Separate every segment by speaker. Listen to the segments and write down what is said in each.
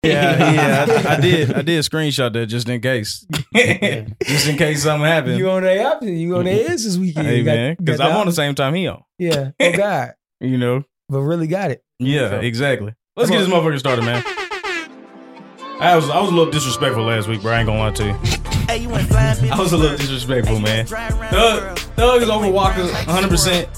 Speaker 1: yeah, yeah. I, I did. I did screenshot that just in case, just in case something happened.
Speaker 2: you on their opposite. You on
Speaker 3: Mm-hmm.
Speaker 2: their ears this weekend.
Speaker 1: hey
Speaker 2: You got-
Speaker 1: man, because
Speaker 2: got
Speaker 1: I'm
Speaker 2: the
Speaker 1: on the same time he on.
Speaker 2: Yeah. Oh God.
Speaker 1: You know.
Speaker 2: But really got it.
Speaker 1: Yeah,
Speaker 2: So-
Speaker 1: exactly. Let's get this motherfucker started, man. I was I was a little disrespectful last week, bro. I ain't gonna lie to you.
Speaker 4: Hey, you ain't flying, bitch.
Speaker 1: I was a little disrespectful, man. Thug, Thug is over Walker 100. percent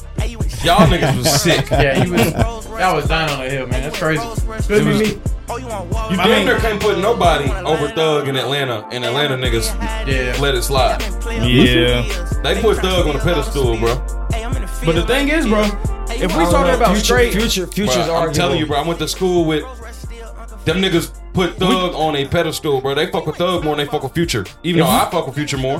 Speaker 1: Y'all niggas was sick.
Speaker 5: Yeah, you was that was dying on the hill, man. That's crazy.
Speaker 1: It was-
Speaker 3: My vendor can't put nobody over Thug in Atlanta, and Atlanta niggas
Speaker 5: Yeah.
Speaker 3: let it slide.
Speaker 1: Yeah.
Speaker 3: They put Thug on a pedestal, bro.
Speaker 1: But the thing is, bro, if
Speaker 2: I
Speaker 1: we
Speaker 2: don't
Speaker 1: talking
Speaker 2: know.
Speaker 1: about
Speaker 2: future,
Speaker 1: straight,
Speaker 2: future, future's
Speaker 3: Bro, I'm
Speaker 2: arguable.
Speaker 3: telling you, bro. I went to school with them niggas. Put Thug on a pedestal, bro. They fuck with Thug more than they fuck with Future. Even though I fuck with Future more.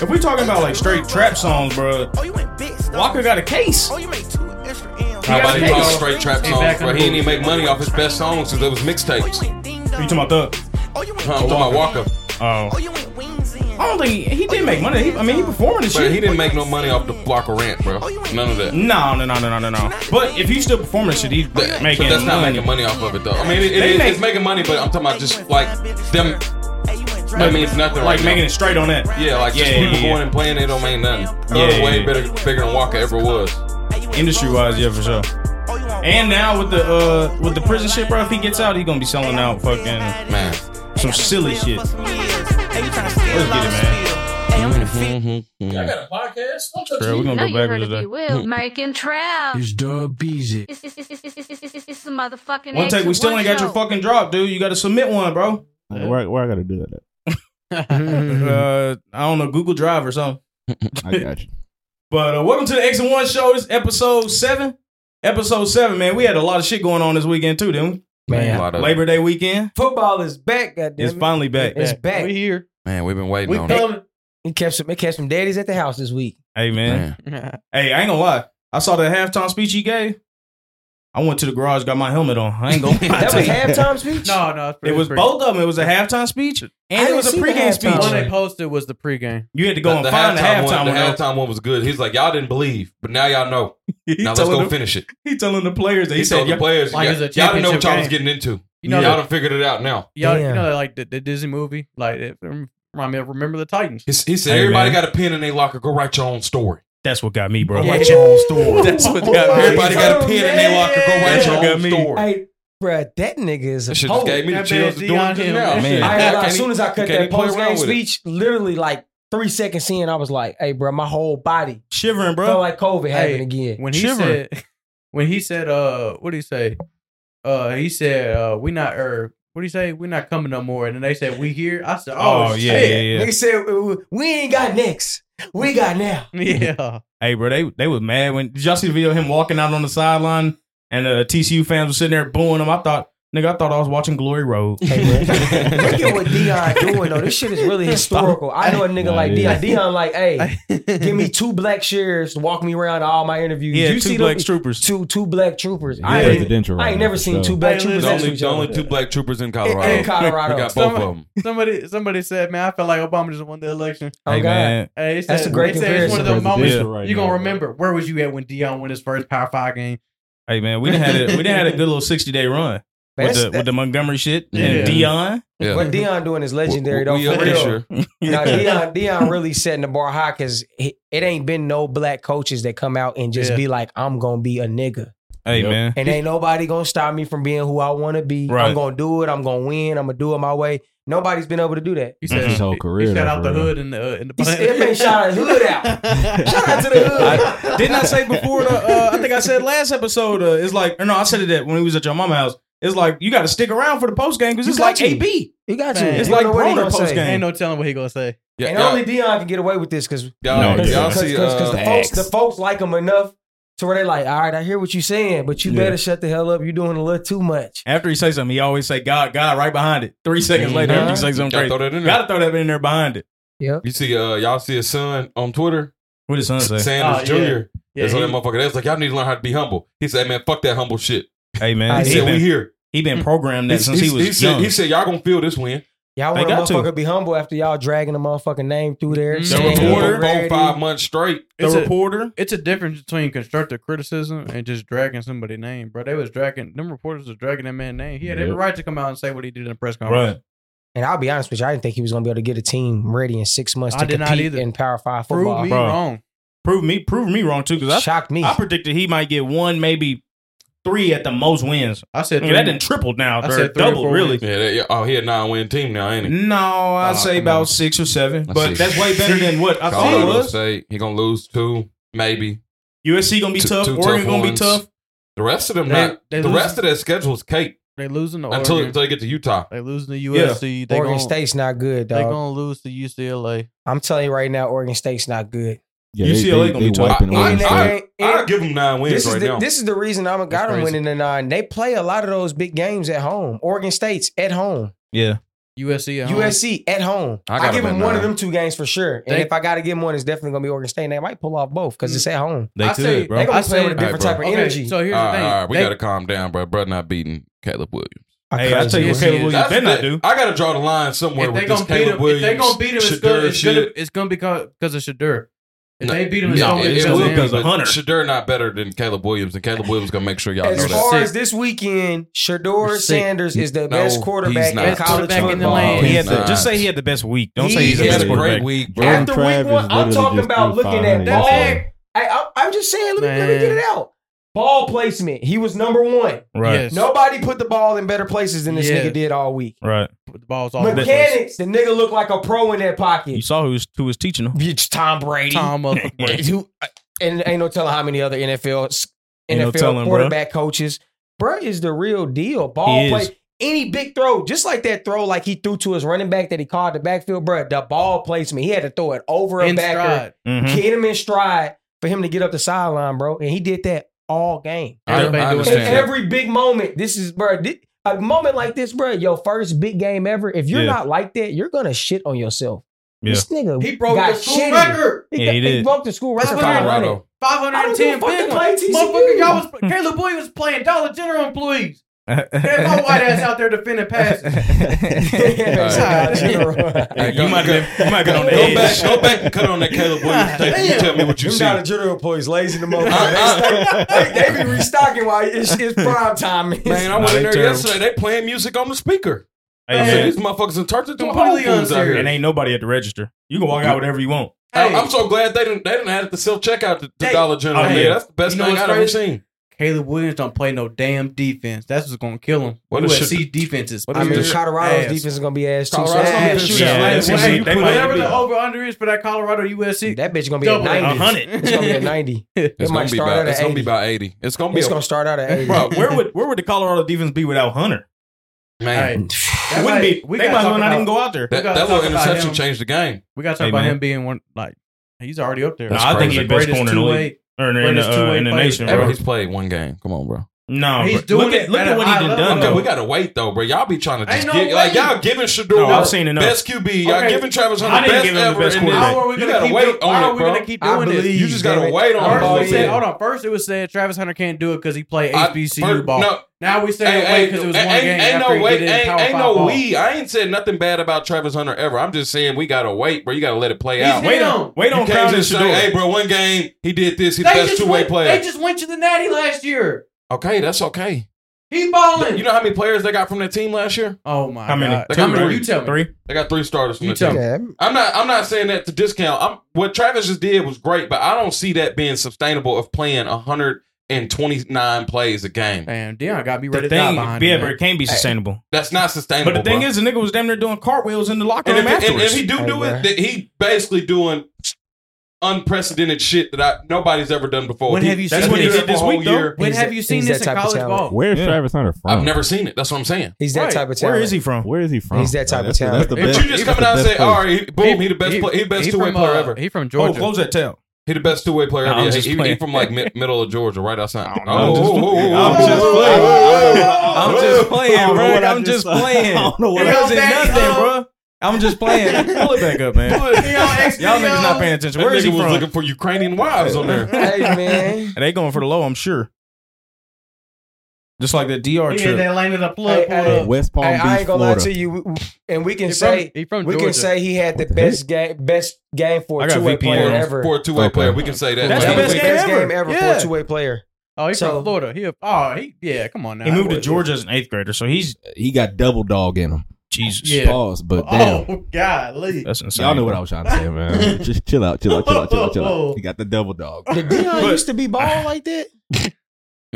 Speaker 1: if we talking about like straight trap songs, bro,
Speaker 4: Oh, you went bitch.
Speaker 1: Walker got a case.
Speaker 4: Oh, you made two extra M's.
Speaker 1: How about
Speaker 3: Nobody
Speaker 1: Yeah,
Speaker 3: calls
Speaker 1: yeah.
Speaker 3: straight trap
Speaker 5: Hey,
Speaker 3: songs,
Speaker 5: back
Speaker 3: bro.
Speaker 5: on
Speaker 3: He
Speaker 5: the
Speaker 3: didn't even
Speaker 5: movie.
Speaker 3: make money off his best songs since it was mixtapes.
Speaker 1: You talking about Thug?
Speaker 3: Huh, I'm talking about Walker.
Speaker 1: Oh,
Speaker 4: Oh, you went wings in.
Speaker 1: I don't think he, he did make money. He, I mean, he performing the
Speaker 3: Bro,
Speaker 1: shit.
Speaker 3: he didn't make no money off the block of rent, bro. None of that.
Speaker 1: No, no, no, no, no, no, no. But if he's still performing the shit, he's
Speaker 3: That-
Speaker 1: making
Speaker 3: but that's not
Speaker 1: money.
Speaker 3: making money off of it, though. I mean, it, it
Speaker 1: They
Speaker 3: is,
Speaker 1: make-
Speaker 3: it's making money, but I'm talking about just like them. That means nothing
Speaker 1: Like
Speaker 3: right now.
Speaker 1: making it straight on that.
Speaker 3: Yeah, like just
Speaker 1: Yeah, yeah,
Speaker 3: people
Speaker 1: yeah.
Speaker 3: going and playing, it don't mean nothing.
Speaker 1: Yeah,
Speaker 3: Yeah,
Speaker 1: yeah,
Speaker 3: way
Speaker 1: yeah.
Speaker 3: better, bigger than Walker ever was.
Speaker 1: Industry wise, yeah, for sure. And now with the uh with the prison shit, bro, if he gets out, he gonna be selling out fucking
Speaker 3: Man.
Speaker 1: some silly shit.
Speaker 4: Let's get it, man.
Speaker 6: mm-hmm.
Speaker 3: Yeah.
Speaker 1: Bro, we're
Speaker 6: Now
Speaker 1: gonna go
Speaker 6: you heard
Speaker 1: backwards
Speaker 6: if
Speaker 1: today.
Speaker 6: you will, Mike and Trav.
Speaker 7: It's Dub Beezy.
Speaker 6: It's, it's, it's, it's, it's, it's, it's, it's a motherfucking
Speaker 1: One take,
Speaker 6: action,
Speaker 1: we still
Speaker 6: one
Speaker 1: ain't got your
Speaker 6: show.
Speaker 1: fucking drop, dude. You gotta submit one, bro.
Speaker 8: Where, where I gotta do that? at?
Speaker 1: Uh, I don't know, Google Drive or something.
Speaker 8: I got you.
Speaker 1: But uh, welcome to the X and One Show. It's episode seven. Episode seven, man. We had a lot of shit going on this weekend too, didn't
Speaker 3: A
Speaker 2: Man,
Speaker 3: lot
Speaker 1: we?
Speaker 3: of-
Speaker 1: Labor Day weekend.
Speaker 2: football is back. Goddamn.
Speaker 1: It's finally back.
Speaker 2: It's back.
Speaker 5: We here.
Speaker 3: Man, we've been waiting
Speaker 5: We
Speaker 3: on it.
Speaker 5: coming.
Speaker 2: It kept some. It kept some daddies at the house this week.
Speaker 1: Hey man.
Speaker 3: Man.
Speaker 1: Hey, I ain't gonna lie. I saw that halftime speech he gave. I went to the garage, got my helmet on. I ain't gonna lie
Speaker 2: That
Speaker 1: to
Speaker 2: was
Speaker 1: you.
Speaker 2: halftime speech.
Speaker 5: No, no, it's
Speaker 1: It
Speaker 5: pretty-
Speaker 1: was
Speaker 5: pretty-
Speaker 1: both of them. It was a halftime speech and it
Speaker 2: didn't
Speaker 1: was a
Speaker 2: see the
Speaker 1: pregame
Speaker 2: halftime.
Speaker 5: The one they
Speaker 1: speech.
Speaker 5: posted was the pregame.
Speaker 1: You had to go
Speaker 3: The,
Speaker 1: and
Speaker 3: the
Speaker 1: find the
Speaker 3: halftime, one,
Speaker 1: halftime
Speaker 3: the
Speaker 1: one. though.
Speaker 3: halftime one was good. He's like, y'all didn't believe, but now y'all know.
Speaker 1: He
Speaker 3: Now let's
Speaker 1: telling
Speaker 3: go
Speaker 1: them-
Speaker 3: finish it.
Speaker 1: He telling the players that
Speaker 3: He,
Speaker 1: he,
Speaker 3: told
Speaker 1: said,
Speaker 3: the
Speaker 1: yeah,
Speaker 3: players,
Speaker 5: Like
Speaker 3: y'all,
Speaker 5: it's a
Speaker 3: y'all didn't know what y'all was
Speaker 5: championship
Speaker 3: getting into.
Speaker 5: You know
Speaker 3: Y'all
Speaker 5: that-
Speaker 3: done figured it out now.
Speaker 5: Y'all, you
Speaker 2: Damn.
Speaker 5: know, like the, the Disney movie, like it, remind me of Remember the Titans.
Speaker 3: He, s- he said,
Speaker 1: Hey,
Speaker 3: everybody
Speaker 1: man.
Speaker 3: got a pen in their locker. Go write your own story.
Speaker 1: that's what got me, bro.
Speaker 2: Yeah.
Speaker 1: Write your own story. That's what got me. Oh,
Speaker 3: Everybody got a pen in their locker. Go write
Speaker 1: That's
Speaker 3: your
Speaker 1: what got
Speaker 3: own
Speaker 1: me.
Speaker 3: story.
Speaker 2: Oh, Hey, bruh, that nigga is a
Speaker 3: That shit just
Speaker 2: poet.
Speaker 3: gave me the
Speaker 5: that
Speaker 3: chills
Speaker 5: man's
Speaker 3: to do it
Speaker 5: on
Speaker 3: just
Speaker 5: him.
Speaker 3: now.
Speaker 5: That
Speaker 1: shit-
Speaker 2: I
Speaker 1: I
Speaker 2: ain't gonna
Speaker 3: Can't
Speaker 2: lie, as
Speaker 3: he-
Speaker 2: soon as I cut
Speaker 3: can't he
Speaker 2: that
Speaker 3: play
Speaker 2: post
Speaker 3: around
Speaker 2: game
Speaker 3: with it?
Speaker 2: speech, literally like three seconds in, I was like, "Hey, bro, my whole body felt
Speaker 1: Shivering, bro.
Speaker 2: like COVID happened
Speaker 5: Hey,
Speaker 2: again."
Speaker 5: When he
Speaker 1: Shivering.
Speaker 5: said, when he said, uh, what did he say? Uh, he said, uh, we not, er, what did he say? We not coming no more. And then they said, we here. I said, oh,
Speaker 1: Oh, yeah,
Speaker 5: shit.
Speaker 1: yeah, yeah.
Speaker 2: Nigga said, "Uh, "We ain't got next, we got now."
Speaker 5: Yeah.
Speaker 1: Hey, bro, they they was mad when did y'all see the video of him walking out on the sideline and uh, TCU fans were sitting there booing him. I thought, nigga, I thought I was watching Glory Road.
Speaker 2: Hey, man, look at what Dion doing though. This shit is really historical. I know a nigga
Speaker 8: Nah,
Speaker 2: like
Speaker 8: it
Speaker 2: Dion.
Speaker 8: is.
Speaker 2: Dion like, hey, give me two black shares to walk me around to all my interviews.
Speaker 1: Yeah,
Speaker 2: you
Speaker 1: two
Speaker 2: see
Speaker 1: black
Speaker 2: them-
Speaker 1: troopers.
Speaker 2: two two black troopers.
Speaker 8: He's
Speaker 2: I ain't, I
Speaker 8: presidential right
Speaker 2: ain't
Speaker 8: now,
Speaker 2: never
Speaker 8: for
Speaker 2: seen
Speaker 8: sure.
Speaker 2: two black
Speaker 5: Hey,
Speaker 2: troopers.
Speaker 3: The
Speaker 5: listen.
Speaker 2: next
Speaker 3: only,
Speaker 2: to each
Speaker 3: the only
Speaker 2: other.
Speaker 3: two black troopers in
Speaker 2: in,
Speaker 3: Colorado.
Speaker 2: in
Speaker 3: We
Speaker 2: Colorado.
Speaker 3: got both
Speaker 5: Some-
Speaker 3: of them.
Speaker 5: somebody, somebody said, man, I feel like Obama just won the election.
Speaker 2: Oh,
Speaker 1: hey,
Speaker 2: God.
Speaker 1: man.
Speaker 5: Hey, they
Speaker 2: That's
Speaker 5: said-
Speaker 2: a great
Speaker 5: they said It's one of
Speaker 2: comparison.
Speaker 5: those moments
Speaker 8: Presidential right
Speaker 5: you're
Speaker 8: now,
Speaker 5: gonna
Speaker 8: bro.
Speaker 5: remember. Where was you at when Dion won his first Power Five game?
Speaker 1: Hey, man. We done had a, we done had a good little 60 day
Speaker 2: Man,
Speaker 1: run with
Speaker 2: that's-
Speaker 1: the, with the Montgomery shit
Speaker 5: Yeah.
Speaker 1: and Dion.
Speaker 3: Yeah.
Speaker 2: What Dion doing is legendary
Speaker 3: We- we
Speaker 2: though.
Speaker 3: up
Speaker 2: For
Speaker 3: this
Speaker 2: real.
Speaker 3: year.
Speaker 2: Now Dion, Dion really setting the bar high because it ain't been no black coaches that come out and just
Speaker 5: Yeah.
Speaker 2: be like, "I'm gonna be a nigga,"
Speaker 1: Hey,
Speaker 8: Yep.
Speaker 1: man.
Speaker 2: and ain't nobody gonna stop me from being who I want to be.
Speaker 1: Right.
Speaker 2: I'm gonna do it. I'm gonna win. I'm gonna do it my way. Nobody's been able to do that.
Speaker 5: He said
Speaker 8: His whole
Speaker 5: Mm-hmm. he-
Speaker 8: career,
Speaker 5: He shut
Speaker 8: though,
Speaker 5: out the
Speaker 8: for real.
Speaker 5: hood and the uh, and the
Speaker 2: He said, "That man shout out hood out. Shout out to the hood."
Speaker 1: I, didn't I say before? The, uh, I think I said last episode. Uh, it's like, or no, I said it at, when we was at your mama's house. It's like you got to stick around for the post game because
Speaker 2: You
Speaker 1: it's
Speaker 2: got
Speaker 1: like
Speaker 2: you.
Speaker 1: AB.
Speaker 2: You got you.
Speaker 5: Man.
Speaker 1: It's
Speaker 2: You don't
Speaker 1: like
Speaker 2: know what he
Speaker 1: Broner
Speaker 2: gonna say.
Speaker 1: post-game.
Speaker 5: Ain't no telling what he gonna say.
Speaker 3: Yeah,
Speaker 2: And
Speaker 3: y'all-
Speaker 2: only Dion can get away with this because
Speaker 3: y'all,
Speaker 8: No,
Speaker 3: y'all,
Speaker 8: yeah.
Speaker 3: see, uh,
Speaker 2: the folks the folks like him enough to where they like, all right, I hear what you're saying, but you
Speaker 1: Yeah.
Speaker 2: better shut the hell up. You're doing a little too much.
Speaker 1: After he say something, he always say God, God, right behind it. Three seconds
Speaker 2: Mm-hmm.
Speaker 5: Mm-hmm.
Speaker 1: later, after you say something
Speaker 3: y'all
Speaker 1: crazy,
Speaker 3: throw that in there.
Speaker 1: gotta throw that in there behind it.
Speaker 2: Yep.
Speaker 3: You see, uh, y'all see his son on Twitter,
Speaker 1: What did son say?
Speaker 3: Sanders
Speaker 5: Oh, yeah.
Speaker 3: Jr.
Speaker 5: Yeah,
Speaker 3: is on
Speaker 5: he-
Speaker 3: that motherfucker. That's like y'all need to learn how to be humble. He said, "Man, fuck that humble shit."
Speaker 1: Hey man,
Speaker 2: I
Speaker 3: He
Speaker 1: he
Speaker 3: said, "We
Speaker 1: been,
Speaker 3: here."
Speaker 5: Mm.
Speaker 1: he been programmed that
Speaker 3: He-
Speaker 1: since
Speaker 3: he-
Speaker 1: he was
Speaker 3: he said,
Speaker 1: young.
Speaker 3: "He said y'all gonna feel this win."
Speaker 2: Y'all
Speaker 1: They
Speaker 2: want a
Speaker 1: got to.
Speaker 2: motherfucker be humble after y'all dragging the motherfucking name through there.
Speaker 5: The
Speaker 3: The
Speaker 2: saying
Speaker 1: Oh,
Speaker 3: reporter,
Speaker 2: popularity.
Speaker 3: four, five months straight.
Speaker 1: The
Speaker 5: It's a-
Speaker 1: reporter.
Speaker 5: It's a difference between constructive criticism and just dragging somebody's name, bro. They was dragging them reporters was dragging that man's name. He had every
Speaker 1: Yep.
Speaker 5: right to come out and say what he did in the press conference.
Speaker 1: Right.
Speaker 2: And I'll be honest with you, I didn't think he was gonna be able to get a team ready in six months
Speaker 5: I
Speaker 2: to
Speaker 5: did not
Speaker 2: compete
Speaker 5: either.
Speaker 2: in Power Five
Speaker 5: Prove
Speaker 2: football.
Speaker 5: me
Speaker 1: Bro.
Speaker 5: wrong.
Speaker 1: Prove me prove me wrong too, because
Speaker 2: Shocked me.
Speaker 1: I, I predicted he might get one, maybe three at the most wins.
Speaker 5: I said
Speaker 1: I mean,
Speaker 5: three-
Speaker 1: that didn't triple now,
Speaker 5: I
Speaker 1: or
Speaker 5: said three or
Speaker 1: double
Speaker 5: four
Speaker 1: really.
Speaker 3: Yeah, that, yeah. Oh, he a nine win team now, ain't he?
Speaker 1: No, I'd
Speaker 3: Oh,
Speaker 1: say
Speaker 3: come
Speaker 1: about
Speaker 3: on.
Speaker 1: six or seven.
Speaker 3: Let's
Speaker 1: but
Speaker 3: see.
Speaker 1: that's way better than what I thought it
Speaker 3: Colorado
Speaker 1: was.
Speaker 3: State. He gonna lose two, maybe.
Speaker 1: USC gonna be
Speaker 3: Two-
Speaker 1: tough.
Speaker 3: two
Speaker 1: Oregon
Speaker 3: tough
Speaker 1: gonna be
Speaker 3: ones.
Speaker 1: tough.
Speaker 3: The rest of them,
Speaker 5: They-
Speaker 3: not,
Speaker 5: they
Speaker 3: the
Speaker 5: lose-
Speaker 3: rest of their schedule is cake
Speaker 5: They losing the
Speaker 3: until
Speaker 5: Oregon.
Speaker 3: until they get to Utah.
Speaker 5: they losing the
Speaker 1: Yeah.
Speaker 5: USC. They
Speaker 2: Oregon
Speaker 5: going
Speaker 2: State's not good,
Speaker 5: They
Speaker 2: dog.
Speaker 5: gonna lose to UCLA.
Speaker 2: I'm telling you right now, Oregon State's not good.
Speaker 8: Yeah,
Speaker 1: UCLA gonna be tough.
Speaker 3: I,
Speaker 8: wiping
Speaker 3: I,
Speaker 8: Oregon
Speaker 3: I-
Speaker 8: State.
Speaker 3: I'd give them nine wins
Speaker 2: This is,
Speaker 3: right
Speaker 2: the,
Speaker 3: now.
Speaker 2: this is the reason I'm got them
Speaker 5: crazy.
Speaker 2: winning the nine. They play a lot of those big games at home. Oregon State's at home.
Speaker 1: Yeah.
Speaker 5: USC. At home.
Speaker 2: USC at home.
Speaker 3: I
Speaker 2: I,
Speaker 3: got
Speaker 2: give
Speaker 3: them
Speaker 2: them
Speaker 3: at
Speaker 2: one of
Speaker 3: nine.
Speaker 2: them two games for sure. And
Speaker 5: They-
Speaker 2: if I got to give them one, it's definitely gonna be Oregon State. And they might pull off both because it's at home.
Speaker 1: They
Speaker 5: I
Speaker 1: could,
Speaker 5: say-
Speaker 1: bro.
Speaker 2: They gonna
Speaker 5: I
Speaker 2: be playing
Speaker 5: say-
Speaker 2: with a different
Speaker 3: All right,
Speaker 2: type of
Speaker 5: Okay,
Speaker 2: energy.
Speaker 5: so here's
Speaker 3: all,
Speaker 5: the
Speaker 3: right,
Speaker 5: thing.
Speaker 3: all right, we
Speaker 5: They-
Speaker 3: gotta calm down, bro. Bro, not beating Caleb Williams.
Speaker 1: hey,
Speaker 2: Crazy.
Speaker 1: I tell you what,
Speaker 5: Yes,
Speaker 1: Caleb
Speaker 5: he is.
Speaker 1: Williams
Speaker 3: That's
Speaker 1: better
Speaker 3: the-
Speaker 1: not do.
Speaker 3: I gotta draw the line somewhere
Speaker 5: if
Speaker 3: with
Speaker 5: they
Speaker 3: this
Speaker 5: gonna beat
Speaker 3: Caleb
Speaker 5: him, if
Speaker 3: Williams.
Speaker 5: they gonna beat him, it's
Speaker 3: Shadur
Speaker 5: gonna, it's gonna,
Speaker 3: shit.
Speaker 5: it's gonna be because of Shadur. If
Speaker 3: No,
Speaker 5: they beat him, it's
Speaker 3: no,
Speaker 5: gonna be
Speaker 3: it,
Speaker 1: it's
Speaker 3: it
Speaker 5: because
Speaker 3: will
Speaker 5: of
Speaker 1: because
Speaker 3: because
Speaker 1: of
Speaker 5: him.
Speaker 3: of
Speaker 1: Hunter.
Speaker 3: Hunter. not better than Caleb Williams, and Caleb Williams gonna make sure y'all
Speaker 2: As
Speaker 3: know that.
Speaker 2: far
Speaker 5: Sick.
Speaker 2: as this weekend, Shador
Speaker 5: Sick.
Speaker 2: Sanders is the
Speaker 3: No,
Speaker 2: best quarterback
Speaker 3: he's
Speaker 2: in
Speaker 3: not.
Speaker 2: college
Speaker 3: Best
Speaker 5: quarterback
Speaker 2: football.
Speaker 5: in the land.
Speaker 1: He had the,
Speaker 3: Nah.
Speaker 1: just say he had the best week. Don't say
Speaker 2: He
Speaker 1: he's the
Speaker 3: He had
Speaker 1: best
Speaker 3: a
Speaker 1: quarterback.
Speaker 3: great week, bro.
Speaker 2: After
Speaker 8: Travis
Speaker 2: week one, I'm
Speaker 8: literally
Speaker 2: talking
Speaker 8: just
Speaker 2: about
Speaker 8: threw
Speaker 2: looking at
Speaker 8: 500
Speaker 2: that
Speaker 8: yards.
Speaker 2: man. I, I'm, I'm just saying, let me, let me get
Speaker 5: Man.
Speaker 2: it out. Ball placement. He was number one.
Speaker 1: Right.
Speaker 5: Yes.
Speaker 2: Nobody put the ball in better places than this
Speaker 5: Yeah.
Speaker 2: nigga did all week.
Speaker 1: Right.
Speaker 5: The ball's all over the place.
Speaker 2: Mechanics. The nigga looked like a pro in that
Speaker 1: You
Speaker 2: pocket.
Speaker 1: saw who was, who was teaching him.
Speaker 2: It's Tom Brady.
Speaker 5: Tom, motherfucker, Brady.
Speaker 2: Who- uh, and ain't no telling how many other NFL s-
Speaker 1: Ain't no
Speaker 2: NFL
Speaker 1: telling,
Speaker 2: quarterback coaches. Bruh is the real deal. Ball
Speaker 1: He
Speaker 2: play.
Speaker 1: is.
Speaker 2: Any big throw, just like that throw, like he threw to his running back that he called the backfield, bruh, the ball placement. He had to throw it over a
Speaker 5: in
Speaker 2: backer,
Speaker 5: stride.
Speaker 1: Mhm.
Speaker 2: hit him in stride for him to get up the sideline, bro. And he did that all game.
Speaker 3: I, I
Speaker 5: Everybody doing
Speaker 2: In
Speaker 3: understand.
Speaker 5: that.
Speaker 3: that.
Speaker 2: every big moment, this is, bruh, thi- a moment like this, bruh, your first big game ever. If you're
Speaker 1: Yeah.
Speaker 2: not like that, you're going to shit on yourself. This nigga
Speaker 5: He broke
Speaker 2: got
Speaker 5: the school
Speaker 2: shitty.
Speaker 5: record.
Speaker 2: He,
Speaker 1: Yeah,
Speaker 2: got-
Speaker 1: he
Speaker 2: he
Speaker 1: did.
Speaker 2: broke the school record.
Speaker 5: That's
Speaker 2: for
Speaker 5: what I
Speaker 2: running.
Speaker 5: wanted.
Speaker 3: Colorado.
Speaker 2: I
Speaker 5: 510
Speaker 2: don't give a fuck,
Speaker 5: people.
Speaker 2: they play TCU.
Speaker 5: Motherfucker, y'all was Caleb Williams was playing Dollar General employees. There's my white ass out there defending passes.
Speaker 2: Yeah, general.
Speaker 3: Hey,
Speaker 1: You might have been, you might have been on the
Speaker 3: Go back,
Speaker 1: edge.
Speaker 3: go back, and cut on that Caleb Williams. tape. You tell me what you
Speaker 2: Them
Speaker 3: see.
Speaker 2: Dollar General employees lazy the motherfucker. They, stay- they, they be restocking while it's, it's prime time.
Speaker 3: Man, I
Speaker 1: Nah,
Speaker 3: went
Speaker 1: they
Speaker 3: in there
Speaker 1: terrible.
Speaker 3: yesterday. They playing music on the speaker.
Speaker 1: Hey,
Speaker 3: I said,
Speaker 1: man.
Speaker 3: these motherfuckers in turned into
Speaker 5: Completely
Speaker 3: completely out
Speaker 5: unserious.
Speaker 3: here.
Speaker 1: And ain't nobody at the register. You can walk out whatever you want.
Speaker 3: I-
Speaker 5: Hey.
Speaker 3: I'm so glad they didn't they didn't have the self checkout to, to
Speaker 5: Hey.
Speaker 3: Dollar General.
Speaker 1: Oh,
Speaker 3: man.
Speaker 1: yeah.
Speaker 3: That's the best
Speaker 5: You know
Speaker 3: thing
Speaker 5: what's
Speaker 3: I've ever
Speaker 5: crazy?
Speaker 3: seen.
Speaker 5: Caleb Williams don't play no damn defense. That's what's gonna kill him.
Speaker 3: What
Speaker 5: What
Speaker 3: is
Speaker 5: USC defenses.
Speaker 3: what
Speaker 2: I
Speaker 3: is
Speaker 2: mean,
Speaker 3: this
Speaker 2: Colorado's
Speaker 5: ass.
Speaker 2: defense is gonna be ass too.
Speaker 3: Colorado's
Speaker 2: so
Speaker 3: gonna be
Speaker 2: ass
Speaker 3: good
Speaker 2: shooting
Speaker 3: shit.
Speaker 1: Yeah,
Speaker 2: ass.
Speaker 1: they
Speaker 2: Whatever
Speaker 1: might- they might-
Speaker 5: Whatever
Speaker 1: be.
Speaker 5: the over under is for that Colorado USC.
Speaker 2: That bitch gonna be at
Speaker 5: Double it.
Speaker 1: A
Speaker 2: 90.
Speaker 1: hundred.
Speaker 2: It's gonna be at 90.
Speaker 3: It's
Speaker 2: might
Speaker 3: gonna be
Speaker 2: start out
Speaker 3: about
Speaker 2: at
Speaker 3: it's gonna
Speaker 2: 80.
Speaker 3: be about eighty. It's gonna be
Speaker 2: It's
Speaker 3: a
Speaker 2: gonna start out at 80.
Speaker 1: Bro, where would where would the Colorado defense be without Hunter?
Speaker 3: man.
Speaker 5: Hey, that's
Speaker 1: It wouldn't
Speaker 5: like-
Speaker 1: be. They
Speaker 5: gotta
Speaker 1: might as well
Speaker 5: talk
Speaker 1: not even
Speaker 5: about-
Speaker 1: go out there.
Speaker 3: That,
Speaker 5: gotta
Speaker 3: that little
Speaker 5: talk about
Speaker 3: interception
Speaker 5: him.
Speaker 3: changed the game.
Speaker 5: We got to
Speaker 1: Hey,
Speaker 5: talk about
Speaker 1: man.
Speaker 5: him being one. Like he's already up there.
Speaker 1: No,
Speaker 3: That's
Speaker 1: I think
Speaker 3: crazy.
Speaker 1: he's the best
Speaker 5: Greatest
Speaker 1: corner in the
Speaker 5: two-way-
Speaker 1: league. Or in, in,
Speaker 5: greatest
Speaker 1: the, uh,
Speaker 5: two-way
Speaker 1: in the
Speaker 5: player.
Speaker 1: nation,
Speaker 3: Bro,
Speaker 1: bro.
Speaker 3: he's played one game. Come on, bro.
Speaker 1: No,
Speaker 5: He's
Speaker 1: bro.
Speaker 5: doing
Speaker 1: look at
Speaker 5: it
Speaker 1: look
Speaker 5: at
Speaker 1: at
Speaker 5: a
Speaker 1: what he
Speaker 5: high
Speaker 1: done
Speaker 5: level.
Speaker 1: done
Speaker 3: Okay,
Speaker 1: though.
Speaker 3: we gotta wait though, bro. Y'all be trying to just
Speaker 5: Ain't no
Speaker 3: get like
Speaker 5: way.
Speaker 3: y'all giving Shador
Speaker 1: No, I've seen enough.
Speaker 3: best QB. Y'all
Speaker 5: Okay.
Speaker 3: giving Travis
Speaker 1: I
Speaker 3: Hunter
Speaker 1: didn't
Speaker 3: best
Speaker 1: give him the
Speaker 3: ever.
Speaker 1: best
Speaker 3: and then
Speaker 1: quarterback.
Speaker 5: How are we
Speaker 3: you
Speaker 5: gonna
Speaker 3: gotta
Speaker 5: keep
Speaker 3: wait
Speaker 5: doing-
Speaker 3: on
Speaker 5: How
Speaker 3: it,
Speaker 5: are we
Speaker 3: bro.
Speaker 5: gonna keep
Speaker 2: I
Speaker 5: doing this?
Speaker 2: believe-
Speaker 3: You just gotta
Speaker 2: Damn it.
Speaker 3: wait on it,
Speaker 5: First
Speaker 3: bro.
Speaker 5: we said,
Speaker 3: Yeah.
Speaker 5: hold on. First it was said Travis Hunter can't do it because he played
Speaker 3: I-
Speaker 5: HBCU
Speaker 3: first-
Speaker 5: ball.
Speaker 3: no.
Speaker 5: Now we say
Speaker 3: Hey,
Speaker 5: wait
Speaker 3: hey,
Speaker 5: because it was
Speaker 3: ain't,
Speaker 5: one game.
Speaker 3: ain't
Speaker 5: after
Speaker 3: no
Speaker 5: he
Speaker 3: way,
Speaker 5: did it in
Speaker 3: ain't,
Speaker 5: Power
Speaker 3: ain't
Speaker 5: Five
Speaker 3: no
Speaker 5: ball.
Speaker 3: we. I ain't said nothing bad about Travis Hunter ever. I'm just saying we gotta wait, bro. You gotta let it play
Speaker 5: He's
Speaker 3: out.
Speaker 5: him.
Speaker 1: Wait on, wait
Speaker 3: You
Speaker 1: on
Speaker 3: can't
Speaker 1: Crown and
Speaker 3: just
Speaker 1: Shador.
Speaker 3: say, hey, bro, one game he did this. He's the
Speaker 5: They
Speaker 3: best
Speaker 5: just
Speaker 3: two way
Speaker 5: went-
Speaker 3: player.
Speaker 5: They just went to the Natty last year.
Speaker 3: okay, that's okay.
Speaker 5: He balling.
Speaker 3: You know how many players they got from that team last year?
Speaker 5: oh my
Speaker 1: How many?
Speaker 5: god!
Speaker 3: Like,
Speaker 1: Two,
Speaker 3: how many?
Speaker 1: right?
Speaker 5: You tell me.
Speaker 1: Three.
Speaker 3: They got three starters from
Speaker 5: You
Speaker 3: the
Speaker 5: tell
Speaker 3: team.
Speaker 2: Yeah,
Speaker 3: I'm not. I'm not saying that to discount. I'm what Travis just did was great, but I don't see that being sustainable of playing 129 plays a game.
Speaker 5: Damn, Deion got me ready
Speaker 1: The
Speaker 5: to die
Speaker 1: thing,
Speaker 5: behind
Speaker 1: yeah,
Speaker 5: him.
Speaker 1: but
Speaker 5: man.
Speaker 1: it can't be sustainable.
Speaker 3: That's not
Speaker 1: But
Speaker 3: sustainable.
Speaker 1: the thing
Speaker 3: bro.
Speaker 1: is, the nigga was damn near doing cartwheels in the locker
Speaker 3: and
Speaker 1: room
Speaker 3: if, and,
Speaker 1: afterwards.
Speaker 3: if he do
Speaker 2: Hey,
Speaker 3: do
Speaker 2: bro.
Speaker 3: it, that he basically doing unprecedented shit that I nobody's ever done before.
Speaker 5: When
Speaker 3: He-
Speaker 5: have you
Speaker 3: that's
Speaker 1: seen
Speaker 3: what he
Speaker 1: this?
Speaker 3: did this
Speaker 1: Whole
Speaker 3: week,
Speaker 1: year.
Speaker 3: though?
Speaker 5: When
Speaker 2: He's
Speaker 5: have
Speaker 2: that-
Speaker 5: you seen
Speaker 2: he's
Speaker 5: this
Speaker 2: that type
Speaker 5: in
Speaker 2: of
Speaker 5: college
Speaker 2: talent.
Speaker 5: ball?
Speaker 8: Where's
Speaker 1: Yeah.
Speaker 8: Travis Hunter from?
Speaker 3: I've never seen it. That's what I'm saying.
Speaker 2: He's that
Speaker 5: Right.
Speaker 2: type of talent.
Speaker 1: Where is he from?
Speaker 8: Where is he from?
Speaker 2: He's that type of
Speaker 8: That's the-
Speaker 2: talent.
Speaker 8: That's the
Speaker 3: If
Speaker 8: best.
Speaker 3: you just come out and say, "All right, he, boom, he the best, play, he the best two way
Speaker 5: from,
Speaker 3: player
Speaker 5: uh,
Speaker 3: ever.
Speaker 5: He from
Speaker 1: Oh,
Speaker 5: Georgia.
Speaker 1: close that tail.
Speaker 3: He the best two way player
Speaker 1: Nah,
Speaker 3: ever.
Speaker 1: I'm
Speaker 3: Yeah,
Speaker 1: just
Speaker 3: he, he- he
Speaker 1: playing.
Speaker 3: from like mi- middle of Georgia, right outside. Oh,
Speaker 1: I'm just-
Speaker 3: oh, oh, oh,
Speaker 1: I'm
Speaker 3: oh,
Speaker 1: just
Speaker 3: oh,
Speaker 1: playing.
Speaker 3: oh, oh, oh,
Speaker 1: I'm
Speaker 3: oh,
Speaker 1: just
Speaker 3: oh.
Speaker 1: playing,
Speaker 8: don't know
Speaker 1: bro.
Speaker 8: what I
Speaker 1: I'm
Speaker 8: just
Speaker 1: just
Speaker 8: saw.
Speaker 1: playing.
Speaker 8: I don't know what
Speaker 1: It
Speaker 5: I
Speaker 1: wasn't
Speaker 5: just saw.
Speaker 1: nothing, bro. I'm just playing. Pull it back up, man. Y'all niggas not paying attention.
Speaker 3: That
Speaker 1: Where is he
Speaker 3: nigga was
Speaker 1: from?
Speaker 3: looking for Ukrainian wives on there.
Speaker 2: Hey man.
Speaker 1: They going for the low, I'm sure. Just like the DR
Speaker 5: Yeah,
Speaker 1: trip.
Speaker 5: they landed a
Speaker 2: Hey,
Speaker 5: plug.
Speaker 2: hey.
Speaker 5: pull up.
Speaker 8: West Palm
Speaker 2: Hey, I
Speaker 8: Beach,
Speaker 2: ain't gonna lie
Speaker 8: Florida.
Speaker 2: to you. and we can
Speaker 5: He from-
Speaker 2: say
Speaker 5: he from
Speaker 2: we
Speaker 5: Georgia.
Speaker 2: can say he had the best game best game for
Speaker 1: I
Speaker 2: a
Speaker 1: got
Speaker 2: two way
Speaker 1: VPN
Speaker 2: player
Speaker 1: on
Speaker 2: ever.
Speaker 3: for a two way
Speaker 8: Okay.
Speaker 3: player. We can say that.
Speaker 5: That's
Speaker 2: that
Speaker 3: Like,
Speaker 2: was the
Speaker 5: best
Speaker 3: we-
Speaker 5: game
Speaker 2: best game
Speaker 5: ever.
Speaker 2: ever for
Speaker 5: Yeah.
Speaker 2: a two way player.
Speaker 5: Oh, he's
Speaker 2: So-
Speaker 5: from Florida. He a, oh he yeah. Come on now.
Speaker 1: He moved to
Speaker 5: What-
Speaker 1: Georgia as an eighth grader, so he's
Speaker 8: He got double dog in him.
Speaker 1: Jesus.
Speaker 5: Yeah.
Speaker 8: Pause, but damn.
Speaker 5: Oh golly.
Speaker 1: That's insane.
Speaker 8: Y'all know what I was trying to say, man. Just chill out, chill out, chill out, chill out, chill out. He got the double dog.
Speaker 2: Did Dion used to be bald like that?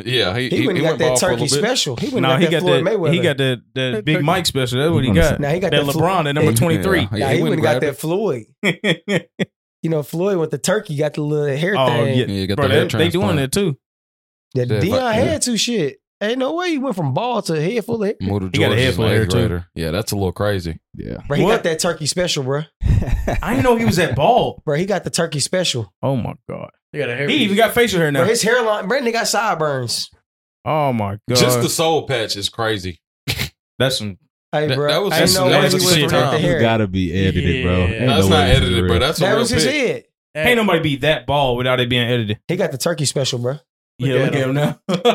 Speaker 3: Yeah, he,
Speaker 2: He,
Speaker 3: he,
Speaker 2: wouldn't
Speaker 3: he
Speaker 2: got
Speaker 3: went
Speaker 2: that
Speaker 3: ball for a
Speaker 2: turkey
Speaker 3: little bit.
Speaker 2: special. He wouldn't
Speaker 1: Nah,
Speaker 2: got
Speaker 1: he
Speaker 2: that
Speaker 1: got
Speaker 2: Floyd
Speaker 1: that.
Speaker 2: Mayweather.
Speaker 1: He got that that Big Mike special. That's what he
Speaker 8: Nah, he
Speaker 1: got.
Speaker 2: Nah, he got
Speaker 1: that
Speaker 2: that
Speaker 1: LeBron, that number
Speaker 8: Mm-hmm. Yeah,
Speaker 1: twenty three.
Speaker 2: Nah, he wouldn't got
Speaker 8: grab
Speaker 2: that
Speaker 8: it.
Speaker 2: Floyd.
Speaker 1: oh
Speaker 2: You know, Floyd with the turkey got the little hair thing.
Speaker 1: yeah,
Speaker 8: Yeah, he got
Speaker 1: bro,
Speaker 8: the hair
Speaker 1: they, they doing
Speaker 8: transplant.
Speaker 1: that too.
Speaker 2: That
Speaker 3: Yeah,
Speaker 2: Dion
Speaker 3: but-
Speaker 2: had two shit. Ain't no way he went from ball to head full of hair.
Speaker 3: Moved
Speaker 1: He got a
Speaker 3: Georgia
Speaker 1: head
Speaker 3: as
Speaker 1: full of
Speaker 3: an
Speaker 1: hair,
Speaker 3: eighth
Speaker 1: too.
Speaker 3: grader. Yeah, that's a little crazy.
Speaker 8: Yeah.
Speaker 2: Bro, he
Speaker 1: What?
Speaker 2: got that turkey special, bro.
Speaker 1: I didn't know he was that bald.
Speaker 2: Bro, he got the turkey special.
Speaker 1: Oh my god,
Speaker 5: He got a hair.
Speaker 1: he even got facial hair
Speaker 2: Bro,
Speaker 1: now.
Speaker 2: his hairline, Brandon got sideburns.
Speaker 1: Oh my god,
Speaker 3: Just the soul patch is crazy.
Speaker 1: that's some.
Speaker 2: Hey,
Speaker 3: That-
Speaker 2: bro,
Speaker 3: that was
Speaker 2: ain't
Speaker 1: his-
Speaker 2: no
Speaker 1: that
Speaker 2: way
Speaker 1: was
Speaker 2: he
Speaker 1: his
Speaker 2: went
Speaker 1: shit,
Speaker 2: from that to
Speaker 1: huh?
Speaker 8: You
Speaker 2: hair.
Speaker 8: gotta be edited, bro.
Speaker 5: Yeah.
Speaker 8: Ain't no
Speaker 3: That's not
Speaker 8: way this is
Speaker 3: edited, bro.
Speaker 8: real.
Speaker 3: That's a
Speaker 2: That
Speaker 3: real
Speaker 2: was his
Speaker 3: pic.
Speaker 2: head.
Speaker 1: Can't nobody be that bald without it being edited.
Speaker 2: He got the turkey special, bro.
Speaker 5: Look
Speaker 1: yeah,
Speaker 5: at
Speaker 1: look at him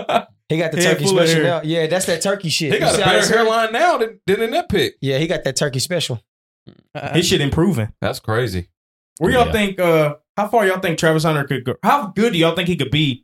Speaker 1: now.
Speaker 2: He got the
Speaker 1: Head
Speaker 2: turkey
Speaker 1: full of
Speaker 2: special
Speaker 1: hair.
Speaker 2: now. Yeah, that's that turkey shit.
Speaker 3: He
Speaker 2: You
Speaker 3: got a
Speaker 2: see how
Speaker 3: better
Speaker 2: his hair-
Speaker 3: hairline now than, than in that pic.
Speaker 2: Yeah, he got that turkey special.
Speaker 1: his shit improving.
Speaker 3: That's crazy.
Speaker 1: Uh-uh. Where y'all
Speaker 8: Yeah.
Speaker 1: think? uh How far y'all think Travis Hunter could go? How good do y'all think he could be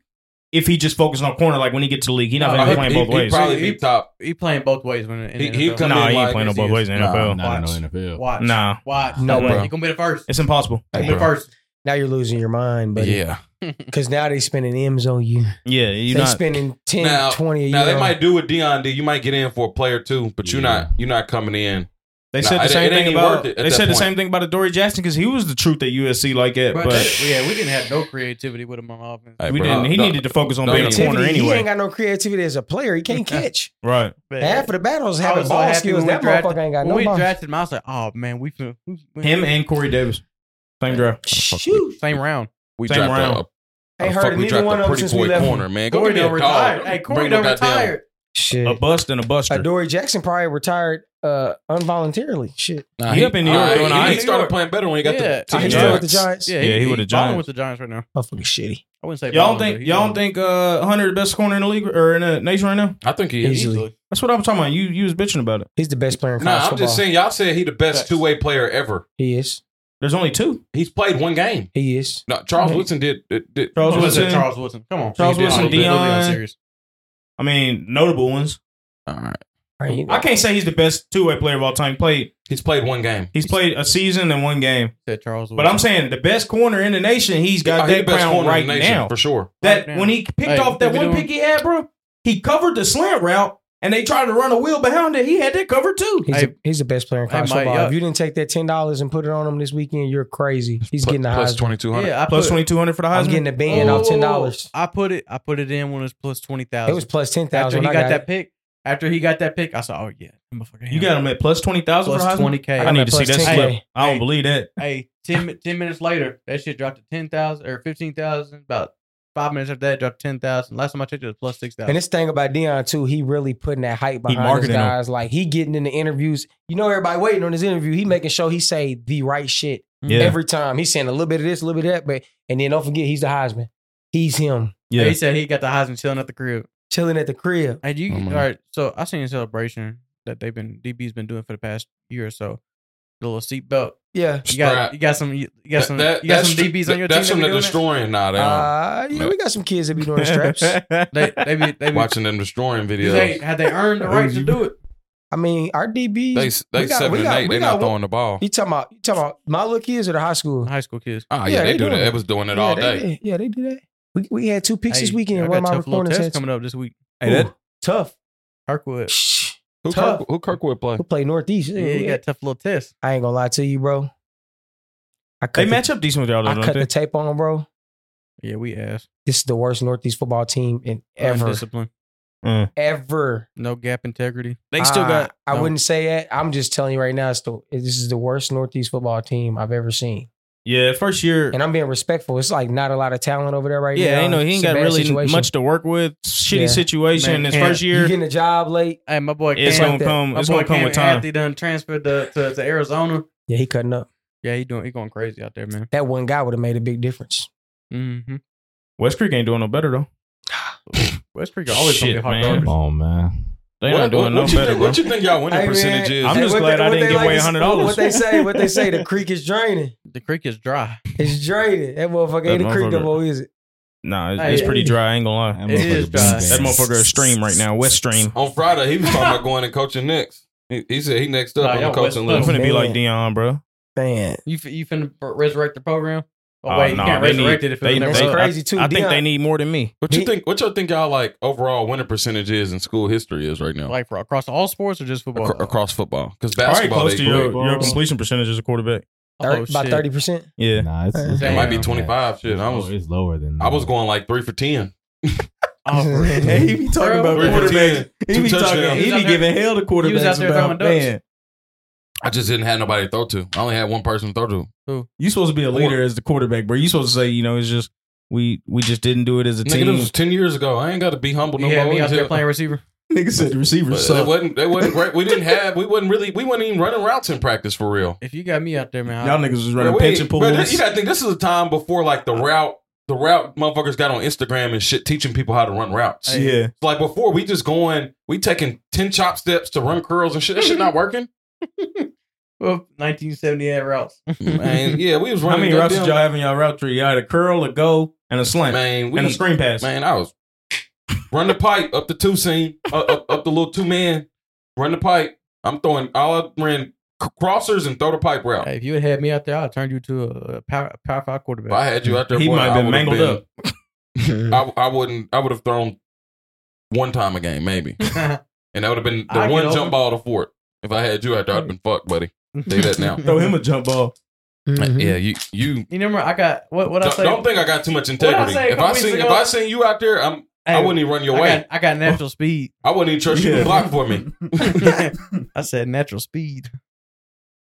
Speaker 1: if he just focused on corner? Like when he gets to the league, he not gonna
Speaker 5: Nah,
Speaker 1: be
Speaker 5: he-
Speaker 1: playing
Speaker 3: he,
Speaker 1: both
Speaker 3: he
Speaker 1: ways.
Speaker 3: probably
Speaker 5: He-
Speaker 3: be top.
Speaker 5: He playing both ways when in
Speaker 3: He-
Speaker 5: the
Speaker 3: he
Speaker 5: NFL.
Speaker 3: come in
Speaker 1: nah, he ain't
Speaker 3: like
Speaker 1: playing on
Speaker 3: this
Speaker 1: both
Speaker 3: is-
Speaker 1: ways in the
Speaker 8: Nah,
Speaker 1: NFL.
Speaker 8: not in no NFL.
Speaker 5: Watch.
Speaker 1: Nah.
Speaker 5: Watch.
Speaker 2: No
Speaker 5: Watch.
Speaker 2: way.
Speaker 5: He gonna be the first.
Speaker 1: It's impossible.
Speaker 5: He gonna be the
Speaker 3: bro.
Speaker 5: first.
Speaker 2: Now you're losing your mind, buddy.
Speaker 3: yeah.
Speaker 2: Because now they spending M's on you.
Speaker 1: Yeah, you
Speaker 2: they
Speaker 1: not.
Speaker 2: spending 10,
Speaker 3: Now-
Speaker 2: 20 a year.
Speaker 3: Now they might do what Dion did. You might get in for a player too, but you're
Speaker 8: Yeah.
Speaker 3: not. You're not coming in.
Speaker 1: they
Speaker 3: Nah,
Speaker 1: said
Speaker 3: it-
Speaker 1: the
Speaker 3: it
Speaker 1: same
Speaker 3: ain't
Speaker 1: thing
Speaker 3: even
Speaker 1: about.
Speaker 3: worth it at
Speaker 1: They
Speaker 3: that
Speaker 1: said the
Speaker 3: point.
Speaker 1: same thing about Adoree Jackson because he was the truth at USC like that,
Speaker 5: But,
Speaker 1: but,
Speaker 5: yeah, we didn't have no creativity with him on offense.
Speaker 3: Hey,
Speaker 1: we
Speaker 3: bro,
Speaker 1: didn't. He
Speaker 3: no,
Speaker 1: needed to focus on
Speaker 3: no,
Speaker 1: being a
Speaker 3: Creativity,
Speaker 1: corner
Speaker 2: He ain't
Speaker 1: anyway.
Speaker 2: got no creativity as a player. He can't catch.
Speaker 1: Right.
Speaker 5: But-
Speaker 2: Half of the battles
Speaker 5: I
Speaker 2: having
Speaker 5: was so
Speaker 2: ball
Speaker 5: happy
Speaker 2: skills.
Speaker 5: when
Speaker 2: That
Speaker 5: we drafted-
Speaker 2: motherfucker ain't got
Speaker 5: when
Speaker 2: no
Speaker 5: we
Speaker 2: ball.
Speaker 5: drafted him, I was like, oh man, we fin- we- we-
Speaker 1: Him and Corey Davis, same draft.
Speaker 2: Shoot.
Speaker 5: same round.
Speaker 3: We
Speaker 1: Same
Speaker 3: dropped uh,
Speaker 1: round.
Speaker 3: A, a,
Speaker 2: Ain't
Speaker 3: fuck,
Speaker 2: heard of
Speaker 3: we
Speaker 2: neither
Speaker 3: dropped
Speaker 2: one
Speaker 3: a
Speaker 2: of them
Speaker 3: pretty
Speaker 2: since
Speaker 3: boy
Speaker 2: we left.
Speaker 3: corner, man. Go
Speaker 5: Corey
Speaker 3: get me a
Speaker 5: done
Speaker 3: dog.
Speaker 5: retired. Hey, Corey
Speaker 3: Bring no
Speaker 5: done
Speaker 3: goddamn-
Speaker 5: retired.
Speaker 2: Shit.
Speaker 1: A bust and a buster.
Speaker 2: Adoree Jackson probably retired uh, involuntarily. Shit.
Speaker 3: Nah,
Speaker 1: He up in New York
Speaker 3: Nah,
Speaker 1: doing
Speaker 3: he,
Speaker 1: all
Speaker 3: he
Speaker 1: right.
Speaker 3: started playing better when he got
Speaker 5: Yeah.
Speaker 3: the.
Speaker 1: Yeah.
Speaker 2: He's
Speaker 3: the
Speaker 2: still with the
Speaker 3: Giants.
Speaker 2: Giants.
Speaker 5: Yeah,
Speaker 1: Yeah, he would've
Speaker 5: balling
Speaker 1: joined.
Speaker 5: with the Giants right now.
Speaker 2: Motherfucking shitty.
Speaker 5: I wouldn't say
Speaker 1: Y'all don't
Speaker 5: balling, but
Speaker 1: think
Speaker 5: he
Speaker 1: y'all
Speaker 5: balling.
Speaker 1: don't think uh Hunter the best corner in the league or in the nation right now?
Speaker 3: I think he is.
Speaker 2: Easily.
Speaker 1: That's what I was talking about. You you was bitching about it.
Speaker 2: He's the best player in college
Speaker 3: Nah, I'm
Speaker 2: football.
Speaker 3: just saying. Y'all said he the best
Speaker 5: Facts.
Speaker 3: two way player ever.
Speaker 2: He is.
Speaker 1: There's only two.
Speaker 3: He's played one game.
Speaker 2: He is.
Speaker 3: No, Charles
Speaker 1: Hey.
Speaker 3: Woodson did. did, did
Speaker 1: Charles
Speaker 5: Come on,
Speaker 1: Woodson.
Speaker 5: Charles Woodson. Come on.
Speaker 1: Charles
Speaker 5: He did
Speaker 3: Woodson,
Speaker 5: a little bit.
Speaker 1: Deion.
Speaker 5: Let's be serious.
Speaker 1: I mean, notable ones.
Speaker 3: all right.
Speaker 2: Right.
Speaker 1: I can't say he's the best two way player of all time. He Played
Speaker 3: He's played one game.
Speaker 1: he's played a season and one game.
Speaker 5: Said Charles Woodson.
Speaker 1: But I'm saying the best corner in the nation, he's got
Speaker 3: Oh, he
Speaker 1: that crown
Speaker 3: corner
Speaker 1: right
Speaker 3: in the nation,
Speaker 1: now.
Speaker 3: for sure.
Speaker 1: That
Speaker 5: Right now.
Speaker 1: when he picked
Speaker 5: Hey,
Speaker 1: off that
Speaker 5: they
Speaker 1: one
Speaker 5: doing-
Speaker 1: pick he had, bro, he covered the slant route and they tried to run a wheel behind it. He had that covered too.
Speaker 2: He's,
Speaker 5: Hey-
Speaker 2: the, he's the best player in
Speaker 5: Hey,
Speaker 2: college
Speaker 5: Mike,
Speaker 2: football.
Speaker 5: yeah.
Speaker 2: If you didn't take that ten dollars and put it on him this weekend, you're crazy. He's getting the
Speaker 3: plus
Speaker 2: highest.
Speaker 3: twenty two hundred.
Speaker 5: yeah, I
Speaker 1: Plus
Speaker 5: put,
Speaker 1: twenty two hundred for the
Speaker 2: I'm
Speaker 1: Heisman.
Speaker 2: getting a band
Speaker 5: Whoa,
Speaker 2: off
Speaker 5: whoa,
Speaker 2: ten
Speaker 5: whoa, whoa.
Speaker 2: dollars.
Speaker 5: I put it. I put it in when it was plus twenty
Speaker 2: It
Speaker 5: thousand.
Speaker 2: was plus ten
Speaker 5: after
Speaker 2: thousand.
Speaker 5: he
Speaker 2: I
Speaker 5: got,
Speaker 2: got
Speaker 5: that pick. After he got that pick, I said, "Oh yeah, motherfucker, him.
Speaker 1: You got him at plus twenty thousand for the
Speaker 5: plus
Speaker 1: Heisman.
Speaker 5: twenty k."
Speaker 1: I need to see
Speaker 2: Plus
Speaker 1: that
Speaker 2: 10K.
Speaker 1: slip. I don't
Speaker 5: Hey.
Speaker 1: believe that.
Speaker 5: Hey, 10, mi- 10 minutes later, that shit dropped to ten thousand or fifteen thousand. About five minutes after that, it dropped to ten thousand. Last time I checked, it was plus six
Speaker 2: And
Speaker 5: thousand.
Speaker 2: this thing about Dion too, he really putting that hype behind his
Speaker 1: marketing him.
Speaker 2: guys. Like he getting in the interviews. You know, everybody waiting on his interview. He making sure he say the right shit
Speaker 1: Mm-hmm. Yeah.
Speaker 2: every time. He's saying a little bit of this, a little bit of that, but and then don't forget he's the Heisman. He's him
Speaker 1: Yeah.
Speaker 5: He said he got the Heisman chilling at the crib.
Speaker 2: chilling at the crib.
Speaker 5: And you
Speaker 3: Oh, man.
Speaker 5: all right? So I seen a celebration that they've been DB's been doing for the past year or so. The little seatbelt.
Speaker 2: Yeah.
Speaker 5: You got
Speaker 3: Strap.
Speaker 5: you got some you got some
Speaker 3: That-
Speaker 5: you got
Speaker 3: that's
Speaker 5: some
Speaker 3: tr-
Speaker 5: DBs on your
Speaker 3: That's
Speaker 5: team.
Speaker 3: from
Speaker 5: that
Speaker 3: the
Speaker 5: be doing that?
Speaker 3: destroying. Nah, they don't.
Speaker 2: Uh, yeah, we got some kids that be doing straps.
Speaker 5: They they be they be
Speaker 3: watching them destroying
Speaker 5: do they,
Speaker 3: videos.
Speaker 5: had they earned the right to do it.
Speaker 2: I mean, our DBs.
Speaker 3: They
Speaker 2: we
Speaker 3: they
Speaker 2: got-
Speaker 3: seven
Speaker 2: we
Speaker 3: and
Speaker 2: got-
Speaker 3: eight.
Speaker 2: we
Speaker 3: They're
Speaker 2: got
Speaker 3: not
Speaker 2: one-
Speaker 3: throwing the ball.
Speaker 2: You talking about you talking about my little kids or the high school?
Speaker 5: High school kids.
Speaker 3: Oh yeah, they, do that. It was doing it all
Speaker 2: they
Speaker 3: day.
Speaker 2: did. Yeah, they do that. We, we had two picks this
Speaker 5: Hey,
Speaker 2: weekend.
Speaker 5: I
Speaker 2: One of
Speaker 5: got
Speaker 2: my
Speaker 5: tough little
Speaker 2: recording
Speaker 5: tests
Speaker 2: tests.
Speaker 5: coming up this week.
Speaker 1: Hey, that-
Speaker 2: tough.
Speaker 5: Kirkwood.
Speaker 2: Shh.
Speaker 3: Who
Speaker 2: Tough.
Speaker 3: Kirk, who Kirkwood play?
Speaker 2: We play Northeast.
Speaker 5: Yeah, you got tough little test.
Speaker 2: I ain't gonna lie to you, bro. I cut
Speaker 1: they
Speaker 2: the,
Speaker 1: match up decent with y'all. though,
Speaker 2: I
Speaker 1: don't
Speaker 2: cut
Speaker 1: they?
Speaker 2: the tape on, bro.
Speaker 5: Yeah, we ass.
Speaker 2: This is the worst Northeast football team in ever,
Speaker 5: Discipline.
Speaker 1: Uh,
Speaker 2: ever.
Speaker 5: No gap integrity.
Speaker 1: They still
Speaker 2: I-
Speaker 1: got.
Speaker 2: I
Speaker 1: no.
Speaker 2: wouldn't say that. I'm just telling you right now. It's the, this is the worst Northeast football team I've ever seen,
Speaker 1: Yeah, first year.
Speaker 2: and I'm being respectful. It's like not a lot of talent over there right now.
Speaker 1: yeah, ain't no.
Speaker 2: It's
Speaker 1: He ain't
Speaker 2: a
Speaker 1: got
Speaker 2: bad
Speaker 1: really
Speaker 2: situation.
Speaker 1: much to work with. Shitty
Speaker 2: Yeah.
Speaker 1: situation.
Speaker 5: Man,
Speaker 1: His
Speaker 5: can't-
Speaker 1: first
Speaker 2: You
Speaker 1: year,
Speaker 2: getting a job late?
Speaker 5: Hey, my boy
Speaker 2: like
Speaker 1: it's
Speaker 5: Cam.
Speaker 1: gonna
Speaker 2: that.
Speaker 1: come.
Speaker 5: My
Speaker 1: It's
Speaker 5: boy
Speaker 1: gonna come
Speaker 5: Cam
Speaker 1: with time.
Speaker 5: Athy done transferred to, to, to Arizona.
Speaker 2: Yeah, he cutting up.
Speaker 5: Yeah, he doing he going crazy out there, man.
Speaker 2: That one guy would have made a big difference.
Speaker 5: Mm-hmm.
Speaker 1: West Creek ain't doing no better though.
Speaker 5: West Creek always gonna
Speaker 1: Shit,
Speaker 5: be hard
Speaker 1: man.
Speaker 8: Come
Speaker 5: garbage.
Speaker 8: on, man.
Speaker 1: They
Speaker 3: what,
Speaker 1: not doing
Speaker 3: what-
Speaker 1: no
Speaker 3: what you
Speaker 1: better,
Speaker 3: think,
Speaker 1: bro.
Speaker 3: What you think y'all winning
Speaker 2: Hey, man,
Speaker 3: percentage is?
Speaker 1: I'm just
Speaker 2: what
Speaker 1: glad
Speaker 2: they-
Speaker 1: I
Speaker 2: what
Speaker 1: didn't
Speaker 2: they
Speaker 1: give away
Speaker 2: to-
Speaker 1: $100.
Speaker 2: What they say, what they say, the creek is draining.
Speaker 5: The creek is dry.
Speaker 2: It's draining. That motherfucker ain't a
Speaker 1: That
Speaker 2: creek no
Speaker 1: motherfucker-
Speaker 2: more, is it?
Speaker 1: Nah, it's,
Speaker 5: Hey,
Speaker 1: it's pretty dry. I ain't gonna lie.
Speaker 8: That
Speaker 5: It
Speaker 8: motherfucker
Speaker 5: is dry.
Speaker 8: big
Speaker 1: That
Speaker 8: band.
Speaker 1: motherfucker is stream right now. West stream.
Speaker 3: On Friday, he was talking about going and coaching next. He, he said he next up
Speaker 5: Nah,
Speaker 3: on
Speaker 5: y'all
Speaker 3: the coaching
Speaker 1: I'm
Speaker 5: West
Speaker 3: list.
Speaker 1: finna be
Speaker 2: man.
Speaker 1: like Dion, bro.
Speaker 2: Man.
Speaker 5: You f- you finna b- resurrect the program? Oh,
Speaker 1: Oh,
Speaker 5: wait,
Speaker 1: nah,
Speaker 5: you can't
Speaker 1: they
Speaker 5: resurrect
Speaker 1: need-
Speaker 5: it if
Speaker 1: they-
Speaker 5: it's never
Speaker 2: That's
Speaker 1: they-
Speaker 5: up.
Speaker 2: crazy too.
Speaker 1: I think
Speaker 2: Deion-
Speaker 1: they need more than me.
Speaker 3: What you
Speaker 2: He-
Speaker 3: think? What y'all think y'all like overall winning percentage is in school history is right now
Speaker 5: Like for across all sports or just football?
Speaker 3: Acro- across football? Because
Speaker 1: All right,
Speaker 3: basketball,
Speaker 1: close
Speaker 3: they
Speaker 1: to your,
Speaker 8: bro.
Speaker 1: your completion percentage as a quarterback.
Speaker 5: Oh,
Speaker 2: Thirty- about
Speaker 5: shit.
Speaker 2: thirty percent.
Speaker 1: Yeah.
Speaker 8: Nah, it's, it's
Speaker 3: it
Speaker 5: Damn.
Speaker 3: might be 25. Shit, I was
Speaker 8: it's lower than.
Speaker 3: I was going like three for ten.
Speaker 5: Oh, for real.
Speaker 2: Hey,
Speaker 1: he be
Speaker 5: talking about
Speaker 3: Three for ten.
Speaker 1: He
Speaker 3: Two
Speaker 1: be talking.
Speaker 3: touchdowns.
Speaker 1: He be
Speaker 5: He was out there-
Speaker 1: giving hell to quarterbacks.
Speaker 5: he was out there
Speaker 1: about,
Speaker 5: throwing ducks.
Speaker 1: man,
Speaker 3: I just didn't have nobody to throw to. I only had one person to throw to.
Speaker 1: you supposed to be a leader as the quarterback, bro. You supposed to say, you know, it's just we we just didn't do it as a
Speaker 3: Nigga, this
Speaker 1: team.
Speaker 3: was ten years ago. I ain't got to be humble
Speaker 5: You
Speaker 3: no
Speaker 5: had
Speaker 3: more.
Speaker 5: me out there
Speaker 3: Yeah.
Speaker 5: playing receiver.
Speaker 1: Nigga said the receivers
Speaker 3: But it wasn't. It wasn't great. We didn't have. We wasn't really. We weren't even running routes in practice for real.
Speaker 5: If you got me out there, man,
Speaker 1: Y'all
Speaker 5: I,
Speaker 1: niggas was running
Speaker 3: Bro, we-
Speaker 1: pinch and pulls.
Speaker 3: bro, this- you gotta think this is a time before like the route, the route motherfuckers got on Instagram and shit teaching people how to run routes.
Speaker 5: Hey.
Speaker 1: yeah.
Speaker 3: Like before, we just going, we taking ten chop steps to run curls and shit. That shit not working.
Speaker 5: well, 1978 routes.
Speaker 3: Man, yeah, we was
Speaker 1: How
Speaker 3: running.
Speaker 1: many routes did y'all
Speaker 3: goddamn-
Speaker 1: have in y'all route tree? Y'all had a curl, a go, and a slant,
Speaker 3: Man, we
Speaker 1: and a screen pass.
Speaker 3: Man, I was run the pipe up the two seam, uh, up, up, up the little two man, run the pipe. I'm throwing all I ran c- crossers and throw the pipe route.
Speaker 5: Hey, if you had had me out there, I'd turned you to a power, power five quarterback.
Speaker 3: If I had you out there,
Speaker 1: He
Speaker 3: boy,
Speaker 1: might have
Speaker 3: I
Speaker 1: been
Speaker 3: would've
Speaker 1: mangled up.
Speaker 3: I, I wouldn't. I would have thrown one time a game, maybe, and that would have been the
Speaker 5: I get
Speaker 3: one
Speaker 5: over-
Speaker 3: jump ball to Fort. If I had you out there, I'd been fucked, buddy. Say that now.
Speaker 1: Throw him a jump ball.
Speaker 3: Yeah, you you.
Speaker 5: You remember I got what? What I
Speaker 3: don't,
Speaker 5: say?
Speaker 3: don't think I got too much
Speaker 5: I
Speaker 3: integrity.
Speaker 5: say a
Speaker 3: if
Speaker 5: couple
Speaker 3: I
Speaker 5: weeks
Speaker 3: seen if
Speaker 5: ago?
Speaker 3: I seen you out there, I'm,
Speaker 5: Hey,
Speaker 3: I wouldn't even run your
Speaker 5: I
Speaker 3: way.
Speaker 5: got, I got natural speed.
Speaker 3: I wouldn't even trust you
Speaker 1: Yeah.
Speaker 3: to block for me.
Speaker 5: I said natural speed.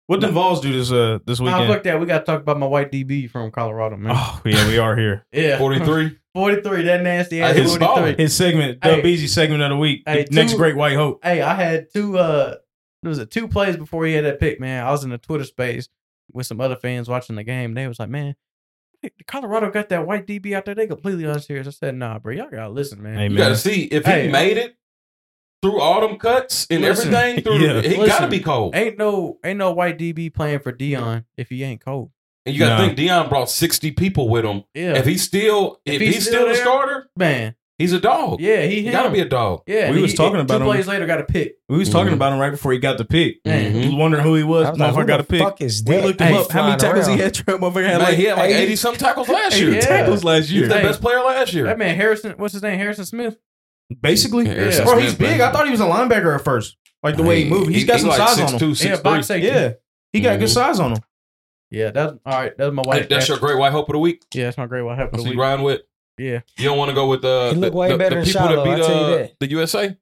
Speaker 1: What did the Vols do this uh this
Speaker 5: Nah,
Speaker 1: weekend?
Speaker 5: fuck that. We got to talk about my white DB from Colorado, man.
Speaker 1: Oh yeah, we are here.
Speaker 5: yeah,
Speaker 3: Forty three.
Speaker 5: 43. That nasty ass
Speaker 3: Hey, he's
Speaker 5: 43.
Speaker 3: balling.
Speaker 1: His segment,
Speaker 5: Hey.
Speaker 1: the Beezy segment of the week,
Speaker 5: Hey,
Speaker 1: the next
Speaker 5: two-
Speaker 1: great white hope.
Speaker 5: Hey, I had two. uh There was a two plays before he had that pick, man. I was in the Twitter space with some other fans watching the game. They was like, man. Colorado got that white DB out there. They completely unserious. I said, "Nah, bro, y'all gotta listen, man.
Speaker 1: Hey,
Speaker 3: You
Speaker 1: man.
Speaker 3: got to see if
Speaker 5: Hey.
Speaker 3: he made it through all them cuts and
Speaker 5: Listen.
Speaker 3: everything. Through
Speaker 1: Yeah.
Speaker 3: he got to
Speaker 5: Listen.
Speaker 3: be cold.
Speaker 5: Ain't no, ain't no white DB playing for Dion if he ain't cold.
Speaker 3: And you got to
Speaker 1: Nah.
Speaker 3: think Dion brought sixty people with him.
Speaker 5: Yeah,
Speaker 3: If he's still if, he's, still the
Speaker 5: there,
Speaker 3: starter,
Speaker 5: man.
Speaker 3: he's a dog.
Speaker 5: Yeah, he,
Speaker 3: He got to
Speaker 5: him.
Speaker 3: be a dog.
Speaker 5: Yeah,
Speaker 1: We
Speaker 5: and
Speaker 1: was talking about
Speaker 5: two
Speaker 1: him.
Speaker 5: plays later. Got a pick. Mm-hmm.
Speaker 1: We was talking
Speaker 3: Mhm.
Speaker 1: about him right before he got the pick.
Speaker 5: Man,
Speaker 3: Mhm.
Speaker 1: We was wondering who he Mm-hmm. was.
Speaker 2: I was like,
Speaker 1: Motherfucker
Speaker 2: who
Speaker 1: got a
Speaker 2: the
Speaker 1: pick.
Speaker 2: fuck is
Speaker 1: We
Speaker 2: that?
Speaker 1: looked him
Speaker 2: Hey,
Speaker 1: up. How
Speaker 2: flying
Speaker 1: many tackles
Speaker 2: around.
Speaker 1: he had? Motherfucker
Speaker 3: Man,
Speaker 1: had like
Speaker 3: he had like
Speaker 2: 80
Speaker 3: eighty some tackles last
Speaker 1: eighty
Speaker 3: year.
Speaker 5: Yeah.
Speaker 1: tackles last
Speaker 3: He was
Speaker 1: year.
Speaker 3: the
Speaker 5: Hey.
Speaker 3: best player last year.
Speaker 5: That man Harrison. What's his name? Harrison Smith.
Speaker 1: Basically,
Speaker 3: Yeah, Harrison
Speaker 1: bro, he's
Speaker 3: Smith, man.
Speaker 1: big. I thought he was a linebacker at first. Like the way he moved, he's got some size on him.
Speaker 5: yeah, box safety.
Speaker 1: Yeah, he got good
Speaker 3: Mhm.
Speaker 1: size on him.
Speaker 5: yeah. That's all right. That's my
Speaker 3: Hey,
Speaker 5: white.
Speaker 3: that's your great white hope of the week.
Speaker 5: Yeah, that's my great white hat for
Speaker 3: That's
Speaker 5: the
Speaker 3: who you
Speaker 5: week.
Speaker 3: riding with.
Speaker 5: Yeah.
Speaker 3: You don't want to go with uh,
Speaker 2: He
Speaker 3: the,
Speaker 2: look way
Speaker 3: the,
Speaker 2: better
Speaker 3: the
Speaker 2: than
Speaker 3: people
Speaker 2: Shiloh,
Speaker 3: that
Speaker 2: I
Speaker 3: beat
Speaker 2: tell you
Speaker 3: uh,
Speaker 2: that.
Speaker 3: the USA.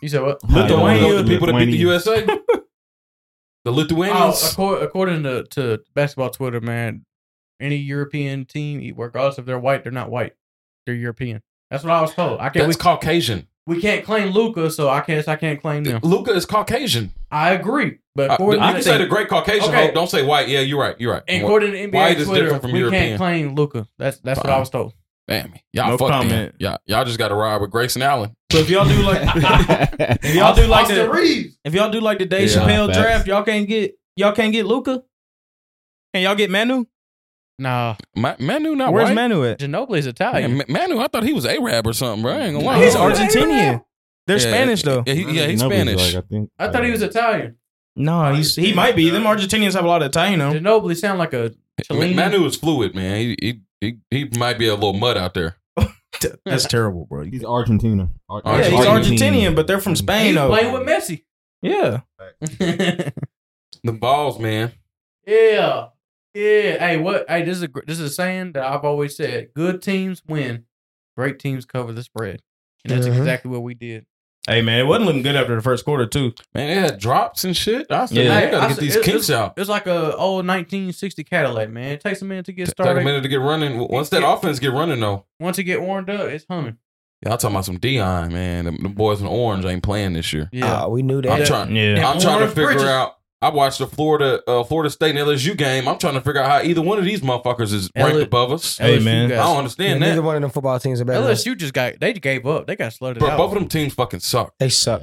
Speaker 5: You said what?
Speaker 3: You don't wanna go with
Speaker 1: Lithuania.
Speaker 3: the people that beat the
Speaker 8: Lithuania.
Speaker 3: USA. The
Speaker 5: Oh,
Speaker 3: Lithuanians.
Speaker 5: according, according to, to basketball Twitter, man, any European team, e, regardless if they're white, they're not white. They're European. That's what I was told. I can't.
Speaker 3: That's Caucasian.
Speaker 5: we, we can't claim Luca, so I guess I can't claim them.
Speaker 3: Luca is Caucasian.
Speaker 5: I agree, but
Speaker 3: I,
Speaker 5: according
Speaker 3: Uh, I
Speaker 5: to
Speaker 3: can say the great Caucasian
Speaker 5: Okay.
Speaker 3: hope. Don't say white. Yeah, you're right. You're right.
Speaker 5: And according to NBA
Speaker 3: White is
Speaker 5: Twitter,
Speaker 3: different from
Speaker 5: we
Speaker 3: European.
Speaker 5: can't claim Luca. That's that's what I was told.
Speaker 3: Damn, y'all
Speaker 1: No
Speaker 3: fucked
Speaker 1: comment.
Speaker 3: in. Y'all, y'all just got to ride with Grayson Allen.
Speaker 1: So if y'all do like, if y'all do like the,
Speaker 5: Reeves.
Speaker 1: if y'all do like the Dave
Speaker 3: Yeah.
Speaker 1: Chappelle
Speaker 8: Facts.
Speaker 1: draft, y'all can't get, y'all can't get Luca. Can y'all get Manu?
Speaker 5: Nah,
Speaker 3: Ma- Manu not
Speaker 1: Where's
Speaker 3: white.
Speaker 1: Manu at?
Speaker 5: Ginobili's Italian.
Speaker 3: Man, Ma- Manu, I thought he was Arab or something, bro. I ain't gonna lie.
Speaker 1: He's
Speaker 3: Yeah.
Speaker 1: Argentinian. They're Spanish though.
Speaker 3: Yeah, he, yeah he's
Speaker 8: Nobody's
Speaker 3: Spanish.
Speaker 8: Like, I, think,
Speaker 5: I thought he was Italian. Oh,
Speaker 1: No, he's he might be. Them Argentinians have a lot of Italian. in 'em.
Speaker 5: Ginobili sound like a
Speaker 3: Ma-
Speaker 5: Chilean.
Speaker 3: Manu is fluid, man. He, he he he might be a little mud out there.
Speaker 1: That's terrible, bro.
Speaker 8: He's Argentina. Ar-
Speaker 1: Yeah, he's Argentinian, but they're from
Speaker 5: He
Speaker 1: Spain.
Speaker 5: was
Speaker 1: Though.
Speaker 5: playing with Messi.
Speaker 1: Yeah,
Speaker 3: The balls, man.
Speaker 5: yeah, yeah. Hey, what? Hey, this is a gr- this is a saying that I've always said: good teams win, great teams cover the spread, and that's
Speaker 2: Mhm.
Speaker 5: exactly what we did.
Speaker 1: hey man, it wasn't looking good after the first quarter too.
Speaker 3: Man, they had drops and shit. I said,
Speaker 1: Yeah.
Speaker 3: man,
Speaker 5: Hey,
Speaker 3: they gotta
Speaker 5: I
Speaker 3: get
Speaker 5: said-
Speaker 3: these
Speaker 5: it's-
Speaker 3: kinks out.
Speaker 5: It's like a old 1960 Cadillac, man. It takes a minute to get
Speaker 3: Take a
Speaker 5: started.
Speaker 3: minute to get running. Once that
Speaker 5: Yeah.
Speaker 3: offense get running though,
Speaker 5: Once you get warmed up, it's humming.
Speaker 3: y'all talking about some Dion, man. The, boys in orange ain't playing this year.
Speaker 5: Yeah.
Speaker 2: Ah, we knew
Speaker 3: I'm
Speaker 2: that.
Speaker 3: trying.
Speaker 1: Yeah,
Speaker 3: I'm trying to
Speaker 5: Orange
Speaker 3: figure
Speaker 5: Bridges.
Speaker 3: out. I watched the Florida uh, Florida State and LSU game. I'm trying to figure out how either one of these motherfuckers is ranked
Speaker 5: L-
Speaker 3: above us.
Speaker 1: Hey,
Speaker 5: LSU
Speaker 1: man.
Speaker 3: I
Speaker 5: guys-
Speaker 3: don't
Speaker 2: Yeah,
Speaker 3: understand
Speaker 2: neither
Speaker 3: that.
Speaker 2: one of them football teams are better. than us.
Speaker 5: LSU just got they just gave up. They got slowed
Speaker 3: Bro,
Speaker 5: out.
Speaker 3: both of them teams fucking suck.
Speaker 2: They suck.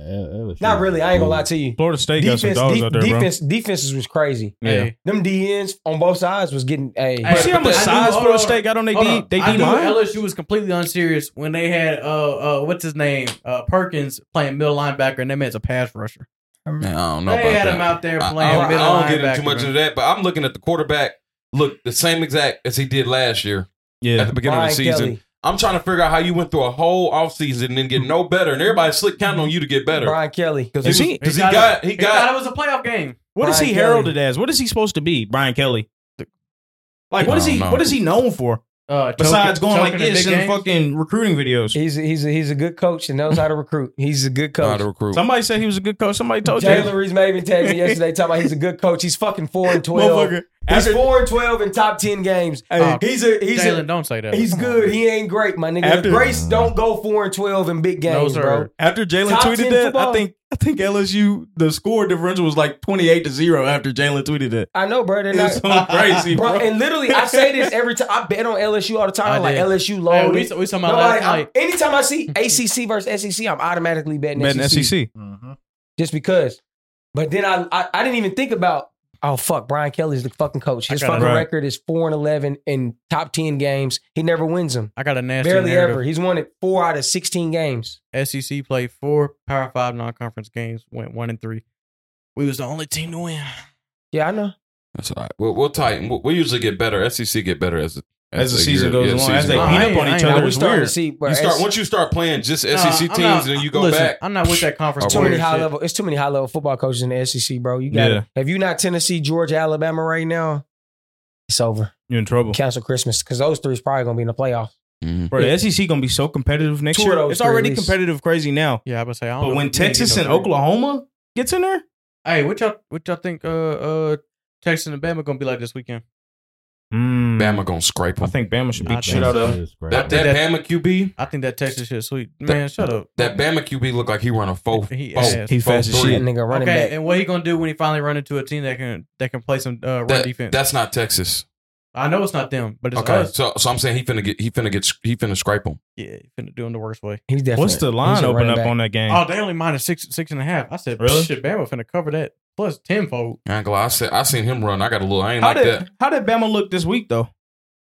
Speaker 2: Not really. I ain't gonna lie to you.
Speaker 1: Florida State
Speaker 2: Defense,
Speaker 1: got some dogs
Speaker 2: de-
Speaker 1: out there,
Speaker 2: defense, defenses was crazy.
Speaker 1: bro. Yeah.
Speaker 5: Hey,
Speaker 2: Them DNs on both sides was getting a.
Speaker 1: You
Speaker 5: Hey,
Speaker 1: see how
Speaker 5: but
Speaker 1: much
Speaker 5: I knew-
Speaker 1: size
Speaker 5: hold
Speaker 1: Florida
Speaker 5: on,
Speaker 1: State got on their
Speaker 5: Hold
Speaker 1: D?
Speaker 5: on.
Speaker 1: They
Speaker 5: I
Speaker 1: D
Speaker 5: knew
Speaker 1: line.
Speaker 5: LSU was completely unserious when they had uh uh what's his name uh Perkins playing middle linebacker and them as a pass rusher.
Speaker 3: Man, I don't know
Speaker 5: They
Speaker 3: about
Speaker 5: had
Speaker 3: that.
Speaker 5: him out there
Speaker 3: I-
Speaker 5: playing
Speaker 3: I, don't-
Speaker 5: middle
Speaker 3: I
Speaker 5: linebacker.
Speaker 3: don't get into too much
Speaker 5: bro.
Speaker 3: of that, but I'm looking at the quarterback. Look, the same exact as he did last year at
Speaker 1: Yeah.
Speaker 3: the beginning of the
Speaker 2: Brian
Speaker 3: season.
Speaker 2: Kelly.
Speaker 3: I'm trying to figure out how you went through a whole offseason and didn't get no better, and everybody's slick counting on you to get better.
Speaker 2: Brian Kelly.
Speaker 3: Because
Speaker 1: Is
Speaker 3: he,
Speaker 1: he-
Speaker 3: was- 'cause he got, he
Speaker 5: He thought
Speaker 3: got,
Speaker 5: it was a playoff game.
Speaker 1: What is
Speaker 2: Brian
Speaker 1: he
Speaker 2: Kelly.
Speaker 1: heralded as? What is he supposed to be, Brian Kelly? Like what is
Speaker 3: I
Speaker 1: he?
Speaker 3: don't know.
Speaker 1: What is he known for
Speaker 5: Uh,
Speaker 1: besides
Speaker 5: choking-
Speaker 1: going like
Speaker 5: choking in
Speaker 1: this
Speaker 5: big
Speaker 1: in
Speaker 5: games.
Speaker 1: fucking recruiting videos?
Speaker 2: He's a, he's a, he's a good coach and knows how to recruit. He's a good
Speaker 3: how
Speaker 2: coach.
Speaker 3: to recruit.
Speaker 1: Somebody said he was a good coach. Somebody told you.
Speaker 2: Jalen Reese Maven texted me yesterday talking about he's a good coach. He's fucking four and twelve.
Speaker 1: Motherfucker.
Speaker 2: He's
Speaker 1: After-
Speaker 2: four and twelve in top ten games. Uh,
Speaker 1: Hey.
Speaker 2: he's a he's
Speaker 5: Jalen,
Speaker 2: a,
Speaker 5: don't say that.
Speaker 2: he's good. He ain't great, my nigga.
Speaker 1: After-
Speaker 2: Grace don't go four and twelve in big
Speaker 5: No,
Speaker 2: games,
Speaker 5: sir.
Speaker 2: bro.
Speaker 1: After Jalen
Speaker 2: Top
Speaker 1: tweeted
Speaker 2: 10
Speaker 1: that,
Speaker 2: football.
Speaker 1: I think I think LSU the score differential was like twenty eight to zero after Jalen tweeted that.
Speaker 2: I know, bro. They're
Speaker 1: It
Speaker 2: not.
Speaker 1: was so crazy,
Speaker 2: Bro,
Speaker 1: bro.
Speaker 2: and literally, I say this every time. I bet on LSU all the time.
Speaker 5: I
Speaker 2: like
Speaker 5: did.
Speaker 2: LSU
Speaker 5: Hey,
Speaker 2: low.
Speaker 5: we, we talking about last night.
Speaker 2: anytime I see ACC versus SEC, I'm automatically betting,
Speaker 1: Betting E
Speaker 2: SEC,
Speaker 1: SEC.
Speaker 2: just because. But then I, I I didn't even think about. Oh fuck, Brian Kelly's the fucking coach. His
Speaker 5: I got it
Speaker 2: fucking
Speaker 1: right.
Speaker 2: record is four and eleven in top ten games. He never wins them.
Speaker 5: I got a nasty
Speaker 2: Barely ever.
Speaker 5: narrative.
Speaker 2: He's won it four out of sixteen games.
Speaker 5: SEC played four Power Five non-conference games, went one and three. We was the only team to win.
Speaker 2: Yeah, I know.
Speaker 3: That's all right. We'll, we'll tighten. We'll, we usually get better. SEC get better as the,
Speaker 1: As the season goes along, as they
Speaker 3: goes
Speaker 5: goes on.
Speaker 1: beat
Speaker 5: I
Speaker 1: up
Speaker 5: ain't-
Speaker 1: on
Speaker 5: I
Speaker 1: each
Speaker 5: ain't-
Speaker 1: other,
Speaker 2: we
Speaker 1: it's
Speaker 2: starting
Speaker 1: weird.
Speaker 2: to see. Bro,
Speaker 3: You start
Speaker 2: it's-
Speaker 3: once you start playing just SEC
Speaker 5: Nah,
Speaker 2: E
Speaker 1: E
Speaker 5: I'm
Speaker 3: teams,
Speaker 5: not-
Speaker 3: and then you go
Speaker 5: listen,
Speaker 3: back.
Speaker 5: I'm not with that conference.
Speaker 2: It's too many
Speaker 5: bullshit.
Speaker 2: high level. It's too many high level football coaches in the SEC, bro. You got
Speaker 1: Yeah.
Speaker 2: it. If you not Tennessee, Georgia, Alabama right now, it's over.
Speaker 1: You're in trouble.
Speaker 2: Cancel Christmas because those three is probably gonna be in the playoffs.
Speaker 3: Mm-hmm.
Speaker 1: Bro, the SEC gonna be so competitive E next
Speaker 2: Two of
Speaker 1: year.
Speaker 2: those
Speaker 1: It's
Speaker 2: three at
Speaker 1: already
Speaker 2: least.
Speaker 1: competitive crazy now.
Speaker 5: Yeah, I would say. I don't
Speaker 1: But
Speaker 5: know
Speaker 1: when
Speaker 5: if we need to
Speaker 1: Texas
Speaker 5: get
Speaker 1: and
Speaker 5: no-
Speaker 1: Oklahoma gets in there,
Speaker 5: Hey, what y'all what y'all think? Uh, uh, Texas and Bama gonna be like this weekend?
Speaker 1: mm,
Speaker 3: Bama gonna scrape
Speaker 1: I
Speaker 3: them.
Speaker 1: think Bama should
Speaker 5: I
Speaker 1: beat
Speaker 5: think
Speaker 1: the shit out of.
Speaker 3: That,
Speaker 5: think
Speaker 3: that, Bama QB,
Speaker 5: I think that Texas shit sweet. Man,
Speaker 3: That-
Speaker 5: shut up.
Speaker 3: that Bama QB look like he run a four.
Speaker 5: He
Speaker 3: four-
Speaker 5: ass.
Speaker 1: He
Speaker 3: four
Speaker 1: fast as
Speaker 3: three.
Speaker 2: That
Speaker 1: shit.
Speaker 2: nigga running
Speaker 5: okay,
Speaker 2: back.
Speaker 5: and what he gonna do when he finally run into a team that can that can play some uh, run
Speaker 3: That-
Speaker 5: defense?
Speaker 3: That's not Texas.
Speaker 5: I know it's not them, but it's
Speaker 3: okay,
Speaker 5: us.
Speaker 3: so so I'm saying he finna get he finna get he finna scrape them.
Speaker 5: Yeah, he finna do him the worst way.
Speaker 2: He's definitely.
Speaker 1: What's the line
Speaker 2: he's a
Speaker 1: open
Speaker 2: running
Speaker 1: up
Speaker 2: back.
Speaker 1: on that game?
Speaker 5: Oh, they only minus six six and a half. I said,
Speaker 1: Really?
Speaker 5: shit, Bama finna cover that plus tenfold.
Speaker 3: I ain't gonna lie, I said I seen him run. I got a little. I ain't
Speaker 1: how
Speaker 3: like
Speaker 1: did
Speaker 3: that.
Speaker 1: how did Bama look this week though?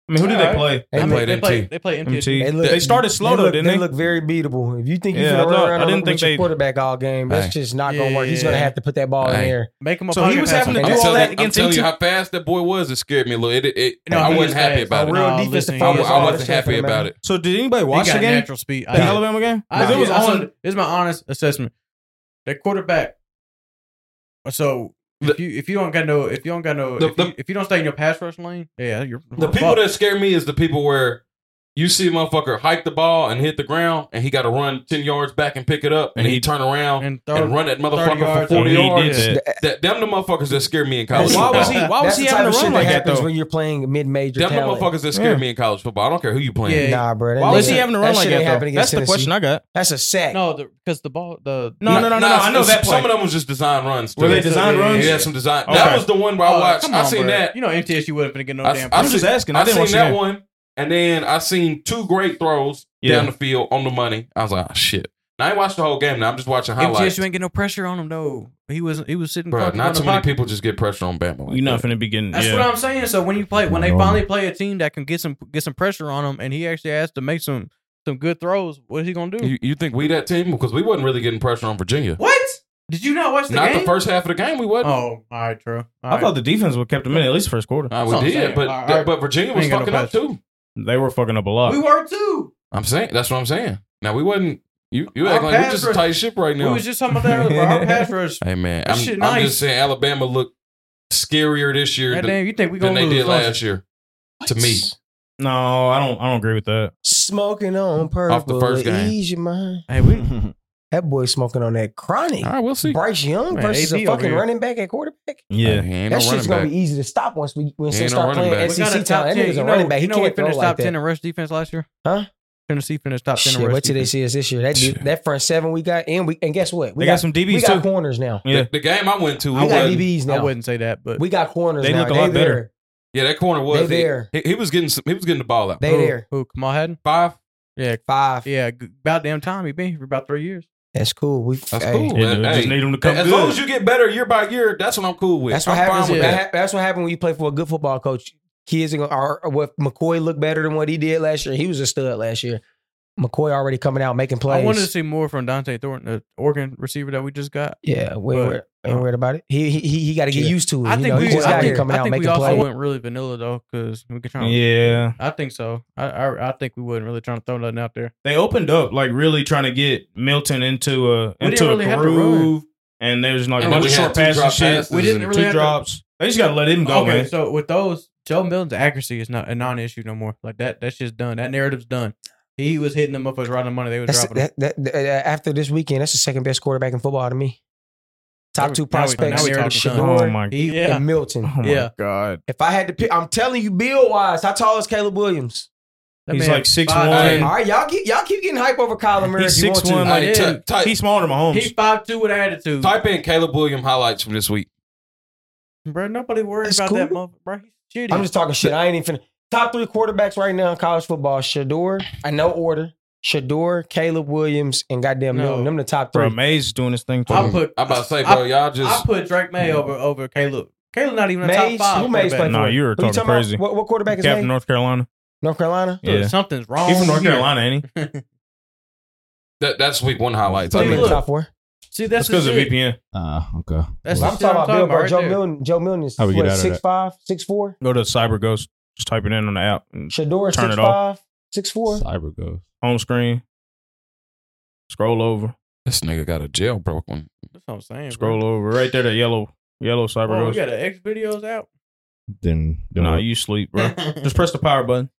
Speaker 1: I mean, who did they
Speaker 5: Alright.
Speaker 1: play?
Speaker 2: They
Speaker 3: They
Speaker 2: look-
Speaker 3: played
Speaker 5: they play
Speaker 3: MT.
Speaker 5: they play MT.
Speaker 1: MT.
Speaker 2: they look-
Speaker 1: They started slow
Speaker 2: they
Speaker 1: though,
Speaker 2: look-
Speaker 1: didn't
Speaker 2: they
Speaker 1: they?
Speaker 2: look very beatable. If you think you're
Speaker 1: Yeah,
Speaker 2: gonna
Speaker 1: I
Speaker 2: run
Speaker 1: thought-
Speaker 2: around
Speaker 1: I
Speaker 2: and
Speaker 1: didn't
Speaker 2: look
Speaker 1: think
Speaker 2: with your
Speaker 1: they-
Speaker 2: quarterback all game, that's
Speaker 3: Hey.
Speaker 2: just not gonna work. He's
Speaker 5: Yeah.
Speaker 2: gonna have to put that ball in
Speaker 3: Hey.
Speaker 2: there.
Speaker 5: Make him a
Speaker 1: So he
Speaker 5: pocket
Speaker 1: was
Speaker 5: pass
Speaker 1: having
Speaker 5: on
Speaker 1: to
Speaker 5: that.
Speaker 3: I'm
Speaker 1: do all
Speaker 3: telling,
Speaker 1: that against
Speaker 3: I'm telling you
Speaker 1: MT.
Speaker 3: how fast that boy was. It scared me a little. It, it, it-
Speaker 5: No,
Speaker 3: I
Speaker 5: he
Speaker 3: wasn't
Speaker 5: was
Speaker 3: happy
Speaker 5: fast.
Speaker 3: about
Speaker 2: A
Speaker 3: it.
Speaker 2: real
Speaker 5: No,
Speaker 2: defensive
Speaker 5: listen,
Speaker 3: I,
Speaker 5: he
Speaker 3: wa-
Speaker 5: was
Speaker 3: I
Speaker 5: fast.
Speaker 3: wasn't happy about it.
Speaker 1: So did anybody
Speaker 5: He
Speaker 1: watch the
Speaker 5: got
Speaker 1: game?
Speaker 5: natural speed.
Speaker 1: The Alabama game?
Speaker 5: I,
Speaker 1: 'Cause it was
Speaker 5: I said-
Speaker 1: on.
Speaker 5: This is my honest assessment. That quarterback. So if
Speaker 3: The-
Speaker 5: you if you don't got no if you don't got no
Speaker 3: The-
Speaker 5: if,
Speaker 3: the-
Speaker 5: you, if you don't stay in your pass rush lane, yeah, you're
Speaker 3: The people that scare me is the people where you see a motherfucker hike the ball and hit the ground, and he got to run ten yards back and pick it up, and,
Speaker 1: And
Speaker 3: he,
Speaker 1: he-
Speaker 3: turn around and,
Speaker 5: and throw
Speaker 3: run that
Speaker 5: 30
Speaker 3: motherfucker
Speaker 5: yards.
Speaker 3: for forty
Speaker 1: He did
Speaker 3: yards.
Speaker 1: that.
Speaker 3: That, them the motherfuckers that scare me in college.
Speaker 1: Why was he?
Speaker 3: football.
Speaker 1: Why was
Speaker 2: That's
Speaker 1: he
Speaker 2: the type
Speaker 1: having
Speaker 2: of
Speaker 1: to
Speaker 2: shit
Speaker 1: run
Speaker 2: that
Speaker 1: like that
Speaker 2: happens
Speaker 1: though?
Speaker 2: when you're playing mid-major
Speaker 3: Them the
Speaker 2: talent.
Speaker 3: motherfuckers that scare
Speaker 1: Yeah.
Speaker 3: me in college football. I don't care who you playing.
Speaker 5: Yeah.
Speaker 2: Nah, bro. that
Speaker 1: Why was
Speaker 2: ain't-
Speaker 1: he having to
Speaker 2: that
Speaker 1: run like
Speaker 2: shit ain't
Speaker 1: that though?
Speaker 2: happening against
Speaker 1: That's the question
Speaker 2: Tennessee.
Speaker 1: I got.
Speaker 2: That's a sack.
Speaker 5: No, because the, ball the
Speaker 1: No, no, no, no, no.
Speaker 3: Nah,
Speaker 1: I know
Speaker 3: some-
Speaker 1: that play.
Speaker 3: Some of them was just design runs.
Speaker 1: Were
Speaker 3: too.
Speaker 1: they design
Speaker 5: Yeah,
Speaker 1: runs?
Speaker 3: Yeah, some design.
Speaker 1: Okay.
Speaker 3: That was the one
Speaker 1: Uh,
Speaker 3: where I watched.
Speaker 5: come
Speaker 3: I
Speaker 5: on,
Speaker 3: seen
Speaker 5: bro.
Speaker 3: that.
Speaker 5: You know MTSU wasn't finna get no
Speaker 3: I-
Speaker 5: damn.
Speaker 3: I-
Speaker 1: I'm just asking. I, didn't
Speaker 3: seen
Speaker 1: watch
Speaker 3: that
Speaker 1: that one.
Speaker 3: one, and then I seen two great throws
Speaker 1: Yeah.
Speaker 3: down the field on the money. I was like, oh, shit. Now I ain't watched the whole game. Now I'm just watching highlights.
Speaker 5: MTSU ain't get no pressure on him though. He was he was sitting.
Speaker 3: Bro,
Speaker 5: fucking on
Speaker 3: not
Speaker 5: the
Speaker 3: too many
Speaker 5: pocket.
Speaker 3: people just get pressure on Bama. Like
Speaker 1: You're not
Speaker 3: that.
Speaker 1: finna begin.
Speaker 5: That's
Speaker 1: yeah.
Speaker 5: what I'm saying. So when you play, when they
Speaker 8: Normal.
Speaker 5: finally play a team that can get some get some pressure on him, and he actually has to make some some good throws, what is he gonna do?
Speaker 3: You, you think we that team? Because we wasn't really getting pressure on Virginia.
Speaker 5: What? Did you not watch the
Speaker 3: not
Speaker 5: game?
Speaker 3: the first half of the game. We wasn't.
Speaker 5: Oh, all right, true. All
Speaker 1: I
Speaker 5: right.
Speaker 1: thought the defense would kept them in at least first quarter.
Speaker 3: Nah,
Speaker 5: That's what I'm
Speaker 3: we
Speaker 5: saying.
Speaker 3: did, but
Speaker 5: All
Speaker 3: that-
Speaker 5: right.
Speaker 3: but Virginia was
Speaker 5: Ain't got no
Speaker 3: fucking up
Speaker 5: pressure.
Speaker 3: too.
Speaker 1: They were fucking up a lot.
Speaker 5: we were too.
Speaker 3: I'm saying that's what I'm saying. Now we wasn't. You you
Speaker 5: Our
Speaker 3: act like we
Speaker 5: pass
Speaker 3: just a
Speaker 5: rush-
Speaker 3: tight ship right
Speaker 5: We
Speaker 3: now.
Speaker 5: was just talking about that earlier. bro. Our pass rush.
Speaker 3: Hey man,
Speaker 5: That
Speaker 3: I'm,
Speaker 5: shit
Speaker 3: I'm
Speaker 5: nice.
Speaker 3: just saying Alabama looked scarier this year than,
Speaker 5: Goddamn, you think we
Speaker 3: than
Speaker 5: gonna
Speaker 3: they
Speaker 5: lose?
Speaker 3: did
Speaker 5: don't you?
Speaker 3: last year. To me,
Speaker 1: no, I don't. I don't agree with that.
Speaker 2: Smoking on purple.
Speaker 3: Off the first game.
Speaker 2: Ease your mind.
Speaker 5: Hey, we
Speaker 2: That boy smoking on that chronic.
Speaker 3: all right, we'll see.
Speaker 2: Bryce Young
Speaker 5: Man,
Speaker 2: versus
Speaker 5: AB
Speaker 2: a
Speaker 5: over
Speaker 2: fucking
Speaker 5: here.
Speaker 2: running back at quarterback.
Speaker 1: Yeah,
Speaker 3: Hey, he ain't
Speaker 2: that
Speaker 3: no
Speaker 2: shit's
Speaker 3: running
Speaker 2: gonna
Speaker 3: back.
Speaker 2: be easy to stop once we once
Speaker 3: He
Speaker 2: they
Speaker 3: ain't no
Speaker 2: start
Speaker 3: running
Speaker 2: playing
Speaker 3: back.
Speaker 5: we got a
Speaker 2: SEC
Speaker 5: top
Speaker 2: talent. That
Speaker 5: ten.
Speaker 2: nigga's
Speaker 5: You
Speaker 2: a
Speaker 5: know,
Speaker 2: running back. He
Speaker 5: you know we
Speaker 2: can't throw
Speaker 5: finished
Speaker 2: like
Speaker 5: top ten
Speaker 2: that.
Speaker 5: in rush defense last year.
Speaker 2: Huh?
Speaker 5: Tennessee finished top ten. in
Speaker 2: Shit,
Speaker 5: rush
Speaker 2: wait till they
Speaker 5: defense.
Speaker 2: see us this year. That dude, that front seven we got, and we and guess what?
Speaker 1: They
Speaker 2: We
Speaker 1: got some DBs
Speaker 2: we got
Speaker 1: too.
Speaker 2: corners now.
Speaker 1: Yeah.
Speaker 3: The, the game I went to,
Speaker 2: We
Speaker 3: he
Speaker 2: got
Speaker 3: wasn't-
Speaker 2: DBs
Speaker 5: I
Speaker 2: now.
Speaker 5: wouldn't say that, but
Speaker 2: We got corners.
Speaker 1: They
Speaker 2: now.
Speaker 1: look a lot
Speaker 2: they
Speaker 1: better.
Speaker 2: There.
Speaker 3: yeah, that corner was
Speaker 2: They
Speaker 3: he-
Speaker 2: there.
Speaker 3: He, he was getting some, he was getting the ball out.
Speaker 2: They
Speaker 5: who,
Speaker 2: there.
Speaker 5: Who Kamal Haddon?
Speaker 3: Five.
Speaker 5: Yeah,
Speaker 2: Five.
Speaker 5: yeah. g- About damn time he been here for about three years.
Speaker 2: That's cool. We
Speaker 3: That's
Speaker 2: hey,
Speaker 3: cool.
Speaker 1: Yeah, dude,
Speaker 3: Hey,
Speaker 1: just need them to come
Speaker 3: as
Speaker 1: good.
Speaker 3: long as you get better year by year, that's what I'm cool with.
Speaker 2: That's what
Speaker 3: I'm
Speaker 2: happens.
Speaker 3: fine with
Speaker 2: that
Speaker 3: that.
Speaker 2: hap- that's what happened when you play for a good football coach. Kids are, gonna- are are what McCoy looked better than what he did last year. He was a stud last year. McCoy already coming out making plays.
Speaker 5: I wanted to see more from Dante Thornton, the Oregon receiver that we just got.
Speaker 2: yeah, we ain't
Speaker 5: But-
Speaker 2: worried- ain't worried about it. He he he, got to get
Speaker 5: Yeah.
Speaker 2: used to it.
Speaker 5: I
Speaker 2: you
Speaker 5: think
Speaker 2: know,
Speaker 5: we,
Speaker 2: he just
Speaker 5: I
Speaker 2: out here
Speaker 5: think,
Speaker 2: coming
Speaker 5: I
Speaker 2: out
Speaker 5: think we
Speaker 2: making
Speaker 5: also
Speaker 2: plays.
Speaker 5: went really vanilla though, because we could try.
Speaker 1: Yeah.
Speaker 5: I think so. I, I I think we wasn't really trying to throw nothing out there.
Speaker 1: They opened up like really trying to get Milton into a
Speaker 5: We didn't
Speaker 1: into
Speaker 5: really
Speaker 1: a
Speaker 5: have to
Speaker 1: groove. And there's like a
Speaker 3: And
Speaker 1: bunch
Speaker 3: we
Speaker 1: of
Speaker 3: had
Speaker 1: short
Speaker 3: two
Speaker 1: passes
Speaker 3: drop
Speaker 1: and shit.
Speaker 3: passes We didn't
Speaker 1: and
Speaker 5: really
Speaker 1: two
Speaker 5: have to-
Speaker 1: drops. They just gotta let him go,
Speaker 5: okay,
Speaker 1: man.
Speaker 5: so with those, Joe Milton's accuracy is not a non-issue no more. Like that, that's just done. That narrative's done. He was hitting them motherfuckers right on the money. They was
Speaker 2: That's
Speaker 5: dropping. them.
Speaker 2: that, that, that, uh, after this weekend, that's the second best quarterback in football to me.
Speaker 5: Now
Speaker 2: Top
Speaker 5: we-
Speaker 2: two
Speaker 5: now we- now
Speaker 2: prospects:
Speaker 5: we talking
Speaker 2: Shador
Speaker 1: oh
Speaker 5: done.
Speaker 1: my,
Speaker 5: He-
Speaker 2: and Milton.
Speaker 1: oh my
Speaker 5: Yeah.
Speaker 1: god.
Speaker 2: If I had to pick, I'm telling you, build wise, how tall is Caleb Williams?
Speaker 5: That
Speaker 1: He's
Speaker 5: man
Speaker 1: like 6'1".
Speaker 5: five-
Speaker 2: All right, y'all keep y'all keep getting hype over Kyler Murray.
Speaker 1: He's
Speaker 2: if you want
Speaker 1: six one
Speaker 2: to.
Speaker 3: Hey,
Speaker 1: like
Speaker 5: I
Speaker 3: ty- ty-
Speaker 1: he's smaller than Mahomes.
Speaker 5: He five two with attitude.
Speaker 3: type in Caleb Williams highlights from this week.
Speaker 5: Bro, nobody worries
Speaker 2: That's
Speaker 5: about that
Speaker 2: cool.
Speaker 5: motherfucker, bro. He's shitty.
Speaker 2: I'm just talking shit. I ain't even finna. Top three quarterbacks right now in college football: Shador, I know order. Shador, Caleb Williams, and goddamn
Speaker 5: No.
Speaker 2: Milton. Them the top three.
Speaker 1: Bro, Mays doing his thing too.
Speaker 5: I put
Speaker 3: I'm about to say,
Speaker 5: I-
Speaker 3: bro, y'all
Speaker 5: I
Speaker 3: just
Speaker 5: put Drake May over over Caleb. Caleb not even a top
Speaker 2: Mays,
Speaker 5: five.
Speaker 2: who Mays play
Speaker 5: quarterback.
Speaker 1: No,
Speaker 2: for?
Speaker 1: you were
Speaker 2: Who
Speaker 1: talking
Speaker 2: about?
Speaker 1: crazy.
Speaker 2: What, what quarterback is
Speaker 1: Captain
Speaker 2: Mays?
Speaker 1: North Carolina.
Speaker 2: North Carolina.
Speaker 5: Dude,
Speaker 1: Yeah.
Speaker 5: Something's wrong.
Speaker 1: He's from North
Speaker 5: here.
Speaker 1: Carolina, ain't he?
Speaker 3: that, that's week one highlights.
Speaker 2: Put
Speaker 3: I
Speaker 2: him in
Speaker 3: mean,
Speaker 2: the
Speaker 5: look.
Speaker 2: top four.
Speaker 5: See,
Speaker 1: That's
Speaker 5: that's
Speaker 1: because of VPN.
Speaker 8: Ah, okay.
Speaker 5: That's
Speaker 2: I'm talking about
Speaker 8: Well,
Speaker 5: the- I'm talking
Speaker 2: Bill,
Speaker 5: about
Speaker 2: bro.
Speaker 5: right
Speaker 2: Joe
Speaker 5: there.
Speaker 2: Milton. Joe Milton is
Speaker 8: How we get
Speaker 2: what,
Speaker 8: out of that?
Speaker 2: six five, six four.
Speaker 1: Go to Cyber Ghost. Just type it in on the app. and
Speaker 2: Shador
Speaker 1: Turn
Speaker 2: six
Speaker 1: it off.
Speaker 2: five, six four.
Speaker 8: Cyber goes.
Speaker 1: Home screen. Scroll over.
Speaker 3: this nigga got a jailbroken one.
Speaker 5: That's what I'm saying. bro.
Speaker 1: Scroll over. Right there, that yellow yellow Cyber
Speaker 5: Oh, we
Speaker 1: Ghost.
Speaker 5: got the X videos out.
Speaker 8: Then, then
Speaker 1: Nah,
Speaker 8: what?
Speaker 1: you sleep, bro. Just press the power button.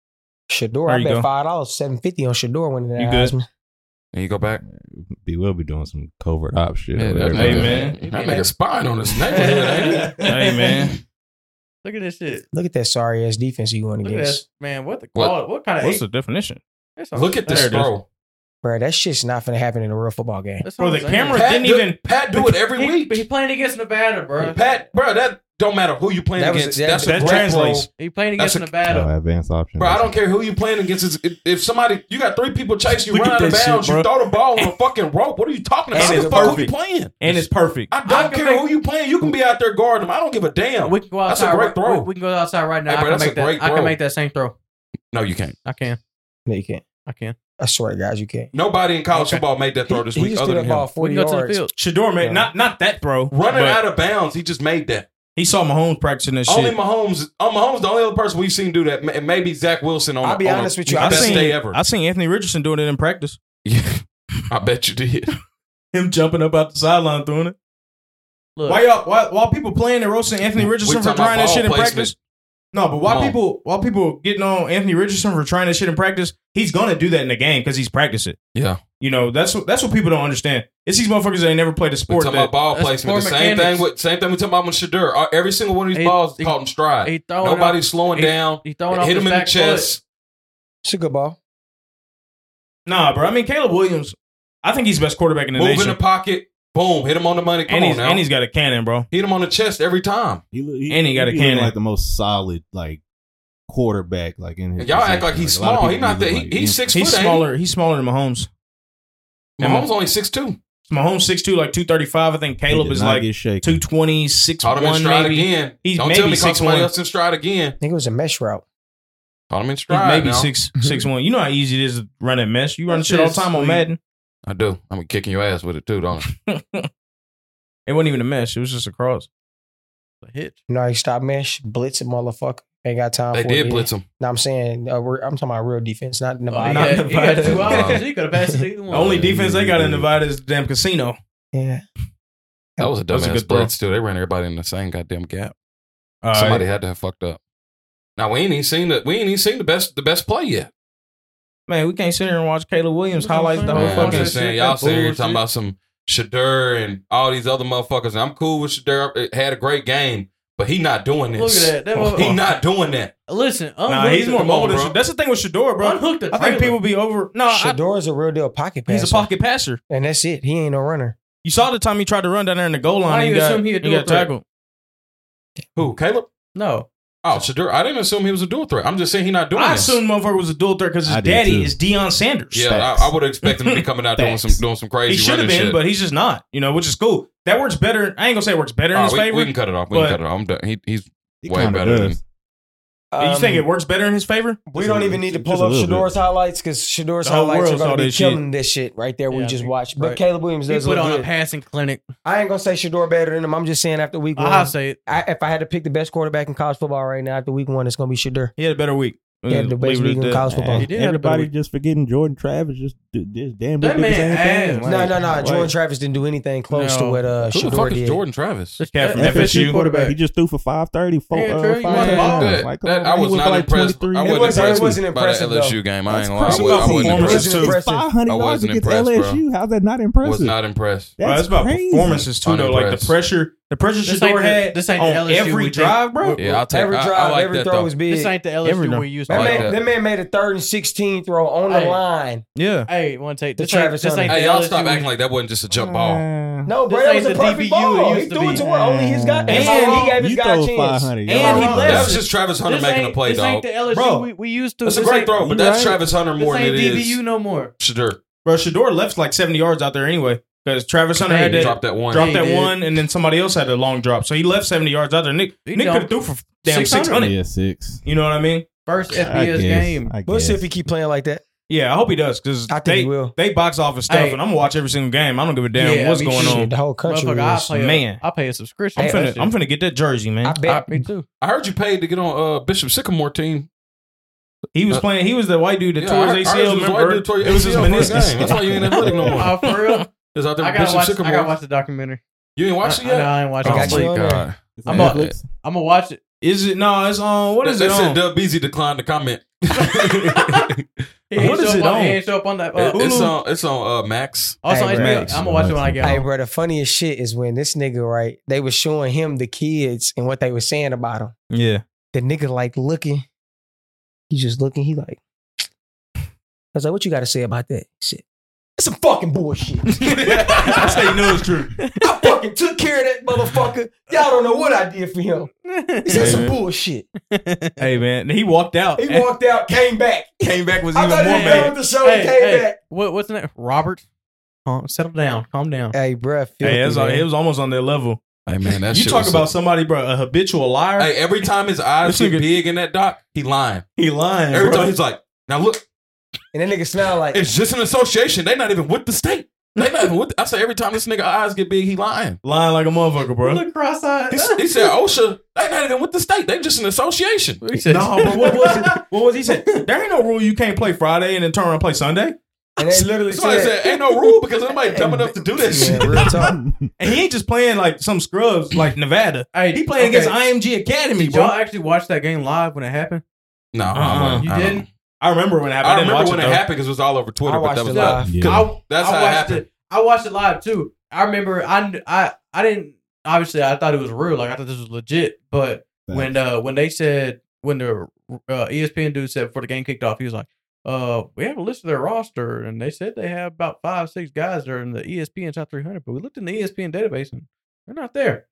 Speaker 2: Shador,
Speaker 1: There
Speaker 2: I
Speaker 1: you
Speaker 2: bet
Speaker 1: go.
Speaker 2: five dollars seven fifty on Shador winning that
Speaker 1: You good?
Speaker 2: Heisman.
Speaker 3: And you go back.
Speaker 8: B will be doing some covert op shit.
Speaker 3: Yeah,
Speaker 8: over
Speaker 3: that
Speaker 8: there,
Speaker 1: Hey,
Speaker 3: nigga,
Speaker 8: man.
Speaker 1: man.
Speaker 3: That nigga spying on his neighborhood. ain't he?
Speaker 1: Hey man.
Speaker 5: Look at this shit.
Speaker 2: Look at that sorry ass defense you going
Speaker 5: Look at that
Speaker 2: against,
Speaker 5: man. What the
Speaker 3: What?
Speaker 5: what, what kind of
Speaker 1: What's the definition?
Speaker 3: Look at this
Speaker 1: There it is.
Speaker 3: throw.
Speaker 2: bro. That shit's not gonna happen in a real football game.
Speaker 1: Bro, the camera
Speaker 3: Pat
Speaker 1: didn't
Speaker 3: do-
Speaker 1: even
Speaker 3: Pat do it every
Speaker 5: He,
Speaker 3: week.
Speaker 5: he playing against Nevada, bro.
Speaker 3: Pat, bro, that don't matter who you playing
Speaker 2: That was-
Speaker 3: against.
Speaker 2: that-
Speaker 3: that's
Speaker 1: that
Speaker 3: a great
Speaker 1: translates.
Speaker 3: throw.
Speaker 5: He playing
Speaker 3: That's
Speaker 5: against
Speaker 3: a-
Speaker 5: Nevada.
Speaker 8: Oh, advanced option.
Speaker 3: Bro, I don't care who you playing against. It's- If, if somebody, you got three people chase you,
Speaker 1: Look
Speaker 3: run
Speaker 1: at
Speaker 3: out of
Speaker 1: that shit,
Speaker 3: bounds,
Speaker 1: bro.
Speaker 3: you throw the ball on a fucking rope. What are you talking
Speaker 1: And
Speaker 3: about? I
Speaker 1: it's
Speaker 3: don't give a fuck who you
Speaker 1: perfect.
Speaker 3: playing.
Speaker 1: And it's perfect.
Speaker 3: I
Speaker 5: I
Speaker 3: don't
Speaker 5: can
Speaker 3: care
Speaker 5: make-
Speaker 3: who you playing. You can be out there guarding them. I don't give a damn.
Speaker 5: We can go
Speaker 3: That's
Speaker 5: outside.
Speaker 3: a great
Speaker 5: right-
Speaker 3: throw.
Speaker 5: We, we can go outside right now.
Speaker 3: Hey, bro,
Speaker 5: I can
Speaker 3: that's
Speaker 5: make
Speaker 3: a
Speaker 5: that.
Speaker 3: great
Speaker 5: I
Speaker 3: throw.
Speaker 5: can make that same throw.
Speaker 3: no, you can't.
Speaker 5: I can.
Speaker 2: No, you can't.
Speaker 5: I can.
Speaker 2: I swear to God, you can't.
Speaker 3: Nobody in college
Speaker 1: Okay.
Speaker 3: football made that
Speaker 2: He,
Speaker 3: throw this
Speaker 2: he
Speaker 3: week
Speaker 2: just
Speaker 3: other
Speaker 2: threw
Speaker 3: than
Speaker 2: that
Speaker 3: him.
Speaker 2: ball forty
Speaker 5: We can go to the
Speaker 2: yards.
Speaker 5: field.
Speaker 1: Shador made
Speaker 2: Yeah.
Speaker 1: not not that throw.
Speaker 3: Running
Speaker 1: but
Speaker 3: out of bounds, he just made that.
Speaker 1: he saw Mahomes practicing that
Speaker 3: Only
Speaker 1: shit.
Speaker 3: Mahomes, oh, Mahomes, the only other person we've seen do that, ma- and maybe Zach Wilson on.
Speaker 2: I'll be
Speaker 3: on a-
Speaker 2: honest with you,
Speaker 1: I
Speaker 2: I've
Speaker 3: best
Speaker 1: seen
Speaker 3: day ever.
Speaker 1: I seen Anthony Richardson doing it in practice.
Speaker 3: Yeah, I bet you did.
Speaker 1: Him jumping up out the sideline throwing it.
Speaker 5: Look,
Speaker 1: Why y'all? Why, why people playing and roasting Anthony Richardson for
Speaker 3: talking
Speaker 1: trying that
Speaker 3: about
Speaker 1: shit in
Speaker 3: ball placement.
Speaker 1: practice? No, but why
Speaker 3: Come on.
Speaker 1: people? Why people getting on Anthony Richardson for trying that shit in practice? He's gonna do that in the game because he's practicing.
Speaker 3: Yeah.
Speaker 1: you know that's what that's what people don't understand. It's these motherfuckers that ain't never played a
Speaker 3: We
Speaker 1: sport.
Speaker 3: talking about
Speaker 1: That,
Speaker 3: ball
Speaker 5: That's
Speaker 3: placement. The
Speaker 5: poor
Speaker 3: same
Speaker 5: mechanics.
Speaker 3: thing. With, same thing we talking about with Shadur. Uh, Every single one of these
Speaker 5: He-
Speaker 3: balls
Speaker 5: he-
Speaker 3: caught in stride.
Speaker 5: he throwing.
Speaker 3: Nobody's
Speaker 5: off,
Speaker 3: slowing
Speaker 5: he-
Speaker 3: down.
Speaker 5: He throwing off
Speaker 3: Hit
Speaker 5: his
Speaker 3: him in the
Speaker 5: back foot.
Speaker 3: chest.
Speaker 2: It's a good ball.
Speaker 1: nah, bro. I mean Caleb Williams. I think he's the best quarterback in the
Speaker 3: Move
Speaker 1: nation,
Speaker 3: in the pocket. Boom. Hit him on the money. Come
Speaker 1: and
Speaker 3: on
Speaker 1: he's
Speaker 3: now.
Speaker 1: and he's got a cannon, bro.
Speaker 3: Hit him on the chest every time.
Speaker 8: He, look-
Speaker 1: And he got a
Speaker 8: be looking
Speaker 1: cannon.
Speaker 8: Like the most solid, like quarterback, like in his.
Speaker 3: Y'all act
Speaker 8: position.
Speaker 3: like he's
Speaker 8: a lot of
Speaker 3: small. He
Speaker 8: people
Speaker 3: not that.
Speaker 8: really
Speaker 3: He,
Speaker 8: like-
Speaker 3: he's six
Speaker 1: He's
Speaker 3: foot.
Speaker 1: smaller. He's smaller than Mahomes.
Speaker 3: Ain't he? Mahomes only six two.
Speaker 1: Mahomes six two, like two thirty five. I think
Speaker 8: he
Speaker 1: Caleb
Speaker 8: did
Speaker 1: is
Speaker 8: not
Speaker 1: like
Speaker 8: get shaken.
Speaker 1: two twenty six
Speaker 3: Caught him in
Speaker 1: one
Speaker 3: stride
Speaker 1: maybe.
Speaker 3: again.
Speaker 1: He's
Speaker 3: Don't
Speaker 1: maybe
Speaker 3: tell me caught somebody
Speaker 1: 6'1".
Speaker 3: else in stride again.
Speaker 2: I think it was a mesh route.
Speaker 3: Caught him in
Speaker 1: He's
Speaker 3: stride.
Speaker 1: maybe
Speaker 3: now.
Speaker 1: six six one. You know how easy it is to run that mesh. You run shit all the time on
Speaker 5: Sweet.
Speaker 1: Madden.
Speaker 3: I do. I'm kicking your ass with it too, don't I?
Speaker 1: It wasn't even a mesh. It was just a cross.
Speaker 5: It's a hit.
Speaker 2: No, he stopped mesh, blitz it, motherfucker. Ain't got time
Speaker 3: They
Speaker 2: for
Speaker 3: did
Speaker 2: it.
Speaker 3: blitz him.
Speaker 2: No, I'm saying uh, we're, I'm talking about real defense, not
Speaker 5: Oh, he
Speaker 2: Nevada.
Speaker 1: Not
Speaker 5: had- he had
Speaker 1: Nevada.
Speaker 5: two options. He could have passed either
Speaker 1: The
Speaker 5: one.
Speaker 1: only defense they got in Nevada is the damn casino.
Speaker 2: yeah.
Speaker 3: That was a
Speaker 1: That was a
Speaker 3: dumbass
Speaker 1: good throw.
Speaker 3: blitz too. They ran everybody in the same goddamn gap.
Speaker 1: All right.
Speaker 3: Somebody had to have fucked up. Now we ain't even seen the we ain't even seen the best the best play yet.
Speaker 1: man, we can't sit here and watch Caleb Williams
Speaker 5: That's what I'm
Speaker 1: highlights the
Speaker 5: saying,
Speaker 1: whole
Speaker 3: Man, I'm
Speaker 1: fucking.
Speaker 3: just saying, y'all sitting here talking about some Shadur and all these other motherfuckers. And I'm cool with Shadur. Had a Uh, great game, but he not doing
Speaker 5: Look
Speaker 3: this.
Speaker 5: at that. that
Speaker 1: Oh,
Speaker 5: mother-
Speaker 3: He not doing that.
Speaker 5: Listen,
Speaker 1: Nah,
Speaker 5: unhooked
Speaker 1: he's
Speaker 5: at
Speaker 1: more
Speaker 5: the
Speaker 1: mobile
Speaker 5: moment,
Speaker 1: than
Speaker 5: bro.
Speaker 1: Shador. That's the thing with Shador, bro.
Speaker 5: Unhooked the
Speaker 1: I think
Speaker 5: trailer.
Speaker 1: people be over. No, I-
Speaker 2: Shador's a real deal pocket passer.
Speaker 1: he's a pocket passer.
Speaker 2: and that's it. He ain't no runner.
Speaker 1: You saw the time he tried to run down there in the goal line.
Speaker 5: Why
Speaker 1: and
Speaker 5: you
Speaker 1: he got,
Speaker 5: assume he'd do
Speaker 1: he got
Speaker 5: it, bro?
Speaker 1: tackled.
Speaker 3: Who? Caleb?
Speaker 5: No.
Speaker 3: Oh, Shadur. I didn't assume he was a dual threat. I'm just saying he not doing
Speaker 1: I
Speaker 3: this.
Speaker 1: assumed motherfucker was a dual threat because his
Speaker 8: I did
Speaker 1: daddy
Speaker 8: too.
Speaker 1: is Deion Sanders.
Speaker 3: yeah, I, I would expect him to be coming out doing some
Speaker 8: Facts.
Speaker 3: doing some
Speaker 1: he
Speaker 3: crazy.
Speaker 1: should
Speaker 3: running
Speaker 1: have been,
Speaker 3: shit.
Speaker 1: but he's just not. You know, which is cool. That works better. I ain't gonna say it works better in
Speaker 3: All
Speaker 1: his
Speaker 3: right,
Speaker 1: favor.
Speaker 3: we, we can cut it off. We can
Speaker 1: but-
Speaker 3: cut it off. I'm done. He, he's
Speaker 8: He
Speaker 3: Way
Speaker 8: kinda
Speaker 3: better than-
Speaker 8: does.
Speaker 1: you
Speaker 3: Um,
Speaker 1: think it works better in his favor?
Speaker 2: We don't even need to
Speaker 8: Just
Speaker 2: pull
Speaker 8: a
Speaker 2: up
Speaker 8: little bit.
Speaker 2: Shador's highlights because Shador's
Speaker 1: The whole
Speaker 2: highlights are
Speaker 1: world saw
Speaker 2: going to be
Speaker 1: this shit.
Speaker 2: killing this shit right there we
Speaker 5: Yeah, I
Speaker 2: just
Speaker 5: think-
Speaker 2: watched. But
Speaker 5: right.
Speaker 2: Caleb Williams
Speaker 5: He
Speaker 2: does
Speaker 5: put
Speaker 2: look
Speaker 5: on
Speaker 2: good.
Speaker 5: a passing clinic.
Speaker 2: I ain't gonna say Shador better than him. I'm just saying after week one,
Speaker 5: I'll say it.
Speaker 2: I, if I had to pick the best quarterback in college football right now after week one, it's gonna be Shador.
Speaker 1: He had a better week.
Speaker 2: He had the
Speaker 1: Leave
Speaker 2: best
Speaker 1: it at
Speaker 2: week in
Speaker 1: that.
Speaker 2: college football.
Speaker 5: He did have a better
Speaker 8: Everybody
Speaker 5: week.
Speaker 8: just forgetting Jordan Travis just did this damn
Speaker 5: That
Speaker 8: near did the
Speaker 5: man
Speaker 8: same
Speaker 5: ass.
Speaker 8: thing.
Speaker 2: No,
Speaker 8: Like,
Speaker 2: no, no.
Speaker 8: like,
Speaker 2: Jordan Travis didn't do anything close
Speaker 5: No.
Speaker 2: to what uh,
Speaker 3: who the
Speaker 2: Shador
Speaker 3: fuck is
Speaker 2: did.
Speaker 3: Jordan Travis?
Speaker 5: This
Speaker 1: cat from FSU.
Speaker 8: He just threw for 530, four,
Speaker 5: Yeah,
Speaker 8: uh,
Speaker 5: Trey, you
Speaker 8: five
Speaker 5: want the ball?
Speaker 8: touchdowns.
Speaker 3: That,
Speaker 8: Like, come
Speaker 3: that,
Speaker 8: on,
Speaker 3: I
Speaker 8: he
Speaker 3: was
Speaker 8: was
Speaker 3: not
Speaker 8: like
Speaker 3: impressed. I
Speaker 8: 23.
Speaker 3: wasn't
Speaker 2: It wasn't- it
Speaker 3: impressed
Speaker 2: wasn't
Speaker 3: by that
Speaker 2: impressive, though.
Speaker 3: LSU game. I ain't gonna lie.
Speaker 8: That's
Speaker 3: I, was, I
Speaker 8: crazy.
Speaker 3: wasn't
Speaker 1: Performance
Speaker 3: impressed.
Speaker 1: is too.
Speaker 2: impressive.
Speaker 8: Five hundred dollars
Speaker 3: wasn't
Speaker 8: against
Speaker 3: impressed, bro.
Speaker 8: LSU. How's that not
Speaker 3: I was
Speaker 8: impressive?
Speaker 3: not impressed.
Speaker 1: Bro,
Speaker 8: That's
Speaker 1: it's about
Speaker 8: crazy.
Speaker 1: performances too, though. Like the
Speaker 3: Unimpressed.
Speaker 1: pressure, the pressure
Speaker 5: This
Speaker 1: Shador
Speaker 5: ain't the-
Speaker 1: had
Speaker 5: this ain't the
Speaker 1: on
Speaker 5: LSU we
Speaker 1: every
Speaker 5: think.
Speaker 1: drive, bro.
Speaker 3: Yeah, I'll take.
Speaker 2: Every
Speaker 3: I,
Speaker 2: drive,
Speaker 3: I like
Speaker 2: every
Speaker 3: that
Speaker 2: throw
Speaker 3: though.
Speaker 2: was big.
Speaker 5: This ain't the LSU
Speaker 1: Every-
Speaker 5: we used to
Speaker 2: that,
Speaker 3: I like
Speaker 2: man,
Speaker 3: that.
Speaker 2: that man made a third and sixteen throw on the
Speaker 5: Hey.
Speaker 2: line.
Speaker 1: Yeah,
Speaker 5: Hey, one take.
Speaker 2: The
Speaker 5: This ain't,
Speaker 2: Travis
Speaker 5: this
Speaker 2: Hunter.
Speaker 5: ain't
Speaker 3: Hey,
Speaker 5: the
Speaker 3: y'all
Speaker 5: LSU
Speaker 3: stop
Speaker 5: we-
Speaker 3: acting like that wasn't just a jump ball.
Speaker 2: No, bro,
Speaker 5: This
Speaker 2: that was
Speaker 5: ain't
Speaker 2: a
Speaker 5: the
Speaker 2: perfect
Speaker 5: DBU
Speaker 2: ball. He
Speaker 5: it used to
Speaker 2: threw it
Speaker 5: be.
Speaker 2: to where only he's got, and
Speaker 1: And
Speaker 2: he gave his
Speaker 8: you
Speaker 2: guy a
Speaker 8: throw
Speaker 2: chance.
Speaker 8: 500.
Speaker 2: And
Speaker 8: Y'all
Speaker 2: he
Speaker 8: wrong.
Speaker 3: That
Speaker 2: left.
Speaker 3: was just Travis Hunter
Speaker 5: This
Speaker 3: making a
Speaker 5: ain't-
Speaker 3: play,
Speaker 5: This ain't
Speaker 3: dog.
Speaker 5: the LSU
Speaker 1: Bro,
Speaker 5: we, we used
Speaker 3: Oh.
Speaker 5: to.
Speaker 3: That's a
Speaker 5: This
Speaker 3: great
Speaker 5: ain't-
Speaker 3: throw, but
Speaker 8: you
Speaker 3: that's
Speaker 8: right.
Speaker 3: Travis Hunter
Speaker 5: This
Speaker 3: more than
Speaker 5: ain't
Speaker 3: it
Speaker 5: DBU
Speaker 3: is.
Speaker 5: no more.
Speaker 3: Shadur
Speaker 1: bro. Shador left like seventy yards out there anyway because Travis Hunter had
Speaker 5: Hey,
Speaker 1: that
Speaker 3: dropped that one.
Speaker 1: dropped
Speaker 5: He
Speaker 1: that
Speaker 5: did.
Speaker 1: one, and then somebody else had a long drop, so he left seventy yards out there. Nick
Speaker 5: He
Speaker 1: Nick could have
Speaker 5: dumped
Speaker 1: threw for damn
Speaker 5: 600.
Speaker 1: six hundred.
Speaker 8: Yeah, six.
Speaker 1: You know what I mean?
Speaker 5: First
Speaker 8: I
Speaker 5: FBS
Speaker 8: guess.
Speaker 5: game.
Speaker 8: I
Speaker 2: We'll see if
Speaker 8: guess.
Speaker 2: he keep playing like that.
Speaker 1: Yeah, I hope he does because
Speaker 2: I think
Speaker 1: they
Speaker 2: he will.
Speaker 1: they box office stuff,
Speaker 5: Hey.
Speaker 1: and I'm gonna watch every single game. I don't give a damn
Speaker 5: Yeah,
Speaker 1: what's
Speaker 5: me
Speaker 1: going
Speaker 5: too.
Speaker 1: on.
Speaker 2: The whole country.
Speaker 5: Motherfucker, I'll
Speaker 2: was-
Speaker 5: pay,
Speaker 1: Man.
Speaker 5: man. I'll pay a subscription.
Speaker 1: I'm
Speaker 5: for that
Speaker 1: finna,
Speaker 5: shit.
Speaker 1: I'm finna get that jersey, man.
Speaker 2: I
Speaker 5: I-
Speaker 2: bet.
Speaker 5: me too.
Speaker 3: I heard you paid to get on uh, Bishop Sycamore team. Uh,
Speaker 1: He was playing. He was the white dude that
Speaker 3: Yeah,
Speaker 1: tore
Speaker 3: I- I
Speaker 1: his
Speaker 3: heard you
Speaker 1: ACL.
Speaker 3: was
Speaker 1: Remember,
Speaker 3: white dude tore your
Speaker 1: it was his
Speaker 3: ACL first
Speaker 1: meniscus.
Speaker 3: game. That's why you ain't athletic no more.
Speaker 5: Oh, for real?
Speaker 3: It's out there
Speaker 5: I
Speaker 3: with
Speaker 5: gotta
Speaker 3: Bishop
Speaker 5: watch. I
Speaker 3: Sycamore.
Speaker 5: gotta watch the documentary.
Speaker 3: You ain't watched
Speaker 5: I,
Speaker 3: it
Speaker 5: I,
Speaker 3: yet.
Speaker 5: I ain't watched
Speaker 2: I
Speaker 3: Oh
Speaker 2: got
Speaker 5: it.
Speaker 2: you
Speaker 3: my
Speaker 2: on there.
Speaker 3: god!
Speaker 8: It's
Speaker 5: I'm
Speaker 8: Netflix.
Speaker 5: up. I'm gonna watch it.
Speaker 1: Is it? No, it's on. What is
Speaker 3: they
Speaker 1: it
Speaker 3: said
Speaker 1: on?
Speaker 3: Dub Beasley declined to comment.
Speaker 5: He ain't
Speaker 1: What is
Speaker 5: show up
Speaker 1: it on? Oh,
Speaker 5: He ain't show up on that.
Speaker 3: It-
Speaker 5: Uh,
Speaker 3: it's
Speaker 5: Hulu.
Speaker 3: on. It's on uh, Max.
Speaker 5: also,
Speaker 2: Hey,
Speaker 5: HBO.
Speaker 1: Max.
Speaker 5: I'm gonna watch it when I get
Speaker 2: Hey,
Speaker 5: home.
Speaker 2: bro, the funniest shit is when this nigga, right, they was showing him the kids and what they were saying about him.
Speaker 1: Yeah.
Speaker 2: The nigga, like, looking. He just looking. He like, I was like, what you got to say about that shit? It's some fucking bullshit.
Speaker 1: That's how you know it's true.
Speaker 2: I fucking took care of that motherfucker. Y'all don't know what I did for him. He said
Speaker 1: Hey,
Speaker 2: some
Speaker 1: man.
Speaker 2: bullshit.
Speaker 1: Hey man, he walked out.
Speaker 2: He walked out, came back.
Speaker 1: came back was
Speaker 2: I
Speaker 1: even more
Speaker 2: thought he was
Speaker 1: mad.
Speaker 2: done with the show.
Speaker 5: Hey,
Speaker 2: he came
Speaker 5: hey,
Speaker 2: back.
Speaker 5: What? What's the name? Robert. Calm, settle down. Calm down.
Speaker 2: Hey, bruh.
Speaker 1: Hey, that's all, it was almost on their level.
Speaker 3: Hey man, that
Speaker 1: you
Speaker 3: shit
Speaker 1: talk
Speaker 3: was
Speaker 1: about
Speaker 3: so-
Speaker 1: somebody, bro, a habitual liar.
Speaker 3: Hey, every time his eyes
Speaker 1: This
Speaker 3: get
Speaker 1: nigga-
Speaker 3: big in that doc, he lying.
Speaker 1: he lying.
Speaker 3: Every
Speaker 1: bro.
Speaker 3: time he's like, "Now look,
Speaker 2: And that nigga smelled like
Speaker 3: it's just an association. They not even with the state. They not even with." The-. I say every time this nigga eyes get big, he lying.
Speaker 1: lying like a motherfucker, bro.
Speaker 5: Look cross-eyed.
Speaker 3: He, he said, "OSHA, they not even with the state. They just an association."
Speaker 5: He said-
Speaker 1: No, but what was it? What was he saying? There ain't no rule you can't play Friday and then turn around and play Sunday.
Speaker 2: and they literally
Speaker 3: Somebody
Speaker 2: said,
Speaker 3: said, "Ain't no rule because nobody dumb enough to do that
Speaker 2: Yeah,
Speaker 3: shit."
Speaker 2: real talk.
Speaker 1: And he ain't just playing like some scrubs like Nevada.
Speaker 5: Hey,
Speaker 1: He playing
Speaker 5: okay.
Speaker 1: against IMG Academy,
Speaker 5: Did y'all
Speaker 1: bro.
Speaker 5: actually watch that game live when it happened?
Speaker 3: No,
Speaker 1: Uh-uh.
Speaker 3: I wasn't.
Speaker 5: You
Speaker 3: I don't-
Speaker 5: didn't?
Speaker 1: I remember when it happened.
Speaker 3: I
Speaker 1: didn't
Speaker 3: remember
Speaker 1: watch
Speaker 3: when it,
Speaker 1: though.
Speaker 3: happened because it was all over Twitter,
Speaker 2: I
Speaker 3: but that
Speaker 2: watched
Speaker 3: was
Speaker 2: it
Speaker 3: about-
Speaker 2: live.
Speaker 8: Yeah.
Speaker 5: I,
Speaker 3: That's
Speaker 5: I
Speaker 3: how it
Speaker 5: watched
Speaker 3: happened.
Speaker 5: It, I watched it live too. I remember. I kn- I I didn't. Obviously, I thought it was real. Like I thought this was legit. But when uh when they said when the uh, ESPN dude said before the game kicked off, he was like, "Uh, we have a list of their roster, and they said they have about five six guys that are in the E ESPN top 300, but we looked in the E ESPN database and they're not there."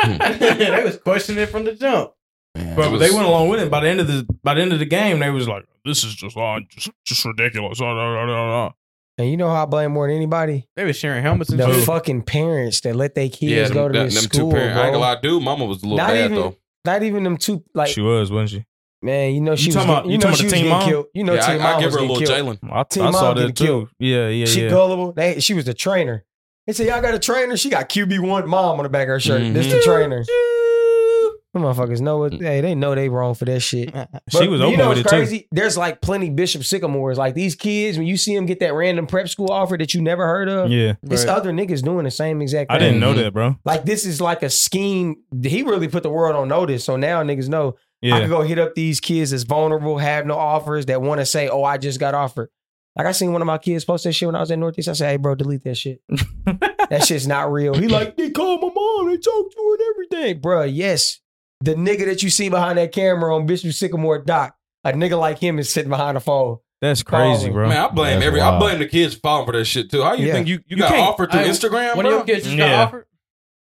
Speaker 3: Hmm.
Speaker 5: they was questioning it from the jump.
Speaker 3: Man,
Speaker 1: But
Speaker 3: it was-
Speaker 1: they went along with it. By the end of the by the end of the game, they was like, "This is just uh, just, just ridiculous." Uh, uh, uh, uh, uh.
Speaker 2: and you know how I blame more than anybody?
Speaker 5: They was sharing helmets and
Speaker 2: The
Speaker 5: shit.
Speaker 2: fucking parents that let their kids
Speaker 3: Yeah,
Speaker 2: go to
Speaker 3: them,
Speaker 2: this
Speaker 3: them
Speaker 2: school,
Speaker 3: two parents. I ain't
Speaker 2: bro.
Speaker 3: gonna lie, dude. Mama was a little
Speaker 2: Not
Speaker 3: bad
Speaker 2: even-
Speaker 3: though.
Speaker 2: Not even them two, like
Speaker 1: she was, wasn't she?
Speaker 2: man, you know she
Speaker 1: You
Speaker 2: was,
Speaker 1: talking
Speaker 2: getting-
Speaker 1: about-
Speaker 2: you
Speaker 1: you
Speaker 2: know
Speaker 1: talking
Speaker 2: she
Speaker 1: about
Speaker 2: was
Speaker 1: Team
Speaker 2: getting
Speaker 1: Mom?
Speaker 2: killed. You know,
Speaker 3: yeah,
Speaker 2: Team
Speaker 3: I, I
Speaker 2: Mom
Speaker 3: give
Speaker 2: was
Speaker 3: her a
Speaker 2: getting
Speaker 3: little
Speaker 2: killed.
Speaker 3: Jalen.
Speaker 1: I,
Speaker 2: Team Mom getting killed.
Speaker 1: Yeah, yeah,
Speaker 2: She
Speaker 1: yeah.
Speaker 2: gullible. They, she was the trainer. They said, Y'all got a trainer? She got QB one mom on the back of her shirt.
Speaker 5: Mm-hmm.
Speaker 2: This the
Speaker 3: Mhm.
Speaker 2: trainer. Them motherfuckers know what
Speaker 3: Mm.
Speaker 2: hey, they know they wrong for that shit.
Speaker 1: she was open with it
Speaker 2: what's
Speaker 1: too.
Speaker 2: There's like plenty Bishop Sycamores. Like these kids, when you see them get that random prep school offer that you never heard of,
Speaker 1: Yeah,
Speaker 2: it's other niggas doing the same exact
Speaker 1: I
Speaker 2: thing.
Speaker 1: didn't know that, bro.
Speaker 2: Like this is like a scheme. He really put the world on notice. So now niggas know I
Speaker 1: Yeah,
Speaker 2: can go hit up these kids that's vulnerable, have no offers, that want to say, "Oh, I just got offered." Like I seen one of my kids post that shit when I was in Northeast. I said, "Hey, bro, delete that shit. that shit's not real." He like, they called my mom, they talked to her and everything, bro. Yes, the nigga that you see behind that camera on Bishop Sycamore Dock, a nigga like him is sitting behind a phone.
Speaker 1: That's crazy,
Speaker 2: Balling.
Speaker 1: bro.
Speaker 3: Man, I blame
Speaker 8: That's
Speaker 3: every. I
Speaker 8: wild.
Speaker 3: blame the kids falling for that shit too. How you
Speaker 2: Yeah.
Speaker 3: think you, you,
Speaker 5: You
Speaker 3: got
Speaker 5: can't-
Speaker 3: offered through
Speaker 5: I-
Speaker 3: Instagram?
Speaker 5: One of your
Speaker 3: Bro?
Speaker 5: kids just
Speaker 1: Yeah.
Speaker 5: got offered.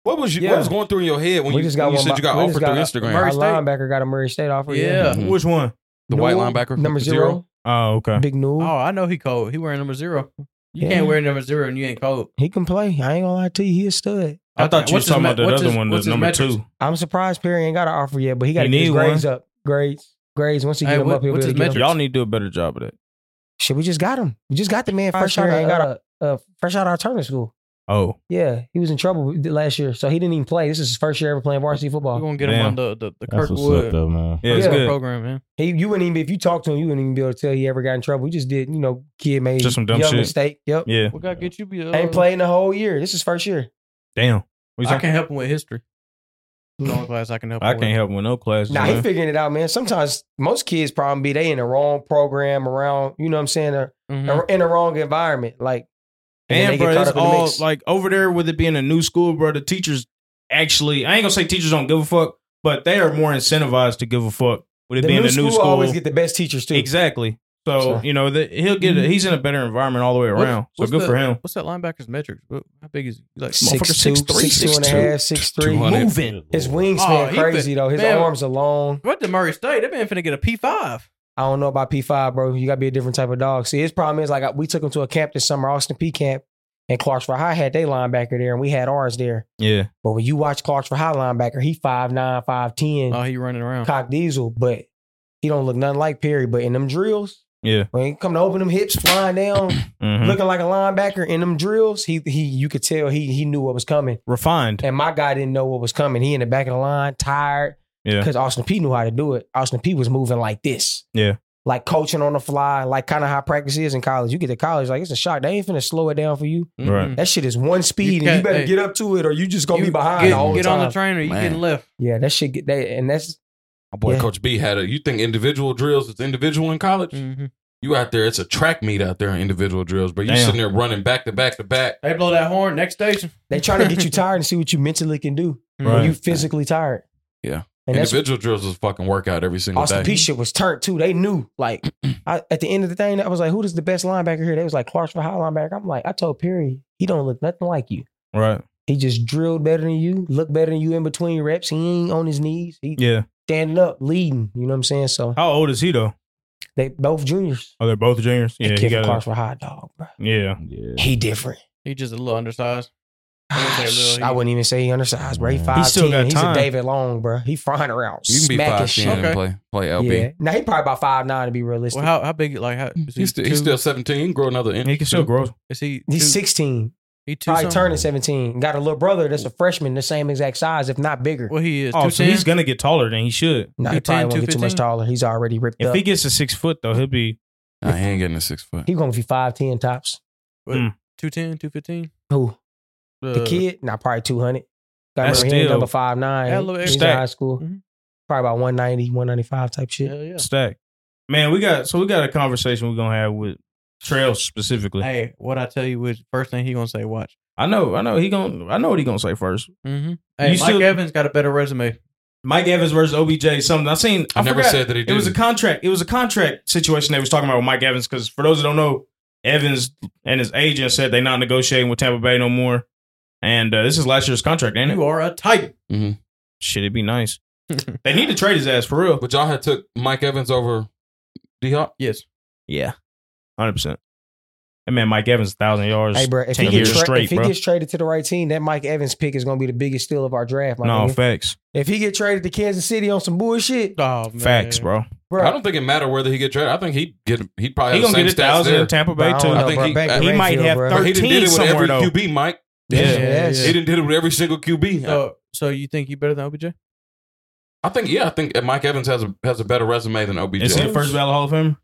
Speaker 3: What was you? What
Speaker 2: Yeah.
Speaker 3: was going through your head when
Speaker 2: we
Speaker 3: you,
Speaker 2: just got
Speaker 3: when you
Speaker 2: one.
Speaker 3: said
Speaker 2: by-
Speaker 3: you got
Speaker 2: we just
Speaker 3: offered through Instagram? Mm-hmm.
Speaker 2: Our
Speaker 5: Murray State.
Speaker 2: linebacker got a Murray State offer. Yeah,
Speaker 5: Yeah.
Speaker 1: Which one?
Speaker 3: the white
Speaker 2: Newell,
Speaker 3: linebacker,
Speaker 2: number zero,
Speaker 1: Oh, okay.
Speaker 2: big new.
Speaker 5: Oh, I know he cold. He wearing number zero. You
Speaker 2: Yeah.
Speaker 5: can't wear number zero and you ain't cold.
Speaker 2: He can play. I ain't gonna lie to you. He a stud.
Speaker 1: I thought you were
Speaker 5: What's his
Speaker 1: talking
Speaker 5: me-
Speaker 1: about the
Speaker 5: what's
Speaker 1: other
Speaker 5: his-
Speaker 1: one, the
Speaker 5: what's his
Speaker 1: number
Speaker 5: metrics?
Speaker 1: two.
Speaker 2: I'm surprised Perry ain't got an offer yet, but he got to
Speaker 1: He
Speaker 2: get his
Speaker 1: need
Speaker 2: grades up. Grades, grades. Once he
Speaker 5: Hey,
Speaker 2: get him
Speaker 5: what-
Speaker 2: up, he'll be
Speaker 5: what's
Speaker 2: able
Speaker 5: his
Speaker 2: to get him.
Speaker 5: metric?
Speaker 1: Y'all need to do a better job of that.
Speaker 2: Shit, we just got him. We just got the man
Speaker 5: Fresh
Speaker 2: fresh out.
Speaker 5: outta,
Speaker 2: Of, got a, uh, fresh out of our tournament school.
Speaker 1: Oh,
Speaker 2: Yeah, he was in trouble last year, so he didn't even play. This is his first year ever playing varsity
Speaker 5: We're
Speaker 2: football.
Speaker 5: gonna get him
Speaker 1: Damn.
Speaker 5: on the the, the
Speaker 8: That's what's up
Speaker 5: Kirkwood
Speaker 8: though, man.
Speaker 1: yeah, it's
Speaker 2: Yeah.
Speaker 1: good.
Speaker 5: program, man.
Speaker 2: He, you wouldn't even if you talked to him, you wouldn't even be able to tell he ever got in trouble. He just did, you know, kid made
Speaker 1: Just some dumb
Speaker 2: young
Speaker 1: shit.
Speaker 2: mistake. Yep,
Speaker 1: Yeah,
Speaker 5: We gotta get you. Be, uh,
Speaker 2: ain't played in the whole year. This is first year.
Speaker 1: damn. What you
Speaker 5: I
Speaker 1: saying?
Speaker 5: can help him with history. It's the only class I can help.
Speaker 1: I
Speaker 5: him
Speaker 1: can't
Speaker 5: with.
Speaker 1: help him with no classes.
Speaker 2: Nah, he
Speaker 1: man.
Speaker 2: figuring it out, man. Sometimes most kids problem be they in the wrong program around, you know what I'm saying, or,
Speaker 5: Mhm.
Speaker 2: or in the wrong environment. Like, then
Speaker 1: And
Speaker 2: they get
Speaker 1: bro,
Speaker 2: caught
Speaker 1: it's
Speaker 2: up in the
Speaker 1: all
Speaker 2: mix.
Speaker 1: like over there with it being a new school, bro. The teachers actually, I ain't gonna say teachers don't give a fuck, but they are more incentivized to give a fuck with it
Speaker 2: the
Speaker 1: being
Speaker 2: new,
Speaker 1: a new
Speaker 2: school,
Speaker 1: school.
Speaker 2: always get the best teachers too.
Speaker 1: exactly. So
Speaker 2: So- Mm-hmm.
Speaker 1: you know that he'll get. A, he's in a better environment all the way
Speaker 5: What's-
Speaker 1: around.
Speaker 5: what's
Speaker 1: so good
Speaker 5: the-
Speaker 1: for him.
Speaker 5: What's that linebacker's metrics? What- How big is he? He's like
Speaker 2: Six,
Speaker 1: Motherfucker,
Speaker 2: two,
Speaker 1: 6'3",
Speaker 2: six, two and a
Speaker 1: 6'2".
Speaker 2: half, six three.
Speaker 3: 200.
Speaker 1: Moving.
Speaker 2: His wingspan
Speaker 5: Oh, he
Speaker 2: crazy
Speaker 5: been-
Speaker 2: though. His
Speaker 5: man.
Speaker 2: arms are long.
Speaker 5: What the Murray State? That man finna get a P five.
Speaker 2: I don't know about P five, bro. You gotta be a different type of dog. See, his problem is like I- we took him to a camp this summer, Austin P camp, and Clarksville High had their linebacker there, and we had ours there.
Speaker 1: Yeah,
Speaker 2: But when you watch Clarksville High linebacker, he five nine, five ten.
Speaker 5: Oh, he running around.
Speaker 2: cock diesel, but he don't look nothing like Perry. But in them drills,
Speaker 1: yeah.
Speaker 2: when he come to open them hips, flying down,
Speaker 5: Mm-hmm.
Speaker 1: Mhm.
Speaker 2: looking like a linebacker in them drills, he he you could tell he he knew what was coming.
Speaker 1: refined.
Speaker 2: And my guy didn't know what was coming. He in the back of the line, tired.
Speaker 1: Yeah.
Speaker 2: Because Austin P knew how to do it. Austin P was moving like this.
Speaker 1: Yeah.
Speaker 2: Like coaching on the fly, like kind of how practice is in college. You get to college, like it's a shock. They ain't finna slow it down for you.
Speaker 5: Mhm.
Speaker 1: Right.
Speaker 2: That shit is one speed, and
Speaker 5: can't-
Speaker 2: you better
Speaker 5: hey.
Speaker 2: get up to it, or you just gonna
Speaker 5: You
Speaker 2: be behind
Speaker 5: Get,
Speaker 2: the whole
Speaker 5: get
Speaker 2: time.
Speaker 5: on the trainer. You
Speaker 3: Man.
Speaker 5: getting left?
Speaker 2: yeah, that shit get that, and that's
Speaker 3: My boy
Speaker 2: Yeah.
Speaker 3: Coach B had a. You think individual drills is individual in college?
Speaker 5: Mm-hmm.
Speaker 3: You out there, it's a track meet out there in individual drills, but you
Speaker 1: Damn.
Speaker 3: sitting there running back to back to back.
Speaker 5: They blow that horn. Next station.
Speaker 2: They trying to get you tired and see what you mentally can do.
Speaker 1: Right.
Speaker 2: When you physically tired.
Speaker 3: Yeah.
Speaker 2: And that's
Speaker 3: individual drills was fucking workout every single
Speaker 2: Austin
Speaker 3: day.
Speaker 2: P shit was turned too. They knew. Like I, at the end of the thing, I was like, who is the best linebacker here? They was like Clarksville High linebacker. I'm like, I told Perry, he don't look nothing like you.
Speaker 1: Right.
Speaker 2: He just drilled better than you, looked better than you in between reps. He ain't on his knees. He
Speaker 1: Yeah.
Speaker 2: standing up, leading. You know what I'm saying? So
Speaker 1: How old is he though?
Speaker 2: they both juniors.
Speaker 1: Are they both juniors?
Speaker 2: Yeah,
Speaker 1: Yeah.
Speaker 2: that
Speaker 1: He
Speaker 2: kid from
Speaker 1: got.
Speaker 2: Clarksville High dog, bro.
Speaker 1: Yeah.
Speaker 8: Yeah.
Speaker 2: He different.
Speaker 5: He just a little undersized. I wouldn't say little, he-
Speaker 2: I wouldn't even say he undersized, bro. He
Speaker 8: Man.
Speaker 2: five.
Speaker 1: He still got
Speaker 2: He's
Speaker 1: time.
Speaker 2: a David Long, bro. He frying around.
Speaker 3: You can be
Speaker 2: smacking
Speaker 3: five
Speaker 2: shit.
Speaker 3: ten and
Speaker 5: Okay.
Speaker 3: play play LB.
Speaker 2: Yeah. Now he probably about five nine to be realistic.
Speaker 5: Well, how how big? Like how? Is he
Speaker 3: He's, still, he's
Speaker 5: two-
Speaker 3: still seventeen. He can grow another inch.
Speaker 1: He can still grow.
Speaker 5: Is he?
Speaker 2: He's
Speaker 5: two-
Speaker 2: sixteen.
Speaker 5: He two.
Speaker 2: Probably
Speaker 5: something?
Speaker 2: turning seventeen. Got a little brother that's a freshman, the same exact size, if not bigger.
Speaker 5: Well, he is.
Speaker 1: Oh,
Speaker 5: two
Speaker 1: so
Speaker 5: ten?
Speaker 1: he's gonna get taller than he should.
Speaker 2: Nah, he
Speaker 5: 210,
Speaker 2: probably won't get too much
Speaker 5: 215?
Speaker 2: taller. He's already ripped
Speaker 1: If
Speaker 2: up.
Speaker 1: he
Speaker 2: He,
Speaker 1: gets to six foot though, he'll be.
Speaker 3: Nah, he ain't getting a six foot.
Speaker 2: gonna be five ten tops.
Speaker 1: Mm.
Speaker 5: 210, 215?
Speaker 2: Who the
Speaker 5: Uh,
Speaker 2: kid? Nah, probably two hundred. Got
Speaker 1: That's
Speaker 2: remember him,
Speaker 1: still-
Speaker 2: number five nine.
Speaker 5: That little
Speaker 2: He's in
Speaker 1: extra-
Speaker 2: high school.
Speaker 5: Mhm.
Speaker 2: Probably about 190, 195 type shit.
Speaker 5: Hell yeah.
Speaker 1: Stack. Man, we got so we got a conversation we're gonna have with Trails specifically.
Speaker 5: Hey, what I tell you is first thing he gonna say, watch.
Speaker 1: I know, I know he gonna I know what he gonna say first.
Speaker 5: Mm-hmm. Hey,
Speaker 1: You
Speaker 5: Mike
Speaker 1: still-
Speaker 5: Evans got a better resume.
Speaker 1: Mike Evans versus OBJ. Something I seen. I,
Speaker 3: I, never
Speaker 1: forgot.
Speaker 3: said that he
Speaker 1: it
Speaker 3: did.
Speaker 1: was a contract. It was a contract situation they was talking about with Mike Evans. Because for those that don't know, Evans and his agent said they not negotiating with Tampa Bay no more. And uh, this is last year's contract, ain't it?
Speaker 5: You are a titan.
Speaker 1: Shit, it'd be nice. they need to trade his ass for real.
Speaker 3: but y'all had took Mike Evans over D Hop.
Speaker 5: Yes.
Speaker 1: Yeah, hundred percent. And man, Mike Evans thousand yards.
Speaker 2: Hey, bro, if, he,
Speaker 1: ten
Speaker 2: gets
Speaker 1: years
Speaker 2: tra-
Speaker 1: straight,
Speaker 2: if he
Speaker 1: bro.
Speaker 2: gets traded to the right team, that Mike Evans pick is gonna be the biggest steal of our draft. My
Speaker 1: no
Speaker 2: nigga.
Speaker 1: facts,
Speaker 2: if he get traded to Kansas City on some bullshit,
Speaker 5: Oh man.
Speaker 1: facts, bro.
Speaker 2: bro,
Speaker 3: I don't think it mattered whether he get traded. I think he get he'd probably
Speaker 1: He
Speaker 3: have
Speaker 1: gonna
Speaker 3: the same
Speaker 1: get a
Speaker 3: stats
Speaker 1: thousand
Speaker 3: there.
Speaker 1: in Tampa
Speaker 2: Bro, I
Speaker 1: Bay
Speaker 2: don't
Speaker 1: too.
Speaker 3: I
Speaker 2: know,
Speaker 3: think
Speaker 2: bro.
Speaker 3: he-
Speaker 2: Baker
Speaker 1: He might
Speaker 2: Mayfield,
Speaker 1: have
Speaker 2: bro.
Speaker 3: But he done did
Speaker 1: 13
Speaker 3: it with
Speaker 1: somewhere,
Speaker 3: every
Speaker 1: though.
Speaker 3: QB, Mike.
Speaker 1: Yeah.
Speaker 2: Yes.
Speaker 3: He didn't did it with every single QB.
Speaker 5: So so you think you better than OBJ?
Speaker 3: I think yeah, I think Mike Evans has a has a better resume than OBJ.
Speaker 1: Is he the first ballot Hall of Fame?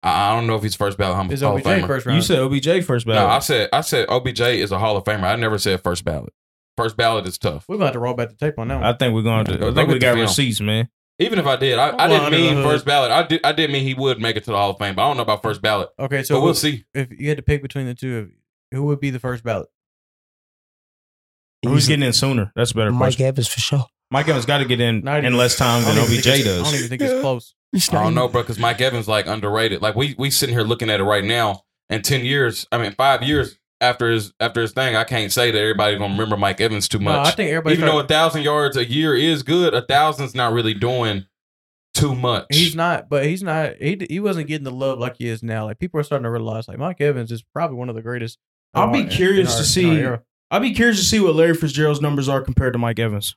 Speaker 3: I, I don't know if he's first ballot Hall,
Speaker 5: Is
Speaker 3: Hall
Speaker 5: OBJ
Speaker 3: of Famer.
Speaker 5: first round?
Speaker 1: You said OBJ first
Speaker 3: No, I
Speaker 1: ballot.
Speaker 3: said I said OBJ is a Hall of Famer. I never said first ballot. First ballot is tough.
Speaker 5: We're gonna have to roll back the tape on that one.
Speaker 1: I think we're going
Speaker 3: Yeah,
Speaker 1: to.
Speaker 3: go-
Speaker 1: I
Speaker 3: go
Speaker 1: think we
Speaker 3: get the
Speaker 1: got
Speaker 3: film.
Speaker 1: receipts, man.
Speaker 3: Even if I did, I, I
Speaker 5: Well, uh,
Speaker 3: didn't
Speaker 5: under the
Speaker 3: mean
Speaker 5: hood.
Speaker 3: first ballot. I did I did mean he would make it to the Hall of Fame, but I don't know about first ballot.
Speaker 5: okay, so
Speaker 3: So we'll see.
Speaker 5: if you had to pick between the two of you, who would be the first ballot?
Speaker 1: Who's getting in sooner? That's a better
Speaker 2: Mike
Speaker 1: question.
Speaker 2: Evans for sure.
Speaker 1: Mike Evans got to get in
Speaker 5: Not
Speaker 1: in
Speaker 5: even-
Speaker 1: less time
Speaker 5: I
Speaker 1: than
Speaker 5: don't even
Speaker 1: OBJ
Speaker 5: think it's- I don't even
Speaker 1: does.
Speaker 5: think it's close.
Speaker 3: I don't know, bro, because Mike Evans like underrated. Like we we sitting here looking at it right now. In ten years, I mean five years after his after his thing, I can't say that everybody gonna remember Mike Evans too
Speaker 5: No,
Speaker 3: much.
Speaker 5: I think everybody.
Speaker 3: Even though a
Speaker 5: started-
Speaker 3: thousand yards a year is good, a thousand's not really doing too much.
Speaker 5: he's not, but he's not. He d- he wasn't getting the love like he is now. Like people are starting to realize, like Mike Evans is probably one of the greatest.
Speaker 1: I'll be
Speaker 5: in- in
Speaker 1: curious to
Speaker 5: our- in
Speaker 1: see-
Speaker 5: our era.
Speaker 1: I'd be curious to see what Larry Fitzgerald's numbers are compared to Mike Evans.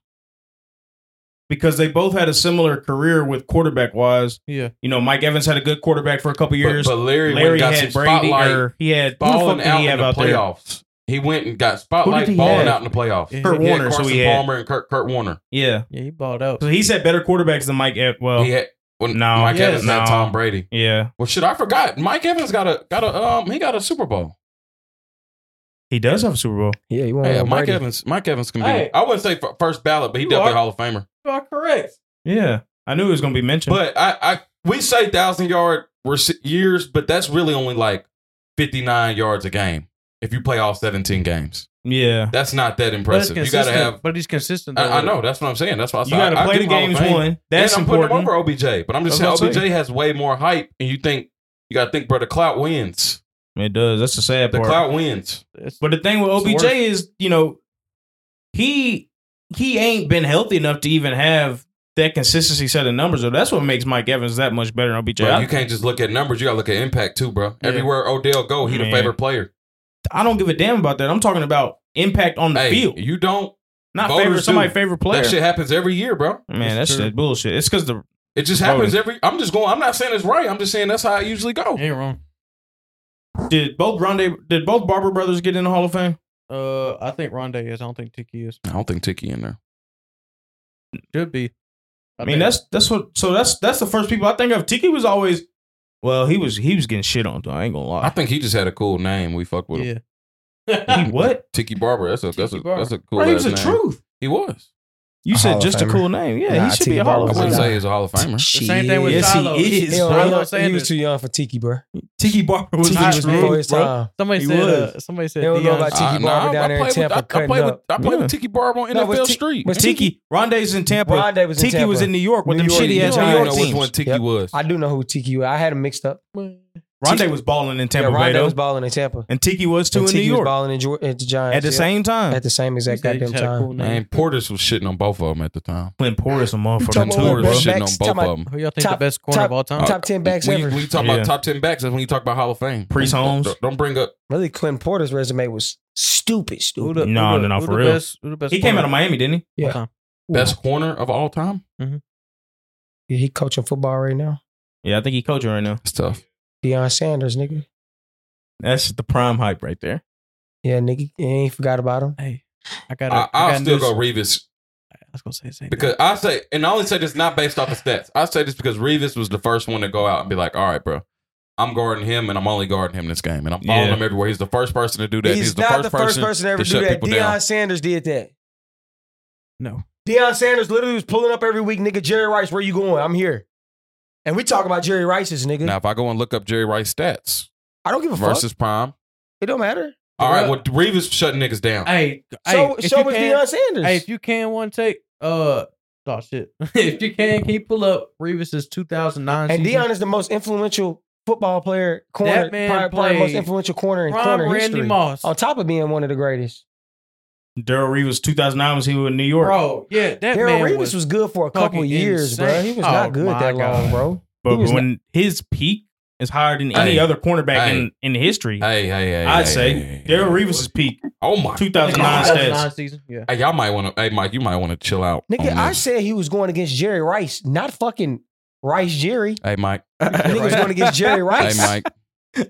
Speaker 1: Because they both had a similar career with quarterback wise.
Speaker 5: Yeah.
Speaker 1: You know, Mike Evans had a good quarterback for a couple years.
Speaker 3: but, but Larry, went
Speaker 1: Larry
Speaker 3: and got
Speaker 1: had
Speaker 3: some
Speaker 1: Brady.
Speaker 3: spotlight
Speaker 1: Or he had who the fuck
Speaker 3: balling
Speaker 1: did
Speaker 3: out
Speaker 1: he
Speaker 3: in
Speaker 1: have
Speaker 3: the
Speaker 1: out there?
Speaker 3: playoffs. He went and got spotlight
Speaker 2: he
Speaker 3: balling
Speaker 2: have?
Speaker 3: out in the playoffs.
Speaker 5: Yeah,
Speaker 1: Kurt
Speaker 3: He had
Speaker 1: Warner. So
Speaker 3: Carson
Speaker 1: he had.
Speaker 3: Palmer and Kurt, Kurt Warner.
Speaker 1: Yeah.
Speaker 5: Yeah, he balled out.
Speaker 1: So he's had better quarterbacks than Mike. Ev- well,
Speaker 3: He had when
Speaker 1: No.
Speaker 3: Mike
Speaker 5: Yes.
Speaker 3: Evans had
Speaker 1: No.
Speaker 3: Tom Brady.
Speaker 1: yeah,
Speaker 3: Well, shit, I forgot. Mike Evans got a got a um he got a Super Bowl.
Speaker 1: he does have a Super Bowl.
Speaker 2: Yeah, you want
Speaker 3: Yeah,
Speaker 2: to
Speaker 3: Mike
Speaker 2: Brady.
Speaker 3: Evans. Mike Evans can be.
Speaker 5: Hey.
Speaker 3: I wouldn't say f- first ballot, but he
Speaker 5: You
Speaker 3: definitely
Speaker 5: are-
Speaker 3: Hall of Famer.
Speaker 5: You are correct.
Speaker 1: Yeah, I knew he was going to be mentioned.
Speaker 3: But I, I we say thousand yard rece- years, but that's really only like fifty nine yards a game. If you play all seventeen games,
Speaker 1: yeah,
Speaker 3: that's not that
Speaker 5: But it's
Speaker 3: impressive. You got to
Speaker 5: consistent-
Speaker 3: have.
Speaker 5: But he's consistent. though.
Speaker 3: I, I know. That's what I'm saying. That's why I
Speaker 1: you
Speaker 3: said I-
Speaker 1: got to
Speaker 3: I
Speaker 1: play
Speaker 3: give
Speaker 1: the
Speaker 3: him Hall of
Speaker 1: games
Speaker 3: Fame.
Speaker 1: one. That's
Speaker 3: and I'm putting him
Speaker 1: important.
Speaker 3: over OBJ, but I'm just
Speaker 1: That's
Speaker 3: saying
Speaker 1: what I'm
Speaker 3: OBJ has way more hype, and you think you got to think, bro. The clout wins.
Speaker 1: It does. That's the sad
Speaker 3: The
Speaker 1: part.
Speaker 3: clout wins.
Speaker 5: It's-
Speaker 1: But the thing with
Speaker 5: It's
Speaker 1: OBJ
Speaker 5: worse.
Speaker 1: is, you know, he he ain't been healthy enough to even have that consistency set of numbers. Though that's what makes Mike Evans that much better than OBJ.
Speaker 3: Bro,
Speaker 1: I,
Speaker 3: you can't just look at numbers. You got to look at impact too, bro.
Speaker 5: Yeah.
Speaker 3: Everywhere Odell go, he the
Speaker 1: Man.
Speaker 3: favorite player.
Speaker 1: I don't give a damn about that. I'm talking about impact on the
Speaker 3: Hey,
Speaker 1: field,
Speaker 3: you don't.
Speaker 1: not
Speaker 3: voters
Speaker 1: favorite somebody
Speaker 3: do.
Speaker 1: favorite player.
Speaker 3: That shit happens every year, bro.
Speaker 1: Man,
Speaker 5: That's
Speaker 1: that's
Speaker 5: true.
Speaker 1: shit bullshit. It's because the
Speaker 3: It just
Speaker 1: Voting.
Speaker 3: happens every. I'm just going. I'm not saying it's right. I'm just saying that's how I usually go.
Speaker 5: ain't wrong.
Speaker 1: did both Rondé did both Barber brothers get in the Hall of Fame?
Speaker 5: Uh, I think Rondé is. I don't think Tiki is.
Speaker 3: I don't think Tiki in there.
Speaker 5: Should be.
Speaker 1: I mean, that's that's what. So that's that's the first people I think of. Tiki was always, well, he was he was getting shit on. Though. I ain't gonna
Speaker 3: I
Speaker 1: lie.
Speaker 3: think he just had a cool name. We fucked with him.
Speaker 5: yeah.
Speaker 1: He what?
Speaker 3: Tiki Barber. That's a that's a
Speaker 5: Tiki Barber.
Speaker 3: that's a cool.
Speaker 1: Bro, he
Speaker 3: ass
Speaker 1: was the
Speaker 3: name.
Speaker 1: truth.
Speaker 3: He was.
Speaker 1: You
Speaker 2: A
Speaker 1: said
Speaker 2: Hall of
Speaker 1: just a
Speaker 2: Famer.
Speaker 1: cool name. Yeah,
Speaker 2: Nah,
Speaker 1: he should
Speaker 2: Tiki
Speaker 1: be a Hall
Speaker 2: Barber
Speaker 3: I
Speaker 1: of
Speaker 2: was
Speaker 3: wouldn't
Speaker 2: a
Speaker 1: Famer.
Speaker 3: say he's a Hall of Famer.
Speaker 2: Shit.
Speaker 5: Same thing with
Speaker 1: Yes, he
Speaker 5: Shiloh.
Speaker 1: is.
Speaker 2: Hell,
Speaker 5: Shiloh
Speaker 2: he was-
Speaker 5: Sanders.
Speaker 2: He was too young for Tiki, bro.
Speaker 1: Tiki Barber was
Speaker 2: Tiki
Speaker 1: not
Speaker 2: was before
Speaker 1: true,
Speaker 2: his
Speaker 1: bro.
Speaker 2: time.
Speaker 5: Somebody
Speaker 1: He
Speaker 5: said.
Speaker 1: was.
Speaker 5: Uh, somebody said.
Speaker 2: They don't know
Speaker 5: Deion-
Speaker 2: about Tiki
Speaker 3: Uh,
Speaker 2: Barber
Speaker 3: nah,
Speaker 2: down
Speaker 3: I
Speaker 2: there in
Speaker 3: played with-
Speaker 2: Tampa.
Speaker 3: I- I
Speaker 2: cutting
Speaker 3: played with
Speaker 2: up.
Speaker 3: I played
Speaker 1: Yeah.
Speaker 3: with Tiki Barber on
Speaker 2: No, but
Speaker 3: NFL
Speaker 2: Ti-
Speaker 3: Street.
Speaker 2: but
Speaker 1: Tiki Ronde's in Tampa.
Speaker 2: Rondé was in
Speaker 1: Tiki
Speaker 2: Tampa.
Speaker 1: was in New York with
Speaker 2: New
Speaker 1: them
Speaker 2: York,
Speaker 1: shitty
Speaker 2: New
Speaker 1: ass
Speaker 2: York.
Speaker 1: New
Speaker 3: I
Speaker 1: York
Speaker 3: know which
Speaker 1: teams.
Speaker 3: one Tiki
Speaker 2: Yep.
Speaker 3: was.
Speaker 2: I do know who Tiki was. I had him mixed up.
Speaker 1: Rondé was balling in Tampa
Speaker 2: yeah,
Speaker 1: Bay
Speaker 2: Rondo
Speaker 1: though,
Speaker 2: was balling in Tampa.
Speaker 1: and Tiki was too
Speaker 2: and
Speaker 1: in
Speaker 2: Tiki
Speaker 1: New
Speaker 2: was
Speaker 1: York
Speaker 2: balling in Geor- at the Giants.
Speaker 1: at the
Speaker 2: yeah.
Speaker 1: same time.
Speaker 2: At the same
Speaker 5: He
Speaker 2: exact
Speaker 5: said he
Speaker 2: goddamn
Speaker 5: had a
Speaker 2: time.
Speaker 5: cool name.
Speaker 3: Man, Portis was shitting on both of them at the time.
Speaker 1: Clint Portis, a
Speaker 3: Oh,
Speaker 2: talking
Speaker 1: motherfucking
Speaker 2: about
Speaker 1: tour,
Speaker 3: Portis
Speaker 1: bro.
Speaker 3: was
Speaker 2: running
Speaker 3: shitting
Speaker 2: backs?
Speaker 3: on both
Speaker 2: Talking
Speaker 3: of them.
Speaker 5: Who y'all think
Speaker 2: Top-
Speaker 5: the best corner
Speaker 2: top-
Speaker 5: of all time?
Speaker 2: top- 10 backs
Speaker 3: when, you-
Speaker 2: ever.
Speaker 3: when you talk
Speaker 1: Yeah.
Speaker 3: about top ten backs, that's when you talk about Hall of Fame.
Speaker 1: Priest
Speaker 3: Don't-
Speaker 1: Holmes.
Speaker 3: Don't, don't bring up.
Speaker 2: Really, Clint Porter's resume was stupid,
Speaker 5: Who
Speaker 2: stupid.
Speaker 5: the-
Speaker 1: No,
Speaker 5: who the-
Speaker 1: no, no,
Speaker 5: who
Speaker 1: for
Speaker 5: the
Speaker 1: real.
Speaker 5: best- Who the best?
Speaker 1: He came out
Speaker 5: corner
Speaker 1: of Miami, didn't he?
Speaker 5: all
Speaker 2: Yeah.
Speaker 5: time? Mm-hmm.
Speaker 3: Best corner of all time.
Speaker 2: Yeah, he coaching football right now.
Speaker 1: Yeah, I think he coaching right now.
Speaker 3: It's tough.
Speaker 2: Deion Sanders, nigga.
Speaker 1: That's the prime hype right there.
Speaker 2: Yeah, nigga. You ain't forgot about him.
Speaker 5: Hey, I got.
Speaker 3: I,
Speaker 5: I,
Speaker 3: I'll
Speaker 5: got
Speaker 3: still
Speaker 5: news.
Speaker 3: go Revis
Speaker 5: I was gonna say the same thing.
Speaker 3: Because I say, and I only say this not based off of stats. I say this because Revis was the first one to go out and be like, "All right, bro, I'm guarding him, and I'm only guarding him this game, and I'm following
Speaker 1: Yeah.
Speaker 3: him everywhere." He's the first person to do that.
Speaker 2: He's, not the first person, to ever
Speaker 3: to
Speaker 2: do
Speaker 3: shut
Speaker 2: that.
Speaker 3: people
Speaker 2: Deion
Speaker 3: down.
Speaker 2: Sanders did that.
Speaker 5: No.
Speaker 2: Deion Sanders literally was pulling up every week, nigga. Jerry Rice, where you going? I'm here. And we talk about Jerry Rice's nigga.
Speaker 3: Now, if I go and look up Jerry Rice stats
Speaker 2: I don't give a fuck.
Speaker 3: versus Prime,
Speaker 2: It don't matter.
Speaker 3: all right, well, Revis shutting niggas down.
Speaker 5: Hey,
Speaker 2: So,
Speaker 5: hey, if
Speaker 2: so
Speaker 5: you
Speaker 2: was
Speaker 5: can-
Speaker 2: Deion Sanders.
Speaker 5: Hey, if you can one take, uh, oh shit. if you can, can you pull up Revis's 2009
Speaker 2: and
Speaker 5: season?
Speaker 2: Deion is the most influential football player, corner,
Speaker 5: That man
Speaker 2: probably, probably most
Speaker 5: played
Speaker 2: influential corner in
Speaker 5: Prime
Speaker 2: corner
Speaker 5: Randy
Speaker 2: history.
Speaker 5: Moss.
Speaker 2: On top of being one of the greatest.
Speaker 1: Daryl Reeves, 2009, was he with New York?
Speaker 5: bro, yeah, that
Speaker 2: Daryl
Speaker 5: man
Speaker 2: Reeves
Speaker 5: was,
Speaker 2: was, good for a couple
Speaker 5: fucking
Speaker 2: years, bro.
Speaker 5: insane.
Speaker 2: He was
Speaker 5: Oh,
Speaker 2: not good
Speaker 5: my
Speaker 2: that
Speaker 5: God.
Speaker 2: long, bro.
Speaker 1: but
Speaker 2: was
Speaker 1: when his peak is higher than any
Speaker 3: Hey.
Speaker 1: other cornerback
Speaker 3: Hey.
Speaker 1: in, in history,
Speaker 3: Hey, hey, hey!
Speaker 1: I'd
Speaker 3: hey,
Speaker 1: say
Speaker 3: hey, hey, hey.
Speaker 1: Daryl Reeves' peak,
Speaker 3: Oh my!
Speaker 1: 2009 stats.
Speaker 5: season. Yeah,
Speaker 3: Hey, y'all might want to. Hey, Mike, you might want to chill out. on
Speaker 2: Nigga, I
Speaker 3: this.
Speaker 2: said he was going against Jerry Rice, not fucking Rice Jerry.
Speaker 3: Hey, Mike.
Speaker 2: The nigga was going against Jerry
Speaker 3: Hey,
Speaker 2: Rice.
Speaker 3: Mike.
Speaker 5: uh, uh,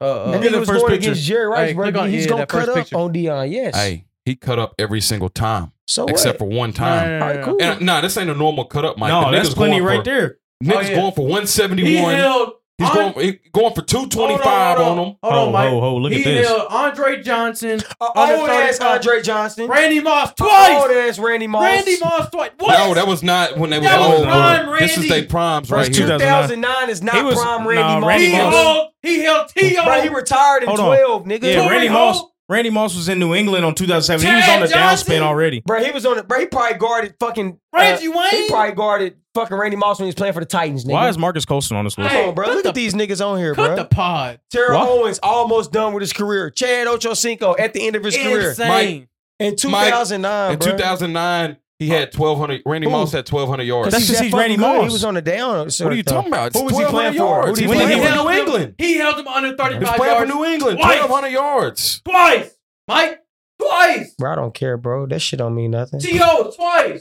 Speaker 2: That
Speaker 1: Look at
Speaker 2: nigga
Speaker 1: the
Speaker 2: was
Speaker 1: first
Speaker 2: going
Speaker 1: picture.
Speaker 2: against Jerry Rice,
Speaker 5: Hey,
Speaker 2: bro.
Speaker 5: click on-
Speaker 2: He's
Speaker 5: yeah,
Speaker 2: gonna
Speaker 5: that
Speaker 2: cut
Speaker 5: first
Speaker 2: up
Speaker 5: picture.
Speaker 2: on Dion. Yes.
Speaker 3: Hey, he cut up every single time
Speaker 2: so
Speaker 3: except
Speaker 2: what?
Speaker 3: for one time.
Speaker 2: All right, cool.
Speaker 3: And nah, this ain't a normal cut up, Mike.
Speaker 1: no,
Speaker 3: The
Speaker 1: that's
Speaker 3: niggas
Speaker 1: plenty
Speaker 3: going
Speaker 1: right
Speaker 3: for-
Speaker 1: there.
Speaker 3: Niggas
Speaker 5: Oh, yeah.
Speaker 3: going for one
Speaker 5: he
Speaker 3: seventy one.
Speaker 5: held.
Speaker 3: He's
Speaker 5: An-
Speaker 3: going he going for two twenty five
Speaker 5: hold
Speaker 3: on him.
Speaker 5: Hold
Speaker 1: oh,
Speaker 5: on, Mike.
Speaker 1: ho, ho, look
Speaker 5: he
Speaker 1: at this.
Speaker 5: held Andre Johnson,
Speaker 2: Uh,
Speaker 5: Under
Speaker 2: old ass
Speaker 5: 35.
Speaker 2: Andre Johnson.
Speaker 5: Randy Moss
Speaker 2: Old
Speaker 5: twice.
Speaker 2: ass Randy Moss.
Speaker 5: Randy Moss twice. What?
Speaker 3: No, that was not when they was
Speaker 5: That
Speaker 1: was
Speaker 3: old.
Speaker 1: prime
Speaker 3: bro. This is
Speaker 5: Randy.
Speaker 3: their primes
Speaker 2: First
Speaker 3: right here.
Speaker 1: 2000.
Speaker 2: 2009 is not
Speaker 1: He was-
Speaker 2: prime Randy
Speaker 1: nah,
Speaker 2: Moss.
Speaker 1: Randy
Speaker 5: he
Speaker 1: Moss.
Speaker 5: held. He held T.O.
Speaker 2: Bro, he retired in
Speaker 1: Hold on.
Speaker 2: 12, nigga.
Speaker 1: Yeah, Randy Moss. Randy Moss was in New England on 2007. he was
Speaker 5: Chad
Speaker 1: on the
Speaker 5: Johnson?
Speaker 1: downspin already.
Speaker 2: Bro, he was on it. Bro, he probably guarded fucking. uh,
Speaker 5: Reggie Wayne?
Speaker 2: He probably guarded fucking Randy Moss when he was playing for the Titans, nigga.
Speaker 1: Why is Marcus Colston on this list?
Speaker 5: Hey,
Speaker 2: Come on, bro.
Speaker 5: cut
Speaker 2: Look
Speaker 5: the-
Speaker 2: at these niggas on here,
Speaker 5: Cut
Speaker 2: bro.
Speaker 5: the pod.
Speaker 2: Terrell
Speaker 1: What?
Speaker 2: Owens almost done with his career. Chad Ochocinco at the end of his career.
Speaker 5: Insane.
Speaker 2: In
Speaker 3: Mike,
Speaker 2: 2009,
Speaker 3: in
Speaker 2: bro.
Speaker 3: 2009, he had 1,200. Randy
Speaker 2: Who?
Speaker 3: Moss had 1,200 yards.
Speaker 1: That's
Speaker 2: He's
Speaker 1: just
Speaker 2: that
Speaker 1: he's
Speaker 2: fucking
Speaker 1: Randy
Speaker 2: good.
Speaker 1: Moss.
Speaker 2: He was on the down.
Speaker 3: what are you talking about? It's
Speaker 1: Who was he
Speaker 3: 1,200
Speaker 1: playing for?
Speaker 3: yards.
Speaker 1: Who
Speaker 3: When did
Speaker 1: was he
Speaker 3: he play
Speaker 1: playing for?
Speaker 3: New
Speaker 5: He held them-
Speaker 3: England?
Speaker 5: He held him under
Speaker 3: He was
Speaker 5: 35
Speaker 3: playing for
Speaker 5: yards.
Speaker 3: New England.
Speaker 5: Twice.
Speaker 3: 1,200 yards.
Speaker 5: Twice. Mike, twice.
Speaker 2: Bro, I don't care, bro. That shit don't mean nothing.
Speaker 5: T.O. twice.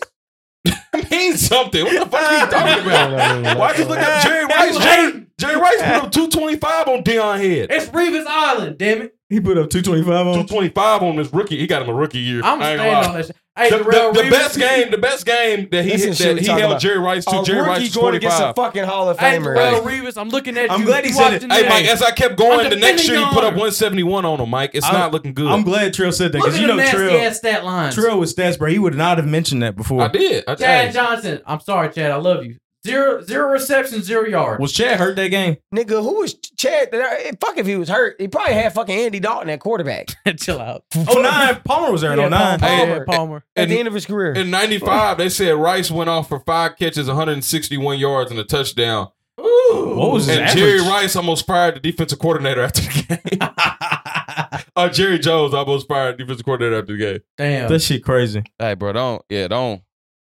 Speaker 3: It means something. What the fuck are you talking
Speaker 2: That
Speaker 3: about?
Speaker 2: don't mean nothing.
Speaker 3: Why just look up Jerry Rice?
Speaker 5: That's
Speaker 3: Jerry,
Speaker 5: late.
Speaker 3: Jerry Rice put up 225 on Deion Head.
Speaker 5: It's Revis Island, damn it.
Speaker 1: He put up 225 on.
Speaker 3: 225 on his rookie. He got him a rookie year.
Speaker 5: I'm
Speaker 3: I ain't
Speaker 5: staying
Speaker 3: gonna
Speaker 5: on
Speaker 3: lie.
Speaker 5: that shit. Hey,
Speaker 3: The,
Speaker 5: Darrell
Speaker 3: the- the
Speaker 5: Revis-
Speaker 3: best game, the best game that he
Speaker 2: This
Speaker 3: hit,
Speaker 2: is shit
Speaker 3: that
Speaker 2: we
Speaker 3: he
Speaker 2: talking
Speaker 3: held
Speaker 2: about.
Speaker 3: Jerry Rice to.
Speaker 2: A
Speaker 3: Jerry
Speaker 2: rookie
Speaker 3: Rice is
Speaker 2: going against a
Speaker 3: 25.
Speaker 2: fucking Hall of
Speaker 5: Hey,
Speaker 2: Famer.
Speaker 5: Darrell Revis, I'm looking at you.
Speaker 1: I'm glad he
Speaker 5: You
Speaker 1: said
Speaker 5: watching
Speaker 1: it.
Speaker 5: the
Speaker 3: Hey Mike,
Speaker 5: game.
Speaker 3: as I kept going,
Speaker 5: I'm
Speaker 3: the next year he put up
Speaker 5: defending
Speaker 3: 171 on him. Mike, it's
Speaker 1: I'm-
Speaker 3: not looking good.
Speaker 1: I'm glad Trill said that
Speaker 5: Look
Speaker 1: because
Speaker 5: at
Speaker 1: you
Speaker 5: the
Speaker 1: know
Speaker 5: nasty
Speaker 1: Trill,
Speaker 5: ass stat lines.
Speaker 1: Trill with stats, bro. He would not have mentioned that before.
Speaker 3: I did. I
Speaker 5: Chad
Speaker 3: did.
Speaker 5: Johnson, I'm sorry, Chad, I love you. Zero, zero receptions, zero yards.
Speaker 1: Was Chad hurt that game?
Speaker 2: Nigga, who was Chad? eh, Fuck if he was hurt. He probably had fucking Andy Dalton at quarterback.
Speaker 5: Chill out.
Speaker 1: Oh nine, Palmer was there in
Speaker 5: Yeah,
Speaker 1: oh nine.
Speaker 5: Palmer.
Speaker 3: Hey,
Speaker 5: Palmer. Palmer.
Speaker 2: At the
Speaker 3: And-
Speaker 2: end of his career.
Speaker 3: In 95, they said Rice went off for five catches, 161 yards, and a touchdown.
Speaker 5: Ooh.
Speaker 1: What was his
Speaker 3: And
Speaker 1: average?
Speaker 3: Jerry Rice almost fired the defensive coordinator after the game. uh, Jerry Jones almost fired the defensive coordinator after the game.
Speaker 5: Damn.
Speaker 1: That shit crazy.
Speaker 3: Hey, bro, don't. Yeah, don't.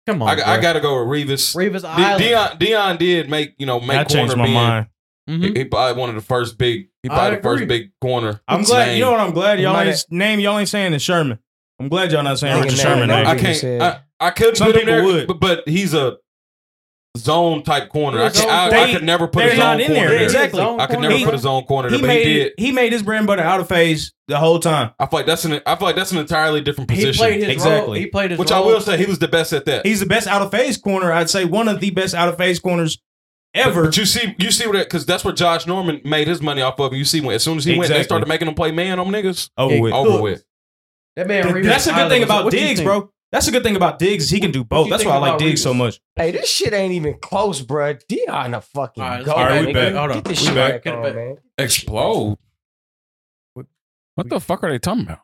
Speaker 5: Come on.
Speaker 3: I, I
Speaker 5: bro.
Speaker 3: got to go with Revis.
Speaker 5: Revis Island.
Speaker 3: Dion, Dion did make, you know, make
Speaker 1: That
Speaker 3: corner
Speaker 1: changed my
Speaker 3: men.
Speaker 1: mind.
Speaker 3: He,
Speaker 5: Mhm.
Speaker 3: he probably one of the first big, he
Speaker 5: I
Speaker 3: probably the first
Speaker 5: agree.
Speaker 3: big corner.
Speaker 1: I'm glad. You know what? I'm glad y'all
Speaker 2: Might
Speaker 1: ain't name. Y'all ain't saying is Sherman. I'm glad y'all not saying
Speaker 2: Nigga,
Speaker 1: Richard
Speaker 2: nigga,
Speaker 1: Sherman.
Speaker 2: nigga.
Speaker 1: name.
Speaker 3: I
Speaker 2: Nigga
Speaker 3: can't.
Speaker 2: said-
Speaker 3: I, I could
Speaker 1: Some
Speaker 3: put him
Speaker 1: people
Speaker 3: there,
Speaker 1: would.
Speaker 3: But, but he's a zone type corner. I,
Speaker 5: He's
Speaker 3: can't,
Speaker 5: a zone-
Speaker 3: I, I
Speaker 1: they-
Speaker 3: could never put
Speaker 1: they're
Speaker 3: a zone
Speaker 1: not
Speaker 3: corner
Speaker 1: in there.
Speaker 3: there.
Speaker 1: Exactly.
Speaker 5: Zone
Speaker 3: I could
Speaker 5: corner.
Speaker 3: never
Speaker 1: He-
Speaker 3: put a zone corner there,
Speaker 1: He
Speaker 3: but he
Speaker 1: made
Speaker 3: did.
Speaker 1: he made his bread and butter out of phase the whole time.
Speaker 3: I feel like that's an I feel like that's an entirely different
Speaker 5: He played
Speaker 3: position.
Speaker 5: his role.
Speaker 1: Exactly.
Speaker 5: He played his
Speaker 3: Which I
Speaker 5: role.
Speaker 3: will say he was the best at that.
Speaker 1: He's the best out of phase corner. I'd say one of the best out of phase corners ever.
Speaker 3: But you see, you see what because that's where Josh Norman made his money off of. You see, when as soon as he went,
Speaker 1: Exactly.
Speaker 3: they started making him play man on niggas.
Speaker 1: over with.
Speaker 3: Over with.
Speaker 5: That man. Revis
Speaker 1: That's a good
Speaker 5: Island
Speaker 1: thing
Speaker 5: was-
Speaker 1: about
Speaker 5: what you
Speaker 1: Diggs,
Speaker 5: think?
Speaker 1: bro. That's a good thing about Diggs is he can do both.
Speaker 5: you
Speaker 1: That's
Speaker 5: think
Speaker 1: why I like
Speaker 5: about
Speaker 1: Diggs so
Speaker 5: Reeves?
Speaker 1: much.
Speaker 2: hey, this shit ain't even close, bro. Dion a fucking
Speaker 5: All right, let's
Speaker 2: go.
Speaker 5: go
Speaker 1: back.
Speaker 2: nigga.
Speaker 1: We back.
Speaker 5: Hold on.
Speaker 2: Get this
Speaker 3: We
Speaker 2: shit
Speaker 3: back.
Speaker 2: back,
Speaker 5: Get it
Speaker 2: on,
Speaker 5: back.
Speaker 2: Oh, man.
Speaker 3: Explode. What the fuck are they talking about?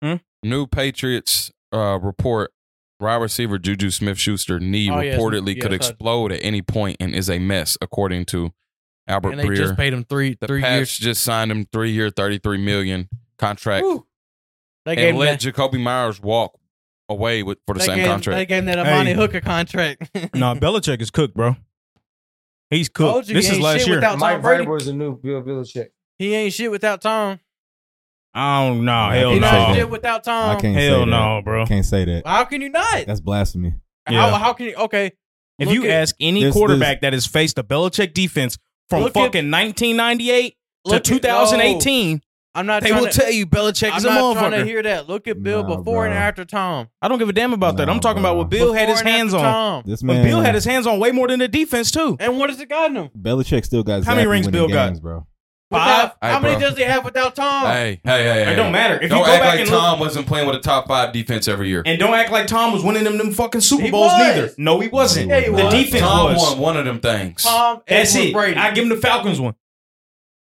Speaker 1: Hmm?
Speaker 3: New Patriots uh, report: Wide receiver Juju Smith-Schuster knee
Speaker 5: Oh, yes.
Speaker 3: reportedly
Speaker 5: Yes,
Speaker 3: could
Speaker 5: I-
Speaker 3: explode at any point and is a mess, according to Albert
Speaker 5: And they
Speaker 3: Breer.
Speaker 5: just paid him three
Speaker 3: the
Speaker 5: three
Speaker 3: Pats
Speaker 5: years.
Speaker 3: just signed him three-year, thirty-three million contract,
Speaker 5: Woo. They gave
Speaker 3: and
Speaker 5: him
Speaker 3: let
Speaker 5: that,
Speaker 3: Jacoby Myers walk away with for the
Speaker 5: they
Speaker 3: same
Speaker 5: gave, They
Speaker 3: contract.
Speaker 5: gave him that
Speaker 1: Hey.
Speaker 5: Amani Hooker contract.
Speaker 1: No, Belichick is cooked, bro. He's
Speaker 5: Told
Speaker 1: cooked.
Speaker 5: you
Speaker 1: This
Speaker 5: he
Speaker 1: is
Speaker 5: ain't
Speaker 1: last
Speaker 5: shit
Speaker 1: year.
Speaker 5: without Tom
Speaker 2: Mike
Speaker 5: Brady.
Speaker 2: Vrabel is the new Bill Belichick.
Speaker 5: He ain't shit without Tom.
Speaker 1: I don't know.
Speaker 8: I
Speaker 1: Hell
Speaker 8: can't
Speaker 5: He not
Speaker 8: say
Speaker 1: Oh, no.
Speaker 5: shit without
Speaker 8: I
Speaker 5: Tom.
Speaker 8: can't say
Speaker 1: Hell
Speaker 8: that.
Speaker 1: no, bro.
Speaker 8: Can't say that.
Speaker 5: How can you not?
Speaker 8: That's blasphemy.
Speaker 5: How,
Speaker 1: Yeah.
Speaker 5: how can you? Okay.
Speaker 1: If
Speaker 5: Look
Speaker 1: you
Speaker 5: at-
Speaker 1: ask any
Speaker 8: This-
Speaker 1: quarterback that has faced the Belichick defense from
Speaker 5: Look at-
Speaker 1: fucking 1998 to
Speaker 5: look at- oh,
Speaker 1: 2018,
Speaker 5: I'm not.
Speaker 1: they
Speaker 5: trying
Speaker 1: will
Speaker 5: to,
Speaker 1: tell you Belichick
Speaker 5: I'm
Speaker 1: is a
Speaker 5: not trying to
Speaker 1: motherfucker.
Speaker 5: hear that. Look at Bill
Speaker 8: Nah,
Speaker 5: before and
Speaker 8: bro.
Speaker 5: after Tom.
Speaker 1: I don't give a damn about that.
Speaker 8: Nah,
Speaker 1: I'm talking about
Speaker 8: bro.
Speaker 1: what Bill had
Speaker 5: Before
Speaker 1: his
Speaker 5: and
Speaker 1: hands
Speaker 5: after
Speaker 1: on.
Speaker 5: Tom.
Speaker 8: This
Speaker 1: But
Speaker 8: man.
Speaker 1: Bill had his hands on way more than the defense too.
Speaker 5: And what has it gotten him?
Speaker 8: Belichick still got.
Speaker 1: How many
Speaker 8: zapped
Speaker 1: rings
Speaker 8: winning
Speaker 1: Bill got?
Speaker 8: games, bro?
Speaker 1: Five.
Speaker 5: Without- how
Speaker 3: Hey,
Speaker 5: many
Speaker 3: bro.
Speaker 5: does he have without Tom?
Speaker 3: Hey, hey, hey, hey!
Speaker 1: It don't matter. If
Speaker 3: Don't
Speaker 1: you go
Speaker 3: act
Speaker 1: back
Speaker 3: like
Speaker 1: and look-
Speaker 3: Tom wasn't playing with a top five defense every year.
Speaker 1: And don't act like Tom was winning them them fucking Super
Speaker 5: He
Speaker 1: Bowls
Speaker 5: was.
Speaker 1: neither. No, he wasn't.
Speaker 5: Yeah, he
Speaker 1: the
Speaker 5: was.
Speaker 1: defense
Speaker 3: Uh, Tom
Speaker 1: was.
Speaker 3: won one of them things.
Speaker 5: Tom. and
Speaker 1: That's
Speaker 5: with
Speaker 1: it.
Speaker 5: Brady.
Speaker 1: I give him the Falcons one.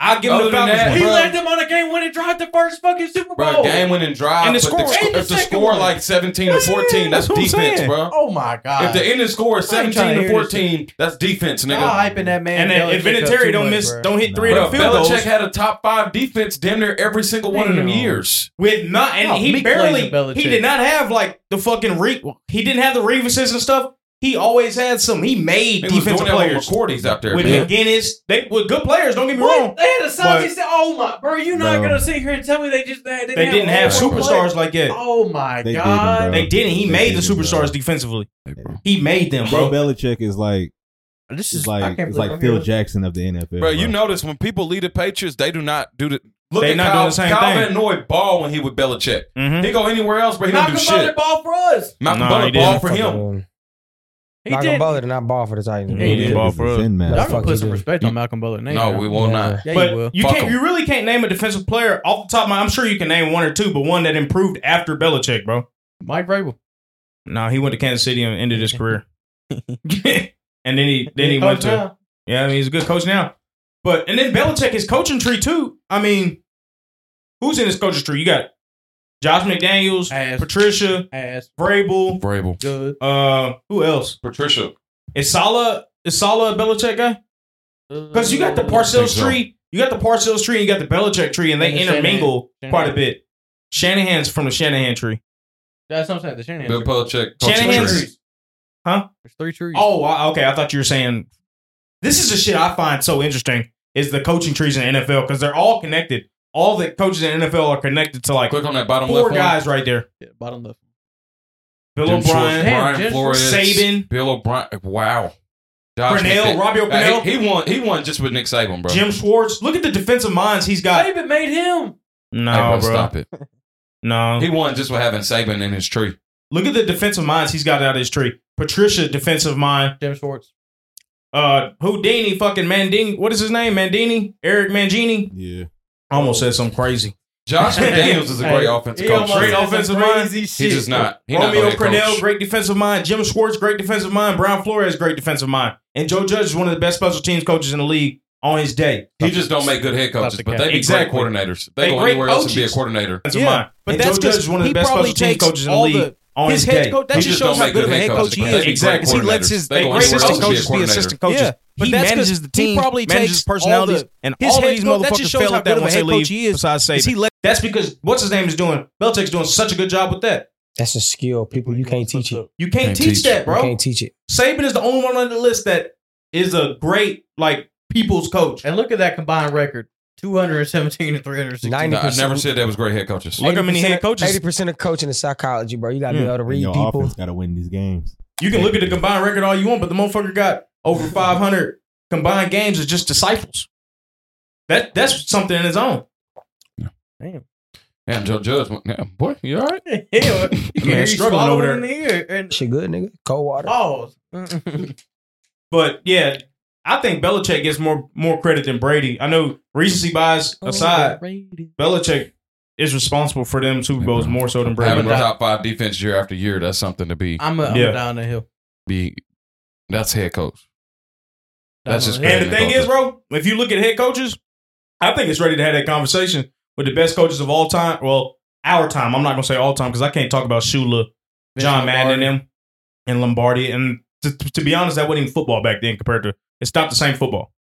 Speaker 1: I give him
Speaker 3: Other
Speaker 1: the
Speaker 3: than
Speaker 1: Falcons
Speaker 3: that,
Speaker 1: one.
Speaker 5: He
Speaker 3: Bro.
Speaker 5: led them on a game winning drive the first fucking Super
Speaker 3: Bro,
Speaker 5: Bowl.
Speaker 3: game winning drive.
Speaker 1: And the
Speaker 3: but
Speaker 1: score-
Speaker 3: sc-
Speaker 1: and
Speaker 5: the
Speaker 3: if the
Speaker 5: second
Speaker 3: score
Speaker 5: one.
Speaker 3: like 17 to
Speaker 1: That's it.
Speaker 3: 14, that's,
Speaker 1: That's what I'm
Speaker 3: defense,
Speaker 1: saying.
Speaker 3: bro.
Speaker 5: Oh my
Speaker 3: If
Speaker 5: god!
Speaker 3: the ending score is
Speaker 5: I ain't
Speaker 3: 17
Speaker 5: trying to
Speaker 3: to
Speaker 5: hear this
Speaker 3: 14, that's defense, nigga.
Speaker 5: Y'all hyping that man.
Speaker 1: And then
Speaker 5: Belichick
Speaker 1: if
Speaker 5: up
Speaker 1: Vinatieri
Speaker 5: too
Speaker 1: don't
Speaker 5: much,
Speaker 1: miss,
Speaker 5: bro.
Speaker 1: don't hit three
Speaker 3: Bro,
Speaker 1: of the field
Speaker 3: Belichick
Speaker 1: goals
Speaker 3: had a top five defense damn near every single one of them
Speaker 5: Damn.
Speaker 3: years.
Speaker 1: with not, and
Speaker 5: Oh,
Speaker 1: he
Speaker 5: Meek
Speaker 1: barely,
Speaker 5: plays with
Speaker 1: he
Speaker 5: Belichick.
Speaker 1: did not have like the fucking re. He didn't have the Reeveses and stuff. He always had some. He made
Speaker 3: He was doing
Speaker 1: defensive
Speaker 3: that with
Speaker 1: players
Speaker 3: McCourty's out there,
Speaker 1: with
Speaker 3: man.
Speaker 1: McGinnis. They were good players. Don't get me
Speaker 5: What?
Speaker 1: wrong.
Speaker 5: They had a
Speaker 1: But-
Speaker 5: solid. He said, "Oh my, bro, you're not
Speaker 8: No.
Speaker 5: gonna sit here and tell me they just they,
Speaker 1: They didn't have
Speaker 5: one more
Speaker 1: superstars
Speaker 5: player."
Speaker 1: like that.
Speaker 5: Oh my
Speaker 8: They
Speaker 5: god!
Speaker 8: didn't,
Speaker 1: They didn't. He
Speaker 8: They
Speaker 1: made the
Speaker 8: didn't, bro.
Speaker 1: superstars defensively. He made them,
Speaker 8: Bill
Speaker 1: bro.
Speaker 8: Belichick is like
Speaker 5: This
Speaker 8: is
Speaker 5: I
Speaker 8: like
Speaker 5: can't
Speaker 8: it's
Speaker 5: believe
Speaker 8: like
Speaker 5: I'm
Speaker 8: Phil
Speaker 5: here.
Speaker 8: Jackson of the NFL.
Speaker 3: Bro, you notice when people lead the Patriots, they do not do the. Look
Speaker 1: They
Speaker 3: at
Speaker 1: not
Speaker 3: Kyle,
Speaker 1: doing the same
Speaker 3: Kyle
Speaker 1: thing.
Speaker 3: Van Noy ball when he with Belichick.
Speaker 1: Mhm.
Speaker 3: He go anywhere else, but he
Speaker 5: Malcolm
Speaker 3: don't do
Speaker 5: Butler
Speaker 3: shit.
Speaker 5: ball for us.
Speaker 3: Malcolm
Speaker 1: Nah, he
Speaker 3: Butler ball
Speaker 1: didn't.
Speaker 3: for him.
Speaker 5: He
Speaker 2: Malcolm
Speaker 5: did.
Speaker 2: Butler did not ball for the Titans.
Speaker 1: He
Speaker 2: bro.
Speaker 1: did. ball for us.
Speaker 8: man.
Speaker 2: Y'all
Speaker 5: Y'all
Speaker 2: Fuck
Speaker 5: gonna
Speaker 2: he
Speaker 5: put some
Speaker 2: did.
Speaker 5: respect on Malcolm Butler. name,
Speaker 3: No,
Speaker 5: bro.
Speaker 3: we will not.
Speaker 5: Yeah, you will.
Speaker 1: But you
Speaker 3: Fuck
Speaker 1: can't.
Speaker 3: 'em.
Speaker 1: You really can't name a defensive player off the top. of my I'm sure you can name one or two, but one that improved after Belichick, bro.
Speaker 5: Mike Vrabel.
Speaker 1: No, he went to Kansas City and ended his career. and then he then he went to yeah. I mean, he's a good coach now. But and then Belichick his coaching tree too. I mean, who's in his coaching tree? You got Josh McDaniels,
Speaker 5: Ass.
Speaker 1: Patricia,
Speaker 5: Ass.
Speaker 1: Vrabel,
Speaker 3: Vrabel.
Speaker 5: Good.
Speaker 1: uh, who else?
Speaker 3: Patricia.
Speaker 1: Is Sala is Sala a Belichick guy? Because you got the
Speaker 3: think
Speaker 1: Parcells
Speaker 3: so.
Speaker 1: tree, you got the Parcells tree, and you got the Belichick tree, and they
Speaker 5: And the
Speaker 1: intermingle
Speaker 5: Shanahan.
Speaker 1: quite a bit. Shanahan's from the Shanahan tree.
Speaker 5: That's what I'm saying. The Shanahan.
Speaker 3: Bill Belichick.
Speaker 1: Shanahan
Speaker 3: Coach
Speaker 1: tree. Huh?
Speaker 5: There's three trees.
Speaker 1: Oh, I- okay. I thought you were saying this is the shit I find so interesting is the coaching trees in the NFL because they're all connected. All the coaches in NFL are connected to like
Speaker 3: Click on that bottom
Speaker 1: four
Speaker 3: left
Speaker 1: guys right there.
Speaker 5: Yeah, bottom left.
Speaker 1: Bill
Speaker 3: Jim Schwartz,
Speaker 1: O'Brien,
Speaker 5: Damn,
Speaker 3: Brian
Speaker 5: Jim-
Speaker 3: Flores,
Speaker 1: Saban.
Speaker 3: Bill O'Brien. Wow. Josh
Speaker 1: Cornell,
Speaker 3: McDaniels.
Speaker 1: Robbie
Speaker 3: Hey,
Speaker 1: O'Connell,
Speaker 3: he, he won. He won just with Nick Saban, bro.
Speaker 1: Jim Schwartz. Look at the defensive minds he's got.
Speaker 5: David made him.
Speaker 1: No,
Speaker 3: Hey, bro,
Speaker 1: bro.
Speaker 3: stop it.
Speaker 1: No.
Speaker 3: He won just for having Saban in his tree.
Speaker 1: Look at the defensive minds he's got out of his tree. Patricia, defensive mind.
Speaker 5: Jim Schwartz.
Speaker 1: Uh, Houdini, fucking Mandini. What is his name? Mandini? Eric Mangini?
Speaker 8: Yeah.
Speaker 1: Almost said something crazy.
Speaker 3: Josh McDaniels is a great offensive
Speaker 5: he
Speaker 3: coach.
Speaker 5: almost
Speaker 1: Great
Speaker 5: said
Speaker 1: offensive
Speaker 5: some crazy shit.
Speaker 3: He's just not. He not
Speaker 1: Romeo
Speaker 3: gonna get
Speaker 1: Cornell,
Speaker 3: coached.
Speaker 1: great defensive mind. Jim Schwartz, great defensive mind. Brown Flores, great defensive mind. And Joe Judge is one of the best special teams coaches in the league on his day.
Speaker 3: He just don't make good head coaches,
Speaker 5: Stop the
Speaker 3: but
Speaker 5: cap.
Speaker 3: they be
Speaker 1: Exactly.
Speaker 3: great coordinators.
Speaker 1: They
Speaker 3: They go
Speaker 1: great
Speaker 3: anywhere else and be a
Speaker 1: coaches.
Speaker 3: coordinator.
Speaker 1: Defensive mind.
Speaker 7: But
Speaker 1: And
Speaker 7: that's
Speaker 1: Joe Judge
Speaker 7: 'cause
Speaker 1: is one of
Speaker 7: he
Speaker 1: the best
Speaker 7: probably
Speaker 1: special teams
Speaker 7: takes
Speaker 1: coaches in the
Speaker 7: all
Speaker 1: league
Speaker 7: the-
Speaker 1: on his,
Speaker 7: his head
Speaker 1: day.
Speaker 7: coach- that
Speaker 1: He
Speaker 3: He
Speaker 7: just
Speaker 3: just
Speaker 7: shows
Speaker 3: don't
Speaker 7: how
Speaker 3: make
Speaker 7: good
Speaker 3: good
Speaker 7: of a
Speaker 3: head
Speaker 7: head
Speaker 3: coaches.
Speaker 7: coach he
Speaker 3: but they
Speaker 7: is.
Speaker 3: be great
Speaker 1: Exactly. He
Speaker 7: lets
Speaker 3: coordinators.
Speaker 7: his-
Speaker 3: They go
Speaker 7: great
Speaker 3: anywhere
Speaker 7: assistant
Speaker 3: else and be a
Speaker 7: coaches be
Speaker 3: coordinator.
Speaker 1: assistant coaches.
Speaker 7: Yeah, but
Speaker 1: he
Speaker 7: that's 'cause
Speaker 1: manages the team.
Speaker 7: he probably
Speaker 1: manages
Speaker 7: takes all
Speaker 1: personalities,
Speaker 7: the-
Speaker 1: and
Speaker 7: his
Speaker 1: all of
Speaker 7: head
Speaker 1: these
Speaker 7: coach- that
Speaker 1: motherfuckers
Speaker 7: just shows
Speaker 1: fell
Speaker 7: how
Speaker 1: out that
Speaker 7: good of a
Speaker 1: once they
Speaker 7: head coach
Speaker 1: leave.
Speaker 7: he is.
Speaker 1: Besides
Speaker 7: Is he
Speaker 1: Saban,
Speaker 7: let-
Speaker 1: that's because what's his name is doing. Belichick's doing such a good job with that.
Speaker 2: That's a skill, people. You can't teach it.
Speaker 1: You can't,
Speaker 3: Can't
Speaker 1: teach,
Speaker 3: teach.
Speaker 1: that,
Speaker 2: You
Speaker 1: bro.
Speaker 2: can't teach it.
Speaker 1: Saban is the only one on the list that is a great like people's coach.
Speaker 5: And look at that combined record: two hundred and seventeen and three hundred sixteen.
Speaker 3: No, I
Speaker 2: 90%.
Speaker 3: never said that was great head coaches.
Speaker 1: Look how many head coaches-
Speaker 2: Eighty percent of coaching is psychology, bro. You gotta
Speaker 1: Yeah.
Speaker 2: be able to
Speaker 8: And
Speaker 2: read
Speaker 8: your
Speaker 2: people.
Speaker 8: offense got to win these games.
Speaker 1: You can look at the combined record all you want, but the motherfucker got over
Speaker 5: Mm-hmm.
Speaker 1: 500 combined games as just disciples. That that's something in its own.
Speaker 3: Damn, Joe Judge. yeah, boy, you all right?
Speaker 1: Man, struggling over there.
Speaker 5: In the air and
Speaker 2: Shit, good nigga. Cold water.
Speaker 5: balls.
Speaker 1: But yeah, I think Belichick gets more more credit than Brady. I know recency bias
Speaker 5: Oh,
Speaker 1: aside, Belichick is responsible for them Super Bowls more so than
Speaker 3: Having
Speaker 1: Brady.
Speaker 3: a top five defense year after year, that's something to be
Speaker 5: I'm, a, I'm
Speaker 1: Yeah.
Speaker 5: a down the hill.
Speaker 3: be. That's head coach.
Speaker 5: Down
Speaker 3: That's
Speaker 5: the
Speaker 3: just
Speaker 5: hill.
Speaker 1: And the thing is, bro, if you look at head coaches, I think it's ready to have that conversation with the best coaches of all time. Well, our time. I'm not gonna say all time because I can't talk about Shula, John Madden, and them, and Lombardi. And to, to be honest, that wasn't even football back then compared to it's not the same football.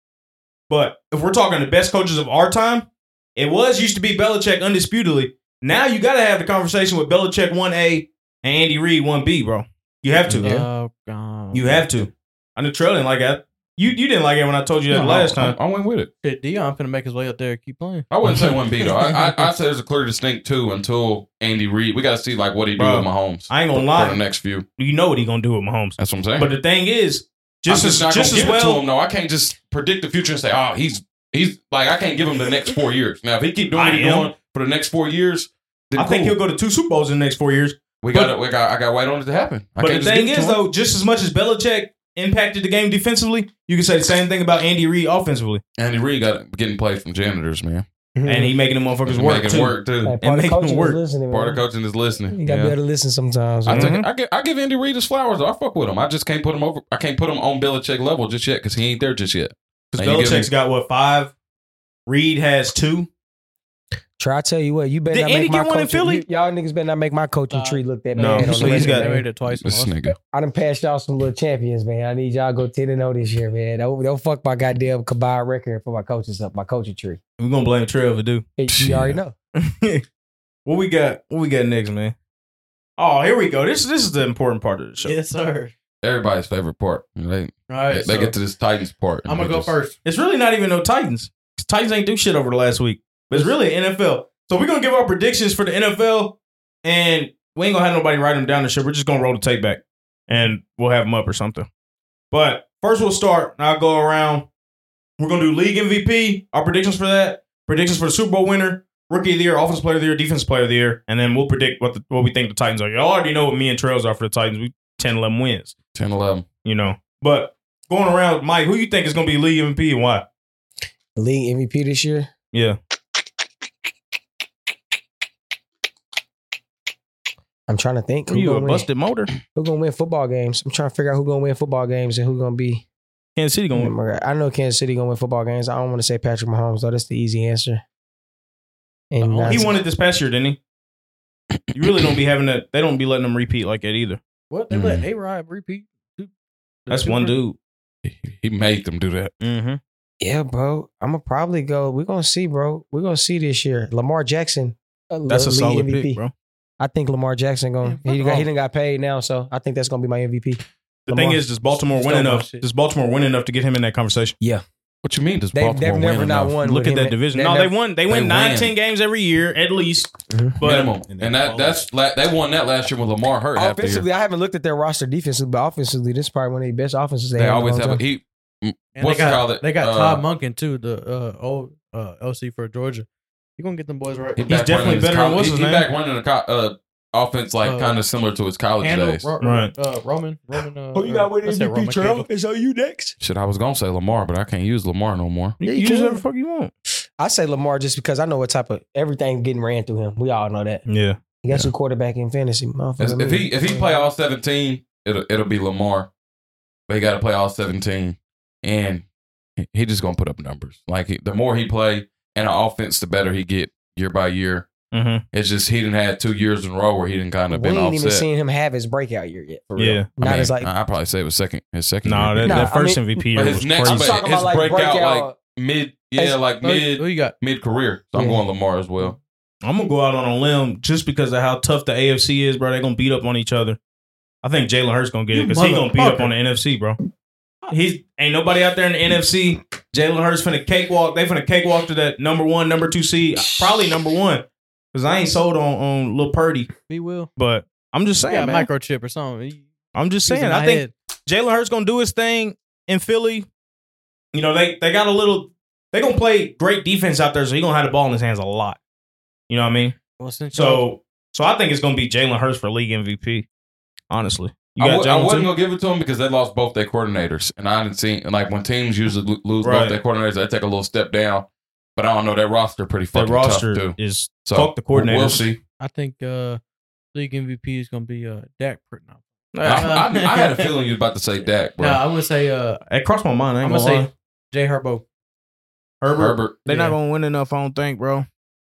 Speaker 1: But if we're talking the best coaches of our time, it was used to be Belichick undisputedly. Now you got to have the conversation with Belichick one A and Andy Reid one B, bro. You have to.
Speaker 5: Oh god.
Speaker 1: You have to. I know Trail didn't like that. You you didn't like it when I told you that
Speaker 3: No,
Speaker 1: last
Speaker 3: I-
Speaker 1: time.
Speaker 3: I went with it.
Speaker 5: Shit, Dion finna make his way up there. and Keep playing.
Speaker 3: I wouldn't say one B though. I, I I say there's a clear distinct two until Andy Reid. We got to see like what he do
Speaker 1: Bro,
Speaker 3: with Mahomes.
Speaker 1: I ain't gonna
Speaker 3: for-
Speaker 1: lie.
Speaker 3: For the next few,
Speaker 1: you know what he gonna do with Mahomes.
Speaker 3: that's what I'm saying.
Speaker 1: But the thing is, just
Speaker 3: I'm
Speaker 1: as
Speaker 3: not
Speaker 1: just,
Speaker 3: gonna
Speaker 1: as
Speaker 3: give it to
Speaker 1: well,
Speaker 3: him. No, I can't just predict the future and say, oh, he's he's like I can't give him the next four years. Now if he keep doing
Speaker 1: I
Speaker 3: what he's
Speaker 1: am.
Speaker 3: doing for the next four years, then
Speaker 1: I think
Speaker 3: cool.
Speaker 1: he'll go to two Super Bowls in the next four years.
Speaker 3: We
Speaker 1: but-
Speaker 3: got it. We got. I got to wait on it to happen. I
Speaker 1: But
Speaker 3: can't
Speaker 1: the
Speaker 3: just
Speaker 1: thing
Speaker 3: give it to
Speaker 1: is,
Speaker 3: him.
Speaker 1: though, just as much as Belichick impacted the game defensively, you can say the same thing about Andy Reid offensively,
Speaker 3: Andy Reid got getting played from janitors, man.
Speaker 1: and he making them motherfuckers
Speaker 3: Making
Speaker 1: work too.
Speaker 3: work too.
Speaker 2: Mm-hmm. Hey, part
Speaker 1: make
Speaker 2: of
Speaker 1: them
Speaker 2: coaching
Speaker 1: work.
Speaker 2: is listening.
Speaker 3: Part of
Speaker 2: man.
Speaker 3: coaching is listening.
Speaker 2: You gotta be
Speaker 3: Yeah.
Speaker 2: able to listen sometimes.
Speaker 3: I,
Speaker 2: man.
Speaker 3: take, I, give, I give Andy Reid his flowers. I fuck with him. I just can't put him over. I can't put him on Belichick level just yet because he ain't there just yet.
Speaker 1: Because
Speaker 3: And you give
Speaker 1: Belichick's
Speaker 3: him-
Speaker 1: got what five, Reid has two.
Speaker 2: Try I tell you what, you better
Speaker 1: Did
Speaker 2: not
Speaker 1: Andy
Speaker 2: make my
Speaker 1: get one in
Speaker 2: coaching.
Speaker 1: Philly?
Speaker 2: you- y'all niggas better not make my coaching
Speaker 5: Nah.
Speaker 2: tree look that
Speaker 1: No,
Speaker 2: bad. on
Speaker 1: so
Speaker 2: the
Speaker 1: he's
Speaker 2: resume,
Speaker 1: got-
Speaker 5: they
Speaker 2: man.
Speaker 5: made it twice.
Speaker 3: This
Speaker 5: and lost.
Speaker 3: nigga.
Speaker 2: I done passed y'all some little champions, man. I need y'all to go 10 and 0 this year, man. Don't, don't fuck my goddamn combined record for my coaches up, my coaching tree.
Speaker 1: We're gonna blame Trail for do.
Speaker 2: Hey, You already
Speaker 3: Yeah.
Speaker 2: know.
Speaker 1: What we got? What we got next, man? Oh, here we go. This this is the important part of the show.
Speaker 5: Yes, sir.
Speaker 3: Everybody's favorite part. They,
Speaker 5: All right.
Speaker 3: they,
Speaker 5: so,
Speaker 3: get to this Titans part.
Speaker 5: I'm gonna go first.
Speaker 1: It's really not even no Titans. 'Cause Titans ain't do shit over the last week. But it's really NFL. So we're gonna give our predictions for the NFL, and we ain't gonna have nobody write them down and shit. We're just gonna roll the tape back, and we'll have them up or something. But first, we'll start. And I'll go around. We're gonna do league MVP, our predictions for that, predictions for the Super Bowl winner, rookie of the year, offense player of the year, defense player of the year, and then we'll predict what the, what we think the Titans are. Y'all already know what me and Trails are for the Titans. We 10, 11 wins,
Speaker 3: 10 11.
Speaker 1: you know. But going around, Mike, who you think is gonna be league MVP and why?
Speaker 2: League MVP this year.
Speaker 1: Yeah.
Speaker 2: I'm trying to think. Who
Speaker 1: you a
Speaker 2: gonna, win?
Speaker 1: busted motor?
Speaker 2: who gonna win football games? I'm trying to figure out who gonna win football games and who gonna be.
Speaker 1: Kansas City gonna win.
Speaker 2: I know Kansas City gonna win football games. I don't want to say Patrick Mahomes though. That's the easy answer. And
Speaker 1: Oh, He
Speaker 2: not-
Speaker 1: won it this past year, didn't he? You really don't be having that. They don't be letting them repeat like that either.
Speaker 5: What they
Speaker 3: Mm.
Speaker 5: let A Rod repeat? Two- the
Speaker 1: That's
Speaker 5: two
Speaker 1: one
Speaker 5: first-
Speaker 1: dude.
Speaker 3: He- He made them do that.
Speaker 1: Mm-hmm.
Speaker 2: Yeah, bro. I'm gonna probably go. We're gonna see, bro. We're gonna see this year. Lamar Jackson. uh,
Speaker 1: That's a
Speaker 2: lead
Speaker 1: solid
Speaker 2: MVP.
Speaker 1: pick, bro.
Speaker 2: I think Lamar Jackson going.
Speaker 5: Yeah,
Speaker 2: he
Speaker 5: fuck
Speaker 2: got, he
Speaker 5: off.
Speaker 2: didn't got paid now, so I think that's gonna be my MVP.
Speaker 1: The
Speaker 2: Lamar.
Speaker 1: thing is, does Baltimore
Speaker 5: Still
Speaker 1: win enough?
Speaker 5: bullshit.
Speaker 1: Does Baltimore win enough to get him in that conversation?
Speaker 3: What you mean? Does
Speaker 2: They,
Speaker 3: Baltimore
Speaker 2: they've never
Speaker 3: win
Speaker 2: not
Speaker 3: enough?
Speaker 2: won.
Speaker 1: Look
Speaker 2: with
Speaker 1: at
Speaker 2: him
Speaker 1: that
Speaker 2: in-
Speaker 1: division.
Speaker 2: they
Speaker 1: No,
Speaker 2: never-
Speaker 1: they won. They
Speaker 3: they
Speaker 1: win nine,
Speaker 3: win.
Speaker 1: ten games every year at least.
Speaker 2: Mhm.
Speaker 1: But
Speaker 3: Minimum, and,
Speaker 8: And they
Speaker 3: that
Speaker 8: fall
Speaker 3: that's la- they won that last year when Lamar hurt. half the year.
Speaker 2: Offensively, I haven't looked at their roster defensively, but offensively, this is probably one of the best offenses they,
Speaker 3: they
Speaker 2: have in a
Speaker 3: always
Speaker 2: long
Speaker 3: have a,
Speaker 2: time.
Speaker 3: he
Speaker 5: And
Speaker 3: What's
Speaker 5: they
Speaker 3: it
Speaker 5: got,
Speaker 3: called?
Speaker 5: They got
Speaker 3: Uh,
Speaker 5: Todd Munkin too, the uh, old uh, LC for Georgia. You gonna get them boys right?
Speaker 3: he back
Speaker 1: definitely
Speaker 3: running his
Speaker 1: better than
Speaker 3: college-
Speaker 1: what's
Speaker 3: he,
Speaker 1: his
Speaker 3: he
Speaker 1: name?
Speaker 3: back running a co- uh, offense like
Speaker 5: Uh,
Speaker 3: kind of similar to his college
Speaker 5: Handle,
Speaker 3: days.
Speaker 5: Ro-
Speaker 1: Right.
Speaker 5: uh, Roman. Roman.
Speaker 2: Oh,
Speaker 5: Uh, uh, I said Roman
Speaker 2: MVP, Terrell.
Speaker 5: Candle.
Speaker 2: It's on you next.
Speaker 3: Shit, I was gonna say Lamar, but I can't use Lamar no more.
Speaker 1: You,
Speaker 2: Yeah,
Speaker 1: you
Speaker 2: you
Speaker 1: use
Speaker 2: can.
Speaker 1: whatever fuck you want.
Speaker 2: I say Lamar just because I know what type of everything getting ran through him. We all know that.
Speaker 1: Yeah,
Speaker 2: Guess who quarterback in fantasy? motherfucker.
Speaker 3: As- if he if he play all seventeen, it'll it'll be Lamar. But he got to play all seventeen, and he- he just gonna put up numbers. Like he- the more he play and an offense, the better he get year by year.
Speaker 1: mm-hmm.
Speaker 3: It's just he didn't had two years in a row where he didn't kind of
Speaker 2: we
Speaker 3: been
Speaker 2: ain't even
Speaker 3: offset.
Speaker 2: seen him have his breakout year yet. For real.
Speaker 1: yeah.
Speaker 3: I
Speaker 2: Not
Speaker 3: mean,
Speaker 2: as like.
Speaker 3: I I'd probably say it was second. His second.
Speaker 1: No,
Speaker 3: year.
Speaker 1: that,
Speaker 2: Nah,
Speaker 1: that
Speaker 2: I
Speaker 1: first
Speaker 2: mean-
Speaker 1: MVP year
Speaker 3: But his
Speaker 1: was
Speaker 3: next-
Speaker 2: I'm
Speaker 1: crazy.
Speaker 3: but-
Speaker 2: talking
Speaker 3: his
Speaker 2: about like
Speaker 3: breakout,
Speaker 2: breakout.
Speaker 3: like- mid, yeah,
Speaker 2: As-
Speaker 3: like
Speaker 5: Who you-
Speaker 3: mid
Speaker 5: Who you got?
Speaker 3: mid career. So I'm
Speaker 2: Yeah.
Speaker 3: going Lamar as well.
Speaker 1: I'm gonna go out on a limb just because of how tough the AFC is, bro. They're gonna beat up on each other. I think Jalen Hurts gonna get it
Speaker 5: You
Speaker 1: because he's gonna beat up
Speaker 5: motherfucker.
Speaker 1: on the NFC, bro. He's ain't nobody out there in the NFC. Jalen Hurts finna cakewalk. They finna cakewalk to that number one, number two seed, probably number one. Because I ain't sold on on Lil Purdy,
Speaker 5: Me will.
Speaker 1: but I'm just saying,
Speaker 5: Yeah,
Speaker 1: man.
Speaker 5: microchip or something. He-
Speaker 1: I'm just
Speaker 5: he's
Speaker 1: saying.
Speaker 5: in
Speaker 1: I
Speaker 5: my
Speaker 1: think
Speaker 5: head.
Speaker 1: Jalen Hurts gonna do his thing in Philly. You know, they they got a little they gonna play great defense out there, so he gonna have the ball in his hands a lot. You know what I mean?
Speaker 5: Well, since y'all-
Speaker 1: So so I think it's gonna be Jalen Hurts for league MVP. Honestly. You
Speaker 3: I,
Speaker 1: got
Speaker 3: w- I
Speaker 1: Jalen
Speaker 3: wasn't
Speaker 1: too?
Speaker 3: gonna give it to him because they lost both their coordinators, and I didn't see like when teams usually lo- lose
Speaker 1: Right.
Speaker 3: both their coordinators, they take a little step down. But I don't know that roster pretty
Speaker 1: The
Speaker 3: fucking tough
Speaker 1: roster
Speaker 3: too.
Speaker 1: is
Speaker 3: So
Speaker 1: fuck the coordinators.
Speaker 3: We'll see.
Speaker 5: I think uh, league MVP is gonna be uh, Dak. Pr- No,
Speaker 3: I, I- I had a feeling you was about to say Dak, bro.
Speaker 5: no, I'm gonna say uh,
Speaker 1: it crossed my mind. I
Speaker 5: I'm
Speaker 1: ain't
Speaker 5: gonna
Speaker 1: gonna
Speaker 5: say
Speaker 1: lie.
Speaker 5: Jay Herbo.
Speaker 1: Herbert.
Speaker 3: Herbert.
Speaker 1: They're
Speaker 5: Yeah.
Speaker 1: not gonna win enough, I don't think, bro.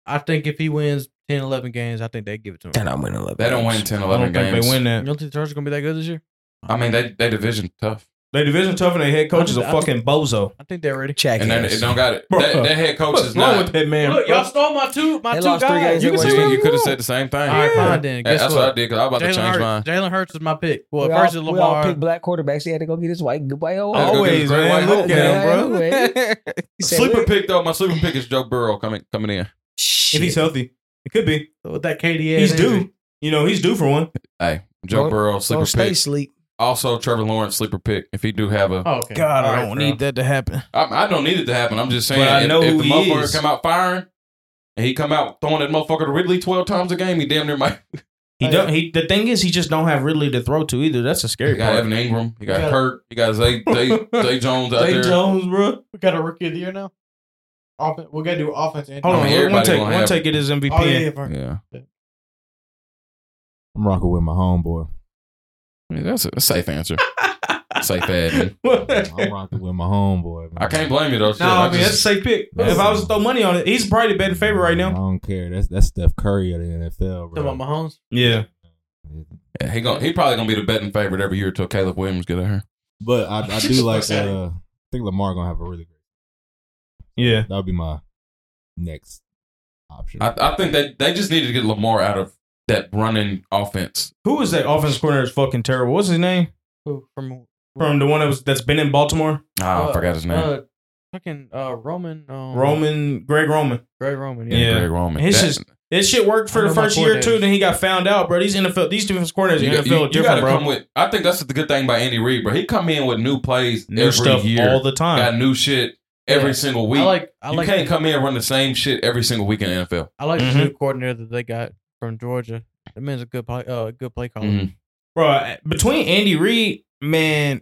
Speaker 5: I think if he wins 10, 11 games, I think they give it to him.
Speaker 2: They're not winning eleven.
Speaker 3: They don't win 10,
Speaker 1: I don't
Speaker 3: 11
Speaker 1: think
Speaker 3: games.
Speaker 1: they win
Speaker 5: You
Speaker 1: that.
Speaker 5: don't think the Chargers gonna be that good this year?
Speaker 3: I mean, they they division tough,
Speaker 1: Their division tough and their head coach is a
Speaker 5: I don't-
Speaker 1: fucking bozo.
Speaker 5: I think they're ready.
Speaker 2: Check
Speaker 3: and they,
Speaker 2: it.
Speaker 3: they don't got it.
Speaker 1: Bro,
Speaker 3: That, that head coach is
Speaker 1: What's wrong with
Speaker 3: not.
Speaker 1: that man?
Speaker 5: Look,
Speaker 1: bro?
Speaker 5: y'all stole my two, my
Speaker 2: They
Speaker 5: two
Speaker 2: lost three
Speaker 5: guys.
Speaker 2: games
Speaker 5: You
Speaker 2: in one
Speaker 5: can say
Speaker 2: year.
Speaker 3: You,
Speaker 5: whatever
Speaker 3: you
Speaker 5: you
Speaker 3: could have
Speaker 5: want.
Speaker 3: said the same thing.
Speaker 5: All right, fine then.
Speaker 3: That-
Speaker 5: Guess
Speaker 3: That's what? I
Speaker 5: what?
Speaker 3: did because I was about to
Speaker 5: Jalen
Speaker 3: change mine.
Speaker 5: Hurts. Jalen Hurts is my pick. Well,
Speaker 2: we
Speaker 5: first
Speaker 2: all,
Speaker 5: is
Speaker 2: we all
Speaker 5: Lamar.
Speaker 2: pick black quarterbacks. He had to go get his white goodbye old.
Speaker 3: That's good.
Speaker 1: Always,
Speaker 3: Great
Speaker 1: man.
Speaker 3: white
Speaker 1: Look
Speaker 3: hope,
Speaker 1: at him, bro.
Speaker 2: man. He said,
Speaker 3: Sleeper
Speaker 2: "Look,
Speaker 3: pick though. My sleeper pick is Joe Burrow coming coming in.
Speaker 1: If he's
Speaker 2: shit."
Speaker 1: healthy, it could be.
Speaker 5: with that KDA.
Speaker 1: he's due. You know, he's due for one.
Speaker 3: Hey, Joe
Speaker 2: Don't-
Speaker 3: Burrow
Speaker 2: Don't
Speaker 3: sleeper
Speaker 2: stay
Speaker 3: pick.
Speaker 2: sleep.
Speaker 3: Also, Trevor Lawrence sleeper pick. If he do have a,
Speaker 5: Oh, okay. All right, bro.
Speaker 1: that to happen.
Speaker 3: I, I don't need it to happen. I'm just saying.
Speaker 1: But I
Speaker 3: if,
Speaker 1: know
Speaker 3: if
Speaker 1: who
Speaker 3: the
Speaker 1: he
Speaker 3: motherfucker
Speaker 1: is.
Speaker 3: come out firing and he come out throwing that motherfucker to Ridley twelve times a game, he damn near might.
Speaker 1: He
Speaker 5: Oh,
Speaker 1: don't. He the thing is, he just don't have Ridley to throw to either. That's a
Speaker 3: He
Speaker 1: scary
Speaker 3: got
Speaker 1: part.
Speaker 3: Evan Ingram. He
Speaker 5: You
Speaker 3: got
Speaker 5: got-
Speaker 3: Kurt. He got Zay Zay, Zay Jones out there.
Speaker 1: Zay Jones, bro.
Speaker 5: We got a rookie of the year now. Offen- we got to do offense. And
Speaker 1: Hold
Speaker 3: I mean,
Speaker 1: on,
Speaker 3: everybody
Speaker 1: one take.
Speaker 3: gonna
Speaker 1: One
Speaker 3: have-
Speaker 1: take. It is MVP.
Speaker 5: Oh, yeah, for-
Speaker 3: Yeah,
Speaker 8: I'm rocking with my homeboy.
Speaker 3: I mean, that's a, a safe answer. safe ad. man.
Speaker 8: I'm rocking with my homeboy. Man.
Speaker 3: I can't blame you though. Shit,
Speaker 1: No, I mean
Speaker 3: just-
Speaker 1: that's a safe pick.
Speaker 8: Yeah.
Speaker 1: If I was to throw money on it, he's probably the better favorite right
Speaker 8: I
Speaker 1: now.
Speaker 8: don't care. That's that's Steph Curry of the NFL,
Speaker 5: Talking about
Speaker 8: bro.
Speaker 5: Mahomes.
Speaker 1: Yeah,
Speaker 3: yeah, he going he probably gonna be the betting favorite every year until Caleb Williams get out here.
Speaker 8: But I, I do like. Uh, I think Lamar gonna have a really great.
Speaker 1: yeah.
Speaker 8: That would be my next option.
Speaker 3: I, I think they they just needed to get Lamar out of that running offense.
Speaker 1: Who was that offense coordinator? Is fucking terrible. What's his name
Speaker 5: Who? From
Speaker 1: from the one that was that's been in Baltimore?
Speaker 3: Ah, I
Speaker 5: Uh,
Speaker 3: forgot his name.
Speaker 5: uh, fucking uh, Roman. Um,
Speaker 1: Roman, Greg Roman.
Speaker 5: Greg Roman.
Speaker 1: yeah.
Speaker 3: Greg Roman.
Speaker 1: His
Speaker 3: That-
Speaker 1: just- This shit worked
Speaker 5: I
Speaker 1: for the
Speaker 5: know my
Speaker 1: first year or two.
Speaker 5: coordinators.
Speaker 1: Then he got found out, bro. These NFL, these defense coordinators in
Speaker 3: You,
Speaker 1: the
Speaker 3: got-
Speaker 1: NFL are
Speaker 3: you, you gotta
Speaker 1: different, bro.
Speaker 3: come with. I think that's the good thing about Andy Reid, bro. He come in with new plays
Speaker 1: New
Speaker 3: every
Speaker 1: stuff
Speaker 3: year.
Speaker 1: all the time.
Speaker 3: got new shit every
Speaker 5: Yeah.
Speaker 3: single week.
Speaker 5: I like. I
Speaker 3: you
Speaker 5: like.
Speaker 3: can't
Speaker 5: the-
Speaker 3: come in and run the same shit every single week in the NFL.
Speaker 5: I like
Speaker 8: Mm-hmm.
Speaker 1: Mhm.
Speaker 5: the new coordinator that they got from Georgia. That man's a good play. Uh, good play caller.
Speaker 3: Mhm.
Speaker 1: bro. eh, Between Andy Reid, man,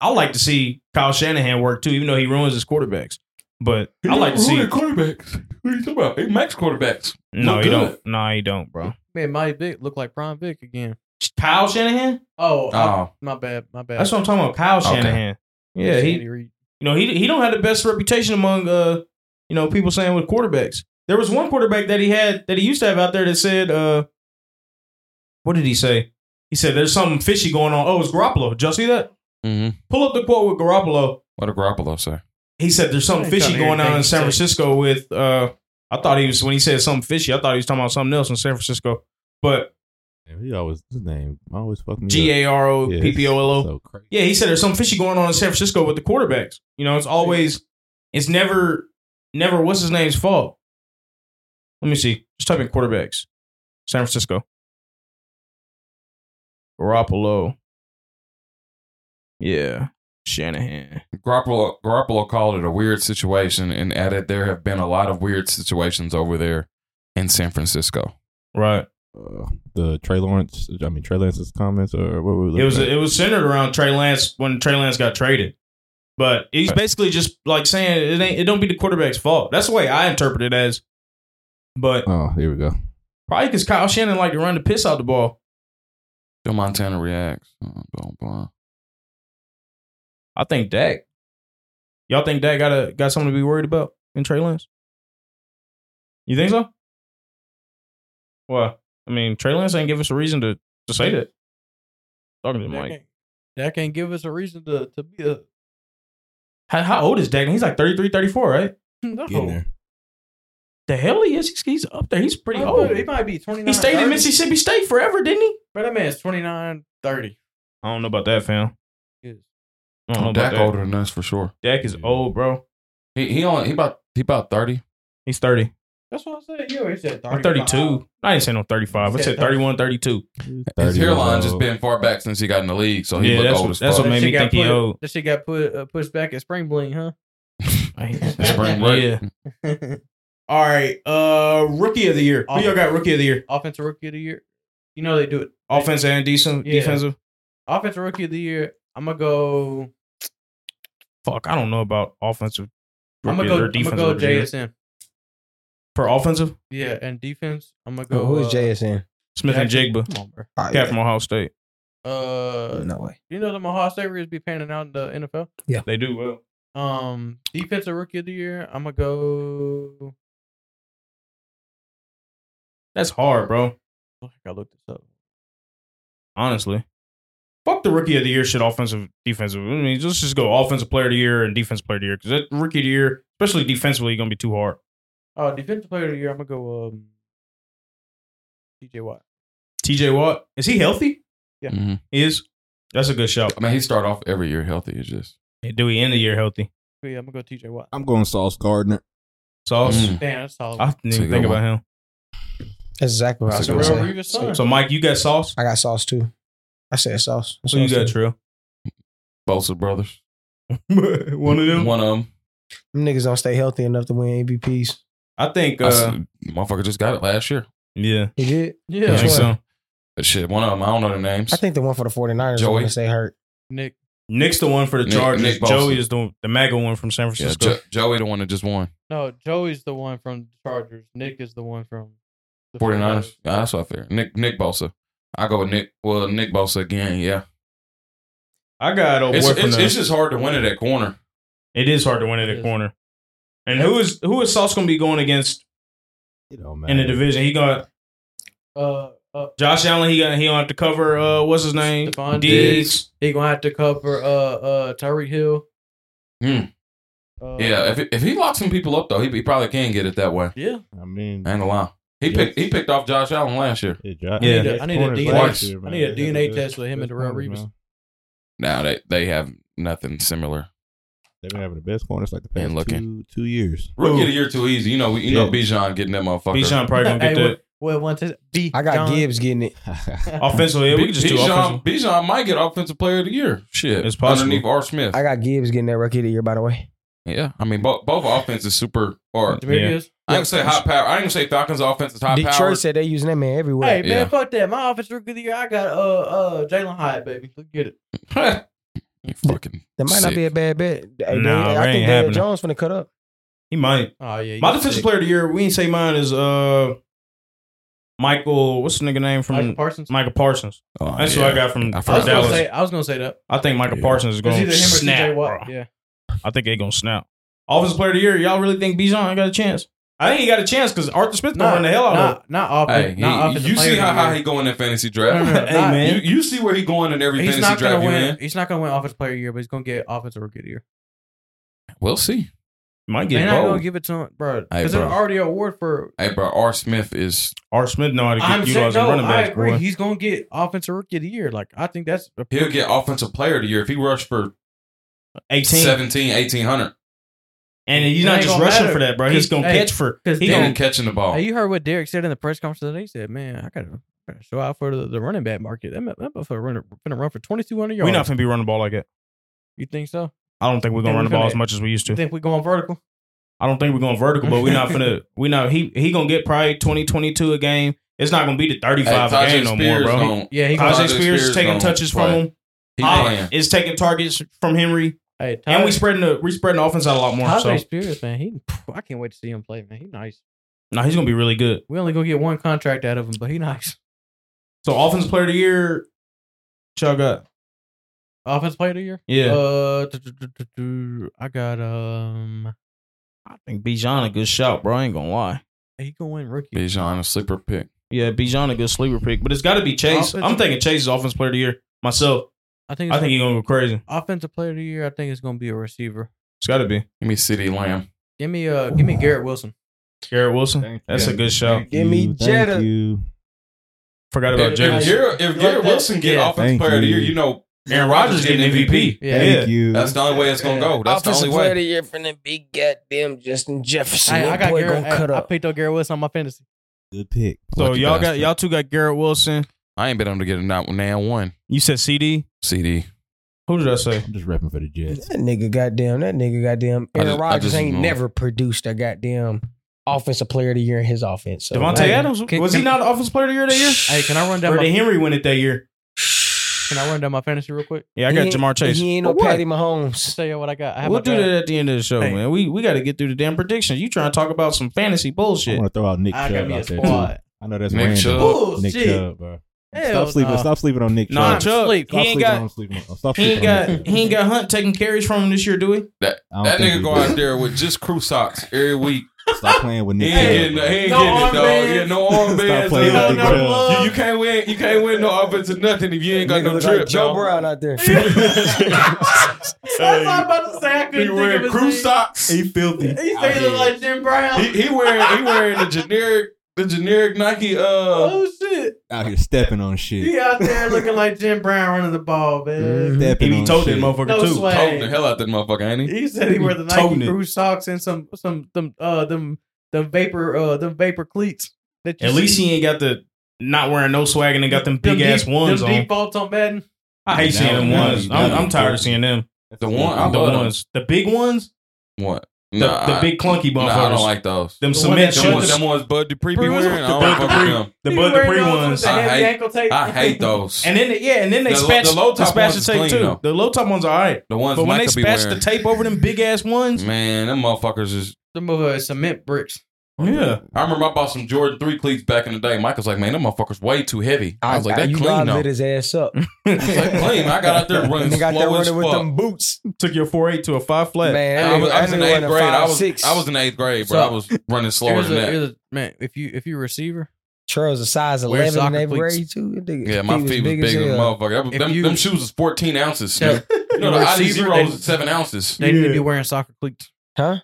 Speaker 1: I like to see Kyle Shanahan work too, even though he ruins his quarterbacks. But I like to see.
Speaker 3: quarterbacks. What are you talking about? He max quarterbacks.
Speaker 1: no,
Speaker 3: look
Speaker 1: you
Speaker 3: good.
Speaker 1: don't. No, you don't, bro.
Speaker 5: Man, Mike Vick look like Prime Vick again.
Speaker 1: Kyle Shanahan.
Speaker 5: Oh, I-
Speaker 3: Oh,
Speaker 5: my bad. My bad.
Speaker 1: That's what I'm talking about. Kyle
Speaker 3: Okay.
Speaker 1: Shanahan. Yeah, he.
Speaker 5: Andy Reid.
Speaker 1: You know, he he don't have the best reputation among uh, you know, people saying with quarterbacks. There was one quarterback that he had that he used to have out there that said uh, What did he say? He said, "There's something fishy going on." Oh, it's Garoppolo. Did y'all see that?
Speaker 3: Mm-hmm.
Speaker 1: Pull up the quote with Garoppolo.
Speaker 3: What did Garoppolo say?
Speaker 1: He said, "There's
Speaker 5: I
Speaker 1: something
Speaker 5: ain't trying
Speaker 1: fishy
Speaker 5: to hear
Speaker 1: going on
Speaker 5: anything
Speaker 1: in
Speaker 5: you
Speaker 1: San
Speaker 5: say.
Speaker 1: Francisco." With uh, I thought he was when he said something fishy. I thought he was talking about something else in San Francisco. But
Speaker 8: Damn, He always his name always fuck me.
Speaker 1: G
Speaker 8: up.
Speaker 1: A R O
Speaker 8: Yeah,
Speaker 1: P P O L O.
Speaker 8: it's So crazy.
Speaker 1: Yeah, he said there's something fishy going on in San Francisco with the quarterbacks. You know, it's always, it's never, never what's his name's fault. Let me see. Just type in quarterbacks. San Francisco. Garoppolo. Yeah. Shanahan.
Speaker 3: Garoppolo, Garoppolo called it a weird situation and added there have been a lot of weird situations over there in San Francisco.
Speaker 1: Right.
Speaker 8: Uh, the Trey Lawrence. I mean Trey Lawrence's comments or what were we
Speaker 1: It
Speaker 8: looking
Speaker 1: was
Speaker 8: at?
Speaker 1: it was centered around Trey Lance when Trey Lance got traded. But he's basically just like saying it ain't it don't be the quarterback's fault. That's the way I interpret it as. But
Speaker 8: oh, here we go.
Speaker 1: probably because Kyle Shannon liked to run the piss out the ball.
Speaker 3: Joe Montana reacts. Uh, blah, blah.
Speaker 1: I think Dak. Y'all think Dak got a got something to be worried about in Trey Lance? You think so? Well, I mean, Trey Lance ain't give us a reason to, to say that. Talking to
Speaker 5: That
Speaker 1: Mike.
Speaker 5: can't, that can't give us a reason to, to be a
Speaker 1: How, how old is Dak? He's like 33, 34, right?
Speaker 5: no.
Speaker 8: Getting there.
Speaker 1: The hell he is. He's, he's up there. He's pretty
Speaker 5: Oh,
Speaker 1: old.
Speaker 5: he might be 29.
Speaker 1: He stayed
Speaker 5: 30.
Speaker 1: in Mississippi State forever, didn't he?
Speaker 5: Bro, that man's 29, 30.
Speaker 1: I don't know about that, fam.
Speaker 5: Yes.
Speaker 1: I don't know
Speaker 3: Oh,
Speaker 1: about
Speaker 3: Dak
Speaker 1: that.
Speaker 3: older than us for sure.
Speaker 1: Dak is old, bro.
Speaker 3: He he only he about he about thirty.
Speaker 1: He's 30.
Speaker 5: That's what I said. Yo, he said 30.
Speaker 1: I'm 32. I didn't say no 35. I
Speaker 5: He said
Speaker 1: said 31, 32.
Speaker 3: His
Speaker 8: 30 years
Speaker 3: hairline just
Speaker 8: old.
Speaker 3: been far back since he got in the league, so he
Speaker 1: Yeah,
Speaker 3: looked
Speaker 1: that's
Speaker 3: old
Speaker 1: what-
Speaker 3: as
Speaker 1: that's
Speaker 3: fuck.
Speaker 1: what made me
Speaker 5: got
Speaker 1: think he
Speaker 5: put-
Speaker 1: old.
Speaker 5: That shit got put uh, pushed back at spring bling, huh?
Speaker 3: Spring break.
Speaker 1: Yeah. All right. Uh rookie of the year. Who y'all got rookie of the year?
Speaker 5: Offensive rookie of the year. You know they do it.
Speaker 1: Offensive and decent,
Speaker 5: Yeah.
Speaker 1: defensive.
Speaker 5: Offensive rookie of the year. I'm gonna go.
Speaker 1: Fuck, I don't know about offensive.
Speaker 5: I'm gonna
Speaker 1: rookie
Speaker 5: go.
Speaker 1: or
Speaker 5: I'm gonna
Speaker 1: defensive
Speaker 5: go
Speaker 1: rookie of the year.
Speaker 5: JSN.
Speaker 1: For offensive,
Speaker 5: Yeah, and defense. I'm gonna go.
Speaker 2: Oh, Who is
Speaker 5: uh,
Speaker 2: JSN?
Speaker 1: Smith and
Speaker 5: Jackson.
Speaker 1: Jigba,
Speaker 5: Come on, bro.
Speaker 2: Oh,
Speaker 1: cat from Ohio State.
Speaker 5: Uh,
Speaker 2: No way.
Speaker 5: you know the Ohio State Warriors be panning out in the NFL.
Speaker 1: They do well.
Speaker 5: Um, defensive rookie of the year. I'm gonna go.
Speaker 1: That's hard, bro.
Speaker 5: Oh, I looked this up.
Speaker 1: Honestly. Fuck the rookie of the year shit, offensive, defensive. I mean, let's just go offensive player of the year and defense player of the year. Because that rookie of the year, especially defensively, gonna be too hard.
Speaker 5: Oh, defensive player of the year. I'm gonna go. Um, DJ Watt.
Speaker 1: TJ Watt, is he healthy?
Speaker 5: Yeah.
Speaker 3: Mhm.
Speaker 1: He is. That's a good shout.
Speaker 3: I mean, he start off every year healthy. It's just
Speaker 1: Do we end the year healthy?
Speaker 5: Yeah, I'm gonna go TJ Watt.
Speaker 8: I'm going Sauce Gardner.
Speaker 1: Sauce.
Speaker 3: Mm.
Speaker 5: Damn, that's solid.
Speaker 1: I didn't
Speaker 3: That's a
Speaker 1: even think
Speaker 3: good
Speaker 1: about him.
Speaker 2: That's exactly what
Speaker 3: That's
Speaker 2: I
Speaker 3: a
Speaker 2: was
Speaker 3: good
Speaker 2: going
Speaker 5: Darrell
Speaker 2: to
Speaker 3: one.
Speaker 2: say.
Speaker 5: Reeves'
Speaker 1: So,
Speaker 5: son.
Speaker 1: Mike, you got sauce?
Speaker 2: I got sauce too. I said sauce.
Speaker 1: So you got Trill.
Speaker 3: Bosa brothers.
Speaker 1: One of them.
Speaker 3: One of them.
Speaker 2: Them niggas don't stay healthy enough to win MVPs.
Speaker 1: I think.
Speaker 3: I
Speaker 1: Uh,
Speaker 3: s- motherfucker just got it last year.
Speaker 1: yeah.
Speaker 2: He did.
Speaker 1: I
Speaker 5: yeah,
Speaker 1: think so.
Speaker 3: But shit, one of them. I don't know their names.
Speaker 2: I think the one for the 49ers
Speaker 3: Joey.
Speaker 2: is to stay hurt.
Speaker 5: Nick.
Speaker 1: Nick's the one for the
Speaker 3: Nick-
Speaker 1: Chargers.
Speaker 3: Nick Bosa.
Speaker 1: Joey is the the MAGA one from San
Speaker 3: yeah,
Speaker 1: Francisco.
Speaker 3: jo- Joey, the one that just won.
Speaker 5: No, Joey's the one from the Chargers. Nick is the one from the
Speaker 3: 49ers. Yeah, that's what I figured. Nick Nick Bosa. I go with Nick. Well, Nick Bosa again. Yeah,
Speaker 1: I got old boy
Speaker 3: it's,
Speaker 1: from
Speaker 3: it's,
Speaker 1: the-
Speaker 3: it's just hard to win at that corner.
Speaker 1: it is hard to win at
Speaker 5: It
Speaker 1: the
Speaker 5: is.
Speaker 1: corner. And who is who is Sauce gonna be going against
Speaker 8: It don't
Speaker 1: in the division? He got
Speaker 5: Uh, uh,
Speaker 1: Josh Allen. He got he gonna have to cover. Uh, what's his name?
Speaker 5: Stephon
Speaker 1: Diggs.
Speaker 5: he gonna have to cover uh uh Tyreek Hill.
Speaker 3: Hmm.
Speaker 5: Uh,
Speaker 3: Yeah, if he, if he locks some people up though, he, he probably can get it that way.
Speaker 5: yeah.
Speaker 8: I mean,
Speaker 3: I ain't gonna lie. He picked he picked off Josh Allen last year.
Speaker 8: it dropped.
Speaker 1: Yeah.
Speaker 5: I need a- I need a
Speaker 8: Corners
Speaker 5: DNA
Speaker 8: last year,
Speaker 5: I
Speaker 8: man.
Speaker 5: need a
Speaker 8: They had
Speaker 5: DNA
Speaker 8: good-
Speaker 5: test with him
Speaker 8: good
Speaker 5: and Darrell
Speaker 8: corners,
Speaker 5: Reeves.
Speaker 8: man.
Speaker 3: Now they they have nothing similar.
Speaker 8: They've been having the best corners like the past
Speaker 3: And looking.
Speaker 8: two two years.
Speaker 3: Rookie of the year too easy. You know you know
Speaker 8: Yeah.
Speaker 3: Bijan getting that motherfucker.
Speaker 1: Bijan probably gonna get
Speaker 5: Hey,
Speaker 1: that.
Speaker 5: what- what one t- B.
Speaker 2: I got
Speaker 5: John.
Speaker 2: Gibbs getting it.
Speaker 1: Offensively, yeah, we can just do
Speaker 3: Bijan
Speaker 1: offensive.
Speaker 3: Bijan might get offensive player of the year. Shit,
Speaker 1: It's possible.
Speaker 3: underneath R. Smith.
Speaker 2: I got Gibbs getting that rookie of the year, by the way.
Speaker 3: yeah, I mean both both offense is super. Or
Speaker 5: Demetrius.
Speaker 3: I ain't gonna say high power. I ain't gonna say Falcons offense is high
Speaker 2: Detroit
Speaker 3: power.
Speaker 2: said they using that man everywhere.
Speaker 5: Hey man,
Speaker 3: Yeah.
Speaker 5: fuck that. My offensive rookie of the year, I got uh uh Jalen Hyatt, baby. Let's get it.
Speaker 3: you fucking.
Speaker 2: that might not
Speaker 3: sick.
Speaker 2: be a bad bet. Hey,
Speaker 1: Nah,
Speaker 2: Daniel-
Speaker 1: that
Speaker 2: I
Speaker 1: ain't
Speaker 2: think Daniel
Speaker 1: happening.
Speaker 2: Jones finna cut up.
Speaker 1: He might.
Speaker 5: Oh yeah.
Speaker 1: My defensive player of the year. We ain't say mine is uh Michael. What's the nigga name from
Speaker 5: Michael Parsons.
Speaker 1: Michael Parsons?
Speaker 3: Oh,
Speaker 1: That's
Speaker 3: yeah.
Speaker 1: what I got from,
Speaker 3: I
Speaker 1: from
Speaker 5: I was gonna
Speaker 1: Dallas.
Speaker 5: say I was gonna say that.
Speaker 1: I think Michael
Speaker 3: Yeah.
Speaker 1: Parsons is
Speaker 5: It was
Speaker 1: going
Speaker 5: either
Speaker 1: to
Speaker 5: him or
Speaker 1: snap.
Speaker 5: TJ
Speaker 1: bro.
Speaker 5: Watt. Yeah.
Speaker 1: I think they going to snap. Offensive player of the year, y'all really think Bijan got a chance? I think he got a chance because Arthur Smith gonna
Speaker 5: Not,
Speaker 1: run the hell out of him.
Speaker 5: not, not offense.
Speaker 3: Hey, he-
Speaker 5: not offensive
Speaker 3: you see
Speaker 5: player
Speaker 3: how
Speaker 5: of the
Speaker 3: high
Speaker 5: year.
Speaker 3: he going in fantasy
Speaker 5: No, no,
Speaker 3: draft.
Speaker 5: no,
Speaker 1: Hey,
Speaker 5: not-
Speaker 1: man.
Speaker 3: You, you see where he going in every
Speaker 5: He's
Speaker 3: fantasy
Speaker 5: not gonna
Speaker 3: draft you
Speaker 5: win.
Speaker 3: in.
Speaker 5: He's not gonna win offensive player of the year, but he's gonna get offensive rookie of the year.
Speaker 3: We'll see.
Speaker 1: Might
Speaker 5: They're
Speaker 1: get
Speaker 5: not gonna
Speaker 1: bold.
Speaker 5: give it to him, bro.
Speaker 3: Hey,
Speaker 5: Because they're
Speaker 3: bro.
Speaker 5: already an award for.
Speaker 3: Hey, bro, R. Smith is
Speaker 1: Arthur Smith know how to
Speaker 5: I'm
Speaker 1: get
Speaker 5: saying,
Speaker 1: utilized in
Speaker 5: no,
Speaker 1: running
Speaker 5: I
Speaker 1: backs,
Speaker 5: agree.
Speaker 1: boy.
Speaker 5: He's gonna get offensive rookie of the year. Like I think that's a
Speaker 3: he'll get offensive player of the year if he rushed for
Speaker 1: 18.
Speaker 3: 17, 1800
Speaker 1: And he's
Speaker 5: It
Speaker 1: not
Speaker 5: ain't
Speaker 1: just
Speaker 5: gonna
Speaker 1: rushing
Speaker 5: matter.
Speaker 1: for that, bro. He's
Speaker 5: Cause-
Speaker 1: gonna
Speaker 5: hey,
Speaker 1: catch for.
Speaker 5: because
Speaker 1: He
Speaker 3: He
Speaker 1: gonna,
Speaker 3: ain't catching the ball.
Speaker 5: Hey, you heard what Derek said in the press conference today? He said, "Man, I gotta, I gotta show out for the, the running back market. That, that motherfucker running, gonna run for twenty two hundred yards.
Speaker 1: we not finna be running the ball like that.
Speaker 5: you think so?
Speaker 1: I don't think we're
Speaker 5: Then
Speaker 1: gonna run
Speaker 5: we
Speaker 1: the ball
Speaker 5: finna-
Speaker 1: as much as we used to.
Speaker 5: You think we going vertical?
Speaker 1: I don't think we're going vertical, but we're not finna. We not he he gonna get probably 20, 22 a game. It's not gonna be the thirty
Speaker 3: Hey,
Speaker 1: five a
Speaker 3: Tajay
Speaker 1: game no more,
Speaker 3: Spears
Speaker 1: bro.
Speaker 3: gonna-
Speaker 5: Yeah, he
Speaker 3: Tajay
Speaker 1: Tajay
Speaker 5: going.
Speaker 3: Spears
Speaker 1: Spears is taking
Speaker 3: gonna
Speaker 1: taking touches from
Speaker 3: play.
Speaker 1: him.
Speaker 3: he
Speaker 1: Ah,
Speaker 3: playing.
Speaker 1: is taking targets from Henry,
Speaker 5: Hey, Ty,
Speaker 1: and we spreading the we spreading the offense out a lot more.
Speaker 5: Tajay
Speaker 1: So
Speaker 5: Spears, man, he. I can't wait to see him play, man. He nice.
Speaker 1: no, he's gonna be really good.
Speaker 5: We only gonna get one contract out of him, but he nice.
Speaker 1: So offense player of the year, what y'all got
Speaker 5: Offense player of the year.
Speaker 1: Yeah.
Speaker 5: Uh, du- du- du- du- du. I got um.
Speaker 1: I think Bijan a good shout, bro. I ain't gonna lie.
Speaker 5: He gonna win rookie.
Speaker 3: Bijan, a sleeper pick.
Speaker 1: Yeah, Bijan a good sleeper pick, but it's got to be Chase.
Speaker 5: Offensive-
Speaker 1: I'm thinking Chase is offense player of the year myself.
Speaker 5: I think. It's
Speaker 1: I think he's gonna go crazy.
Speaker 5: offensive player of the year. I think it's gonna be a receiver.
Speaker 1: It's got to be
Speaker 3: Give me City Lamb.
Speaker 5: Give me uh. Give me Garrett Wilson.
Speaker 1: Garrett Wilson.
Speaker 8: Thank
Speaker 1: That's
Speaker 8: you.
Speaker 1: a good shout.
Speaker 8: Thank
Speaker 2: Give me
Speaker 8: you,
Speaker 2: Jetta.
Speaker 8: Thank you.
Speaker 1: Forgot
Speaker 3: If,
Speaker 1: about
Speaker 3: if,
Speaker 1: James.
Speaker 3: Garrett, if Garrett Wilson get
Speaker 5: Yeah.
Speaker 3: offensive
Speaker 8: Thank
Speaker 3: player of the year,
Speaker 8: you.
Speaker 3: you know
Speaker 1: Aaron Rodgers getting MVP.
Speaker 5: Yeah.
Speaker 8: Thank
Speaker 1: Yeah.
Speaker 8: you.
Speaker 3: that's the only way it's gonna go. That's the only
Speaker 2: Offensive player of
Speaker 3: way.
Speaker 2: the year finna be goddamn Justin Jefferson.
Speaker 5: Hey,
Speaker 2: That
Speaker 5: I got
Speaker 2: boy
Speaker 5: Garrett.
Speaker 2: gonna cut
Speaker 5: I, I
Speaker 2: up.
Speaker 5: picked up Garrett Wilson on my fantasy.
Speaker 8: good pick.
Speaker 1: So
Speaker 3: Lucky
Speaker 1: y'all got
Speaker 3: bastard.
Speaker 1: y'all two got Garrett Wilson.
Speaker 3: I ain't been able to get a not now one
Speaker 1: You said CD.
Speaker 3: CD.
Speaker 1: Who did I say?
Speaker 8: I'm just repping for the Jets.
Speaker 2: That nigga goddamn, that nigga goddamn.
Speaker 3: I
Speaker 2: Aaron
Speaker 3: just- I
Speaker 2: Rodgers
Speaker 3: just
Speaker 2: ain't
Speaker 3: ignored.
Speaker 2: never produced a goddamn offensive player of the year in his offense. So,
Speaker 1: Devontae
Speaker 2: like,
Speaker 1: Adams
Speaker 5: can-
Speaker 1: was he
Speaker 5: can-
Speaker 1: not the offensive player of the year that year?
Speaker 5: Hey, can I run down
Speaker 1: Or
Speaker 5: my
Speaker 1: did Henry win it that year?
Speaker 5: Can I run down my fantasy real quick?
Speaker 1: Yeah, I got
Speaker 2: he ain't-
Speaker 1: Jamar Chase.
Speaker 2: He ain't
Speaker 1: But
Speaker 2: no
Speaker 1: what?
Speaker 2: Patty Mahomes.
Speaker 5: Just tell you what I got. I have
Speaker 1: We'll
Speaker 5: my
Speaker 1: do
Speaker 5: draft.
Speaker 1: that at the end of the show,
Speaker 5: Hey.
Speaker 1: man. We we got to get through the damn predictions. You trying to talk about some fantasy
Speaker 8: I
Speaker 1: bullshit?
Speaker 8: want to throw out Nick
Speaker 5: I got
Speaker 8: Chubb
Speaker 5: me a
Speaker 8: out there
Speaker 5: squad.
Speaker 8: too. I know that's
Speaker 3: Nick
Speaker 8: random.
Speaker 3: Chubb.
Speaker 5: Oh,
Speaker 8: Nick
Speaker 5: shit.
Speaker 8: Chubb, bro.
Speaker 5: Hell
Speaker 8: stop sleeping.
Speaker 5: nah.
Speaker 8: Stop sleeping on Nick
Speaker 1: Nah,
Speaker 8: Chubb.
Speaker 1: Chubb. He
Speaker 5: sleep.
Speaker 8: Stop
Speaker 1: ain't
Speaker 8: sleeping
Speaker 1: got
Speaker 8: on sleeping. on- Stop
Speaker 1: he ain't
Speaker 8: sleeping
Speaker 1: got
Speaker 8: on
Speaker 1: he ain't got Hunt taking carries from him this year, do we?
Speaker 8: I don't
Speaker 3: That
Speaker 8: think
Speaker 3: nigga
Speaker 8: we
Speaker 3: go
Speaker 8: do.
Speaker 3: out there with just crew socks every week.
Speaker 8: Stop playing with
Speaker 3: He
Speaker 8: Nick
Speaker 3: ain't
Speaker 8: Chubb.
Speaker 3: getting, he
Speaker 8: bro.
Speaker 3: ain't
Speaker 5: No
Speaker 3: getting it, dog.
Speaker 5: armbands.
Speaker 3: Yeah, no armbands.
Speaker 8: Stop playing
Speaker 3: No,
Speaker 8: with
Speaker 3: no,
Speaker 8: Nick Chubb.
Speaker 3: You, you can't win. You can't win no offense or nothing if you ain't got
Speaker 2: Nigga
Speaker 3: no
Speaker 2: look
Speaker 3: trip.
Speaker 2: like Joe
Speaker 3: dog.
Speaker 2: Brown out there.
Speaker 5: That's what I'm about to say. I
Speaker 3: He
Speaker 5: couldn't think
Speaker 3: wearing
Speaker 5: of
Speaker 3: crew
Speaker 5: his name.
Speaker 3: socks. He filthy.
Speaker 5: He said he looked like Jim Brown.
Speaker 3: He, he wearing he wearing the generic the generic Nike uh
Speaker 5: oh shit!
Speaker 8: Out here stepping on shit.
Speaker 5: He out there looking like Jim Brown running the ball,
Speaker 2: Mm-hmm.
Speaker 1: He
Speaker 5: man.
Speaker 8: Stepping
Speaker 1: be
Speaker 8: on
Speaker 1: told that
Speaker 8: shit.
Speaker 1: motherfucker
Speaker 5: Mm-hmm. No
Speaker 1: too.
Speaker 5: sweat.
Speaker 3: toting the hell out that motherfucker, ain't he?
Speaker 5: He said he wear the
Speaker 1: Toting
Speaker 5: Nike
Speaker 1: it.
Speaker 5: crew socks and some some them uh them them vapor uh them vapor cleats. That you
Speaker 1: At least
Speaker 5: see.
Speaker 1: he ain't got the not wearing no swag and then got them big
Speaker 5: deep-
Speaker 1: ass ones
Speaker 5: them
Speaker 1: on.
Speaker 5: Defaults on Madden.
Speaker 1: I hate
Speaker 8: Now-
Speaker 1: seeing them
Speaker 8: now
Speaker 1: ones.
Speaker 8: you-
Speaker 1: I'm,
Speaker 8: now
Speaker 1: I'm
Speaker 8: you
Speaker 1: tired of
Speaker 8: filthy.
Speaker 1: seeing them.
Speaker 3: The one I
Speaker 1: The
Speaker 3: love them.
Speaker 1: ones, the big ones,
Speaker 3: What?
Speaker 1: the,
Speaker 3: Nah,
Speaker 1: the big clunky
Speaker 3: I,
Speaker 1: motherfuckers.
Speaker 3: nah, I don't like those.
Speaker 1: them
Speaker 5: The one
Speaker 1: cement
Speaker 5: that
Speaker 3: Them
Speaker 5: shut
Speaker 3: ones,
Speaker 1: shoes.
Speaker 3: them ones Bud Dupree be
Speaker 5: Bud
Speaker 3: wearing. I don't
Speaker 1: Dupree.
Speaker 3: fuck with them.
Speaker 1: The
Speaker 5: He
Speaker 1: Bud
Speaker 5: wearing
Speaker 1: Dupree
Speaker 5: those with
Speaker 1: ones.
Speaker 5: The
Speaker 3: I
Speaker 5: heavy
Speaker 3: hate-
Speaker 5: ankle tape.
Speaker 3: I hate those.
Speaker 1: And then, yeah, and then they
Speaker 3: The lo-
Speaker 1: spatch
Speaker 3: the low top
Speaker 1: they spatch
Speaker 3: ones
Speaker 1: the tape
Speaker 3: clean,
Speaker 1: too.
Speaker 3: though.
Speaker 1: The low top ones are all right,
Speaker 3: the ones
Speaker 1: but when
Speaker 3: Micah
Speaker 1: they
Speaker 3: be
Speaker 1: spatch the
Speaker 3: wearing.
Speaker 1: tape over them big ass ones,
Speaker 3: Man, them motherfuckers is.
Speaker 5: Them uh, cement bricks.
Speaker 1: yeah,
Speaker 3: I remember I bought some Jordan three cleats back in the day. Michael's like, man, them motherfuckers way too heavy. I was like, that
Speaker 2: you
Speaker 3: clean
Speaker 2: know I
Speaker 3: though.
Speaker 2: lit his ass up.
Speaker 3: It's like clean. I got out there running
Speaker 2: Nigga out there
Speaker 3: slow as
Speaker 2: running with
Speaker 3: fuck.
Speaker 2: them boots.
Speaker 1: took your four eight to a five flat.
Speaker 2: Man, that
Speaker 3: I was,
Speaker 2: nigga-
Speaker 3: I was
Speaker 2: that
Speaker 3: in
Speaker 2: nigga
Speaker 3: eighth
Speaker 2: running
Speaker 3: grade. I
Speaker 2: five,
Speaker 3: was
Speaker 2: six.
Speaker 3: I was in eighth grade, bro.
Speaker 5: So-
Speaker 3: I was running slower
Speaker 5: Here's a-
Speaker 3: than that.
Speaker 5: here's a- man, if you if you a receiver,
Speaker 2: Charles a size
Speaker 5: Wear
Speaker 2: 11 in
Speaker 5: soccer
Speaker 2: eighth
Speaker 5: cleats.
Speaker 2: grade, too. That nigga-
Speaker 3: Yeah, my
Speaker 2: he
Speaker 3: feet was
Speaker 2: big as
Speaker 3: bigger than
Speaker 2: hell.
Speaker 3: motherfucker. That-
Speaker 5: If
Speaker 3: Them,
Speaker 5: you-
Speaker 3: them shoes was fourteen ounces. Snoop. You know,
Speaker 5: Your
Speaker 3: the ID
Speaker 5: receiver,
Speaker 3: zeros
Speaker 5: they-
Speaker 3: is seven ounces.
Speaker 5: they need to be
Speaker 1: Yeah.
Speaker 5: wearing soccer cleats.
Speaker 2: Huh?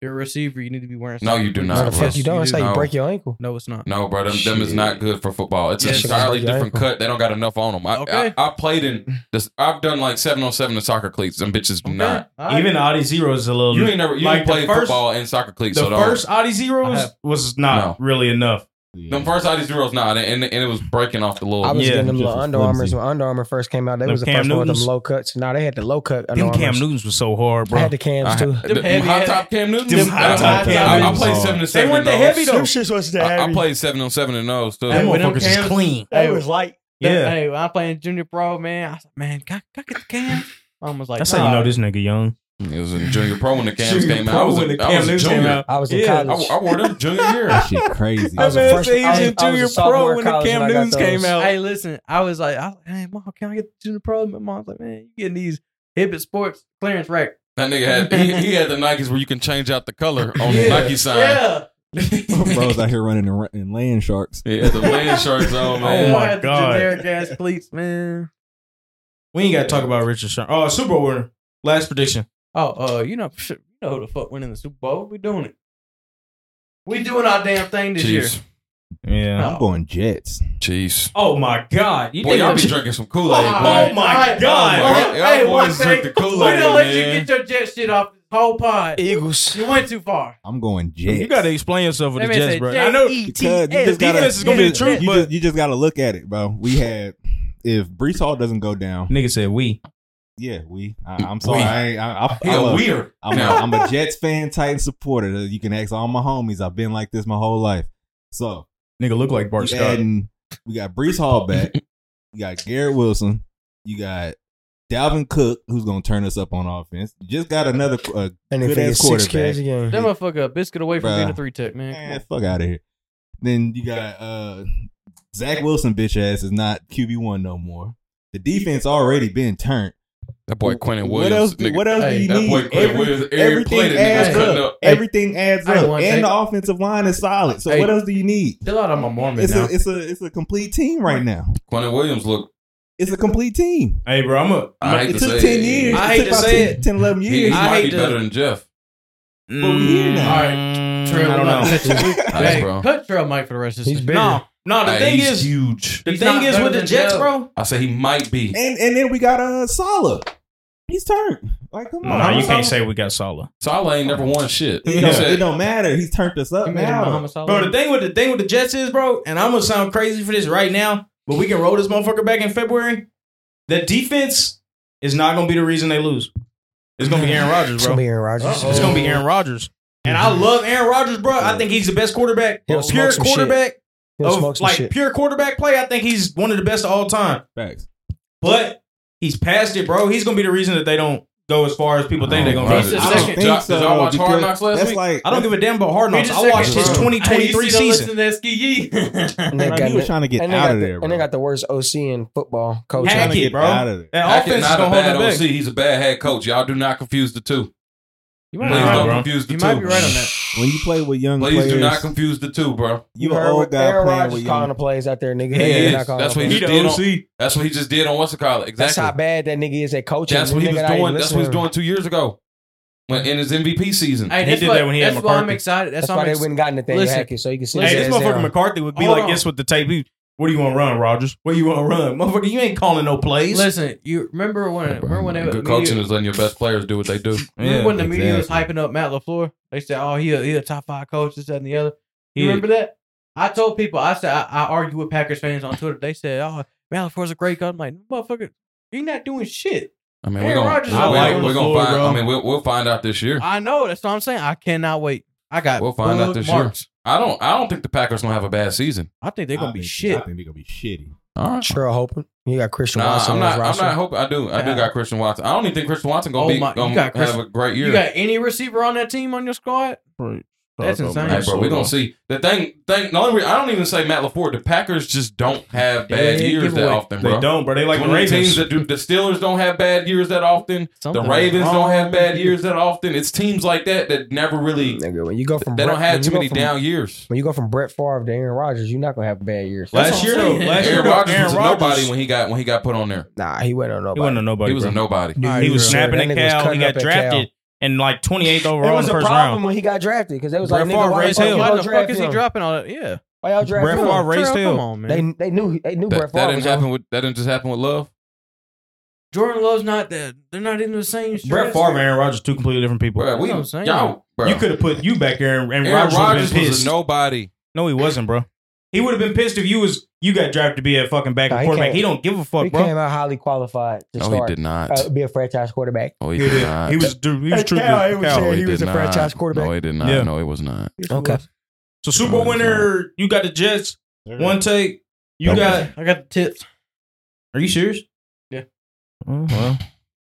Speaker 5: You're a receiver. You need to be wearing.
Speaker 3: No,
Speaker 5: soccer
Speaker 3: you do
Speaker 5: cleats.
Speaker 3: not,
Speaker 2: No, the
Speaker 3: bro.
Speaker 2: fuck you don't. That's
Speaker 5: do.
Speaker 2: how you
Speaker 3: No.
Speaker 2: break your ankle.
Speaker 5: No, it's not.
Speaker 3: No, bro, them, them is
Speaker 2: Shit.
Speaker 3: not good for football. It's an
Speaker 5: Yes.
Speaker 3: entirely
Speaker 2: Yeah.
Speaker 3: different cut. They don't got enough on them. I,
Speaker 5: Okay.
Speaker 3: I, I played in this. I've done like seven on seven in soccer cleats. Them bitches do
Speaker 5: Okay.
Speaker 3: not.
Speaker 5: All right.
Speaker 1: Even the Audi Zero is a little.
Speaker 3: You ain't never. You
Speaker 1: Like
Speaker 3: ain't
Speaker 1: the
Speaker 3: played
Speaker 1: first-
Speaker 3: football in soccer
Speaker 1: the
Speaker 3: cleats. so don't-
Speaker 1: first Audi Zeros
Speaker 5: I have-
Speaker 1: was not
Speaker 3: No.
Speaker 1: really enough.
Speaker 8: Yeah.
Speaker 3: Them first ID zeros, nah, and, and it was breaking off the little.
Speaker 2: I was
Speaker 1: Yeah,
Speaker 2: getting them
Speaker 8: just
Speaker 2: little
Speaker 8: was
Speaker 2: Under
Speaker 8: flimsy.
Speaker 2: Armours when Under Armour first came out. They
Speaker 1: Them
Speaker 2: was the
Speaker 1: Cam
Speaker 2: first one with them
Speaker 1: Newtons?
Speaker 2: low cuts. No, they had the low cut Under
Speaker 1: Them Cam
Speaker 2: Armours.
Speaker 1: Newtons was so hard,
Speaker 2: I
Speaker 1: bro.
Speaker 2: had the cams,
Speaker 3: I,
Speaker 2: too.
Speaker 3: them them
Speaker 5: heavy
Speaker 3: high
Speaker 5: ass-
Speaker 3: top Cam Newtons.
Speaker 1: them high
Speaker 3: I-
Speaker 1: top
Speaker 3: I-
Speaker 1: Cam
Speaker 3: I- I,
Speaker 1: Newtons.
Speaker 3: played seven and
Speaker 1: They
Speaker 3: seven.
Speaker 1: went the
Speaker 3: in
Speaker 1: heavy
Speaker 3: those.
Speaker 1: though.
Speaker 3: I, I played seven on seven oh, in those too.
Speaker 5: Hey,
Speaker 1: Them
Speaker 5: with them
Speaker 1: motherfuckers is
Speaker 5: Cams-
Speaker 1: clean.
Speaker 5: Hey, was
Speaker 2: light.
Speaker 1: Yeah.
Speaker 5: Hey, when I playing junior pro, man. I was like, man, can I, can I get the cam? Mom was like,
Speaker 1: That's
Speaker 5: nah.
Speaker 1: how you know this nigga young.
Speaker 3: It was in junior pro when the cams
Speaker 1: Junior
Speaker 3: came out.
Speaker 1: pro
Speaker 3: I was,
Speaker 1: when
Speaker 3: a,
Speaker 1: the
Speaker 3: I was a
Speaker 1: Cam Newton came
Speaker 3: junior.
Speaker 1: out.
Speaker 2: I was in
Speaker 1: Yeah.
Speaker 3: I,
Speaker 2: college.
Speaker 3: I wore them junior year.
Speaker 8: That shit crazy.
Speaker 1: I
Speaker 2: I was
Speaker 1: was a
Speaker 2: a
Speaker 1: first,
Speaker 2: freshman-
Speaker 1: he
Speaker 2: I was-
Speaker 1: was in
Speaker 2: I was a
Speaker 1: junior
Speaker 2: sophomore
Speaker 1: pro when the
Speaker 2: college
Speaker 1: Cam
Speaker 2: when I got
Speaker 1: Newtons came
Speaker 2: those.
Speaker 1: out.
Speaker 5: Hey, listen, I was like, I was like, hey, mom, can I get the junior pro? My mom's like, man, you getting these Hibbit Sports clearance rack.
Speaker 3: That nigga had he, he had the Nikes where you can change out the color on the
Speaker 5: Yeah.
Speaker 3: Nike sign.
Speaker 5: Yeah.
Speaker 8: Bro's out here running and, and laying sharks.
Speaker 3: Yeah, the land sharks on, man.
Speaker 1: Oh
Speaker 5: I
Speaker 1: my
Speaker 5: had the
Speaker 1: God.
Speaker 5: Generic ass cleats, man.
Speaker 1: We ain't got to talk about Richard Sherman. Oh, Super Bowl winner. Last prediction.
Speaker 5: Oh, uh, you know, psh, you know who the fuck winning the Super Bowl? We doing it. We doing our damn thing this
Speaker 3: Chiefs.
Speaker 5: year.
Speaker 1: Yeah.
Speaker 8: I'm going Jets.
Speaker 3: Chiefs.
Speaker 1: Oh my God! You
Speaker 3: Boy,
Speaker 1: think
Speaker 3: y'all be
Speaker 1: I'm-
Speaker 3: drinking some Kool Aid,
Speaker 5: Oh,
Speaker 1: Oh
Speaker 3: boy.
Speaker 1: my God!
Speaker 3: Y'all
Speaker 5: Hey,
Speaker 3: boys
Speaker 5: one
Speaker 3: drink
Speaker 5: thing.
Speaker 3: the
Speaker 5: We
Speaker 3: Kool Aid,
Speaker 5: done let you
Speaker 3: man.
Speaker 5: get your jet shit off this whole pod.
Speaker 2: Eagles.
Speaker 5: You went too far.
Speaker 8: I'm going Jets.
Speaker 1: You got to explain yourself with
Speaker 5: That
Speaker 1: the
Speaker 5: man
Speaker 1: Jets,
Speaker 5: said
Speaker 1: bro.
Speaker 5: J
Speaker 1: I know.
Speaker 5: E T
Speaker 8: Because you
Speaker 5: S.
Speaker 8: just gotta,
Speaker 1: defense is gonna be the
Speaker 5: Yes,
Speaker 1: truth,
Speaker 8: you
Speaker 1: but-
Speaker 8: just, you just gotta look at it, bro. We had if Brees Hall doesn't go down,
Speaker 1: Nigga said we.
Speaker 8: yeah, we. I, I'm sorry,
Speaker 3: We.
Speaker 8: I, ain't- I, I, I
Speaker 3: Hell,
Speaker 8: love-
Speaker 3: weird.
Speaker 8: I'm,
Speaker 3: now.
Speaker 8: a, I'm a Jets fan, Titan supporter. You can ask all my homies. I've been like this my whole life. So
Speaker 1: Nigga look like Bart
Speaker 8: you
Speaker 1: Scott.
Speaker 8: adding- we got Brees Hall back. you got Garrett Wilson. You got Dalvin Cook, who's gonna turn us up on offense. You just got another uh,
Speaker 2: And if
Speaker 8: Good
Speaker 2: he
Speaker 8: ass
Speaker 2: gets six
Speaker 8: quarterback.
Speaker 2: carries a game.
Speaker 5: That motherfucker a biscuit away from
Speaker 8: Bruh.
Speaker 5: being a three tech, man. Come
Speaker 8: man,
Speaker 5: on.
Speaker 8: fuck out of here. Then you got uh Zach Wilson, bitch ass, is not QB one no more. The defense already been turned.
Speaker 3: That boy Quentin
Speaker 8: what
Speaker 3: Williams.
Speaker 8: else?
Speaker 3: nigga.
Speaker 8: What else
Speaker 5: Hey,
Speaker 8: do you
Speaker 3: that
Speaker 8: need?
Speaker 3: boy Quentin
Speaker 8: Every-
Speaker 3: Williams. Every play
Speaker 8: everything
Speaker 3: that
Speaker 8: adds
Speaker 3: nigga's
Speaker 8: up.
Speaker 3: cutting up.
Speaker 8: Everything adds
Speaker 5: I
Speaker 8: up,
Speaker 5: want
Speaker 8: and
Speaker 5: that.
Speaker 8: the offensive line is solid. So
Speaker 5: Hey.
Speaker 8: what else do you need?
Speaker 5: Still out on my Mormon
Speaker 8: It's
Speaker 5: now.
Speaker 8: a, it's a it's a complete team right now.
Speaker 3: Quentin Williams look.
Speaker 8: It's a complete team.
Speaker 1: Hey, bro, I'm a.
Speaker 3: I hate
Speaker 8: It
Speaker 3: to
Speaker 8: took
Speaker 3: say
Speaker 8: ten
Speaker 3: it.
Speaker 8: years.
Speaker 1: I
Speaker 8: It
Speaker 1: hate
Speaker 8: took
Speaker 1: to
Speaker 8: about 10,
Speaker 1: say it.
Speaker 8: 10, 11
Speaker 3: He,
Speaker 8: years.
Speaker 3: he
Speaker 1: I
Speaker 3: might
Speaker 1: hate
Speaker 3: be
Speaker 1: to-
Speaker 3: better than Jeff.
Speaker 8: But we
Speaker 5: Mm.
Speaker 8: here now. Mm.
Speaker 1: All right.
Speaker 5: Trail
Speaker 1: I don't
Speaker 5: Mike.
Speaker 1: know.
Speaker 5: Let you-
Speaker 3: Nice,
Speaker 5: Hey,
Speaker 3: bro.
Speaker 5: cut Trail Mike for the rest of the
Speaker 2: He's
Speaker 5: season.
Speaker 2: bigger.
Speaker 1: No, no. The
Speaker 3: Hey,
Speaker 1: thing
Speaker 3: he's
Speaker 1: is huge. The
Speaker 5: He's
Speaker 1: thing
Speaker 5: not
Speaker 1: is
Speaker 5: better
Speaker 1: with the
Speaker 5: than
Speaker 1: Jets,
Speaker 5: Joe.
Speaker 1: bro.
Speaker 3: I say he might be.
Speaker 8: And and then we got uh Salah. He's turned. Like come on.
Speaker 1: say we got Salah,
Speaker 3: Salah ain't never won shit.
Speaker 8: It
Speaker 3: He
Speaker 8: don't,
Speaker 3: said-
Speaker 8: it don't matter. He's turned us up
Speaker 5: You imagine
Speaker 8: now.
Speaker 5: Muhammad Salah?
Speaker 1: bro. The thing with the thing with the Jets is, bro, and I'm gonna sound crazy for this right now, but we can roll this motherfucker back in February. The defense is not gonna be the reason they lose. It's gonna be Aaron Rodgers,
Speaker 2: It's
Speaker 1: bro.
Speaker 2: gonna be Aaron Rodgers.
Speaker 1: It's gonna be Aaron Rodgers. And I love Aaron Rodgers, bro. I think he's the best quarterback.
Speaker 2: He'll smoke
Speaker 1: pure
Speaker 2: some shit.
Speaker 1: quarterback
Speaker 2: He'll smoke
Speaker 1: of
Speaker 2: some
Speaker 1: like
Speaker 2: shit.
Speaker 1: pure quarterback play. I think he's one of the best of all time.
Speaker 8: Facts.
Speaker 1: But he's past it, bro. He's gonna be the reason that they don't go as far as people think they're gonna
Speaker 3: Oh,
Speaker 1: go.
Speaker 3: right. He's the
Speaker 1: I
Speaker 3: second-
Speaker 1: don't,
Speaker 3: Did y'all- did y'all watch Hard
Speaker 8: because
Speaker 3: Knocks last
Speaker 8: that's
Speaker 3: week?
Speaker 8: Like,
Speaker 1: I don't give a damn about Hard Knocks.
Speaker 5: He's the
Speaker 1: I watched
Speaker 5: second,
Speaker 1: his
Speaker 5: bro. Hey, you
Speaker 1: 2023
Speaker 5: still
Speaker 1: season.
Speaker 5: listen to that ski yee?
Speaker 2: And they
Speaker 8: I
Speaker 2: got
Speaker 8: knew he was
Speaker 2: the-
Speaker 8: trying to get
Speaker 2: and they
Speaker 8: out
Speaker 2: got
Speaker 8: of
Speaker 2: the-
Speaker 8: there, bro.
Speaker 2: And they got the worst OC in football coach.
Speaker 1: Heck
Speaker 8: trying to
Speaker 1: it,
Speaker 8: get
Speaker 1: bro.
Speaker 8: out of there.
Speaker 1: That
Speaker 3: Hackett
Speaker 1: offense is
Speaker 3: not a
Speaker 1: gonna
Speaker 3: bad
Speaker 1: hold
Speaker 3: OC.
Speaker 1: them back.
Speaker 3: He's a bad head coach. Y'all do not confuse the two.
Speaker 5: You
Speaker 3: Please
Speaker 5: might be right
Speaker 3: don't
Speaker 5: on-
Speaker 3: confuse the
Speaker 5: you
Speaker 3: two.
Speaker 5: might be right on that.
Speaker 8: When you play with young
Speaker 3: Please
Speaker 8: players,
Speaker 3: do not confuse the two, bro.
Speaker 8: you an old guy
Speaker 2: Aaron
Speaker 8: playing
Speaker 2: Rodgers
Speaker 8: with
Speaker 2: calling
Speaker 8: young.
Speaker 2: the plays out there, nigga.
Speaker 3: He
Speaker 2: That nigga
Speaker 3: is.
Speaker 2: not calling
Speaker 3: That's
Speaker 2: the
Speaker 3: what he
Speaker 2: plays.
Speaker 3: just did on. That's what he just did on what's it called?
Speaker 2: That's how
Speaker 3: Exactly.
Speaker 2: bad that nigga is at coaching.
Speaker 3: That's what he
Speaker 2: Nigga
Speaker 3: was
Speaker 2: not even
Speaker 3: doing. That's what he was
Speaker 2: listening.
Speaker 3: doing two years ago, when in his MVP season.
Speaker 5: Hey,
Speaker 1: He
Speaker 5: that's
Speaker 1: did
Speaker 5: what-
Speaker 1: that when he had
Speaker 5: That's why I'm
Speaker 1: McCarthy.
Speaker 5: excited.
Speaker 2: That's,
Speaker 5: That's
Speaker 2: why
Speaker 5: why
Speaker 2: they
Speaker 5: I'm.
Speaker 2: wouldn't got Nathaniel
Speaker 5: Listen.
Speaker 2: Hackett, so you can see.
Speaker 1: Hey,
Speaker 2: his
Speaker 1: this
Speaker 2: ass
Speaker 1: motherfucker
Speaker 2: down.
Speaker 1: McCarthy would be
Speaker 5: Hold
Speaker 1: like
Speaker 5: on.
Speaker 1: this with the tape. He- What do you want to run, Rogers? What do you want to run, motherfucker? You ain't calling no plays.
Speaker 5: Listen, you remember when? Remember when they
Speaker 3: good
Speaker 5: the media-
Speaker 3: coaching is letting your best players do what they do.
Speaker 5: Remember when the media was
Speaker 8: exactly.
Speaker 5: hyping up Matt Lafleur? They said, "Oh, he a, he a top five coach, this that, and the other." You
Speaker 1: Yeah.
Speaker 5: remember that? I told people, I said, I, I argue with Packers fans on Twitter. They said, "Oh, Matt Lafleur's a great coach." I'm like, "Motherfucker, he not doing shit."
Speaker 3: I mean, we're
Speaker 5: Aaron
Speaker 3: gonna,
Speaker 5: Rodgers
Speaker 3: we're,
Speaker 5: is
Speaker 3: gonna-
Speaker 1: like on
Speaker 3: we're
Speaker 1: the
Speaker 3: gonna
Speaker 1: floor,
Speaker 3: find.
Speaker 1: bro.
Speaker 3: I mean, we'll, we'll find out this year.
Speaker 5: I know. That's what I'm saying. I cannot wait. I got.
Speaker 3: We'll find out
Speaker 5: bookmarks.
Speaker 3: this year. I don't. I don't think the Packers gonna have a bad season.
Speaker 5: I think they're
Speaker 8: I
Speaker 5: gonna be
Speaker 8: think- I
Speaker 5: shit.
Speaker 8: think they're gonna be shitty.
Speaker 3: All right.
Speaker 2: Sure, hoping you got Christian
Speaker 3: Nah,
Speaker 2: Watson
Speaker 3: I'm
Speaker 2: on his
Speaker 3: not. I'm
Speaker 2: roster.
Speaker 3: not hoping. I do. I do
Speaker 5: Yeah.
Speaker 3: got Christian Watson. I don't even think Christian Watson
Speaker 5: Oh
Speaker 3: gonna be
Speaker 5: my- you
Speaker 3: gonna
Speaker 5: got Chris-
Speaker 3: have a great year.
Speaker 5: You got any receiver on that team on your squad? That's
Speaker 1: oh,
Speaker 5: insane.
Speaker 3: Hey, bro, we gonna see the thing. Thing. The only re- I don't even say Matt Lafleur. The Packers just don't have bad
Speaker 5: Yeah,
Speaker 3: years that
Speaker 5: giveaway.
Speaker 3: often,
Speaker 1: They
Speaker 3: bro.
Speaker 1: don't, bro. They like
Speaker 3: One
Speaker 1: the
Speaker 3: of the teams
Speaker 1: Ravens.
Speaker 3: that do, the Steelers don't have bad years that often.
Speaker 5: Something
Speaker 3: the Ravens don't
Speaker 5: wrong.
Speaker 3: have bad years that often. It's teams like that that never really.
Speaker 2: Mm, Nigga, when you go from
Speaker 3: They
Speaker 2: Brett-
Speaker 3: don't have
Speaker 2: when you
Speaker 3: too
Speaker 2: go
Speaker 3: many
Speaker 2: from-
Speaker 3: down years.
Speaker 2: When you go from Brett Favre to Aaron Rodgers, you're not gonna have bad years.
Speaker 5: Like-
Speaker 1: Last year,
Speaker 5: That's what
Speaker 1: though,
Speaker 5: I'm saying.
Speaker 1: last year,
Speaker 3: Aaron
Speaker 1: though,
Speaker 3: Rodgers
Speaker 1: Aaron
Speaker 3: was a nobody when he got when he got put on there.
Speaker 2: nah, he went on
Speaker 1: He wasn't
Speaker 2: nobody.
Speaker 1: a nobody.
Speaker 3: He was a
Speaker 1: bro.
Speaker 3: nobody.
Speaker 2: Dude,
Speaker 1: He was
Speaker 2: sure,
Speaker 1: snapping
Speaker 2: that
Speaker 1: at
Speaker 2: nigga was
Speaker 1: Cal. He
Speaker 2: cutting
Speaker 1: got
Speaker 2: up at
Speaker 1: drafted and like 28th
Speaker 2: Cal. It
Speaker 1: overall in
Speaker 2: was
Speaker 1: the
Speaker 2: a
Speaker 1: first
Speaker 2: problem
Speaker 1: round.
Speaker 2: when he got drafted because they was like,
Speaker 1: Brett
Speaker 2: nigga,
Speaker 1: Favre
Speaker 2: why,
Speaker 1: raised
Speaker 2: why,
Speaker 1: hell.
Speaker 2: y'all
Speaker 5: Why the
Speaker 2: draft
Speaker 5: fuck is he
Speaker 2: him?
Speaker 5: dropping all that? Yeah,
Speaker 2: Why y'all draft
Speaker 1: Brett
Speaker 2: him?
Speaker 1: Favre raised
Speaker 5: Terrell, Come
Speaker 1: hell.
Speaker 5: on, man.
Speaker 2: They they knew they knew
Speaker 3: That,
Speaker 2: Brett
Speaker 3: that
Speaker 2: Favre.
Speaker 3: didn't
Speaker 2: was on.
Speaker 3: happen with that didn't just happen with love.
Speaker 5: Jordan Love's not that. They're not into the same.
Speaker 1: Brett
Speaker 5: stress.
Speaker 1: Favre and Aaron Rodgers, two completely different people.
Speaker 3: Bro, we
Speaker 5: That's what I'm saying.
Speaker 3: y'all, bro.
Speaker 1: You could have put you back there, and, and
Speaker 3: Aaron
Speaker 1: Rodgers would have
Speaker 3: Rodgers
Speaker 1: been
Speaker 3: was
Speaker 1: pissed.
Speaker 3: a nobody.
Speaker 1: No, he wasn't, bro. He would have been pissed if you was you got drafted to be a fucking backup
Speaker 2: Nah, he
Speaker 1: quarterback.
Speaker 2: can't.
Speaker 1: He don't give a fuck,
Speaker 2: he
Speaker 1: bro.
Speaker 2: came out highly qualified to
Speaker 3: No, he
Speaker 2: start.
Speaker 3: did not.
Speaker 2: uh, be a franchise quarterback.
Speaker 3: Oh, he
Speaker 1: He,
Speaker 3: did
Speaker 1: did.
Speaker 3: not. Oh,
Speaker 1: he was he was
Speaker 2: Hey,
Speaker 1: true.
Speaker 2: Cal, he was
Speaker 1: Cal.
Speaker 2: saying he was
Speaker 3: did
Speaker 2: a franchise quarterback.
Speaker 3: No, he did not.
Speaker 1: Yeah.
Speaker 3: No, he was not.
Speaker 2: Okay.
Speaker 1: So Super Bowl winner, you got the Jets. One take. You
Speaker 8: Okay.
Speaker 1: got.
Speaker 5: I got the tips.
Speaker 1: Are you serious?
Speaker 5: Yeah.
Speaker 1: Oh, well,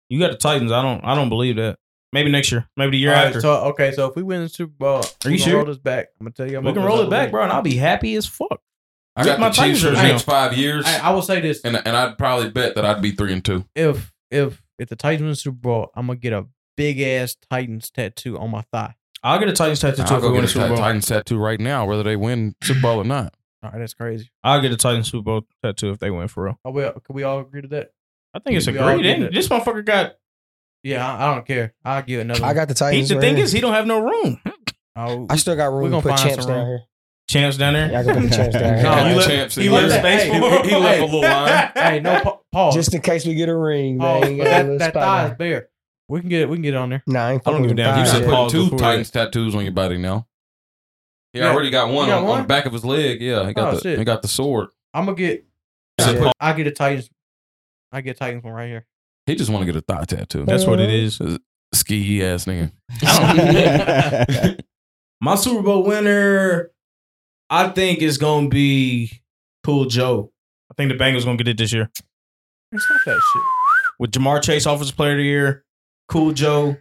Speaker 1: you got the Titans. I don't. I don't believe that. Maybe next year. Maybe the year
Speaker 5: All right,
Speaker 1: after.
Speaker 5: so okay, so if we win the Super Bowl,
Speaker 1: Are you
Speaker 5: we gonna
Speaker 1: sure?
Speaker 5: Roll this back. I'm gonna tell you. I'm
Speaker 1: we
Speaker 5: gonna
Speaker 1: can roll
Speaker 5: put
Speaker 1: it back,
Speaker 5: up
Speaker 1: bro, and I'll be happy as fuck.
Speaker 3: I
Speaker 1: Check
Speaker 3: got
Speaker 1: my
Speaker 3: the Chiefs for
Speaker 1: Titans
Speaker 3: the
Speaker 1: now.
Speaker 3: next five
Speaker 5: with-
Speaker 3: years,
Speaker 5: I, I will say this:
Speaker 3: and and I'd probably bet that I'd be three and two.
Speaker 5: if if if the Titans win the Super Bowl, I'm gonna get a big ass Titans tattoo on my thigh.
Speaker 1: I'll get a Titans tattoo too
Speaker 3: I'll
Speaker 1: if we
Speaker 3: go get
Speaker 1: win the
Speaker 3: a
Speaker 1: Super
Speaker 3: Ti-
Speaker 1: Bowl.
Speaker 3: Titans tattoo right now, whether they win Super Bowl or not.
Speaker 5: All right, that's crazy.
Speaker 1: I'll get a Titans Super Bowl tattoo if they win for real.
Speaker 5: Are we, can we all agree to that?
Speaker 1: I think it's
Speaker 5: We all
Speaker 1: agreed.
Speaker 5: did
Speaker 1: ain't it?
Speaker 5: it.
Speaker 1: This motherfucker got.
Speaker 5: Yeah, I, I don't care. I'll give another.
Speaker 2: I got the
Speaker 1: He,
Speaker 2: Titans.
Speaker 1: the
Speaker 2: right
Speaker 1: thing
Speaker 2: here.
Speaker 1: is, he don't have no room.
Speaker 5: Oh,
Speaker 2: I still got room
Speaker 5: We
Speaker 2: to
Speaker 5: gonna
Speaker 2: put
Speaker 5: find
Speaker 2: champs
Speaker 5: some
Speaker 2: down
Speaker 5: room.
Speaker 2: here.
Speaker 1: Champs down there.
Speaker 2: Yeah, I can put champs down
Speaker 5: No,
Speaker 2: here.
Speaker 5: you
Speaker 1: left-
Speaker 3: Champs,
Speaker 1: he
Speaker 3: he
Speaker 1: left
Speaker 3: left-
Speaker 1: space.
Speaker 5: hey,
Speaker 1: for
Speaker 3: he- he left a little line.
Speaker 5: hey, no pa- pause.
Speaker 2: Just in case we get a ring,
Speaker 5: pause.
Speaker 2: man. You got a
Speaker 5: that
Speaker 2: little
Speaker 5: that
Speaker 2: spot
Speaker 5: thigh
Speaker 2: down.
Speaker 5: is bare. We can get it. We can get it on there.
Speaker 2: Nah, I, ain't
Speaker 1: I
Speaker 2: fucking
Speaker 1: don't give a
Speaker 2: with them
Speaker 1: damn. You
Speaker 3: You
Speaker 1: Ah,
Speaker 3: should
Speaker 1: yeah.
Speaker 2: thighs
Speaker 3: put
Speaker 1: pause
Speaker 3: two
Speaker 1: before
Speaker 3: Titans tattoos on your body now. He
Speaker 5: Yeah.
Speaker 3: already got one,
Speaker 5: You got
Speaker 3: on, on
Speaker 5: one?
Speaker 3: the back of his leg. Yeah, he got
Speaker 5: Oh,
Speaker 3: the
Speaker 5: shit.
Speaker 3: he got the sword.
Speaker 5: I'm gonna get.
Speaker 3: You should
Speaker 2: Yeah.
Speaker 3: put-
Speaker 5: I get a Titans. I get a Titans one right here.
Speaker 3: He just want to get a thigh tattoo.
Speaker 1: That's what it is.
Speaker 3: ski ass nigga.
Speaker 1: My Super Bowl winner, I think, is gonna be Cool Joe. I think the Bengals gonna get it this year
Speaker 5: It's not that shit.
Speaker 1: with Jamar Chase, Offensive Player of the Year, Cool Joe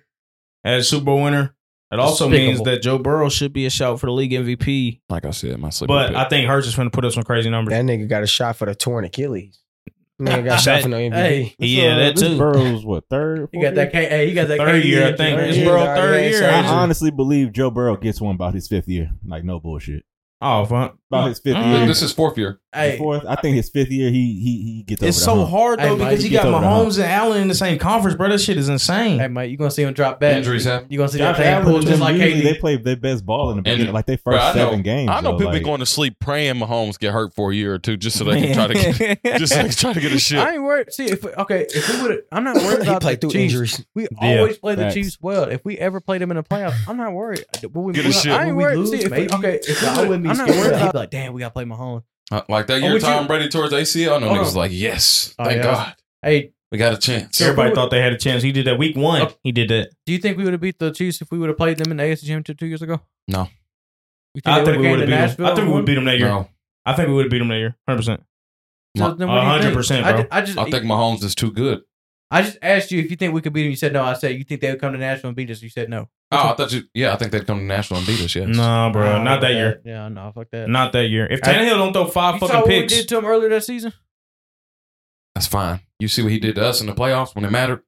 Speaker 1: as Super Bowl winner. It also means
Speaker 5: Despicable.
Speaker 1: that Joe Burrow should be a shout for the league MVP.
Speaker 3: Like I said, my sleep.
Speaker 1: But I think Hurts is going to put up some crazy numbers.
Speaker 2: That nigga got a shot for the torn Achilles. Nigga got
Speaker 1: That-
Speaker 2: shot for no MVP.
Speaker 5: Hey,
Speaker 1: yeah, that too.
Speaker 8: Burrow's what third?
Speaker 5: he got that. K, E hey, he got that.
Speaker 1: Third
Speaker 5: KD
Speaker 1: year, I
Speaker 5: injury,
Speaker 1: think.
Speaker 5: right?
Speaker 1: It's
Speaker 2: Yeah,
Speaker 1: Burrow
Speaker 2: yeah,
Speaker 1: third
Speaker 2: yeah,
Speaker 1: year.
Speaker 2: so
Speaker 8: I
Speaker 1: ain't it?
Speaker 8: honestly believe Joe Burrow gets one about his fifth year. Like no bullshit.
Speaker 1: Oh, fuck.
Speaker 8: About his fifth
Speaker 1: Mm.
Speaker 8: year.
Speaker 3: this is fourth year.
Speaker 5: Hey,
Speaker 8: Fourth, I think his fifth year, he he he gets over
Speaker 1: It's
Speaker 8: the
Speaker 1: so
Speaker 8: hump.
Speaker 1: hard though
Speaker 5: Hey, Mike,
Speaker 1: because you
Speaker 8: you
Speaker 1: got
Speaker 8: get over the hump.
Speaker 1: Mahomes and Allen in the same conference, bro. That shit is insane.
Speaker 5: hey, Mike, you gonna see him drop back.
Speaker 3: Injuries happen.
Speaker 5: You gonna see
Speaker 8: Josh
Speaker 5: that E thing
Speaker 8: Allen
Speaker 5: pull
Speaker 8: and
Speaker 5: just
Speaker 8: them
Speaker 5: like
Speaker 8: usually,
Speaker 5: KD.
Speaker 8: they played their best ball in the beginning,
Speaker 3: And-
Speaker 8: like their
Speaker 3: Bro,
Speaker 8: first
Speaker 3: I know-
Speaker 8: seven games.
Speaker 3: I know
Speaker 8: though,
Speaker 3: people
Speaker 8: like,
Speaker 3: going to sleep praying Mahomes get hurt for a year or two just so they can try to get, just so they can try to get a shit.
Speaker 5: I ain't worried. See, if okay, if we would, I'm not worried
Speaker 2: he
Speaker 5: about
Speaker 2: played
Speaker 5: the
Speaker 2: through
Speaker 5: Chiefs.
Speaker 2: injuries.
Speaker 5: We
Speaker 1: Yeah,
Speaker 5: always play the
Speaker 8: facts.
Speaker 5: Chiefs well. If we ever played them in the playoffs, I'm not worried. Will we,
Speaker 3: Give a
Speaker 5: will-
Speaker 3: shit.
Speaker 5: I ain't
Speaker 3: Will
Speaker 5: worried.
Speaker 1: lose,
Speaker 5: See, if we,
Speaker 1: maybe?
Speaker 5: okay, if we,
Speaker 1: I
Speaker 5: I'm
Speaker 1: wouldn't be
Speaker 5: not
Speaker 1: scared.
Speaker 5: worried about like, damn, we gotta play Mahomes.
Speaker 3: Uh, Like that
Speaker 5: Oh,
Speaker 3: year,
Speaker 5: would you-
Speaker 3: Tom Brady towards ACL. I know
Speaker 5: Oh.
Speaker 3: niggas like, yes,
Speaker 5: Oh,
Speaker 3: thank
Speaker 5: yeah.
Speaker 3: God,
Speaker 5: Hey,
Speaker 3: we got a chance.
Speaker 1: Everybody thought they had a chance. He did that week one. He did that.
Speaker 5: do you think we would have beat the Chiefs if we would have played them in the AFC Championship two years ago?
Speaker 3: No.
Speaker 5: You think
Speaker 1: I
Speaker 5: they
Speaker 1: think we would have
Speaker 5: would've came to
Speaker 1: beat him.
Speaker 5: Nashville
Speaker 1: I think
Speaker 5: and
Speaker 1: we would
Speaker 5: won?
Speaker 1: have beat him that year.
Speaker 3: No,
Speaker 1: I think we would have beat him that year. Hundred percent.
Speaker 5: So
Speaker 3: Ma-
Speaker 5: then what do you think?
Speaker 1: 100%,
Speaker 5: I
Speaker 1: bro.
Speaker 5: ju- I just, I
Speaker 3: I think Mahomes is too good.
Speaker 5: just asked you if you think we could beat them. You said no. I said you think they would come to Nashville and beat us. You said no.
Speaker 3: Oh, I thought you. Yeah, I think they'd come to national and beat us. Yes.
Speaker 1: Nah, bro,
Speaker 5: Nah,
Speaker 1: not that year.
Speaker 5: Yeah, no, fuck that.
Speaker 1: Not that year. If
Speaker 5: I-
Speaker 1: Tannehill don't throw five
Speaker 5: you saw
Speaker 1: fucking
Speaker 5: what we
Speaker 1: picks,
Speaker 5: did to them earlier that season.
Speaker 3: that's fine. You see what he did to us in the playoffs when it mattered.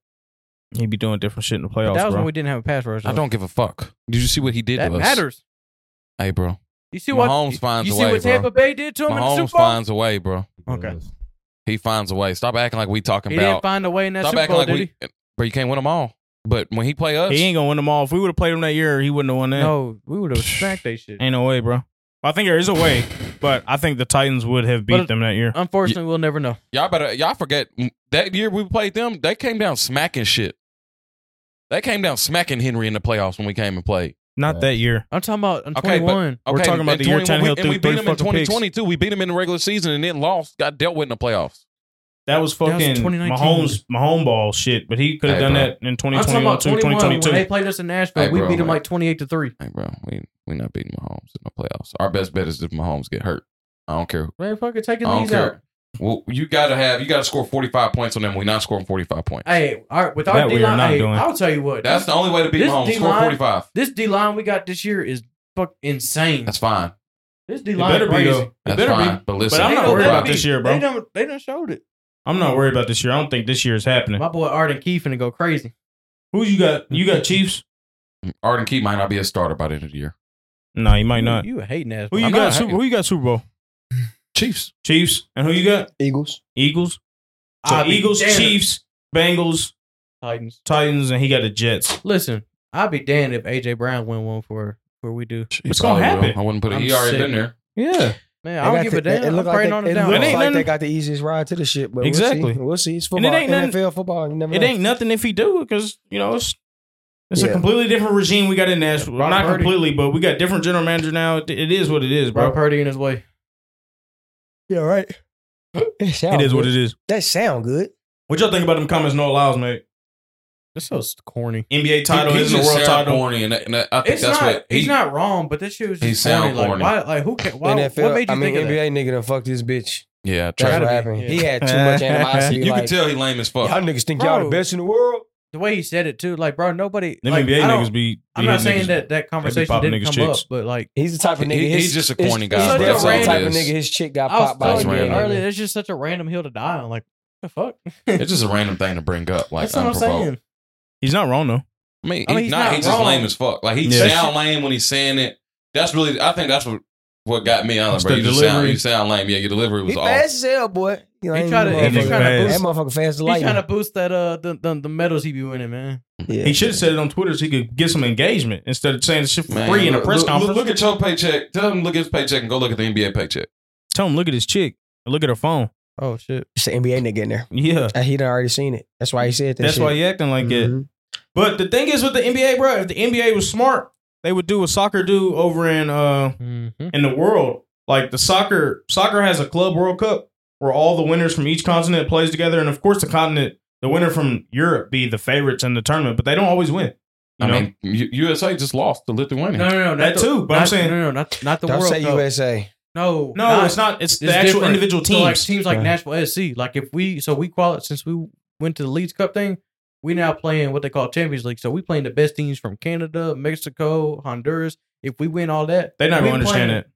Speaker 1: he'd be doing different shit in the
Speaker 5: But that
Speaker 1: playoffs,
Speaker 5: was
Speaker 1: bro.
Speaker 5: when we didn't have a pass rush.
Speaker 3: I don't give a fuck. Did you see what he did
Speaker 5: That
Speaker 3: to us?
Speaker 5: matters.
Speaker 3: Hey, bro.
Speaker 5: You see what
Speaker 3: Mahomes finds
Speaker 5: you
Speaker 3: a
Speaker 5: see
Speaker 3: way,
Speaker 5: what
Speaker 3: bro.
Speaker 5: Tampa Bay did to him in the
Speaker 3: Mahomes
Speaker 5: Super Bowl.
Speaker 3: finds a way, bro.
Speaker 5: Okay.
Speaker 3: He finds a way. Stop acting like we talking
Speaker 5: He didn't
Speaker 3: about.
Speaker 5: find a way in that
Speaker 3: Stop
Speaker 5: Super
Speaker 3: acting
Speaker 5: Bowl,
Speaker 3: like
Speaker 5: did he?
Speaker 3: we. But you can't win them all. But when he play us,
Speaker 1: He ain't gonna win them all. If we would have played him that year, he wouldn't have won that.
Speaker 5: oh, No, we would have smacked they shit.
Speaker 1: Ain't no way, bro. I think there is a way, but I think the Titans would have beat
Speaker 5: But-
Speaker 1: them that year.
Speaker 5: Unfortunately, we'll never know.
Speaker 3: y'all better y'all forget mm, that year we played them. They came down smacking shit. They came down smacking Henry in the playoffs when we came and played.
Speaker 1: Not that year.
Speaker 5: I'm talking about in
Speaker 3: Okay, but-
Speaker 5: 21.
Speaker 1: We're talking about
Speaker 3: and
Speaker 1: the year
Speaker 3: 20 when we- and
Speaker 1: Tannehill
Speaker 3: we
Speaker 1: threw
Speaker 3: beat
Speaker 1: three
Speaker 3: him in
Speaker 1: fucking picks.
Speaker 3: 2022. We beat him in the regular season and then lost. Got dealt with in the playoffs.
Speaker 1: That was
Speaker 5: was
Speaker 1: fucking
Speaker 5: 2019.
Speaker 1: Mahomes Mahomes ball shit, but he could have
Speaker 3: Hey,
Speaker 1: done
Speaker 3: bro.
Speaker 1: that in
Speaker 5: I'm talking
Speaker 1: 2021
Speaker 5: about
Speaker 1: too,
Speaker 5: 21 when they
Speaker 1: 2022.
Speaker 5: played us in Nashville.
Speaker 3: Hey,
Speaker 5: we
Speaker 3: bro,
Speaker 5: beat them
Speaker 3: man.
Speaker 5: like 28 to three.
Speaker 3: Hey, bro, we we not beating Mahomes in the playoffs. Our best bet is if Mahomes get hurt. I don't care.
Speaker 5: They fucking
Speaker 3: I
Speaker 5: taking
Speaker 3: don't
Speaker 5: these out.
Speaker 3: care. Well, you gotta have you gotta score forty five points on them. We not scoring forty five points.
Speaker 5: Hey, all right, with
Speaker 1: That
Speaker 5: our
Speaker 1: we
Speaker 5: D
Speaker 1: are
Speaker 5: line,
Speaker 1: not
Speaker 5: hey,
Speaker 1: doing.
Speaker 5: I'll tell you what.
Speaker 3: That's the only way to beat
Speaker 5: This
Speaker 3: Mahomes. Score
Speaker 5: D-line-
Speaker 3: forty five.
Speaker 5: this D line we got this year is fuck insane.
Speaker 3: That's fine.
Speaker 5: this D
Speaker 1: It
Speaker 5: line
Speaker 1: better be
Speaker 5: crazy.
Speaker 1: though. It
Speaker 3: That's
Speaker 1: better
Speaker 3: fine.
Speaker 1: be.
Speaker 3: But listen,
Speaker 1: But I'm
Speaker 5: They
Speaker 1: not
Speaker 5: don't
Speaker 1: worried
Speaker 5: let
Speaker 1: about
Speaker 5: it be.
Speaker 1: this year, bro.
Speaker 5: They done, they done showed it.
Speaker 1: I'm not worried about this year. I don't think this year is happening.
Speaker 5: My boy Arden Keefe finna go crazy.
Speaker 1: Who you got? You got Chiefs?
Speaker 3: Arden Key might not be a starter by the end of the year.
Speaker 1: No, you might not.
Speaker 5: You, you a hating ass.
Speaker 1: Who you
Speaker 3: I'm
Speaker 1: got?
Speaker 3: not
Speaker 1: Super,
Speaker 3: hating.
Speaker 1: who you got? Super Bowl
Speaker 3: Chiefs.
Speaker 1: Chiefs and who you got?
Speaker 2: Eagles.
Speaker 1: Eagles. So
Speaker 5: I'll be
Speaker 1: Eagles,
Speaker 5: damned if-
Speaker 1: Chiefs, Bengals,
Speaker 5: Titans.
Speaker 1: Titans, and he got the Jets.
Speaker 5: Listen, I'll be damned if AJ Brown win one for for we do.
Speaker 1: It's gonna happen.
Speaker 3: I wouldn't put it.
Speaker 5: I'm
Speaker 3: He already
Speaker 5: sick.
Speaker 3: been there.
Speaker 1: Yeah,
Speaker 5: Man, I don't give a damn.
Speaker 2: It,
Speaker 5: I'm
Speaker 2: looked
Speaker 5: praying
Speaker 2: like
Speaker 5: on
Speaker 2: they,
Speaker 5: the
Speaker 2: it looked
Speaker 5: down.
Speaker 1: It ain't
Speaker 2: like
Speaker 1: nothing-
Speaker 2: they got the easiest ride to the shit. But We'll
Speaker 1: Exactly.
Speaker 2: see. We'll see. It's football.
Speaker 1: ain't nothing-
Speaker 2: NFL football. You never
Speaker 1: it
Speaker 2: know.
Speaker 1: ain't nothing if he do because you know it's it's a
Speaker 2: Yeah.
Speaker 1: completely different regime we got in Nashville.
Speaker 5: Brock
Speaker 1: Not
Speaker 5: Purdy.
Speaker 1: completely, but we got different general manager now. It, it is what it is,
Speaker 5: Brock
Speaker 1: bro.
Speaker 5: Purdy in his way.
Speaker 2: Yeah, right. It,
Speaker 1: It
Speaker 2: sound
Speaker 1: is what
Speaker 2: good.
Speaker 1: it is.
Speaker 2: That sound good.
Speaker 1: What y'all think about them comments? No allows, mate.
Speaker 5: That's so corny.
Speaker 1: NBA title
Speaker 3: He- he's
Speaker 1: isn't a
Speaker 3: just
Speaker 1: world
Speaker 3: Sarah
Speaker 1: title.
Speaker 3: Corny, and, and I think
Speaker 5: It's
Speaker 3: that's
Speaker 5: not.
Speaker 3: what
Speaker 5: he's
Speaker 3: he-
Speaker 5: not wrong, but this shit was
Speaker 3: he
Speaker 5: just
Speaker 3: sound
Speaker 5: corny. Like,
Speaker 3: corny.
Speaker 5: why? Like, who? Can, why
Speaker 2: NFL.
Speaker 5: what made you
Speaker 2: I mean,
Speaker 5: think of that?
Speaker 2: NBA nigga done fucked this bitch.
Speaker 3: Yeah,
Speaker 2: That's
Speaker 3: trust
Speaker 5: Gotta
Speaker 2: what
Speaker 3: me.
Speaker 2: happened.
Speaker 5: be, yeah.
Speaker 2: He had too much animosity.
Speaker 3: You
Speaker 2: like,
Speaker 3: can tell he lame as fuck.
Speaker 2: Y'all niggas think y'all the
Speaker 5: Bro.
Speaker 2: best in the world.
Speaker 5: The way he said it too, like, bro, nobody.
Speaker 1: Them
Speaker 5: like,
Speaker 1: NBA
Speaker 5: I don't-
Speaker 1: niggas be.
Speaker 5: I'm
Speaker 1: be
Speaker 5: not
Speaker 1: hitting
Speaker 5: saying
Speaker 1: niggas.
Speaker 5: that that conversation
Speaker 1: popping
Speaker 5: didn't come
Speaker 1: niggas' chicks.
Speaker 5: up, but like,
Speaker 2: He's the type of nigga.
Speaker 3: He-
Speaker 2: his-
Speaker 3: he's just a
Speaker 2: his-
Speaker 3: corny
Speaker 2: he's
Speaker 3: guy,
Speaker 2: definitely
Speaker 5: bro. That's all
Speaker 2: the
Speaker 5: it
Speaker 2: type of
Speaker 3: is.
Speaker 2: nigga. His chick got
Speaker 5: I was
Speaker 2: popped by.
Speaker 3: That's
Speaker 2: his
Speaker 5: telling you
Speaker 3: random.
Speaker 2: nigga.
Speaker 5: earlier, it's just such a random hill to die on. Like, the fuck.
Speaker 3: It's just a random thing to bring up, like
Speaker 5: That's what I'm
Speaker 3: unprovoked.
Speaker 5: saying.
Speaker 1: He's not wrong though.
Speaker 3: I mean,
Speaker 5: I mean,
Speaker 3: he's
Speaker 5: he's
Speaker 3: not.
Speaker 5: not
Speaker 3: he's just
Speaker 5: wrong.
Speaker 3: lame as fuck. Like he
Speaker 1: Yeah.
Speaker 3: sound lame when he's saying it. That's really. I think that's what what got me. I was
Speaker 1: It's
Speaker 3: like, bro,
Speaker 1: the
Speaker 3: you just sound
Speaker 1: delivery.
Speaker 3: you sound lame. Yeah, your delivery
Speaker 2: He
Speaker 3: was off.
Speaker 2: fast as hell, boy. You know,
Speaker 5: He
Speaker 2: ain't
Speaker 5: tried to-
Speaker 2: no
Speaker 1: he
Speaker 2: motherfucker-
Speaker 1: tried to
Speaker 2: That
Speaker 1: boost-
Speaker 2: motherfucker fast as
Speaker 5: He's trying to
Speaker 2: lightning.
Speaker 5: boost that uh the, the the medals he be winning, man.
Speaker 2: Yeah.
Speaker 1: He should have said it on Twitter so he could get some engagement instead of saying shit for
Speaker 3: Man,
Speaker 1: free in a
Speaker 3: look-
Speaker 1: press
Speaker 3: look,
Speaker 1: conference.
Speaker 3: Look, at your paycheck. Tell him to look at his paycheck and go look at the NBA paycheck.
Speaker 1: Tell him, look at his chick. Look at her phone.
Speaker 5: Oh shit.
Speaker 2: It's the NBA nigga in there.
Speaker 1: Yeah.
Speaker 2: And he done already seen it. That's why he said that.
Speaker 1: That's
Speaker 2: shit.
Speaker 1: why you acting like it.
Speaker 2: Mhm.
Speaker 1: But the thing is with the NBA, bro, if the NBA was smart, they would do what soccer do over in uh
Speaker 5: Mm-hmm.
Speaker 1: in the world. Like the soccer soccer has a club world cup where all the winners from each continent plays together and of course the continent the winner from Europe be the favorites in the tournament, but they don't always win.
Speaker 3: I
Speaker 1: You know?
Speaker 3: mean, U- USA just lost to Lithuania.
Speaker 5: No, no, no, not
Speaker 1: That
Speaker 5: the-
Speaker 1: too, but I'm
Speaker 5: not-
Speaker 1: saying-
Speaker 5: no, no, not not the
Speaker 2: Don't
Speaker 5: World
Speaker 2: say
Speaker 5: Cup.
Speaker 2: USA.
Speaker 5: No,
Speaker 1: no, it's not it's, the actual
Speaker 5: different.
Speaker 1: individual teams.
Speaker 5: So, like teams like
Speaker 1: Right.
Speaker 5: Nashville SC. Like if we so we qual since we went to the Leeds Cup thing, we now playing what they call Champions League. So we playing the best teams from Canada, Mexico, Honduras. If we win all that,
Speaker 1: They not
Speaker 5: we
Speaker 1: gonna understand
Speaker 5: playing-
Speaker 1: that.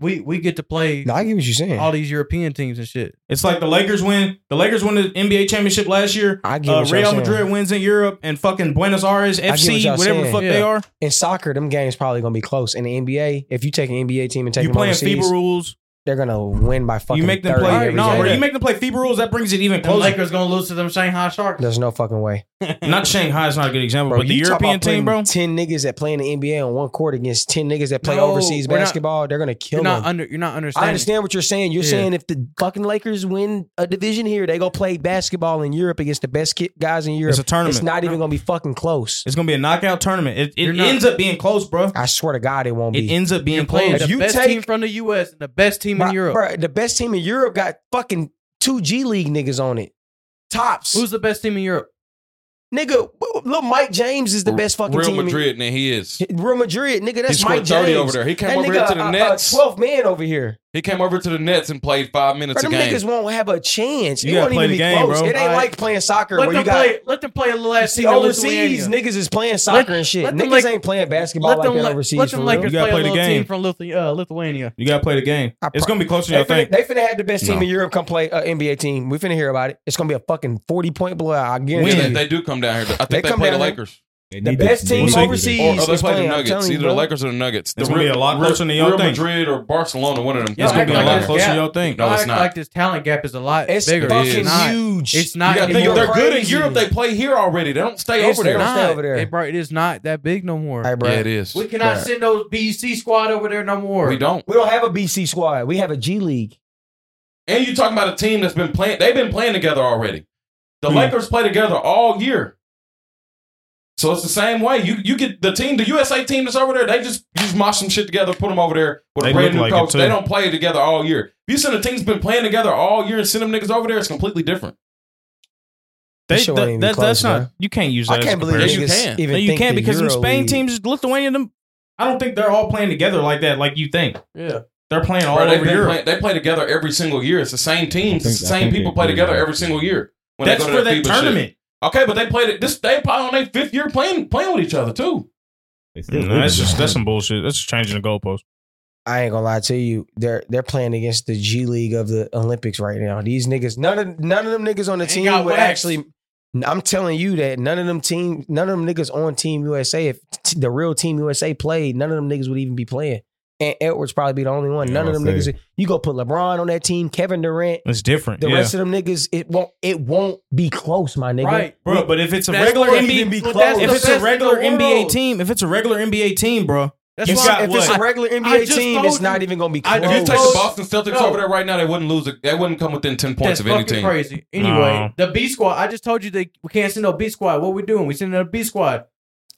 Speaker 5: We we get to play
Speaker 2: No, I get what you're saying.
Speaker 5: all these European teams and shit.
Speaker 1: It's like the Lakers win the Lakers won the NBA championship last year.
Speaker 2: I get
Speaker 1: Uh,
Speaker 2: what
Speaker 1: Real
Speaker 2: y'all
Speaker 1: Madrid
Speaker 2: saying.
Speaker 1: wins in Europe and fucking Buenos Aires
Speaker 2: get what
Speaker 1: FC,
Speaker 2: y'all
Speaker 1: whatever the
Speaker 2: saying.
Speaker 1: fuck they
Speaker 5: Yeah.
Speaker 1: are.
Speaker 2: In soccer, them games probably gonna be close. In the NBA, if you take an NBA team and take
Speaker 1: You
Speaker 2: them
Speaker 1: playing
Speaker 2: overseas,
Speaker 1: FIBA rules.
Speaker 2: they're gonna win by fucking.
Speaker 1: You make them
Speaker 2: 30
Speaker 1: play.
Speaker 2: every
Speaker 1: No,
Speaker 2: game.
Speaker 1: bro, you make them play FIBA rules. That brings it even
Speaker 5: The
Speaker 1: closer.
Speaker 5: Lakers gonna lose to them Shanghai Sharks.
Speaker 2: There's no fucking way,
Speaker 1: not Shanghai is not a good example,
Speaker 2: bro.
Speaker 1: but the
Speaker 2: you talk about
Speaker 1: European
Speaker 2: playing
Speaker 1: team, bro.
Speaker 2: Ten niggas that play in the NBA on one court against ten niggas that play
Speaker 5: No,
Speaker 2: overseas
Speaker 5: we're not-
Speaker 2: basketball, they're gonna kill
Speaker 5: You're
Speaker 2: them.
Speaker 5: not under. You're not understanding.
Speaker 2: I understand what you're saying. You're
Speaker 5: Yeah.
Speaker 2: saying if the fucking Lakers win a division here, they go play basketball in Europe against the best ki- guys in Europe.
Speaker 1: It's a tournament.
Speaker 2: It's not even gonna be fucking close.
Speaker 1: It's gonna be a knockout tournament. It,
Speaker 5: You're
Speaker 1: it
Speaker 5: not-
Speaker 1: ends up being close, bro.
Speaker 2: I swear to God, it won't
Speaker 1: It
Speaker 2: be.
Speaker 1: ends up being
Speaker 5: You're playing
Speaker 1: close.
Speaker 5: the
Speaker 2: If you
Speaker 5: best
Speaker 2: take-
Speaker 5: team from the U.S. and the best team
Speaker 2: Bruh,
Speaker 5: in Europe.
Speaker 2: bruh, the best team in Europe got fucking two G League niggas on it. Tops.
Speaker 5: Who's the best team in Europe?
Speaker 2: nigga, little Mike James is the best fucking
Speaker 3: Real
Speaker 2: team. in-
Speaker 3: Madrid, and then he is.
Speaker 2: Real Madrid, nigga,
Speaker 3: He
Speaker 2: that's
Speaker 3: scored
Speaker 2: Mike
Speaker 3: 30
Speaker 2: James.
Speaker 3: over there. He came
Speaker 2: That
Speaker 3: over
Speaker 2: nigga,
Speaker 3: here to the
Speaker 2: a- a-
Speaker 3: Nets.
Speaker 2: A 12 man over here.
Speaker 3: He came over to the Nets and played five minutes
Speaker 2: Bro,
Speaker 3: a
Speaker 2: them
Speaker 3: game.
Speaker 2: niggas won't have a chance.
Speaker 1: You
Speaker 2: it
Speaker 1: gotta
Speaker 2: won't
Speaker 1: play
Speaker 2: even
Speaker 1: the
Speaker 2: be
Speaker 1: game,
Speaker 2: close.
Speaker 1: bro.
Speaker 2: It ain't
Speaker 5: Alright.
Speaker 2: like playing soccer
Speaker 5: Let
Speaker 2: where you
Speaker 5: them
Speaker 2: got
Speaker 5: play. Let them play a little ass
Speaker 2: See,
Speaker 5: team in
Speaker 2: overseas
Speaker 5: Lithuania.
Speaker 2: niggas is playing soccer and shit.
Speaker 5: let them
Speaker 2: Niggas
Speaker 5: like-
Speaker 2: ain't playing basketball like that
Speaker 5: let-
Speaker 2: overseas.
Speaker 5: Let them
Speaker 2: for real.
Speaker 5: Lakers
Speaker 1: You gotta
Speaker 5: play,
Speaker 1: play the
Speaker 5: a little
Speaker 1: game.
Speaker 5: team from Lithu- uh, Lithuania.
Speaker 1: You gotta play the game.
Speaker 2: I
Speaker 1: it's
Speaker 2: pro-
Speaker 1: gonna be closer than
Speaker 2: They
Speaker 1: you think.
Speaker 2: finna, they finna have the best team
Speaker 3: No.
Speaker 2: in Europe come play uh, NBA team. We finna hear about it. It's gonna be a fucking forty point blowout. I
Speaker 3: Yeah,
Speaker 2: guarantee
Speaker 3: they,
Speaker 2: you.
Speaker 3: they do come down here. but I
Speaker 2: They
Speaker 3: think they,
Speaker 2: come
Speaker 3: play the
Speaker 2: down here.
Speaker 3: Lakers.
Speaker 2: The best team
Speaker 1: We'll see.
Speaker 2: overseas
Speaker 3: Or, or they
Speaker 2: is
Speaker 3: play the
Speaker 2: playing. I'm
Speaker 3: Nuggets.
Speaker 2: telling you,
Speaker 3: Either the
Speaker 2: bro.
Speaker 3: Lakers or the Nuggets.
Speaker 1: It's
Speaker 3: The
Speaker 1: gonna be a lot
Speaker 3: Real-
Speaker 1: closer than y'all
Speaker 3: Real
Speaker 1: think.
Speaker 3: Madrid or Barcelona, one of them.
Speaker 1: It's
Speaker 5: Y'all
Speaker 1: gonna be a
Speaker 5: act
Speaker 1: lot
Speaker 5: like a
Speaker 1: closer
Speaker 5: gap.
Speaker 1: than y'all think.
Speaker 3: No,
Speaker 5: Y'all
Speaker 3: it's
Speaker 5: act
Speaker 3: not.
Speaker 5: Like this talent gap is a lot
Speaker 2: It's
Speaker 5: bigger.
Speaker 2: fucking
Speaker 3: It is.
Speaker 5: not.
Speaker 2: huge.
Speaker 5: It's not.
Speaker 3: you gotta think if
Speaker 5: anymore.
Speaker 3: they're good in
Speaker 2: Crazy.
Speaker 3: Europe, they play here already. They don't stay
Speaker 2: It's
Speaker 3: over there.
Speaker 2: not.
Speaker 5: Not.
Speaker 2: over there.
Speaker 5: It, bro, it is not that big no more.
Speaker 2: Hey, bro.
Speaker 3: Yeah, it is.
Speaker 5: we cannot
Speaker 3: Right.
Speaker 5: send those BC squad over there no more.
Speaker 3: We don't.
Speaker 2: We don't have a BC squad. We have a G League.
Speaker 3: And you talking about a team that's been playing. They've been playing together already. The
Speaker 1: Hmm.
Speaker 3: Lakers play together all year. So it's the same way. You you get the team, the USA team that's over there. They just you just mosh some shit together, put them over there with
Speaker 1: They
Speaker 3: a brand new
Speaker 1: look like it,
Speaker 3: coach.
Speaker 1: too.
Speaker 3: They don't play together all year. If you send a team's been playing together all year and send them niggas over there, it's completely different.
Speaker 1: They,
Speaker 2: This shit won't
Speaker 1: that-
Speaker 2: even be
Speaker 1: that- that's
Speaker 2: close,
Speaker 1: not.
Speaker 2: bro.
Speaker 1: You can't use that.
Speaker 2: I
Speaker 1: as a
Speaker 2: can't believe
Speaker 1: comparison.
Speaker 3: you
Speaker 2: niggas
Speaker 3: can.
Speaker 1: No,
Speaker 2: even
Speaker 1: you
Speaker 2: think
Speaker 1: can't
Speaker 2: the
Speaker 1: because
Speaker 2: Euro
Speaker 1: them Spain
Speaker 2: League-
Speaker 1: teams, Lithuania, them. I don't think they're all playing together like that, like you think.
Speaker 5: Yeah.
Speaker 1: They're playing all
Speaker 3: Bro, they,
Speaker 1: over
Speaker 3: they,
Speaker 1: Europe.
Speaker 3: play, they play together every single year. It's the same teams.
Speaker 8: I
Speaker 3: It's
Speaker 8: think-
Speaker 3: the
Speaker 8: I
Speaker 3: same
Speaker 8: think they
Speaker 3: people play
Speaker 8: agree.
Speaker 3: together every single year. When
Speaker 1: That's
Speaker 3: they go
Speaker 1: for
Speaker 3: to
Speaker 1: that
Speaker 3: FIBA shit.
Speaker 1: tournament.
Speaker 3: Okay, but they played it. This they probably on their fifth year playing playing with each other too.
Speaker 1: No, that's just that's some bullshit. That's just changing the goalpost.
Speaker 2: I ain't gonna lie to you. They're they're playing against the G League of the Olympics right now. These niggas, none of none of them niggas on the
Speaker 5: Ain't
Speaker 2: team
Speaker 5: got
Speaker 2: would
Speaker 5: wax.
Speaker 2: actually. I'm telling you that none of them team, none of them niggas on Team USA. If t- the real Team USA played, none of them niggas would even be playing. And Edwards probably be the only one.
Speaker 8: Yeah,
Speaker 2: None of
Speaker 8: I'll
Speaker 2: them
Speaker 8: say.
Speaker 2: niggas. You go put LeBron on that team, Kevin Durant,
Speaker 1: It's different.
Speaker 2: the
Speaker 1: yeah.
Speaker 2: rest of them niggas. It won't. It won't be close, my nigga.
Speaker 5: Right.
Speaker 1: bro. But if it's a
Speaker 5: That's
Speaker 1: regular
Speaker 5: what-
Speaker 1: NBA,
Speaker 5: but that's
Speaker 1: if
Speaker 5: the
Speaker 1: it's
Speaker 5: best
Speaker 1: a
Speaker 5: in the
Speaker 1: regular
Speaker 5: world.
Speaker 1: NBA team, if it's a regular NBA team, bro,
Speaker 5: That's
Speaker 1: You
Speaker 5: why
Speaker 1: got
Speaker 2: if it's
Speaker 1: what?
Speaker 2: a regular NBA
Speaker 5: I just
Speaker 2: team,
Speaker 5: told
Speaker 2: it's not
Speaker 5: you.
Speaker 2: even gonna be
Speaker 5: I
Speaker 2: close.
Speaker 3: If you take the
Speaker 5: Close.
Speaker 3: Boston Celtics
Speaker 5: No.
Speaker 3: over there right now, they wouldn't lose. A, they wouldn't come within ten points
Speaker 5: That's
Speaker 3: of any
Speaker 5: fucking
Speaker 3: team.
Speaker 5: crazy. Anyway, the B squad. I just told you that we can't send no B squad. What we doing? We sending a B squad,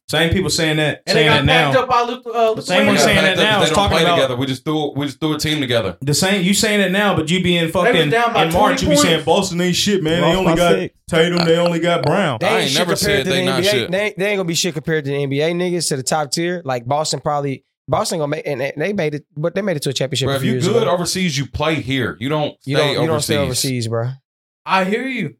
Speaker 1: same people saying that,
Speaker 5: and
Speaker 1: saying
Speaker 5: they
Speaker 1: that
Speaker 5: got packed
Speaker 1: now.
Speaker 5: up by Luth- uh,
Speaker 1: The same
Speaker 3: They
Speaker 1: one
Speaker 3: got
Speaker 5: Lithuania.
Speaker 1: saying
Speaker 3: packed
Speaker 1: that
Speaker 3: up,
Speaker 1: now
Speaker 3: They
Speaker 1: is
Speaker 3: don't
Speaker 1: talking
Speaker 3: play
Speaker 1: about-
Speaker 3: together. We just threw we just threw a team together.
Speaker 1: The same you saying it now, but you being fucking
Speaker 5: down by
Speaker 1: in March,
Speaker 5: 20
Speaker 1: you be saying
Speaker 5: points.
Speaker 1: Boston ain't shit, man. They
Speaker 8: Lost
Speaker 1: only
Speaker 8: by
Speaker 1: got
Speaker 8: six.
Speaker 1: Tatum, they only got Brown.
Speaker 3: I ain't
Speaker 2: shit
Speaker 3: never
Speaker 2: compared
Speaker 3: said
Speaker 2: to
Speaker 3: they
Speaker 2: the
Speaker 3: not
Speaker 2: NBA.
Speaker 3: shit.
Speaker 2: They, ain't- they ain't gonna be shit compared to the NBA niggas to the top tier. Like Boston probably Boston gonna make and they- they made it, but they made it to a championship.
Speaker 3: Bro,
Speaker 2: a
Speaker 3: if
Speaker 2: few
Speaker 3: you
Speaker 2: years
Speaker 3: good
Speaker 2: ago.
Speaker 3: overseas, you play here. You don't stay
Speaker 2: you don't,
Speaker 3: overseas.
Speaker 2: you don't stay overseas, bro.
Speaker 5: I hear you.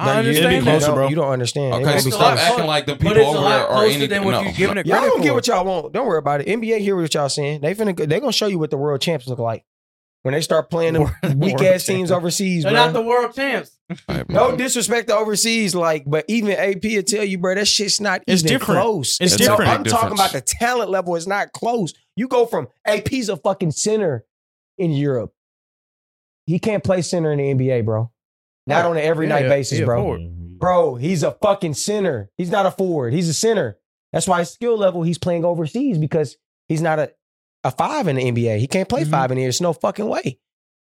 Speaker 5: I
Speaker 2: Like, you-
Speaker 1: it'd be
Speaker 5: understand.
Speaker 1: closer,
Speaker 2: you don't,
Speaker 1: bro.
Speaker 2: You don't understand. It
Speaker 3: Okay,
Speaker 2: won't be
Speaker 5: It's a
Speaker 3: stop
Speaker 5: lot
Speaker 2: close.
Speaker 5: closer.
Speaker 3: acting like the
Speaker 5: But
Speaker 3: people
Speaker 5: it's a
Speaker 3: over there
Speaker 5: lot
Speaker 3: are
Speaker 5: closer
Speaker 3: any.
Speaker 5: than what
Speaker 3: No,
Speaker 5: you're giving it
Speaker 2: Y'all
Speaker 5: credit
Speaker 2: don't
Speaker 5: for.
Speaker 2: get what y'all want. Don't worry about it. NBA hear what y'all saying. They finna go- they gonna show you what the world champs look like. When they start playing them weak ass teams overseas,
Speaker 5: They're
Speaker 2: bro.
Speaker 5: not the world champs.
Speaker 3: Like,
Speaker 2: no
Speaker 3: man,
Speaker 2: disrespect to overseas, like, but even AP will tell you, bro, that shit's not
Speaker 1: It's
Speaker 2: even
Speaker 1: different.
Speaker 2: close.
Speaker 1: It's
Speaker 3: It's
Speaker 2: So
Speaker 1: different.
Speaker 2: I'm talking
Speaker 3: difference.
Speaker 2: about the talent level. It's not close. You go from AP's a fucking center in Europe. He can't play center in the NBA, bro. Not on an every
Speaker 5: Yeah,
Speaker 2: night
Speaker 5: yeah,
Speaker 2: basis,
Speaker 5: yeah,
Speaker 2: bro.
Speaker 5: forward.
Speaker 2: Bro, he's a fucking center. He's not a forward. He's a center. That's why his skill level, he's playing overseas because he's not a, a five in the NBA. He can't play
Speaker 5: Mhm.
Speaker 2: five in here. It's no fucking way.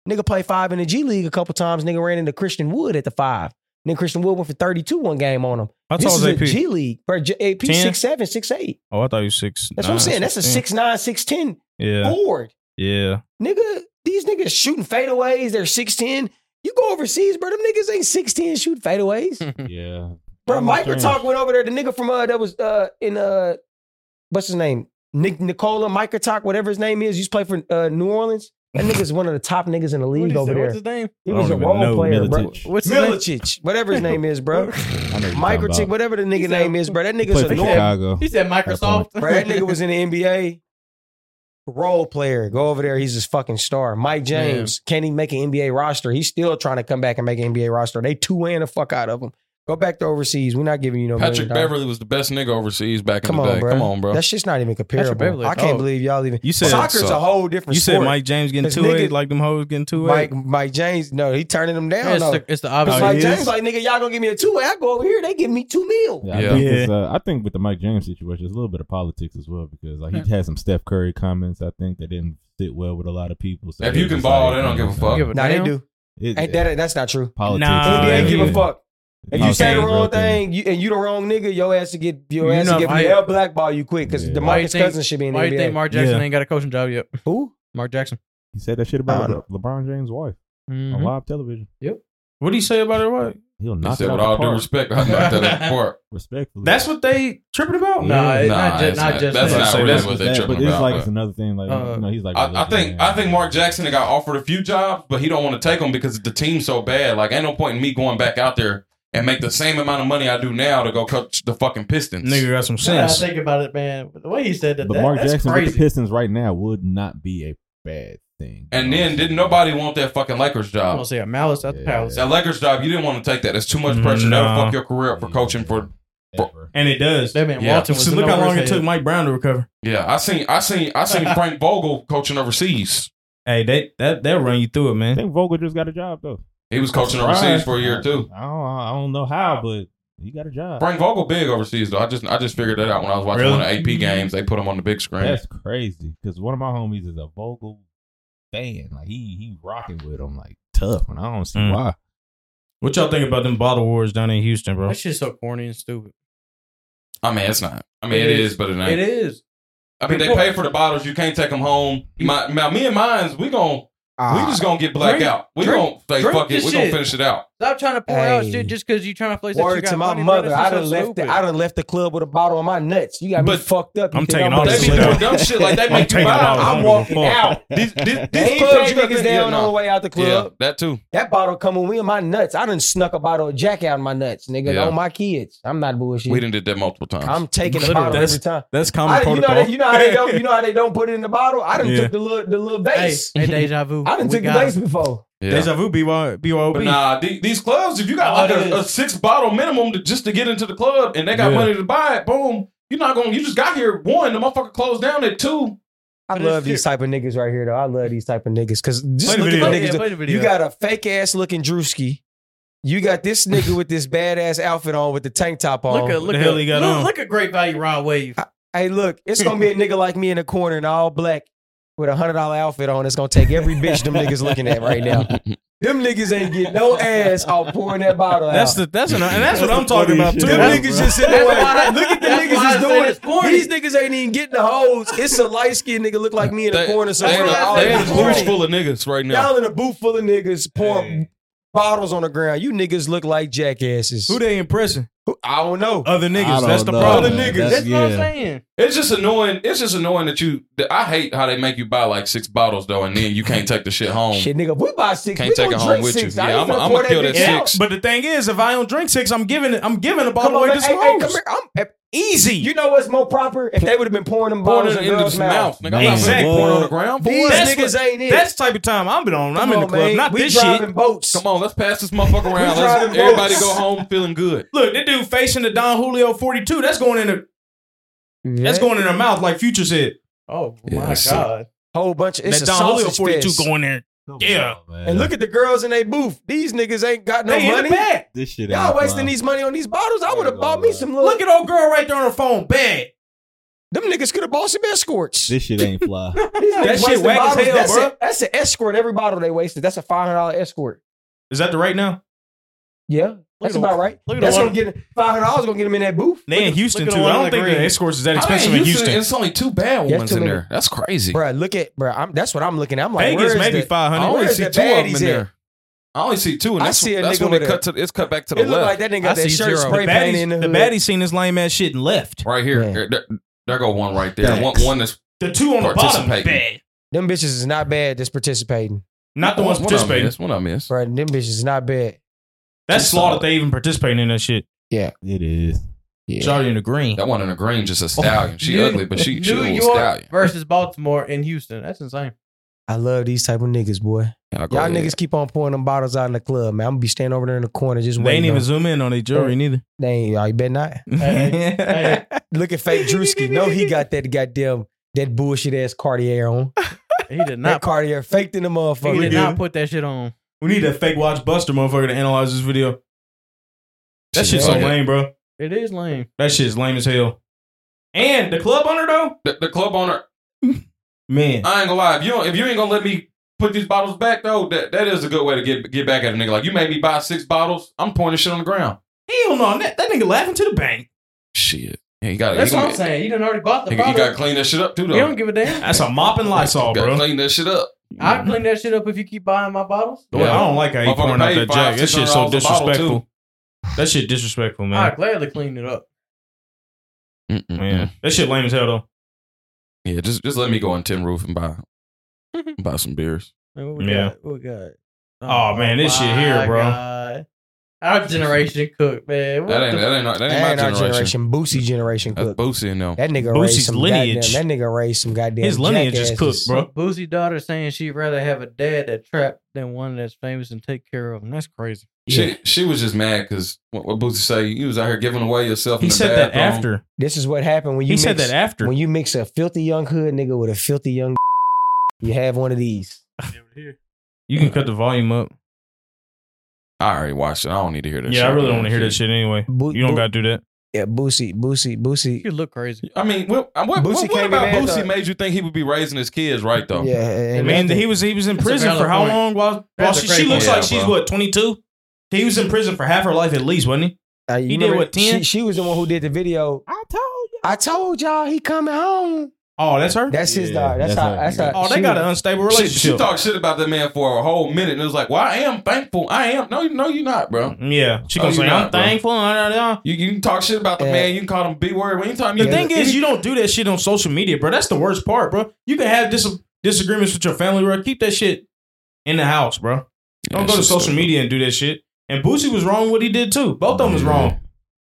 Speaker 2: Nigga played five in the G League a couple times. Nigga ran into Christian Wood at the five. And then Christian Wood went for 32 one game on him.
Speaker 1: How
Speaker 2: this
Speaker 1: tall
Speaker 2: is
Speaker 1: is
Speaker 2: a
Speaker 1: AP?
Speaker 2: G League. Bro, J- AP 6'7",
Speaker 1: 10?
Speaker 2: 6'8".
Speaker 1: oh, I thought you was six.
Speaker 2: That's what I'm saying. That's a 6'9", 6'10",
Speaker 1: Yeah,
Speaker 2: forward.
Speaker 1: yeah.
Speaker 2: Nigga, these niggas shooting fadeaways. They're 6'10". You go overseas, bro. Them niggas ain't 6'10", shoot fadeaways.
Speaker 8: Yeah.
Speaker 2: Bro,
Speaker 1: I'm
Speaker 2: Micro
Speaker 1: serious.
Speaker 2: Talk went over there. The nigga from uh that was uh in uh what's his name? Nick Nicola Micro Talk, whatever his name is, used to play for uh New Orleans. That nigga's one of the top niggas in the
Speaker 5: What'd
Speaker 2: league
Speaker 5: he
Speaker 2: over
Speaker 5: say?
Speaker 2: there.
Speaker 5: What's his name?
Speaker 2: He
Speaker 1: I
Speaker 2: was a
Speaker 1: don't even
Speaker 2: role
Speaker 1: know
Speaker 2: player, bro.
Speaker 1: Milicic.
Speaker 5: What's his name?
Speaker 2: Milicic, whatever his name is, bro.
Speaker 8: I know you're talking
Speaker 2: Micro
Speaker 8: about.
Speaker 2: Tick, whatever the nigga
Speaker 5: He's a-
Speaker 2: name is, bro. That nigga's
Speaker 8: Played
Speaker 2: a
Speaker 8: for
Speaker 5: He's
Speaker 2: normal
Speaker 8: Chicago.
Speaker 5: He said Microsoft.
Speaker 2: Bro, that nigga was in the NBA. Role player. Go over there. He's his fucking star. Mike James can't even make an NBA roster. He's still trying to come back and make an NBA roster. They two way the fuck out of him. Go back to overseas. We're not giving you no million
Speaker 3: Patrick
Speaker 2: dollars.
Speaker 3: Beverly was the best nigga overseas back in
Speaker 2: Come
Speaker 3: the
Speaker 2: on,
Speaker 3: day.
Speaker 2: bro.
Speaker 3: Come on, bro.
Speaker 2: That shit's not even comparable.
Speaker 5: Beverly,
Speaker 2: I can't
Speaker 5: oh.
Speaker 2: believe y'all even.
Speaker 1: You said
Speaker 2: Soccer's a whole different
Speaker 1: you said
Speaker 2: sport.
Speaker 1: Mike James getting
Speaker 2: This
Speaker 1: two eight
Speaker 2: nigga-
Speaker 1: like them hoes getting two
Speaker 2: Mike,
Speaker 1: eight.
Speaker 2: Mike James. No, he turning them down.
Speaker 5: Yeah, it's,
Speaker 2: though.
Speaker 5: the, it's the
Speaker 2: Because
Speaker 5: obvious.
Speaker 2: Mike
Speaker 5: he
Speaker 2: James,
Speaker 5: is.
Speaker 2: like nigga, y'all gonna give me a two way? I go over here, they give me two mil.
Speaker 8: Yeah, I,
Speaker 3: Yeah.
Speaker 8: Think
Speaker 1: Yeah.
Speaker 8: it's, uh, I think with the Mike James situation, there's a little bit of politics as well because like he had some Steph Curry comments. I think that didn't sit well with a lot of people. So
Speaker 3: If
Speaker 8: they
Speaker 3: you can
Speaker 8: just
Speaker 3: ball,
Speaker 8: like,
Speaker 3: they don't
Speaker 8: you
Speaker 3: give a
Speaker 8: know,
Speaker 3: fuck.
Speaker 5: Give a
Speaker 2: Nah,
Speaker 5: damn.
Speaker 2: they do.
Speaker 8: It,
Speaker 2: Ain't that? That's not true.
Speaker 8: politics? is
Speaker 1: Nah,
Speaker 2: NBA
Speaker 1: yeah.
Speaker 2: give a
Speaker 8: everything.
Speaker 2: fuck. If you say the
Speaker 8: Politics is
Speaker 2: wrong
Speaker 8: everything.
Speaker 2: thing you, and you the wrong nigga, your ass to get your
Speaker 5: You
Speaker 2: ass to
Speaker 5: know
Speaker 2: get
Speaker 5: why-
Speaker 2: they'll blackball you quick because
Speaker 8: Yeah.
Speaker 5: Why you
Speaker 2: DeMarcus
Speaker 5: think-
Speaker 2: Cousins should be in the
Speaker 5: Why do you
Speaker 2: NBA.
Speaker 5: think Mark Jackson
Speaker 1: Yeah.
Speaker 5: ain't got a coaching job yet?
Speaker 2: Who?
Speaker 5: Mark Jackson.
Speaker 8: He said that
Speaker 2: I
Speaker 8: shit about
Speaker 2: don't
Speaker 8: Le- LeBron James' wife on
Speaker 5: Mhm.
Speaker 8: live television.
Speaker 1: What do you say about it? What?
Speaker 8: He'll
Speaker 3: He
Speaker 8: knock
Speaker 3: said,
Speaker 8: it out
Speaker 3: with
Speaker 8: the
Speaker 3: all due
Speaker 8: park,
Speaker 3: respect, I knocked that out the park.
Speaker 8: respectfully.
Speaker 1: That's what they tripping about?
Speaker 8: Yeah.
Speaker 5: Nah, it's
Speaker 3: Nah,
Speaker 5: not just
Speaker 3: it's
Speaker 5: not
Speaker 3: not-
Speaker 5: just
Speaker 3: that's
Speaker 5: that.
Speaker 3: not
Speaker 8: So
Speaker 3: really
Speaker 8: that's
Speaker 3: what
Speaker 8: what
Speaker 3: they're
Speaker 8: that-
Speaker 3: tripping
Speaker 8: But it's
Speaker 3: about,
Speaker 8: like
Speaker 3: but-
Speaker 8: it's another thing. Like
Speaker 5: Uh,
Speaker 8: you know, he's like
Speaker 3: I, I think I think Mark Jackson got offered a few jobs, but he don't want to take them because the team's so bad. Like, ain't no point in me going back out there and make the same amount of money I do now to go coach the fucking Pistons.
Speaker 1: Nigga got some
Speaker 5: Now that I
Speaker 1: sense.
Speaker 5: think about it, man. The way he said that,
Speaker 8: But
Speaker 5: that-
Speaker 8: Mark
Speaker 5: that's
Speaker 8: Jackson with the
Speaker 5: crazy.
Speaker 8: Pistons right now would not be a bad thing.
Speaker 3: And then didn't nobody want that fucking Lakers
Speaker 5: I
Speaker 3: job?
Speaker 5: don't see a malice at the
Speaker 8: Yeah.
Speaker 5: palace.
Speaker 3: That Lakers job, you didn't want to take that. That's too much pressure. That'll
Speaker 1: No.
Speaker 3: fuck your career up for coaching for.
Speaker 8: Ever.
Speaker 1: And it does.
Speaker 5: That man
Speaker 3: Yeah.
Speaker 5: Walton was
Speaker 1: So
Speaker 5: in
Speaker 1: look
Speaker 5: the
Speaker 1: how long it
Speaker 5: worst
Speaker 1: took
Speaker 5: head.
Speaker 1: Mike Brown to recover.
Speaker 3: Yeah, I seen, I seen, I seen Frank Vogel coaching overseas.
Speaker 1: Hey, they that they'll run you through
Speaker 8: I
Speaker 1: it, man.
Speaker 8: think Vogel just got a job though.
Speaker 3: He was coaching overseas for a year too.
Speaker 8: I don't, I don't know how, but he got a job.
Speaker 3: Frank Vogel big overseas though. I just, I just figured that out when I was watching
Speaker 1: Really?
Speaker 3: one of the AP games. They put him on the big screen.
Speaker 8: That's crazy because one of my homies is a Vogel fan. Like he he rocking with him like tough, and I don't see
Speaker 1: Mm.
Speaker 8: why.
Speaker 1: What y'all think about them bottle wars down in Houston, bro?
Speaker 5: That shit's so corny and stupid.
Speaker 3: I mean, it's not. I mean,
Speaker 5: It
Speaker 3: it
Speaker 5: is.
Speaker 3: is, but it ain't.
Speaker 5: It is.
Speaker 3: I mean, they pay for the bottles. You can't take them home. My, my me and mine's. We gon'
Speaker 2: Ah.
Speaker 3: we just gonna get black
Speaker 5: drink-
Speaker 3: out. We
Speaker 5: drink-
Speaker 3: gon' say
Speaker 5: drink
Speaker 3: fuck it.
Speaker 5: this
Speaker 3: We gonna
Speaker 5: shit.
Speaker 3: finish it out.
Speaker 5: Stop trying to pour out
Speaker 2: Hey.
Speaker 5: shit just because you trying to play.
Speaker 2: Word to my mother, I done left. The, I done left the club with a bottle of my nuts. You got me
Speaker 3: But
Speaker 2: fucked up. You
Speaker 1: I'm
Speaker 2: think
Speaker 1: taking
Speaker 2: I'm
Speaker 1: all
Speaker 2: gonna
Speaker 1: this
Speaker 3: They be
Speaker 2: sit
Speaker 1: shit
Speaker 3: doing
Speaker 2: down?
Speaker 1: out.
Speaker 3: dumb shit like they make you
Speaker 1: taking
Speaker 3: buy.
Speaker 1: all this
Speaker 2: I'm
Speaker 3: out.
Speaker 1: I don't give
Speaker 2: walking
Speaker 1: a fuck.
Speaker 2: out.
Speaker 3: These, these,
Speaker 2: They
Speaker 3: these
Speaker 2: ain't put
Speaker 3: clubs you
Speaker 2: you
Speaker 3: got
Speaker 2: niggas
Speaker 3: to-
Speaker 2: down
Speaker 3: yeah,
Speaker 2: on the
Speaker 3: nah.
Speaker 2: way out the
Speaker 3: Yeah,
Speaker 2: club.
Speaker 3: that too.
Speaker 2: That bottle come with me and my nuts. I done snuck a bottle of Jack out of my nuts, nigga.
Speaker 3: Yeah.
Speaker 2: On my kids. I'm not bullshit.
Speaker 3: We done did that multiple times.
Speaker 2: I'm taking a
Speaker 1: Literally,
Speaker 2: bottle
Speaker 1: that's-
Speaker 2: every time.
Speaker 1: That's common
Speaker 2: I, you, know
Speaker 1: protocol.
Speaker 2: they, you know how they don't. You know how they don't put it in the bottle. I done
Speaker 1: Yeah.
Speaker 2: took the little the little vase.
Speaker 5: Hey, hey, deja vu.
Speaker 2: I done
Speaker 5: We
Speaker 2: took the
Speaker 5: got
Speaker 2: vase
Speaker 5: him.
Speaker 2: before.
Speaker 3: Yeah.
Speaker 1: Deja vu, BY, BYOB.
Speaker 3: But nah, the- these clubs, if you got
Speaker 5: Oh,
Speaker 3: like
Speaker 5: it
Speaker 3: a, a
Speaker 5: is.
Speaker 3: six bottle minimum to, just to get into the club and they got
Speaker 1: Yeah.
Speaker 3: money to buy it, boom, you're not going to, you just got here at one, the motherfucker closed down at two.
Speaker 2: I
Speaker 5: But
Speaker 2: love
Speaker 5: it's
Speaker 2: these type of niggas right here, though. I love these type of niggas because just
Speaker 1: Play the
Speaker 2: look at the
Speaker 1: video.
Speaker 5: Play- yeah,
Speaker 2: niggas.
Speaker 5: play the video.
Speaker 2: You got a fake ass looking Drewski. You got this nigga with this badass outfit on with the tank top on.
Speaker 5: look at look
Speaker 1: the hell
Speaker 5: at
Speaker 1: he got
Speaker 5: look,
Speaker 1: on?
Speaker 5: look at great value Rod Wave.
Speaker 2: hey, look, it's gonna be a nigga like me in the corner in all black with a hundred dollar outfit on. It's gonna take every bitch them niggas looking at right now. Them niggas ain't get no ass off pouring that bottle
Speaker 1: That's
Speaker 2: out.
Speaker 1: the that's an, and that's what I'm
Speaker 8: That's the
Speaker 1: talking about
Speaker 8: funniest
Speaker 1: too.
Speaker 8: shit
Speaker 2: them
Speaker 8: That's-
Speaker 2: niggas just in the way.
Speaker 5: That's why I-
Speaker 2: Look at the
Speaker 5: that's
Speaker 2: niggas
Speaker 5: why I
Speaker 2: that's
Speaker 5: say
Speaker 2: doing
Speaker 5: it's
Speaker 2: it.
Speaker 5: corny.
Speaker 2: These niggas ain't even getting the hoes. It's a light skinned nigga look like me in the
Speaker 3: They-
Speaker 2: corner
Speaker 3: They
Speaker 2: somewhere.
Speaker 3: in a-
Speaker 2: All
Speaker 3: they
Speaker 2: that
Speaker 3: in a
Speaker 2: is
Speaker 3: booth
Speaker 2: pretty.
Speaker 3: full of niggas right now.
Speaker 2: Y'all in a booth full of niggas pouring bottles on the ground. You niggas look like jackasses.
Speaker 1: Who they impressing?
Speaker 2: I don't know.
Speaker 1: Other
Speaker 8: I
Speaker 1: niggas.
Speaker 8: don't
Speaker 1: That's the
Speaker 8: know,
Speaker 1: problem.
Speaker 8: man.
Speaker 1: niggas.
Speaker 5: That's what I'm
Speaker 8: yeah.
Speaker 5: saying.
Speaker 3: It's just annoying. It's just annoying that you. That I hate how they make you buy like six bottles though, and then you can't take the shit home.
Speaker 2: Shit, nigga, we buy six.
Speaker 3: Can't
Speaker 2: we
Speaker 3: take
Speaker 2: gonna
Speaker 3: it home
Speaker 2: drink
Speaker 3: with you.
Speaker 2: six.
Speaker 3: Yeah, I'ma- I'ma kill that
Speaker 1: Yeah,
Speaker 3: six.
Speaker 1: but the thing is, if I don't drink six, I'm giving it. I'm giving a
Speaker 2: Come
Speaker 1: bottle
Speaker 2: on,
Speaker 1: away
Speaker 2: man.
Speaker 1: to
Speaker 2: Hey,
Speaker 1: some
Speaker 2: hey, come
Speaker 1: hoes.
Speaker 2: here. I'm,
Speaker 1: Easy.
Speaker 2: You know what's more proper? If they would have been pouring them
Speaker 3: Pouring
Speaker 2: bottles
Speaker 3: it
Speaker 2: in
Speaker 3: into
Speaker 2: girls'
Speaker 3: his mouth.
Speaker 2: mouth.
Speaker 3: Nigga, I'm not
Speaker 1: Exactly.
Speaker 3: putting porn on the ground for
Speaker 2: These
Speaker 3: what?
Speaker 1: That's
Speaker 2: niggas
Speaker 1: what-
Speaker 2: ain't it.
Speaker 1: That's the type of time I've been on. I'm
Speaker 2: Come
Speaker 1: in the
Speaker 2: on,
Speaker 1: club.
Speaker 2: man.
Speaker 1: Not
Speaker 2: we
Speaker 1: this
Speaker 2: driving
Speaker 1: shit.
Speaker 2: boats.
Speaker 3: Come on, let's pass this motherfucker around.
Speaker 2: We
Speaker 3: Let's,
Speaker 2: driving
Speaker 3: everybody
Speaker 2: boats.
Speaker 3: go home feeling good.
Speaker 1: Look, that dude facing the Don Julio 42. That's going in the that's going in her mouth like Future said.
Speaker 5: Oh
Speaker 3: Yeah,
Speaker 5: my
Speaker 3: that's sick.
Speaker 5: god.
Speaker 2: whole bunch. Of, it's
Speaker 1: that
Speaker 2: a
Speaker 1: Don Julio
Speaker 2: sausage
Speaker 1: 42
Speaker 2: fest.
Speaker 1: going in. Yeah.
Speaker 2: And look at the girls in their booth. These niggas ain't got no
Speaker 1: They in the
Speaker 2: money.
Speaker 1: bag.
Speaker 8: this shit.
Speaker 2: Y'all
Speaker 8: ain't
Speaker 2: wasting
Speaker 8: fun.
Speaker 2: these money on these bottles. I would have bought me some little.
Speaker 1: Look at old girl right there on her phone. Bad.
Speaker 2: them niggas could have bought some escorts.
Speaker 8: This shit ain't fly.
Speaker 2: These niggas
Speaker 1: That shit
Speaker 2: wasting
Speaker 1: whack as
Speaker 2: bottles.
Speaker 1: hell,
Speaker 2: that's
Speaker 1: bro.
Speaker 2: A, that's an escort. Every bottle they wasted. That's a five hundred dollar escort.
Speaker 1: Is that the right now?
Speaker 2: Yeah, that's
Speaker 5: at the-
Speaker 2: about right.
Speaker 5: look at
Speaker 2: That's
Speaker 5: the
Speaker 2: gonna
Speaker 5: one-
Speaker 2: get five hundred dollars. Gonna get them in that booth,
Speaker 1: They in Houston
Speaker 5: look at
Speaker 1: too. I
Speaker 5: the one
Speaker 1: don't
Speaker 5: on the
Speaker 1: think the
Speaker 5: green.
Speaker 1: escorts is that expensive
Speaker 3: I mean,
Speaker 1: in Houston.
Speaker 3: It's only two bad
Speaker 2: Yeah,
Speaker 3: ones
Speaker 2: too
Speaker 3: in
Speaker 2: many.
Speaker 3: there. That's crazy.
Speaker 2: bro. Look at bro. I'm, that's what I'm looking at. I'm like, where
Speaker 1: Vegas
Speaker 2: is
Speaker 1: maybe
Speaker 2: the-
Speaker 1: five
Speaker 3: I
Speaker 1: hundred.
Speaker 3: only
Speaker 2: Where's
Speaker 3: see
Speaker 2: the
Speaker 3: two of them
Speaker 2: baddies
Speaker 3: in
Speaker 2: at?
Speaker 3: there. I only see two, and
Speaker 2: I
Speaker 3: that's,
Speaker 2: see a
Speaker 3: that's
Speaker 2: nigga
Speaker 3: when
Speaker 2: with
Speaker 3: it
Speaker 2: a-
Speaker 3: cut to it's cut back to the
Speaker 2: It
Speaker 3: left.
Speaker 2: looked like that nigga
Speaker 5: I
Speaker 2: got that
Speaker 5: see
Speaker 2: shirt
Speaker 5: zero.
Speaker 1: The
Speaker 2: spray painted in
Speaker 1: baddies, the
Speaker 2: the hood.
Speaker 1: baddies seen this lame ass shit and left.
Speaker 3: Right here,
Speaker 2: Yeah.
Speaker 3: there, there- there go one right there. One,
Speaker 8: Thanks.
Speaker 3: one that's
Speaker 1: The two on the bottom is
Speaker 3: Participating.
Speaker 1: bad.
Speaker 2: Them bitches is not bad. That's participating,
Speaker 1: Not the ones
Speaker 3: one I
Speaker 1: participating.
Speaker 3: missed, One I miss.
Speaker 2: bro. Them bitches is not bad.
Speaker 1: That's slaughtered. They even participating in that shit.
Speaker 8: It is.
Speaker 2: Yeah.
Speaker 1: Charlie in the green. Oh,
Speaker 3: That one in the green, just a stallion. She
Speaker 5: New-
Speaker 3: ugly, but she she
Speaker 5: New
Speaker 3: a
Speaker 5: York
Speaker 3: stallion.
Speaker 5: versus Baltimore and Houston. That's insane.
Speaker 2: I love these type of niggas, boy.
Speaker 3: Y'all go
Speaker 2: Y'all
Speaker 3: ahead.
Speaker 2: niggas keep on pouring them bottles out in the club, man. I'm gonna be standing over there in the corner just
Speaker 1: They
Speaker 2: waiting.
Speaker 1: ain't even
Speaker 2: on-
Speaker 1: zoom in on their jewelry neither.
Speaker 2: they ain't, y'all, you bet not.
Speaker 5: hey,
Speaker 2: Look at fake Drewski. no, he got that goddamn that bullshit ass Cartier on.
Speaker 5: He did
Speaker 2: Not
Speaker 5: not.
Speaker 2: Cartier, faked in the
Speaker 5: he
Speaker 2: motherfucker.
Speaker 5: did
Speaker 1: good.
Speaker 5: not put that shit on.
Speaker 1: We need that fake watch buster motherfucker to analyze this video. That
Speaker 3: She
Speaker 1: shit's so
Speaker 3: ugly.
Speaker 1: lame, bro.
Speaker 5: It is lame.
Speaker 1: That shit's lame as hell. And the club owner though,
Speaker 3: The, the club owner.
Speaker 1: man,
Speaker 3: I ain't gonna lie. If you don't, if you ain't gonna let me put these bottles back though, that, that is a good way to get get back at a nigga. Like you made me buy six bottles. I'm pointing shit on the ground.
Speaker 1: hell no, that, that nigga laughing to the bank.
Speaker 3: Shit. Yeah, you got.
Speaker 5: That's what I'm saying. You done already bought the
Speaker 3: You gotta
Speaker 5: product.
Speaker 3: clean that shit up too,
Speaker 5: You
Speaker 3: though.
Speaker 5: don't give a damn.
Speaker 1: That's a mop and Lysol,
Speaker 3: You gotta
Speaker 1: bro.
Speaker 3: Clean that shit up.
Speaker 5: I clean that shit up if you keep buying my bottles.
Speaker 1: Yeah, I don't like how you
Speaker 3: Motherfucker
Speaker 1: pouring out
Speaker 3: paid
Speaker 1: that
Speaker 3: five,
Speaker 1: jack. That
Speaker 3: six
Speaker 1: shit's so
Speaker 3: hundred dollars a bottle,
Speaker 1: disrespectful. That shit disrespectful,
Speaker 5: I
Speaker 1: man.
Speaker 5: gladly cleaned it up.
Speaker 3: Mm-mm-mm.
Speaker 1: Man, that shit lame as hell though.
Speaker 3: Yeah, just just let me go on Tin Roof and buy buy some beers.
Speaker 5: Man, what we
Speaker 1: Yeah.
Speaker 5: Got? What we got?
Speaker 1: Oh, man, this shit here,
Speaker 5: my
Speaker 1: bro.
Speaker 5: God. Our generation cooked, man. What
Speaker 3: That ain't
Speaker 5: the-
Speaker 3: that ain't our- that ain't my
Speaker 2: That ain't our
Speaker 3: generation.
Speaker 2: generation. Boosie generation
Speaker 3: That's
Speaker 2: cook.
Speaker 3: Boosie and them.
Speaker 2: That nigga
Speaker 1: Boosie's
Speaker 2: raised some
Speaker 1: lineage.
Speaker 2: Goddamn, that nigga raised some goddamn.
Speaker 1: His lineage is
Speaker 2: jackasses.
Speaker 1: cooked, bro.
Speaker 5: Boozy daughter saying she'd rather have a dad that trapped than one that's famous and take care of him. That's crazy.
Speaker 3: She she was just mad because what, what Boosie say? You was out here giving away yourself.
Speaker 1: He
Speaker 3: in the
Speaker 1: said that
Speaker 3: bathroom.
Speaker 1: after.
Speaker 2: This is what happened when you
Speaker 1: He
Speaker 2: mix,
Speaker 1: said that after.
Speaker 2: when you mix a filthy young hood nigga with a filthy young. You have one of these.
Speaker 1: You can cut the volume up.
Speaker 3: I already watched it. I don't need to hear that. shit.
Speaker 1: Yeah, I really don't want to hear that shit anyway.
Speaker 2: Bo-
Speaker 1: You don't
Speaker 2: Bo-
Speaker 1: gotta do that.
Speaker 2: Yeah, Boosie, Boosie, Boosie.
Speaker 5: You look crazy.
Speaker 3: I mean, what Uh, what, what,
Speaker 2: Boosie
Speaker 3: what
Speaker 2: came in
Speaker 3: about
Speaker 2: and,
Speaker 3: Boosie
Speaker 2: uh,
Speaker 3: made you think he would be raising his kids right though?
Speaker 2: Yeah,
Speaker 1: I
Speaker 2: and
Speaker 1: mean,
Speaker 2: that's-
Speaker 1: he was he was in
Speaker 5: That's a
Speaker 1: prison
Speaker 5: valid
Speaker 1: for how
Speaker 5: point.
Speaker 1: long? While, while
Speaker 5: That's a
Speaker 1: she,
Speaker 5: great
Speaker 1: she looks
Speaker 3: point.
Speaker 1: like she's
Speaker 3: Yeah, bro.
Speaker 1: what twenty two. He was in prison for half her life at least, wasn't he?
Speaker 2: Uh, you
Speaker 1: He did
Speaker 2: remember
Speaker 1: what, 10?
Speaker 2: She, she was the one who did the video. I told you. I told y'all he coming home.
Speaker 1: Oh, that's her.
Speaker 2: That's his
Speaker 8: Yeah,
Speaker 2: dog. That's,
Speaker 8: that's
Speaker 2: how.
Speaker 8: her.
Speaker 2: That's how.
Speaker 1: oh, they
Speaker 2: she
Speaker 1: got
Speaker 2: was-
Speaker 1: an unstable
Speaker 3: She, she
Speaker 1: relationship.
Speaker 3: talked shit about that man for a whole minute, and it was like, "Well, I am thankful. I am." No, no, you're not, bro.
Speaker 1: yeah, she
Speaker 3: Oh,
Speaker 1: gonna
Speaker 3: you
Speaker 1: say
Speaker 3: not,
Speaker 1: I'm
Speaker 3: bro.
Speaker 1: thankful. uh, uh, uh."
Speaker 3: You, you can talk shit about the
Speaker 2: Yeah.
Speaker 3: man. You can call him B word anytime.
Speaker 1: The
Speaker 3: you
Speaker 1: thing
Speaker 3: Any-
Speaker 1: is, you don't do that shit on social media, bro. That's the worst part, bro. You can have dis- disagreements with your family, bro. Keep that shit in the house, bro.
Speaker 3: Yeah,
Speaker 1: Don't go
Speaker 3: it's
Speaker 1: to
Speaker 3: just
Speaker 1: social
Speaker 3: stupid.
Speaker 1: media and do that shit. And Boosie was wrong what he did too. Both of them was wrong.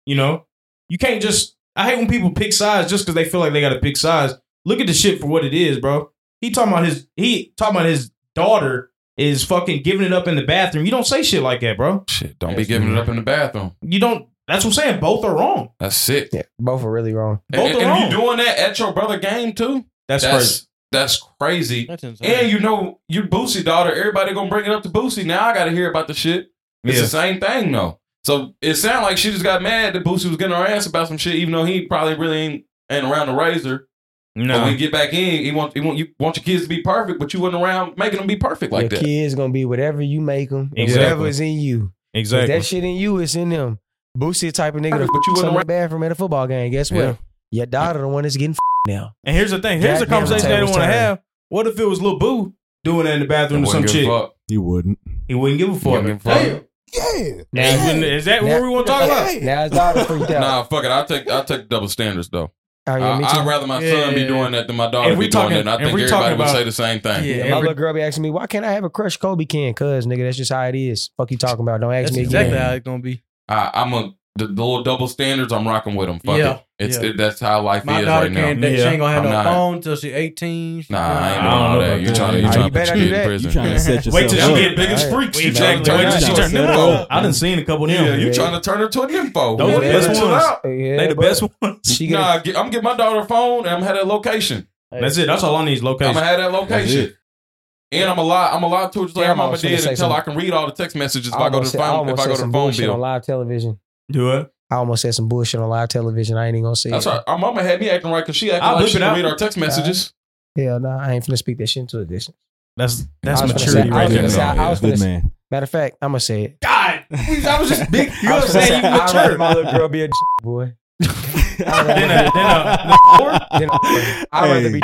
Speaker 1: You know, you can't just. I hate when people pick sides just because they feel like they got to pick sides. Look at the shit for what it is, bro. He talking about his. He talking about his daughter is fucking giving it up in the bathroom. You don't say shit like that, bro.
Speaker 3: Shit, don't be giving it up in the bathroom.
Speaker 1: You don't. That's what I'm saying. Both are wrong.
Speaker 3: That's sick.
Speaker 2: Yeah, both are really wrong.
Speaker 1: Both
Speaker 3: and
Speaker 1: are
Speaker 3: and
Speaker 1: wrong.
Speaker 3: you doing that at your brother game too?
Speaker 1: that's, crazy.
Speaker 3: That's crazy.
Speaker 5: That's insane.
Speaker 3: And you know, you Boosie daughter, everybody gonna bring it up to Boosie. Now I gotta hear about the shit. It's
Speaker 1: Yeah.
Speaker 3: the same thing though. So it sounded like she just got mad that Boosie was getting her ass about some shit, even though he probably really ain't, ain't around the razor. But
Speaker 1: No,
Speaker 3: when you get back in, he want he want you want your kids to be perfect, but you wasn't around making them be perfect like
Speaker 2: Your
Speaker 3: that.
Speaker 2: kids gonna be whatever you make them.
Speaker 1: Exactly.
Speaker 2: Whatever is in you. If
Speaker 1: exactly.
Speaker 2: that shit in you, it's in them. Boosie the type of nigga to
Speaker 3: But you
Speaker 2: f-
Speaker 3: wasn't
Speaker 2: some in the
Speaker 3: around.
Speaker 2: bathroom at a football game. Guess what?
Speaker 3: Yeah.
Speaker 2: Your daughter the one that's getting f- now.
Speaker 1: and here's the thing. Here's the
Speaker 2: Goddamn
Speaker 1: conversation they don't
Speaker 2: tables
Speaker 1: want to
Speaker 2: turning.
Speaker 1: have. What if it was Lil Boo doing that in the bathroom or
Speaker 3: Wouldn't
Speaker 1: some
Speaker 3: give a
Speaker 1: shit?
Speaker 3: fuck.
Speaker 8: You wouldn't.
Speaker 1: He wouldn't give a fuck.
Speaker 3: Wouldn't give a fuck.
Speaker 8: Yeah.
Speaker 1: Is when- Is that what we want to talk about?
Speaker 2: Now his daughter freaked out.
Speaker 3: Nah, fuck it. I take I take double standards though.
Speaker 2: Oh, yeah,
Speaker 3: I,
Speaker 2: me too.
Speaker 3: I'd rather my son be
Speaker 5: Yeah.
Speaker 3: doing that than my daughter
Speaker 1: If we
Speaker 3: be doing
Speaker 1: talking-
Speaker 3: it. And I
Speaker 1: if
Speaker 3: think
Speaker 1: we
Speaker 3: everybody
Speaker 1: talking
Speaker 3: would
Speaker 1: about-
Speaker 3: say the same thing.
Speaker 5: Yeah,
Speaker 2: Yeah, my
Speaker 5: every-
Speaker 2: little girl be asking me, why can't I have a crush? Kobe can, cuz nigga, that's just how it is. Fuck you talking about. Don't ask
Speaker 5: that's
Speaker 2: me
Speaker 5: exactly
Speaker 2: again.
Speaker 5: how it's gonna be.
Speaker 3: I, I'm a the, the little double standards, I'm rocking with them. Fuck
Speaker 5: Yeah,
Speaker 3: it. It's
Speaker 5: yeah.
Speaker 3: it, that's how life
Speaker 5: My
Speaker 3: is
Speaker 5: daughter
Speaker 3: right
Speaker 5: can't.
Speaker 3: now.
Speaker 5: date- She
Speaker 1: Yeah.
Speaker 5: ain't gonna have
Speaker 3: I'm
Speaker 5: no
Speaker 3: not-
Speaker 5: phone till she eighteen. She-
Speaker 3: Nah, I ain't
Speaker 1: I
Speaker 3: doing
Speaker 1: don't
Speaker 3: all
Speaker 1: know
Speaker 3: that.
Speaker 1: about
Speaker 3: You
Speaker 1: that.
Speaker 3: trying to
Speaker 2: Nah,
Speaker 3: you
Speaker 2: you
Speaker 3: trying to
Speaker 2: better
Speaker 3: put
Speaker 2: do
Speaker 3: your
Speaker 2: that. You
Speaker 3: kid in
Speaker 8: You
Speaker 3: prison?
Speaker 8: trying to set yourself
Speaker 1: Wait till
Speaker 8: up.
Speaker 1: she get big as
Speaker 2: All
Speaker 1: freak.
Speaker 2: right.
Speaker 1: She
Speaker 2: Wait,
Speaker 1: turned
Speaker 2: no,
Speaker 1: turn
Speaker 2: no,
Speaker 1: she
Speaker 2: no.
Speaker 1: turned them
Speaker 2: Yeah.
Speaker 1: out. I done seen a couple of
Speaker 3: Yeah,
Speaker 1: them.
Speaker 3: you
Speaker 2: Yeah.
Speaker 3: trying to turn her to an info?
Speaker 1: Those
Speaker 3: Yeah,
Speaker 1: are the best
Speaker 3: chill
Speaker 1: ones.
Speaker 3: out.
Speaker 2: Yeah,
Speaker 1: They the
Speaker 2: but
Speaker 1: best ones.
Speaker 2: She
Speaker 3: Nah,
Speaker 2: got
Speaker 3: get, I'm getting my daughter a phone and I'm have that location.
Speaker 1: That's it. That's all I need is
Speaker 3: I'm
Speaker 1: location.
Speaker 3: gonna have that
Speaker 8: That's
Speaker 3: location. And I'm allowed. I'm allowed to just like
Speaker 2: Yeah,
Speaker 3: her
Speaker 2: I'm
Speaker 3: mama
Speaker 2: almost gonna
Speaker 3: did
Speaker 2: say
Speaker 3: until I can read all the text messages if I, go to
Speaker 2: almost
Speaker 3: the
Speaker 2: said-
Speaker 3: phone. If
Speaker 2: almost
Speaker 3: I go
Speaker 2: said
Speaker 3: to
Speaker 2: some
Speaker 3: the phone
Speaker 2: bullshit on
Speaker 3: bill,
Speaker 2: live television.
Speaker 1: Do it.
Speaker 2: I almost said some bullshit on live television. I ain't even gonna say
Speaker 3: that's
Speaker 2: it.
Speaker 3: right. Our mama had me acting right because she acting
Speaker 1: I'll
Speaker 3: like
Speaker 1: bleep
Speaker 3: she
Speaker 1: it
Speaker 3: can
Speaker 1: out.
Speaker 3: read our text messages.
Speaker 2: Hell no, I ain't finna speak that shit into edition.
Speaker 1: That's that's
Speaker 2: I was gonna
Speaker 1: maturity
Speaker 2: say- I
Speaker 1: right
Speaker 2: was
Speaker 1: there.
Speaker 2: gonna say- I was
Speaker 8: Good
Speaker 2: gonna-
Speaker 8: man.
Speaker 2: Matter of fact, I'm gonna say it.
Speaker 1: God, I was just big. You know
Speaker 2: I
Speaker 1: what
Speaker 2: was
Speaker 1: I'm
Speaker 2: gonna
Speaker 1: saying?
Speaker 2: say,
Speaker 1: You
Speaker 2: I'd rather
Speaker 1: mature.
Speaker 2: my little girl be a boy.
Speaker 1: Then a- then
Speaker 2: Then I'd rather be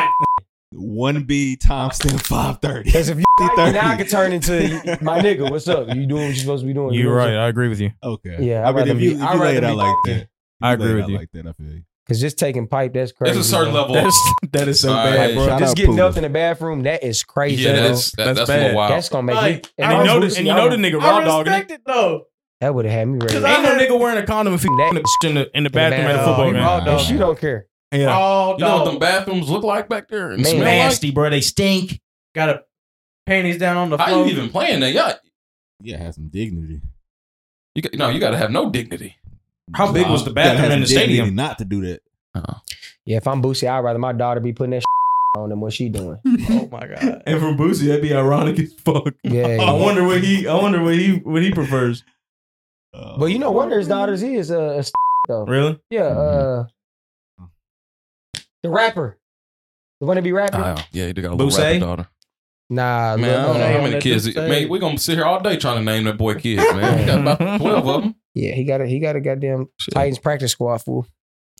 Speaker 8: one B Thompson five thirty.
Speaker 2: because if you
Speaker 8: Thirty.
Speaker 2: now I could turn into my nigga. What's up? You doing what you supposed to be doing?
Speaker 1: a- You're right. I agree with you.
Speaker 8: Okay.
Speaker 2: Yeah,
Speaker 8: I
Speaker 2: I'd
Speaker 8: mean,
Speaker 2: rather
Speaker 8: if you,
Speaker 2: be-
Speaker 8: if
Speaker 2: I'd
Speaker 8: you lay
Speaker 2: rather
Speaker 8: it out
Speaker 2: be-
Speaker 8: like that, if
Speaker 1: I
Speaker 8: you lay
Speaker 1: agree
Speaker 8: it
Speaker 1: with
Speaker 8: out
Speaker 1: you.
Speaker 8: Like that, I feel you.
Speaker 2: Because just taking pipe, that's crazy.
Speaker 3: It's a certain
Speaker 2: man.
Speaker 3: level.
Speaker 1: That's that is so
Speaker 3: All
Speaker 1: bad,
Speaker 3: right.
Speaker 1: bro.
Speaker 8: Shout
Speaker 2: Just
Speaker 8: out
Speaker 2: getting
Speaker 8: Pooh.
Speaker 2: up in the bathroom, that is crazy.
Speaker 3: yeah,
Speaker 2: bro.
Speaker 3: that's
Speaker 1: That's
Speaker 3: that, that's a little
Speaker 1: bad.
Speaker 3: wild.
Speaker 2: That's gonna make
Speaker 5: Like,
Speaker 2: me.
Speaker 1: And
Speaker 2: I
Speaker 1: you
Speaker 2: was
Speaker 1: know,
Speaker 2: with
Speaker 1: the, and
Speaker 2: you,
Speaker 1: you know the nigga raw
Speaker 5: I
Speaker 1: dog.
Speaker 5: respect it though.
Speaker 2: that would have had me ready.
Speaker 5: Cause
Speaker 2: If
Speaker 5: I-
Speaker 1: Ain't no nigga wearing a condom if he
Speaker 2: That-
Speaker 1: in the, in the, in the bathroom at a
Speaker 2: bathroom.
Speaker 1: football game.
Speaker 5: Raw dog.
Speaker 2: you don't care.
Speaker 1: Yeah,
Speaker 5: Raw
Speaker 3: You know what them
Speaker 5: dog.
Speaker 3: bathrooms look like back there and
Speaker 2: Man,
Speaker 3: smell
Speaker 1: nasty, bro. They stink.
Speaker 5: Got a panties down on the
Speaker 3: like.
Speaker 5: floor.
Speaker 3: How you even playing that? Yeah,
Speaker 8: Yeah, have some dignity.
Speaker 3: you got, no, you got to have no dignity.
Speaker 1: How big was the
Speaker 8: You gotta have
Speaker 1: bathroom in
Speaker 8: some
Speaker 1: the
Speaker 8: dignity
Speaker 1: stadium?
Speaker 8: Not to do that.
Speaker 3: Uh-huh.
Speaker 2: Yeah, if I'm Boosie, I'd rather my daughter be putting that on than what she doing.
Speaker 5: Oh my god.
Speaker 1: And from Boosie, that'd be ironic as fuck.
Speaker 2: Yeah.
Speaker 1: I wonder what he. I wonder what he. What he prefers.
Speaker 8: Uh,
Speaker 2: But you know, one of his daughters is uh, a though.
Speaker 1: Really?
Speaker 2: Yeah. Uh, the rapper. The one to be rapping.
Speaker 3: Oh, yeah, you got a
Speaker 1: Buse?
Speaker 3: little rapper daughter.
Speaker 2: nah,
Speaker 3: Man, I
Speaker 2: look,
Speaker 3: don't know
Speaker 2: uh,
Speaker 3: how
Speaker 5: Name
Speaker 3: many
Speaker 5: that
Speaker 3: kids.
Speaker 5: dude
Speaker 3: Man,
Speaker 5: saved.
Speaker 3: we gonna sit here all day trying to name that boy kids. Man, we got about twelve of them.
Speaker 2: yeah, he got a he got a goddamn Titans practice squad fool.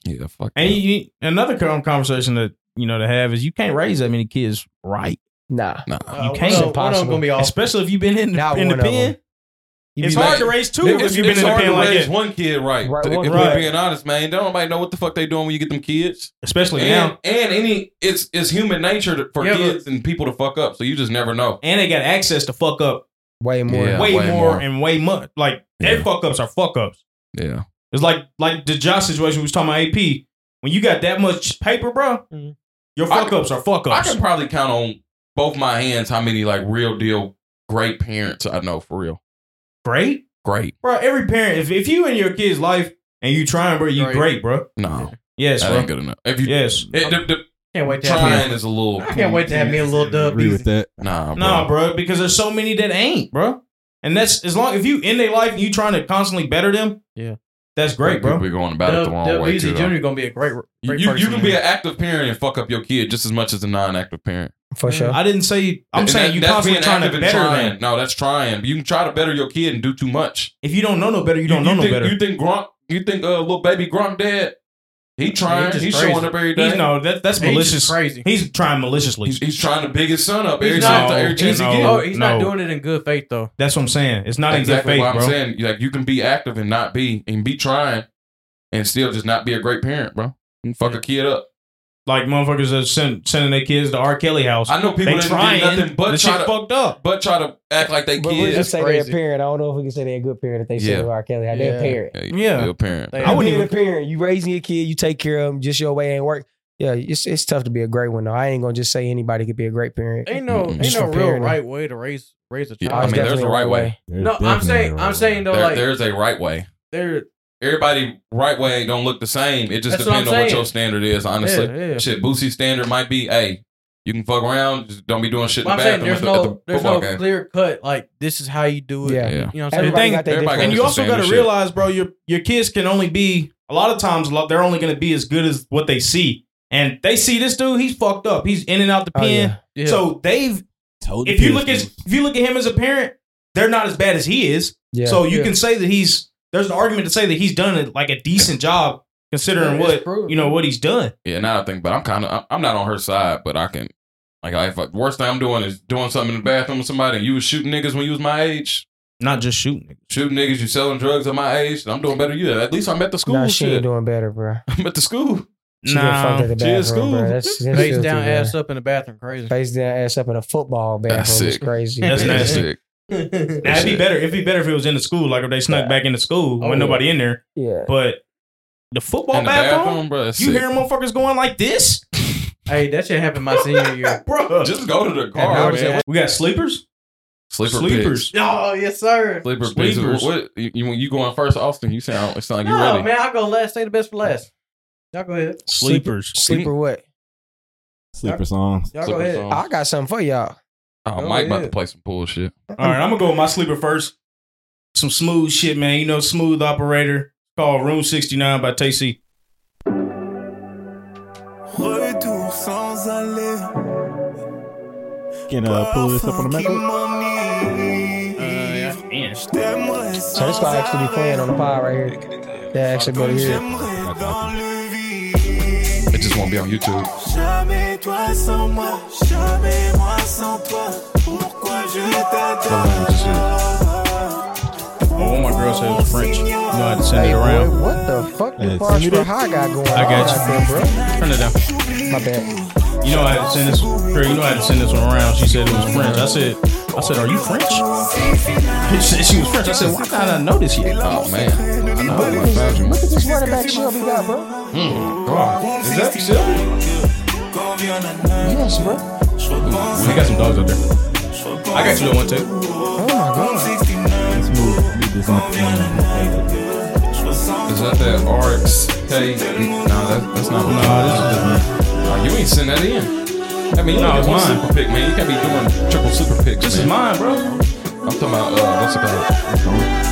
Speaker 3: Yeah, fuck.
Speaker 1: And
Speaker 3: that.
Speaker 1: you, you- another con- conversation that you know to have is you can't raise that many kids right,
Speaker 2: Nah,
Speaker 3: nah,
Speaker 5: Uh,
Speaker 1: can't.
Speaker 5: One of them
Speaker 2: Impossible.
Speaker 5: gonna be off.
Speaker 1: especially if you've been in
Speaker 2: Not
Speaker 1: the, in the
Speaker 2: one of
Speaker 1: pen.
Speaker 2: them. You
Speaker 1: It's
Speaker 2: be
Speaker 1: hard
Speaker 3: like-
Speaker 1: to raise two
Speaker 3: It's,
Speaker 1: if you've been in the
Speaker 3: hard
Speaker 1: pen
Speaker 3: to
Speaker 1: like
Speaker 3: raise
Speaker 1: that.
Speaker 3: one kid right.
Speaker 2: Right,
Speaker 3: if
Speaker 2: one-
Speaker 1: right.
Speaker 3: we're being honest, man, don't nobody know what the fuck they doing when you get them kids.
Speaker 1: Especially
Speaker 3: And,
Speaker 1: now,
Speaker 3: and any, it's it's human nature to, for
Speaker 5: Yeah, but-
Speaker 3: kids and people to fuck up. So you just never know.
Speaker 1: and they got access to fuck up
Speaker 2: way more.
Speaker 3: Yeah.
Speaker 1: way,
Speaker 3: way
Speaker 1: more,
Speaker 3: more.
Speaker 1: and way much. Like their
Speaker 3: Yeah.
Speaker 1: fuck ups are fuck ups.
Speaker 3: Yeah,
Speaker 1: It's like like the Josh situation we was talking about AP. When you got that much paper, bro,
Speaker 5: Mhm.
Speaker 1: your
Speaker 3: I-
Speaker 1: fuck ups are fuck
Speaker 3: I
Speaker 1: ups.
Speaker 3: can probably count on both my hands how many like real deal great parents I know for real.
Speaker 1: Great,
Speaker 3: Great,
Speaker 1: bro. Every parent, if, if you in your kid's life and you trying, bro, you
Speaker 5: Great.
Speaker 1: great, bro.
Speaker 3: no,
Speaker 1: Yes,
Speaker 3: that ain't
Speaker 1: bro.
Speaker 3: good enough. If you
Speaker 1: Yes.
Speaker 3: It, the, the
Speaker 5: Can't wait to have
Speaker 3: trying
Speaker 5: me.
Speaker 3: is a little.
Speaker 5: I can't wait to have me a little dub.
Speaker 8: agree with that.
Speaker 3: Nah, bro.
Speaker 1: Nah, bro, because there's so many that ain't, bro. And that's as long if you in their life and you trying to constantly better them,
Speaker 5: Yeah.
Speaker 1: that's great, bro.
Speaker 3: We're going about it the
Speaker 5: Dub,
Speaker 3: wrong
Speaker 5: Dub
Speaker 3: way.
Speaker 5: Easy
Speaker 3: too,
Speaker 5: Jr.
Speaker 3: though.
Speaker 5: gonna be a great,
Speaker 3: you,
Speaker 5: great
Speaker 3: you, you
Speaker 5: person.
Speaker 3: can be an active parent and fuck up your kid just as much as a non-active parent.
Speaker 2: for sure.
Speaker 1: I didn't say I'm
Speaker 3: And
Speaker 1: saying
Speaker 3: that-
Speaker 1: you
Speaker 3: that's
Speaker 1: constantly
Speaker 3: being
Speaker 1: trying
Speaker 3: active
Speaker 1: to
Speaker 3: and
Speaker 1: better
Speaker 3: trying.
Speaker 1: them.
Speaker 3: No, that's trying. You can try to better your kid and do too much.
Speaker 1: If you don't know no better, you
Speaker 3: you,
Speaker 1: don't know no
Speaker 3: think,
Speaker 1: better.
Speaker 3: You think Gronk? You think uh, little baby Gronk dad? He trying.
Speaker 5: just
Speaker 3: he's
Speaker 5: crazy.
Speaker 3: showing up every day.
Speaker 1: He's, no, that, that's
Speaker 5: He's
Speaker 1: malicious.
Speaker 5: just crazy.
Speaker 1: He's trying maliciously.
Speaker 3: He's, he's trying to big his son up every
Speaker 5: He's
Speaker 3: time.
Speaker 5: not-
Speaker 3: every chance
Speaker 5: he's,
Speaker 3: he
Speaker 1: no.
Speaker 3: gets.
Speaker 5: oh, he's not
Speaker 1: no.
Speaker 5: doing it in good faith though.
Speaker 1: that's what I'm saying. It's not
Speaker 3: exactly
Speaker 1: in
Speaker 3: what
Speaker 1: good
Speaker 3: I'm
Speaker 1: faith, bro.
Speaker 3: saying. Like you can be active and not be and be trying, and still just not be a great parent, bro. You can fuck a kid up.
Speaker 1: Like motherfuckers that send, sending their kids to R. Kelly house.
Speaker 3: I know people
Speaker 1: They
Speaker 3: that
Speaker 1: trying.
Speaker 3: do nothing but
Speaker 1: the
Speaker 3: try
Speaker 1: shit
Speaker 3: to
Speaker 1: fucked up.
Speaker 3: but try to act like they
Speaker 2: but we
Speaker 3: kids.
Speaker 2: just say they're a
Speaker 5: crazy.
Speaker 2: parent. I don't know if we can say they're a good parent if they say
Speaker 3: Yeah.
Speaker 2: they R. Kelly. They're
Speaker 5: Yeah.
Speaker 2: a parent.
Speaker 3: Yeah,
Speaker 1: Yeah.
Speaker 3: you're a parent.
Speaker 5: They-
Speaker 2: I
Speaker 1: I
Speaker 2: wouldn't
Speaker 1: wouldn't
Speaker 2: even a parent. You raising your kid, you take care of them. Just your way ain't work. Yeah, it's it's tough to be a great one though. I ain't gonna just say anybody could be a great parent.
Speaker 5: Ain't no,
Speaker 3: Mm-mm.
Speaker 5: ain't
Speaker 2: Just
Speaker 5: no
Speaker 2: for
Speaker 5: real
Speaker 2: parenting.
Speaker 5: right way to raise raise a child.
Speaker 3: Yeah,
Speaker 2: Oh,
Speaker 3: I
Speaker 2: it's
Speaker 3: mean, there's
Speaker 2: definitely
Speaker 3: a right way.
Speaker 8: There's
Speaker 5: no, I'm
Speaker 8: definitely
Speaker 5: saying,
Speaker 8: a
Speaker 5: I'm
Speaker 8: right
Speaker 5: saying though,
Speaker 3: There-
Speaker 5: like
Speaker 3: there's a right way.
Speaker 5: there,
Speaker 3: Everybody right way don't look the same. It just
Speaker 5: That's
Speaker 3: depends
Speaker 5: what I'm
Speaker 3: on what
Speaker 5: saying.
Speaker 3: your standard is. Honestly,
Speaker 5: Yeah, yeah.
Speaker 3: shit, Boosie's standard might be, hey, you can fuck around, just don't be doing shit in the
Speaker 5: I'm saying
Speaker 3: bathroom
Speaker 5: there's
Speaker 3: at the, at the
Speaker 5: no, there's
Speaker 3: football
Speaker 5: no
Speaker 3: game.
Speaker 5: clear cut. Like this is how you do it.
Speaker 2: Yeah.
Speaker 3: Yeah.
Speaker 5: You know what I'm saying?
Speaker 2: Everybody
Speaker 1: thing-
Speaker 2: got their
Speaker 3: everybody
Speaker 2: different.
Speaker 3: got
Speaker 1: And
Speaker 3: That's
Speaker 1: you
Speaker 3: the
Speaker 1: also got
Speaker 3: standard
Speaker 1: to
Speaker 3: shit.
Speaker 1: realize, bro, your your kids can only be a lot of times lo- they're only going to be as good as what they see. And they see this dude, he's fucked up. He's in and out the
Speaker 2: Oh,
Speaker 1: pen.
Speaker 5: Yeah.
Speaker 1: So they've
Speaker 8: Told
Speaker 1: if
Speaker 8: the
Speaker 1: you
Speaker 8: kids
Speaker 1: look at
Speaker 8: to-
Speaker 1: if you look at him as a parent, they're not as bad as he is.
Speaker 2: Yeah.
Speaker 1: so you
Speaker 5: Yeah.
Speaker 1: can say that he's there's an argument to say that he's done it like a decent job considering
Speaker 5: Yeah, it's
Speaker 1: what
Speaker 5: proven.
Speaker 1: you know what he's done.
Speaker 3: Yeah, now I think, but I'm kind of, I'm, I'm not on her side, but I can, like, if I, worst thing I'm doing is doing something in the bathroom with somebody. and You was shooting niggas when you was my age,
Speaker 1: Not just shooting.
Speaker 3: shooting niggas, you selling drugs at my age. And I'm doing better. than You at least I'm at the school.
Speaker 2: nah, she ain't
Speaker 3: shit.
Speaker 2: doing better, bro.
Speaker 3: I'm at the school.
Speaker 2: She nah, fucked at the
Speaker 3: she in
Speaker 2: bathroom,
Speaker 3: school.
Speaker 2: bro. That's, that's
Speaker 5: face
Speaker 2: filthy,
Speaker 5: down,
Speaker 2: bro.
Speaker 5: ass up in the bathroom, crazy.
Speaker 2: Face down, ass up in a football bathroom.
Speaker 3: That's
Speaker 2: That's
Speaker 3: sick.
Speaker 2: crazy.
Speaker 1: That's
Speaker 3: Yeah,
Speaker 1: nasty.
Speaker 3: sick.
Speaker 1: Now, it'd be better. It'd be better if it was in the school, like if they snuck back into school
Speaker 5: Oh,
Speaker 1: when nobody in there.
Speaker 2: Yeah.
Speaker 1: But the football
Speaker 3: In the
Speaker 1: bathroom,
Speaker 3: bathroom, bro. that's
Speaker 1: you
Speaker 3: it.
Speaker 1: hear motherfuckers going like this,
Speaker 5: Hey, that shit happened my senior year.
Speaker 1: bro.
Speaker 3: Just go to the
Speaker 5: Yeah,
Speaker 3: car,
Speaker 5: bro.
Speaker 3: man.
Speaker 1: we got sleepers,
Speaker 3: Sleeper
Speaker 1: sleepers.
Speaker 3: Picks.
Speaker 5: Oh yes, sir.
Speaker 3: Sleeper
Speaker 1: Sleepers.
Speaker 3: picks. What, you, you, when you going first, Austin? You sound. It sound like you
Speaker 5: no,
Speaker 3: ready.
Speaker 5: man, I'll go last. Say the best for last. Y'all go ahead.
Speaker 1: sleepers.
Speaker 2: Sleeper what?
Speaker 8: Sleeper songs.
Speaker 5: Y'all go
Speaker 3: Sleeper
Speaker 5: ahead.
Speaker 3: song.
Speaker 2: I got something for y'all.
Speaker 3: Oh,
Speaker 5: Oh,
Speaker 3: Mike about
Speaker 5: yeah.
Speaker 3: to play some bullshit.
Speaker 1: All right, I'm gonna go with my sleeper first. Some smooth shit, man. You know, smooth operator called Room 69 by Tacey.
Speaker 7: Retour sans aller
Speaker 8: Can uh, pull this up on the
Speaker 7: qui
Speaker 8: map?
Speaker 7: m'enivre Je t'aimerais
Speaker 2: So this
Speaker 7: sans
Speaker 2: gonna actually
Speaker 7: arrêt
Speaker 2: be playing on the pod right here. That actually go to
Speaker 7: Comme
Speaker 2: here.
Speaker 7: j'aimerais dans le vide
Speaker 3: It just won't be on YouTube.
Speaker 7: Jamais toi sans moi Jamais moi sans toi Pourquoi je t'adore
Speaker 1: Oh, one of my girls said it was French. You know how to send
Speaker 2: Hey,
Speaker 1: it
Speaker 2: boy,
Speaker 1: around.
Speaker 2: what the fuck
Speaker 8: Hey,
Speaker 2: you parts
Speaker 8: send me
Speaker 2: for
Speaker 8: that.
Speaker 2: high got going on
Speaker 1: I got you.
Speaker 2: out there, bro?
Speaker 1: Turn it down.
Speaker 2: My bad.
Speaker 1: You know I had to send this girl, you know I had to send this one around. She said it was French. I said, I said, are you French? She said she was French. I said, why did I not know this yet?
Speaker 3: Oh man, I know. I found you.
Speaker 2: Look at this running back Shelby got, bro.
Speaker 1: Hmm.
Speaker 3: God, is that Shelby?
Speaker 7: Quand vient la Oh, nuit
Speaker 2: Yes, bro.
Speaker 7: Je repense
Speaker 1: They got some dogs out there. I got you the one too.
Speaker 2: Oh my god.
Speaker 7: 69
Speaker 8: Let's move. Leave this on. Um,
Speaker 7: Je ressens
Speaker 3: Is that that RXK? No, that, that's not. No, this is different. Oh, you ain't send that in. I mean, you
Speaker 1: No,
Speaker 3: no,
Speaker 1: it's
Speaker 3: one
Speaker 1: mine.
Speaker 3: super pick, man. You can't be doing triple super picks.
Speaker 1: This is
Speaker 3: man.
Speaker 1: mine, bro.
Speaker 3: I'm talking about uh, what's it called?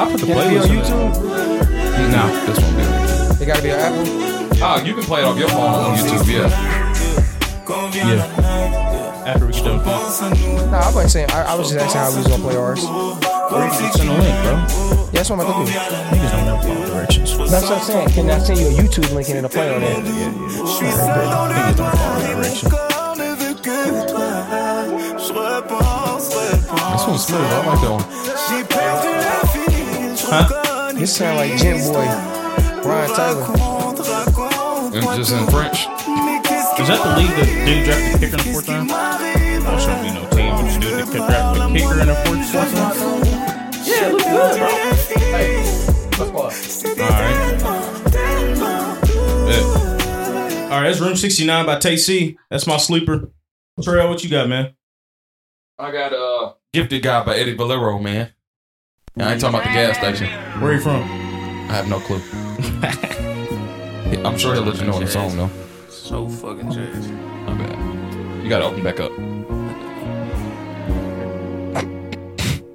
Speaker 1: I put the
Speaker 2: Can it be
Speaker 1: playlist
Speaker 2: on
Speaker 1: on YouTube.
Speaker 2: YouTube?
Speaker 3: No, this won't be. on YouTube.
Speaker 2: It gotta be on Apple.
Speaker 3: Ah, you can play it off your phone on YouTube. Yeah,
Speaker 7: Quand vient la nuit
Speaker 1: After we get done, playing.
Speaker 7: Pense à nous
Speaker 2: No, I wasn't saying. I, I was just asking how we was gonna play ours.
Speaker 1: send a link, bro.
Speaker 2: Yeah, that's what I'm about to do.
Speaker 1: Niggas don't know follow directions.
Speaker 2: That's what I'm saying. Can I send you a YouTube link and it'll play on it?
Speaker 7: Je suis seul dans le noir et mon corps ne veut que toi. Je repense,
Speaker 3: this
Speaker 7: repense.
Speaker 3: one's smooth. I like that one.
Speaker 7: J'ai perdu la fille. Je reconnais.
Speaker 2: This sound like Jim Boy, Ryan Taylor.
Speaker 7: Raconte, raconte.
Speaker 3: And just in French.
Speaker 7: Mais qu'est-ce qui
Speaker 1: Is that the league that dude drafted the kicker in the fourth round?
Speaker 7: m'arrive?
Speaker 1: I'll show you no team. What you do to draft the kicker in the fourth fourth round?
Speaker 5: Yeah, it looks good, bro.
Speaker 7: La fille, c'était tellement, tellement
Speaker 3: Yeah.
Speaker 1: All right, that's Room 69 by Tay C. That's my sleeper. Trail, what you got, man?
Speaker 3: I got uh, Gifted Guy by Eddie Valero, man. And I ain't talking about the gas station.
Speaker 1: Where you from?
Speaker 3: I have no clue. Yeah, I'm sure he'll let you know in the song, though.
Speaker 7: So fucking trash.
Speaker 3: My bad. You gotta open back up.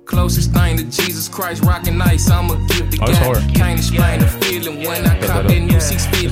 Speaker 9: Closest thing to Jesus Christ, rocking ice. I'ma give the
Speaker 1: Oh, it's
Speaker 9: guy.
Speaker 1: hard.
Speaker 9: Can't explain the feeling when I cop
Speaker 3: that
Speaker 9: that
Speaker 3: up.
Speaker 9: new six feet.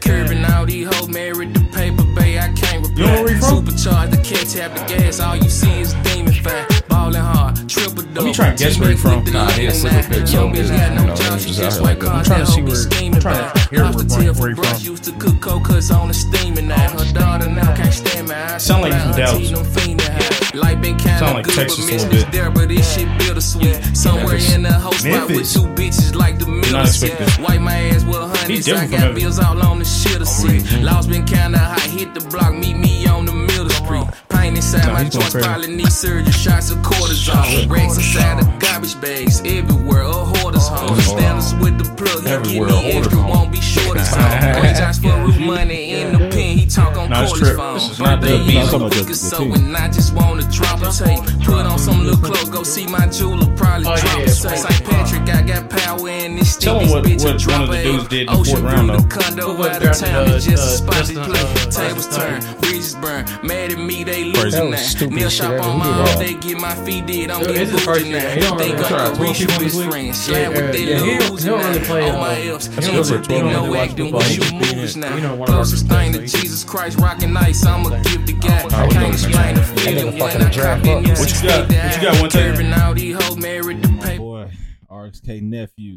Speaker 9: Curving all these hoes, married to paper, bay. I can't
Speaker 1: You know where
Speaker 9: reply.
Speaker 1: we from?
Speaker 9: Supercharged the cat, tap the gas. All you see is demon fat. Ballin' hard, triple double.
Speaker 1: me try to guess where he from.
Speaker 3: Nah, he a sleeper pick, so
Speaker 9: Young
Speaker 3: it
Speaker 9: bitch
Speaker 3: isn't,
Speaker 9: had
Speaker 3: you know,
Speaker 9: no job,
Speaker 3: he's
Speaker 9: she
Speaker 3: just out
Speaker 9: just
Speaker 3: here
Speaker 9: white
Speaker 3: like that.
Speaker 9: cars.
Speaker 1: I'm trying to
Speaker 9: That
Speaker 1: see
Speaker 9: hoe be
Speaker 1: where- I'm
Speaker 9: scheming
Speaker 1: trying to
Speaker 9: back.
Speaker 1: hear where
Speaker 9: Lobster
Speaker 1: from-
Speaker 9: tail
Speaker 1: where
Speaker 9: for
Speaker 1: he
Speaker 9: brunch,
Speaker 1: from.
Speaker 9: used to cook cold cuts on the steaming now. Her daughter now can't stand my eyes.
Speaker 1: Sound like he's from
Speaker 9: Blind,
Speaker 1: Dallas.
Speaker 9: I'm fiending high. Life been kinda
Speaker 1: Sound like
Speaker 9: good,
Speaker 1: Texas a
Speaker 9: but
Speaker 1: little
Speaker 9: missions
Speaker 1: bit.
Speaker 9: there, but this shit bittersweet. Somewhere
Speaker 3: Memphis.
Speaker 9: in the house spot with
Speaker 1: Memphis.
Speaker 9: two bitches like the middle. seat.
Speaker 1: expect this.
Speaker 9: Wipe my ass with honey. I
Speaker 1: different from
Speaker 9: got
Speaker 1: Memphis.
Speaker 9: bills all on the shit. seat. Laws been kinda hot. Hit the block, meet me on the middle street. Pain inside
Speaker 1: Nah,
Speaker 9: my
Speaker 1: he's going
Speaker 9: joints,
Speaker 1: crazy.
Speaker 9: probably need surgery. Shots of cortisone. Racks inside the garbage bags. Everywhere, a hoarder's
Speaker 1: Oh,
Speaker 9: home. Standards with the plug. He give
Speaker 3: Everywhere, a
Speaker 9: me extra,
Speaker 3: hoarder's home.
Speaker 9: won't be short as home. Green Josh for root money in the pen. He talk on
Speaker 1: Nah, it's
Speaker 9: quarters
Speaker 1: trip.
Speaker 9: phone.
Speaker 1: This is not the
Speaker 9: Birthday
Speaker 1: beat.
Speaker 9: is
Speaker 8: I'm
Speaker 9: a
Speaker 8: talking about
Speaker 9: week or
Speaker 8: the- the
Speaker 9: so,
Speaker 8: team.
Speaker 9: and I just wanna drop a tape. Put on some little clothes, go see my jeweler, probably
Speaker 5: Oh,
Speaker 9: drop
Speaker 5: yeah,
Speaker 9: a tape.
Speaker 5: it's
Speaker 9: St. Patrick, I got power in this
Speaker 1: Tell
Speaker 9: thing,
Speaker 1: 'em what-
Speaker 9: this bitch
Speaker 1: what
Speaker 9: a
Speaker 1: one of the
Speaker 9: dropper.
Speaker 1: dudes did in the
Speaker 9: Ocean
Speaker 1: fourth round,
Speaker 9: blue, the
Speaker 1: though.
Speaker 9: condo
Speaker 5: Who was
Speaker 9: out of
Speaker 5: drafted,
Speaker 9: town,
Speaker 5: uh,
Speaker 9: it's just a
Speaker 5: uh,
Speaker 9: spotty
Speaker 5: Justin,
Speaker 9: play.
Speaker 5: uh,
Speaker 9: Tables
Speaker 5: Justin,
Speaker 9: turn, bridges burn. Mad at me, they losing
Speaker 2: That
Speaker 9: that.
Speaker 2: was stupid
Speaker 9: Nail
Speaker 2: shit
Speaker 9: shop
Speaker 2: ever.
Speaker 9: on
Speaker 2: He
Speaker 9: my
Speaker 2: did
Speaker 9: own,
Speaker 2: that.
Speaker 9: they get my feet did. I'm
Speaker 5: Dude,
Speaker 9: getting
Speaker 5: it's his first
Speaker 9: booted
Speaker 5: year. He
Speaker 9: now.
Speaker 5: don't
Speaker 9: They
Speaker 5: really
Speaker 9: got the
Speaker 3: play. Try
Speaker 9: reach
Speaker 3: to
Speaker 9: with
Speaker 3: play.
Speaker 9: his friends. Slap
Speaker 5: Yeah,
Speaker 9: with
Speaker 5: yeah, he
Speaker 9: their
Speaker 5: don't-
Speaker 9: losing
Speaker 5: he don't really
Speaker 9: now. All
Speaker 5: play, uh,
Speaker 9: my elves,
Speaker 5: he don't
Speaker 9: you
Speaker 5: really- he don't
Speaker 9: no
Speaker 5: really watch
Speaker 9: acting
Speaker 5: football.
Speaker 9: when
Speaker 5: He
Speaker 9: you
Speaker 5: just be
Speaker 9: moves
Speaker 5: in it.
Speaker 9: now.
Speaker 5: He don't wanna
Speaker 9: Closest
Speaker 5: watch
Speaker 9: thing to
Speaker 5: football, so he-
Speaker 9: Jesus Christ, rocking nice. I'ma give the guy.
Speaker 3: I
Speaker 9: Can't
Speaker 3: would love to
Speaker 9: explain the
Speaker 3: make
Speaker 2: that.
Speaker 9: feeling
Speaker 2: That nigga
Speaker 9: when
Speaker 2: fucking
Speaker 9: I
Speaker 2: draft
Speaker 9: cop in
Speaker 2: up.
Speaker 9: your
Speaker 1: What you got?
Speaker 9: stick
Speaker 1: What you got, one take?
Speaker 9: Curving all these hoes married to paper.
Speaker 8: Boy, RXK nephew.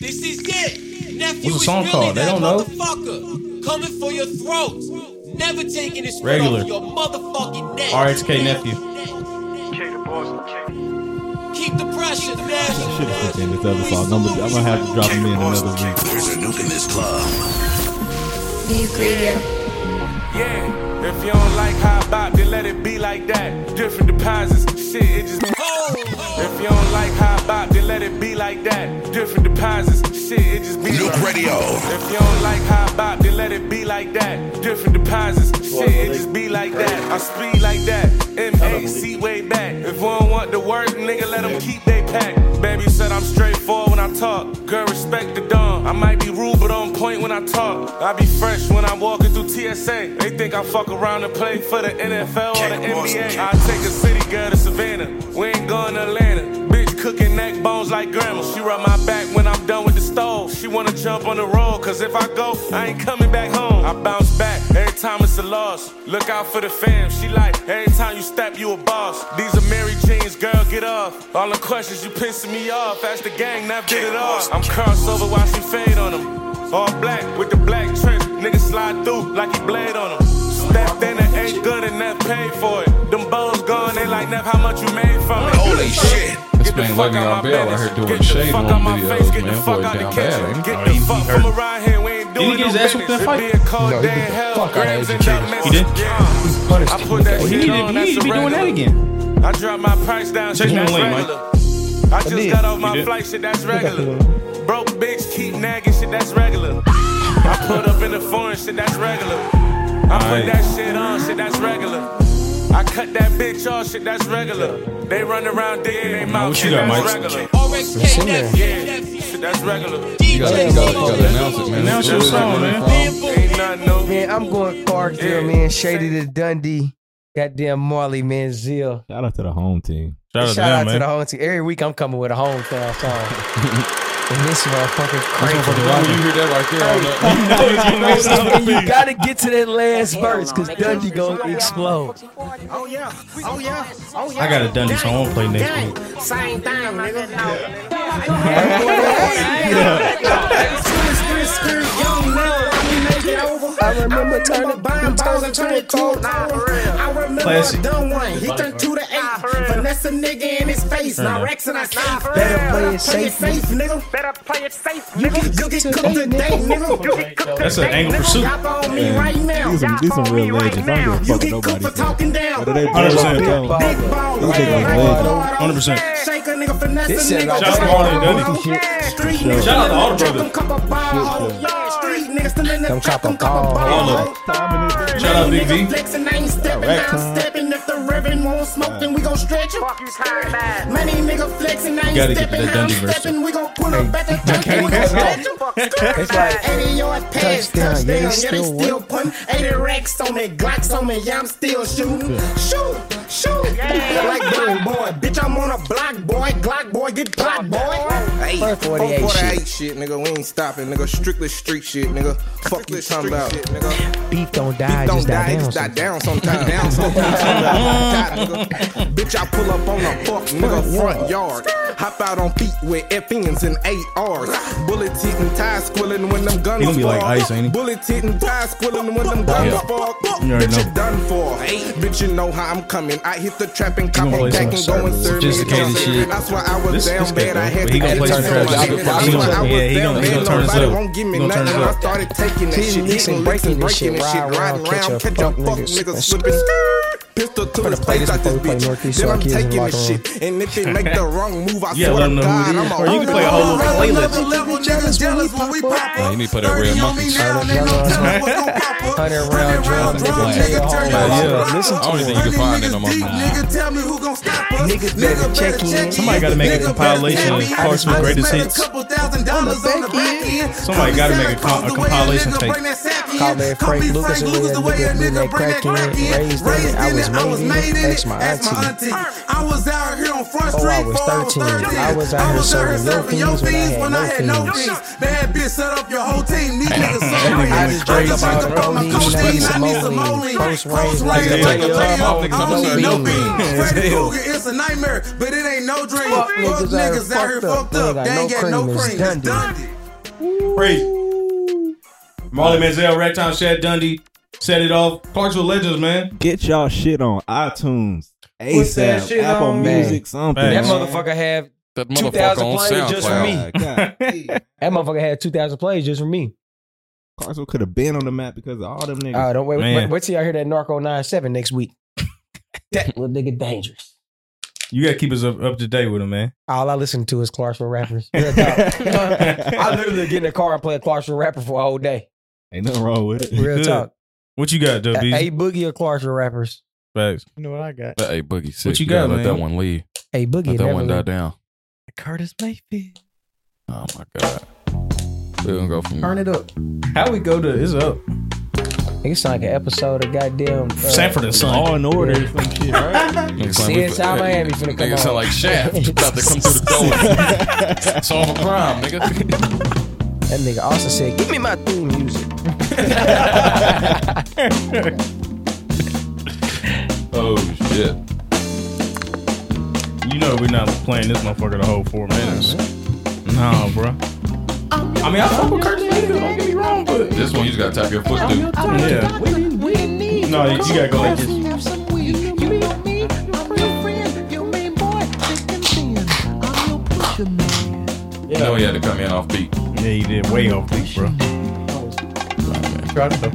Speaker 10: This is it. Nephew
Speaker 1: What's the
Speaker 10: is
Speaker 1: song
Speaker 10: really
Speaker 1: called? They
Speaker 10: that
Speaker 1: don't know.
Speaker 10: motherfucker. Coming for your throat. Never taking his foot
Speaker 1: Regular.
Speaker 10: off your motherfucking neck.
Speaker 1: RXK nephew.
Speaker 10: Keep the pressure,
Speaker 8: I
Speaker 10: man.
Speaker 8: should have put in this other song. I'm gonna, I'm gonna have to drop him in another week.
Speaker 7: There's a nuke in this club.
Speaker 11: Nuclear.
Speaker 7: Yeah.
Speaker 11: If you don't like how I bop, then let it be like that. Different deposits, shit, it just. If you don't like how I bop, then let it be like that. Different deposits, shit, it just be. Loop radio. If you don't like how I bop, then let it be like that. Different deposits, shit, it just be like that. I speed like that. M-A-C way back. If we don't want the work, nigga, let them keep they pack. Baby said I'm straightforward when I talk. Girl, respect the dawn. I might be rude, but on point when I talk. I be fresh when I'm walking through TSA. They think I fuck around and play for the NFL or the NBA. I take a city girl to Savannah. We ain't going to Atlanta. Bitch cooking neck bones like grandma. She rub my back when I'm done with the stove. She wanna jump on the road, cause if I go, I ain't coming back home. I bounce back every time it's a loss. Look out for the fam. She like, every time you step, you a boss. These are Mary Jeans, girl, get off. All the questions you pissing me off. Ask the gang, never get it off. I'm crossover, watch me fade on them. All black with the black trench. Nigga slide through like he blade on them. Stepped in it ain't good and never paid for it. Them bows gone, they like, Nev, how much you made from it? Holy shit.
Speaker 3: This man living on bail out here doing shade on videos, man. Boy, down bad. ain't he?
Speaker 11: Get the fuck from around here, we ain't doing
Speaker 1: he get
Speaker 11: no
Speaker 1: his ass whooped in
Speaker 11: business.
Speaker 1: that
Speaker 11: It
Speaker 1: fight?
Speaker 11: be a cold
Speaker 1: No, he
Speaker 11: day
Speaker 1: beat
Speaker 11: in
Speaker 1: the
Speaker 11: hell.
Speaker 1: fuck out of
Speaker 11: Grams
Speaker 1: Agent
Speaker 11: and dump
Speaker 1: James.
Speaker 11: messages.
Speaker 1: He did?
Speaker 11: Yeah. I put that
Speaker 1: He
Speaker 11: shit
Speaker 1: need to-
Speaker 11: on,
Speaker 1: he
Speaker 11: that's
Speaker 1: need to
Speaker 11: a
Speaker 1: be doing that
Speaker 11: regular.
Speaker 1: again.
Speaker 11: I dropped my price down,
Speaker 1: Check
Speaker 11: shit,
Speaker 1: him
Speaker 11: that's
Speaker 1: on the lane, Mike.
Speaker 11: regular. I just
Speaker 1: did.
Speaker 11: got off
Speaker 1: He
Speaker 11: my
Speaker 1: did.
Speaker 11: flight, shit, that's regular. Broke bitch, keep nagging, shit, that's regular. I put up in the foreign, shit, that's regular. I put
Speaker 1: Aight.
Speaker 11: that shit on, shit, that's regular. I cut that bitch off, shit, that's regular. They run around digging in their mouth,
Speaker 1: what you
Speaker 11: shit,
Speaker 1: got,
Speaker 11: that's
Speaker 1: Mike?
Speaker 11: regular.
Speaker 10: What's in there?
Speaker 11: Yeah, shit, that's regular.
Speaker 3: You gotta, you gotta, you gotta announce it, man.
Speaker 1: Announce your song, man.
Speaker 11: Ain't nothing new.
Speaker 2: Man, I'm going Clarkville, man. Shady to Dundee. Goddamn Marley, man. Zeal.
Speaker 8: Shout out to the home team.
Speaker 1: Shout out to
Speaker 2: Shout out
Speaker 1: them,
Speaker 2: to the
Speaker 1: man.
Speaker 2: home team. Every week I'm coming with a hometown song. and this motherfucker
Speaker 3: When
Speaker 2: crazy.
Speaker 3: you hear that right there, on the,
Speaker 2: and you gotta get to that last verse because Dundee gonna explode.
Speaker 4: Oh yeah, oh yeah, oh yeah.
Speaker 1: I got a Dundee, so I won't play next week.
Speaker 4: Same thing, nigga.
Speaker 2: I remember turning
Speaker 1: Classic.
Speaker 4: Done one, he turned two to eight. Vanessa nigga in his face, now Rex and I safe.
Speaker 2: Better play it
Speaker 4: Play it
Speaker 2: safe,
Speaker 4: safe, nigga. Better play it safe, nigga. You get cooked today, nigga. You get cooked
Speaker 1: That's an
Speaker 4: today,
Speaker 1: angle
Speaker 4: nigga.
Speaker 1: pursuit.
Speaker 4: Hop on me right now.
Speaker 8: These some, these some real legends. I
Speaker 4: You
Speaker 8: don't give a fuck what
Speaker 4: get cooked
Speaker 8: nobody
Speaker 4: for
Speaker 8: said.
Speaker 4: talking down.
Speaker 8: Whether they
Speaker 4: Big
Speaker 8: broke or
Speaker 1: Understand.
Speaker 8: not,
Speaker 2: Ball.
Speaker 4: ball,
Speaker 8: These niggas
Speaker 4: yeah.
Speaker 8: legends.
Speaker 4: Hard
Speaker 1: 100%.
Speaker 4: on, Shake a nigga finesse
Speaker 2: This
Speaker 4: a
Speaker 2: shit
Speaker 4: nigga.
Speaker 2: like- Shout out to
Speaker 1: Marlon Dundee.
Speaker 4: Street
Speaker 8: Shout
Speaker 4: niggas
Speaker 1: out to all the
Speaker 4: still in
Speaker 1: brothers.
Speaker 4: the cup of ball.
Speaker 8: Shit,
Speaker 4: Yeah, Street niggas still in the
Speaker 2: Them
Speaker 4: cup
Speaker 2: chop 'em
Speaker 4: of ball.
Speaker 2: ball.
Speaker 1: All of them.
Speaker 8: Time in this bitch.
Speaker 1: Shout out Big V.
Speaker 4: Flexing, I ain't stepping,
Speaker 8: Alright.
Speaker 4: I'm stepping. If the ribbon won't smoke, then we gon' stretch it. Money nigga flexing, I
Speaker 1: You gotta
Speaker 4: ain't
Speaker 1: get to
Speaker 4: stepping,
Speaker 1: that
Speaker 4: I'm
Speaker 1: Dundee verse,
Speaker 4: stepping. We gon' pull up at the junkie, we gon'
Speaker 2: cut it off.
Speaker 4: stretch it.
Speaker 2: It's like-
Speaker 4: 80 yard pass,
Speaker 2: Touchdown,
Speaker 4: touchdown,
Speaker 2: yeah,
Speaker 4: yeah,
Speaker 2: they
Speaker 4: they
Speaker 2: still
Speaker 4: still putting 80 racks on me, Glocks on me, yeah, I'm still shooting. Shoot, shoot. Like Glock boy, bitch, I'm on a block, boy. Glock boy, get blocked, boy.
Speaker 9: Hey,
Speaker 2: 448
Speaker 9: 448 shit, nigga. We ain't stopping, nigga. Strictly street shit, nigga. Fuck you talking about, nigga.
Speaker 2: Beef don't die,
Speaker 9: Don't
Speaker 2: just
Speaker 9: die,
Speaker 2: die down.
Speaker 9: just die down sometimes. down sometimes. God, nigga. Bitch, I pull up on a fuck nigga front yard. Hop out on feet with FNs and ARs. Bullets hitting, tires squilling when them guns
Speaker 1: He gonna be like
Speaker 9: spark.
Speaker 1: Ice, ain't he?
Speaker 9: Bullets hitting, tires squilling when them guns
Speaker 1: Yeah.
Speaker 9: spark.
Speaker 1: You already
Speaker 9: Bitch,
Speaker 1: know.
Speaker 9: you done for. Bitch, you know how I'm coming. I hit the trap and cop
Speaker 1: gonna
Speaker 9: and
Speaker 1: play
Speaker 9: back and
Speaker 1: some
Speaker 9: go and serve me. a
Speaker 1: sophisticated
Speaker 9: Johnson.
Speaker 1: shit.
Speaker 9: That's why I was
Speaker 1: This-
Speaker 9: down
Speaker 1: this
Speaker 9: bad.
Speaker 1: guy,
Speaker 9: I
Speaker 1: though.
Speaker 9: had to
Speaker 1: But he gonna
Speaker 9: get
Speaker 1: play some
Speaker 9: turned
Speaker 1: trash.
Speaker 9: up.
Speaker 1: He gonna-
Speaker 9: That's why
Speaker 1: he
Speaker 9: I
Speaker 1: gonna-
Speaker 9: was
Speaker 1: yeah, he
Speaker 9: down bad.
Speaker 1: gonna- he gonna turn us
Speaker 9: Nobody
Speaker 1: up.
Speaker 9: won't give me
Speaker 1: He gonna turn
Speaker 9: nothing.
Speaker 1: us
Speaker 9: I
Speaker 1: up.
Speaker 9: started taking that shit.
Speaker 2: Ten licks and
Speaker 9: Hitting licks and breaking and shit. Riding around, catch up, fuck niggas slipping. Skirt. Pistol to
Speaker 2: Finna
Speaker 9: his
Speaker 2: play
Speaker 9: face
Speaker 2: this
Speaker 9: out this
Speaker 2: before we play
Speaker 9: bitch.
Speaker 2: Northeast
Speaker 9: Then
Speaker 2: so our
Speaker 9: I'm
Speaker 2: kids in the
Speaker 9: taking this
Speaker 2: locker room.
Speaker 9: shit. And if they make the wrong move, I
Speaker 1: Yeah,
Speaker 9: swear to
Speaker 1: let them know who
Speaker 9: God,
Speaker 1: it
Speaker 9: I'm
Speaker 1: is.
Speaker 9: a
Speaker 1: Or you can play a whole little playlist.
Speaker 9: playlist.
Speaker 3: Yeah, you need to play that Red Monkey.
Speaker 2: Hundred round drum, nigga. Take a whole
Speaker 3: Yeah,
Speaker 2: lot.
Speaker 3: yeah.
Speaker 2: Listen to
Speaker 3: I
Speaker 2: it.
Speaker 3: don't even think you can find that on my phone.
Speaker 9: tell me who gon' stop us.
Speaker 2: Niggas better check in.
Speaker 1: Somebody gotta make a compilation of Carson's greatest hits. Somebody gotta make a com- a compilation tape.
Speaker 2: Call that Frank Lucas and that nigga doing that crack in, raised in it, I was made in it, ask my auntie.
Speaker 9: I was out here on Front
Speaker 2: Oh,
Speaker 9: Street.
Speaker 2: I was
Speaker 9: for over
Speaker 2: 13.
Speaker 9: 30
Speaker 2: I was out here serving your fiends when I had no fiends.
Speaker 9: They had bitch set up your whole team. These niggas
Speaker 2: I just drank about a roll leaf, need some more leaf. Post range, like
Speaker 3: Nigga,
Speaker 2: a
Speaker 3: take
Speaker 2: nigga
Speaker 3: your time off,
Speaker 2: up,
Speaker 3: nigga. I'm
Speaker 2: no
Speaker 3: sorry.
Speaker 2: bean.
Speaker 3: No
Speaker 9: Freddy Krueger, it's a nightmare, but it ain't no dream.
Speaker 2: Fuck niggas out here fucked up. They ain't got no cream, it's Dundee.
Speaker 1: Crazy. Marley Manziel, Ragtime Shad Dundee, set it off. Clarksville Legends, man.
Speaker 8: Get y'all shit on iTunes,
Speaker 5: Put that
Speaker 8: ASAP,
Speaker 5: shit
Speaker 8: Apple
Speaker 5: on.
Speaker 8: Music, something.
Speaker 1: That
Speaker 2: That
Speaker 1: Yeah.
Speaker 2: motherfucker had
Speaker 3: That
Speaker 2: 2,000
Speaker 3: motherfucker on
Speaker 2: plays just for
Speaker 3: SoundCloud.
Speaker 2: me.
Speaker 8: God, God.
Speaker 2: that motherfucker had two thousand plays just for me.
Speaker 8: Clarksville could have been on the map because of all them niggas.
Speaker 2: Oh, don't wait, wait. Wait till y'all hear that Narco 97 next week. that little nigga dangerous.
Speaker 1: You gotta keep us up, up to date with him, man.
Speaker 2: All I listen to is Clarksville rappers. Real talk. I literally get in the car and play a Clarksville rapper for a whole day.
Speaker 8: Ain't nothing wrong with it.
Speaker 2: Real talk.
Speaker 1: What you got, though,
Speaker 2: A-
Speaker 1: B?
Speaker 2: A Boogie or Clarksville rappers.
Speaker 1: Facts.
Speaker 5: You know what I got?
Speaker 3: That A Boogie sick.
Speaker 1: you
Speaker 3: gotta
Speaker 1: got,
Speaker 3: Let that
Speaker 1: man?
Speaker 3: one leave.
Speaker 2: A Boogie
Speaker 3: Let that
Speaker 2: never
Speaker 3: one die
Speaker 2: leave.
Speaker 3: down.
Speaker 5: Curtis Mayfield.
Speaker 3: Oh my god. We're gonna go from
Speaker 5: Turn it up.
Speaker 1: How we go to it's up.
Speaker 2: Nigga sound like an episode of goddamn uh,
Speaker 1: Sanford and Son.
Speaker 8: All in order. or some shit, right?
Speaker 3: Niggas like we
Speaker 2: CSI
Speaker 3: fin-
Speaker 2: Miami finna come
Speaker 3: Niggas sound
Speaker 2: on.
Speaker 3: like Shaft about to come through the door. Solve a crime, nigga.
Speaker 2: That nigga also said, "Give me my theme music."
Speaker 3: Oh shit.
Speaker 1: You know we're not playing this motherfucker the whole four minutes.
Speaker 3: Mm-hmm.
Speaker 1: No, bro. I mean, I fuck with Curtis Mayfield. Don't get me wrong, but
Speaker 3: This one you just gotta tap your foot through.
Speaker 1: yeah. No, you, you gotta go like this.
Speaker 3: You know he had to come in off beat.
Speaker 1: Yeah, you did way off beat, bro.
Speaker 5: Try it up.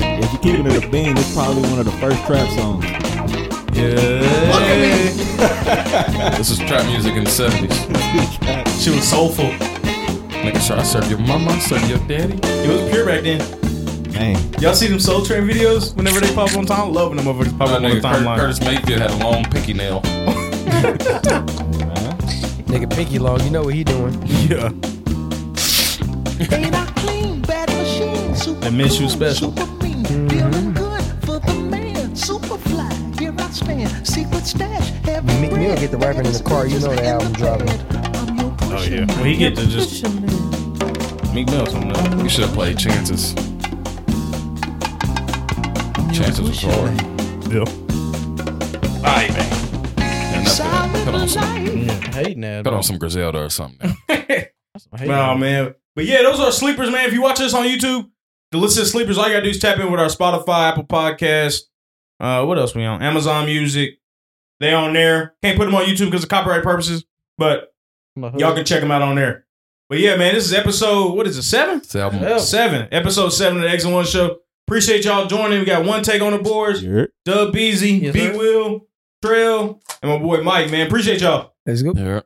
Speaker 8: If you keep it a bean, it's probably one of the first trap songs.
Speaker 1: Yeah.
Speaker 3: This is trap music in the 70s.
Speaker 1: She was soulful.
Speaker 3: Nigga, try to serve your mama, serve your daddy.
Speaker 1: It was pure back then.
Speaker 8: Dang.
Speaker 1: Y'all see them Soul Train videos whenever they pop on time? Loving them motherfuckers pop
Speaker 3: My
Speaker 1: up on the
Speaker 3: nigga Cur-
Speaker 1: timeline.
Speaker 3: Curtis Mayfield had a long pinky nail.
Speaker 2: Nigga Pinky Long, you know what he doing?
Speaker 1: Yeah. That men's shoe special.
Speaker 2: Mm-hmm. Meek Mill get the rapping in the car. You know the album dropping.
Speaker 1: Oh yeah. Well, he get to just Meek Mill something. though.
Speaker 3: We should have played Chances. Chances was hard.
Speaker 1: Yeah. Alright, man.
Speaker 3: And that's it. Put on some,
Speaker 5: Hating that.
Speaker 3: put on some Griselda or something.
Speaker 5: Hating
Speaker 1: No
Speaker 5: that.
Speaker 1: man. But yeah, those are sleepers, man. If you watch this on YouTube, the list of sleepers, all you gotta do is tap in with our Spotify, Apple Podcast. Uh, what else we on? Amazon Music. They on there. Can't put them on YouTube because of copyright purposes, but
Speaker 5: I'm a hood.
Speaker 1: y'all can check them out on there. But yeah, man, this is episode what is it seven?
Speaker 3: This album.
Speaker 5: Yeah.
Speaker 1: Seven. Episode seven of the X and One Show. Appreciate y'all joining. We got one take on the boards.
Speaker 8: Sure.
Speaker 1: Dub Beezy,
Speaker 5: Yes,
Speaker 1: B
Speaker 5: sir.
Speaker 1: Will, Trail, and my boy Mike. Man, appreciate y'all.
Speaker 2: Let's go.
Speaker 3: Yeah.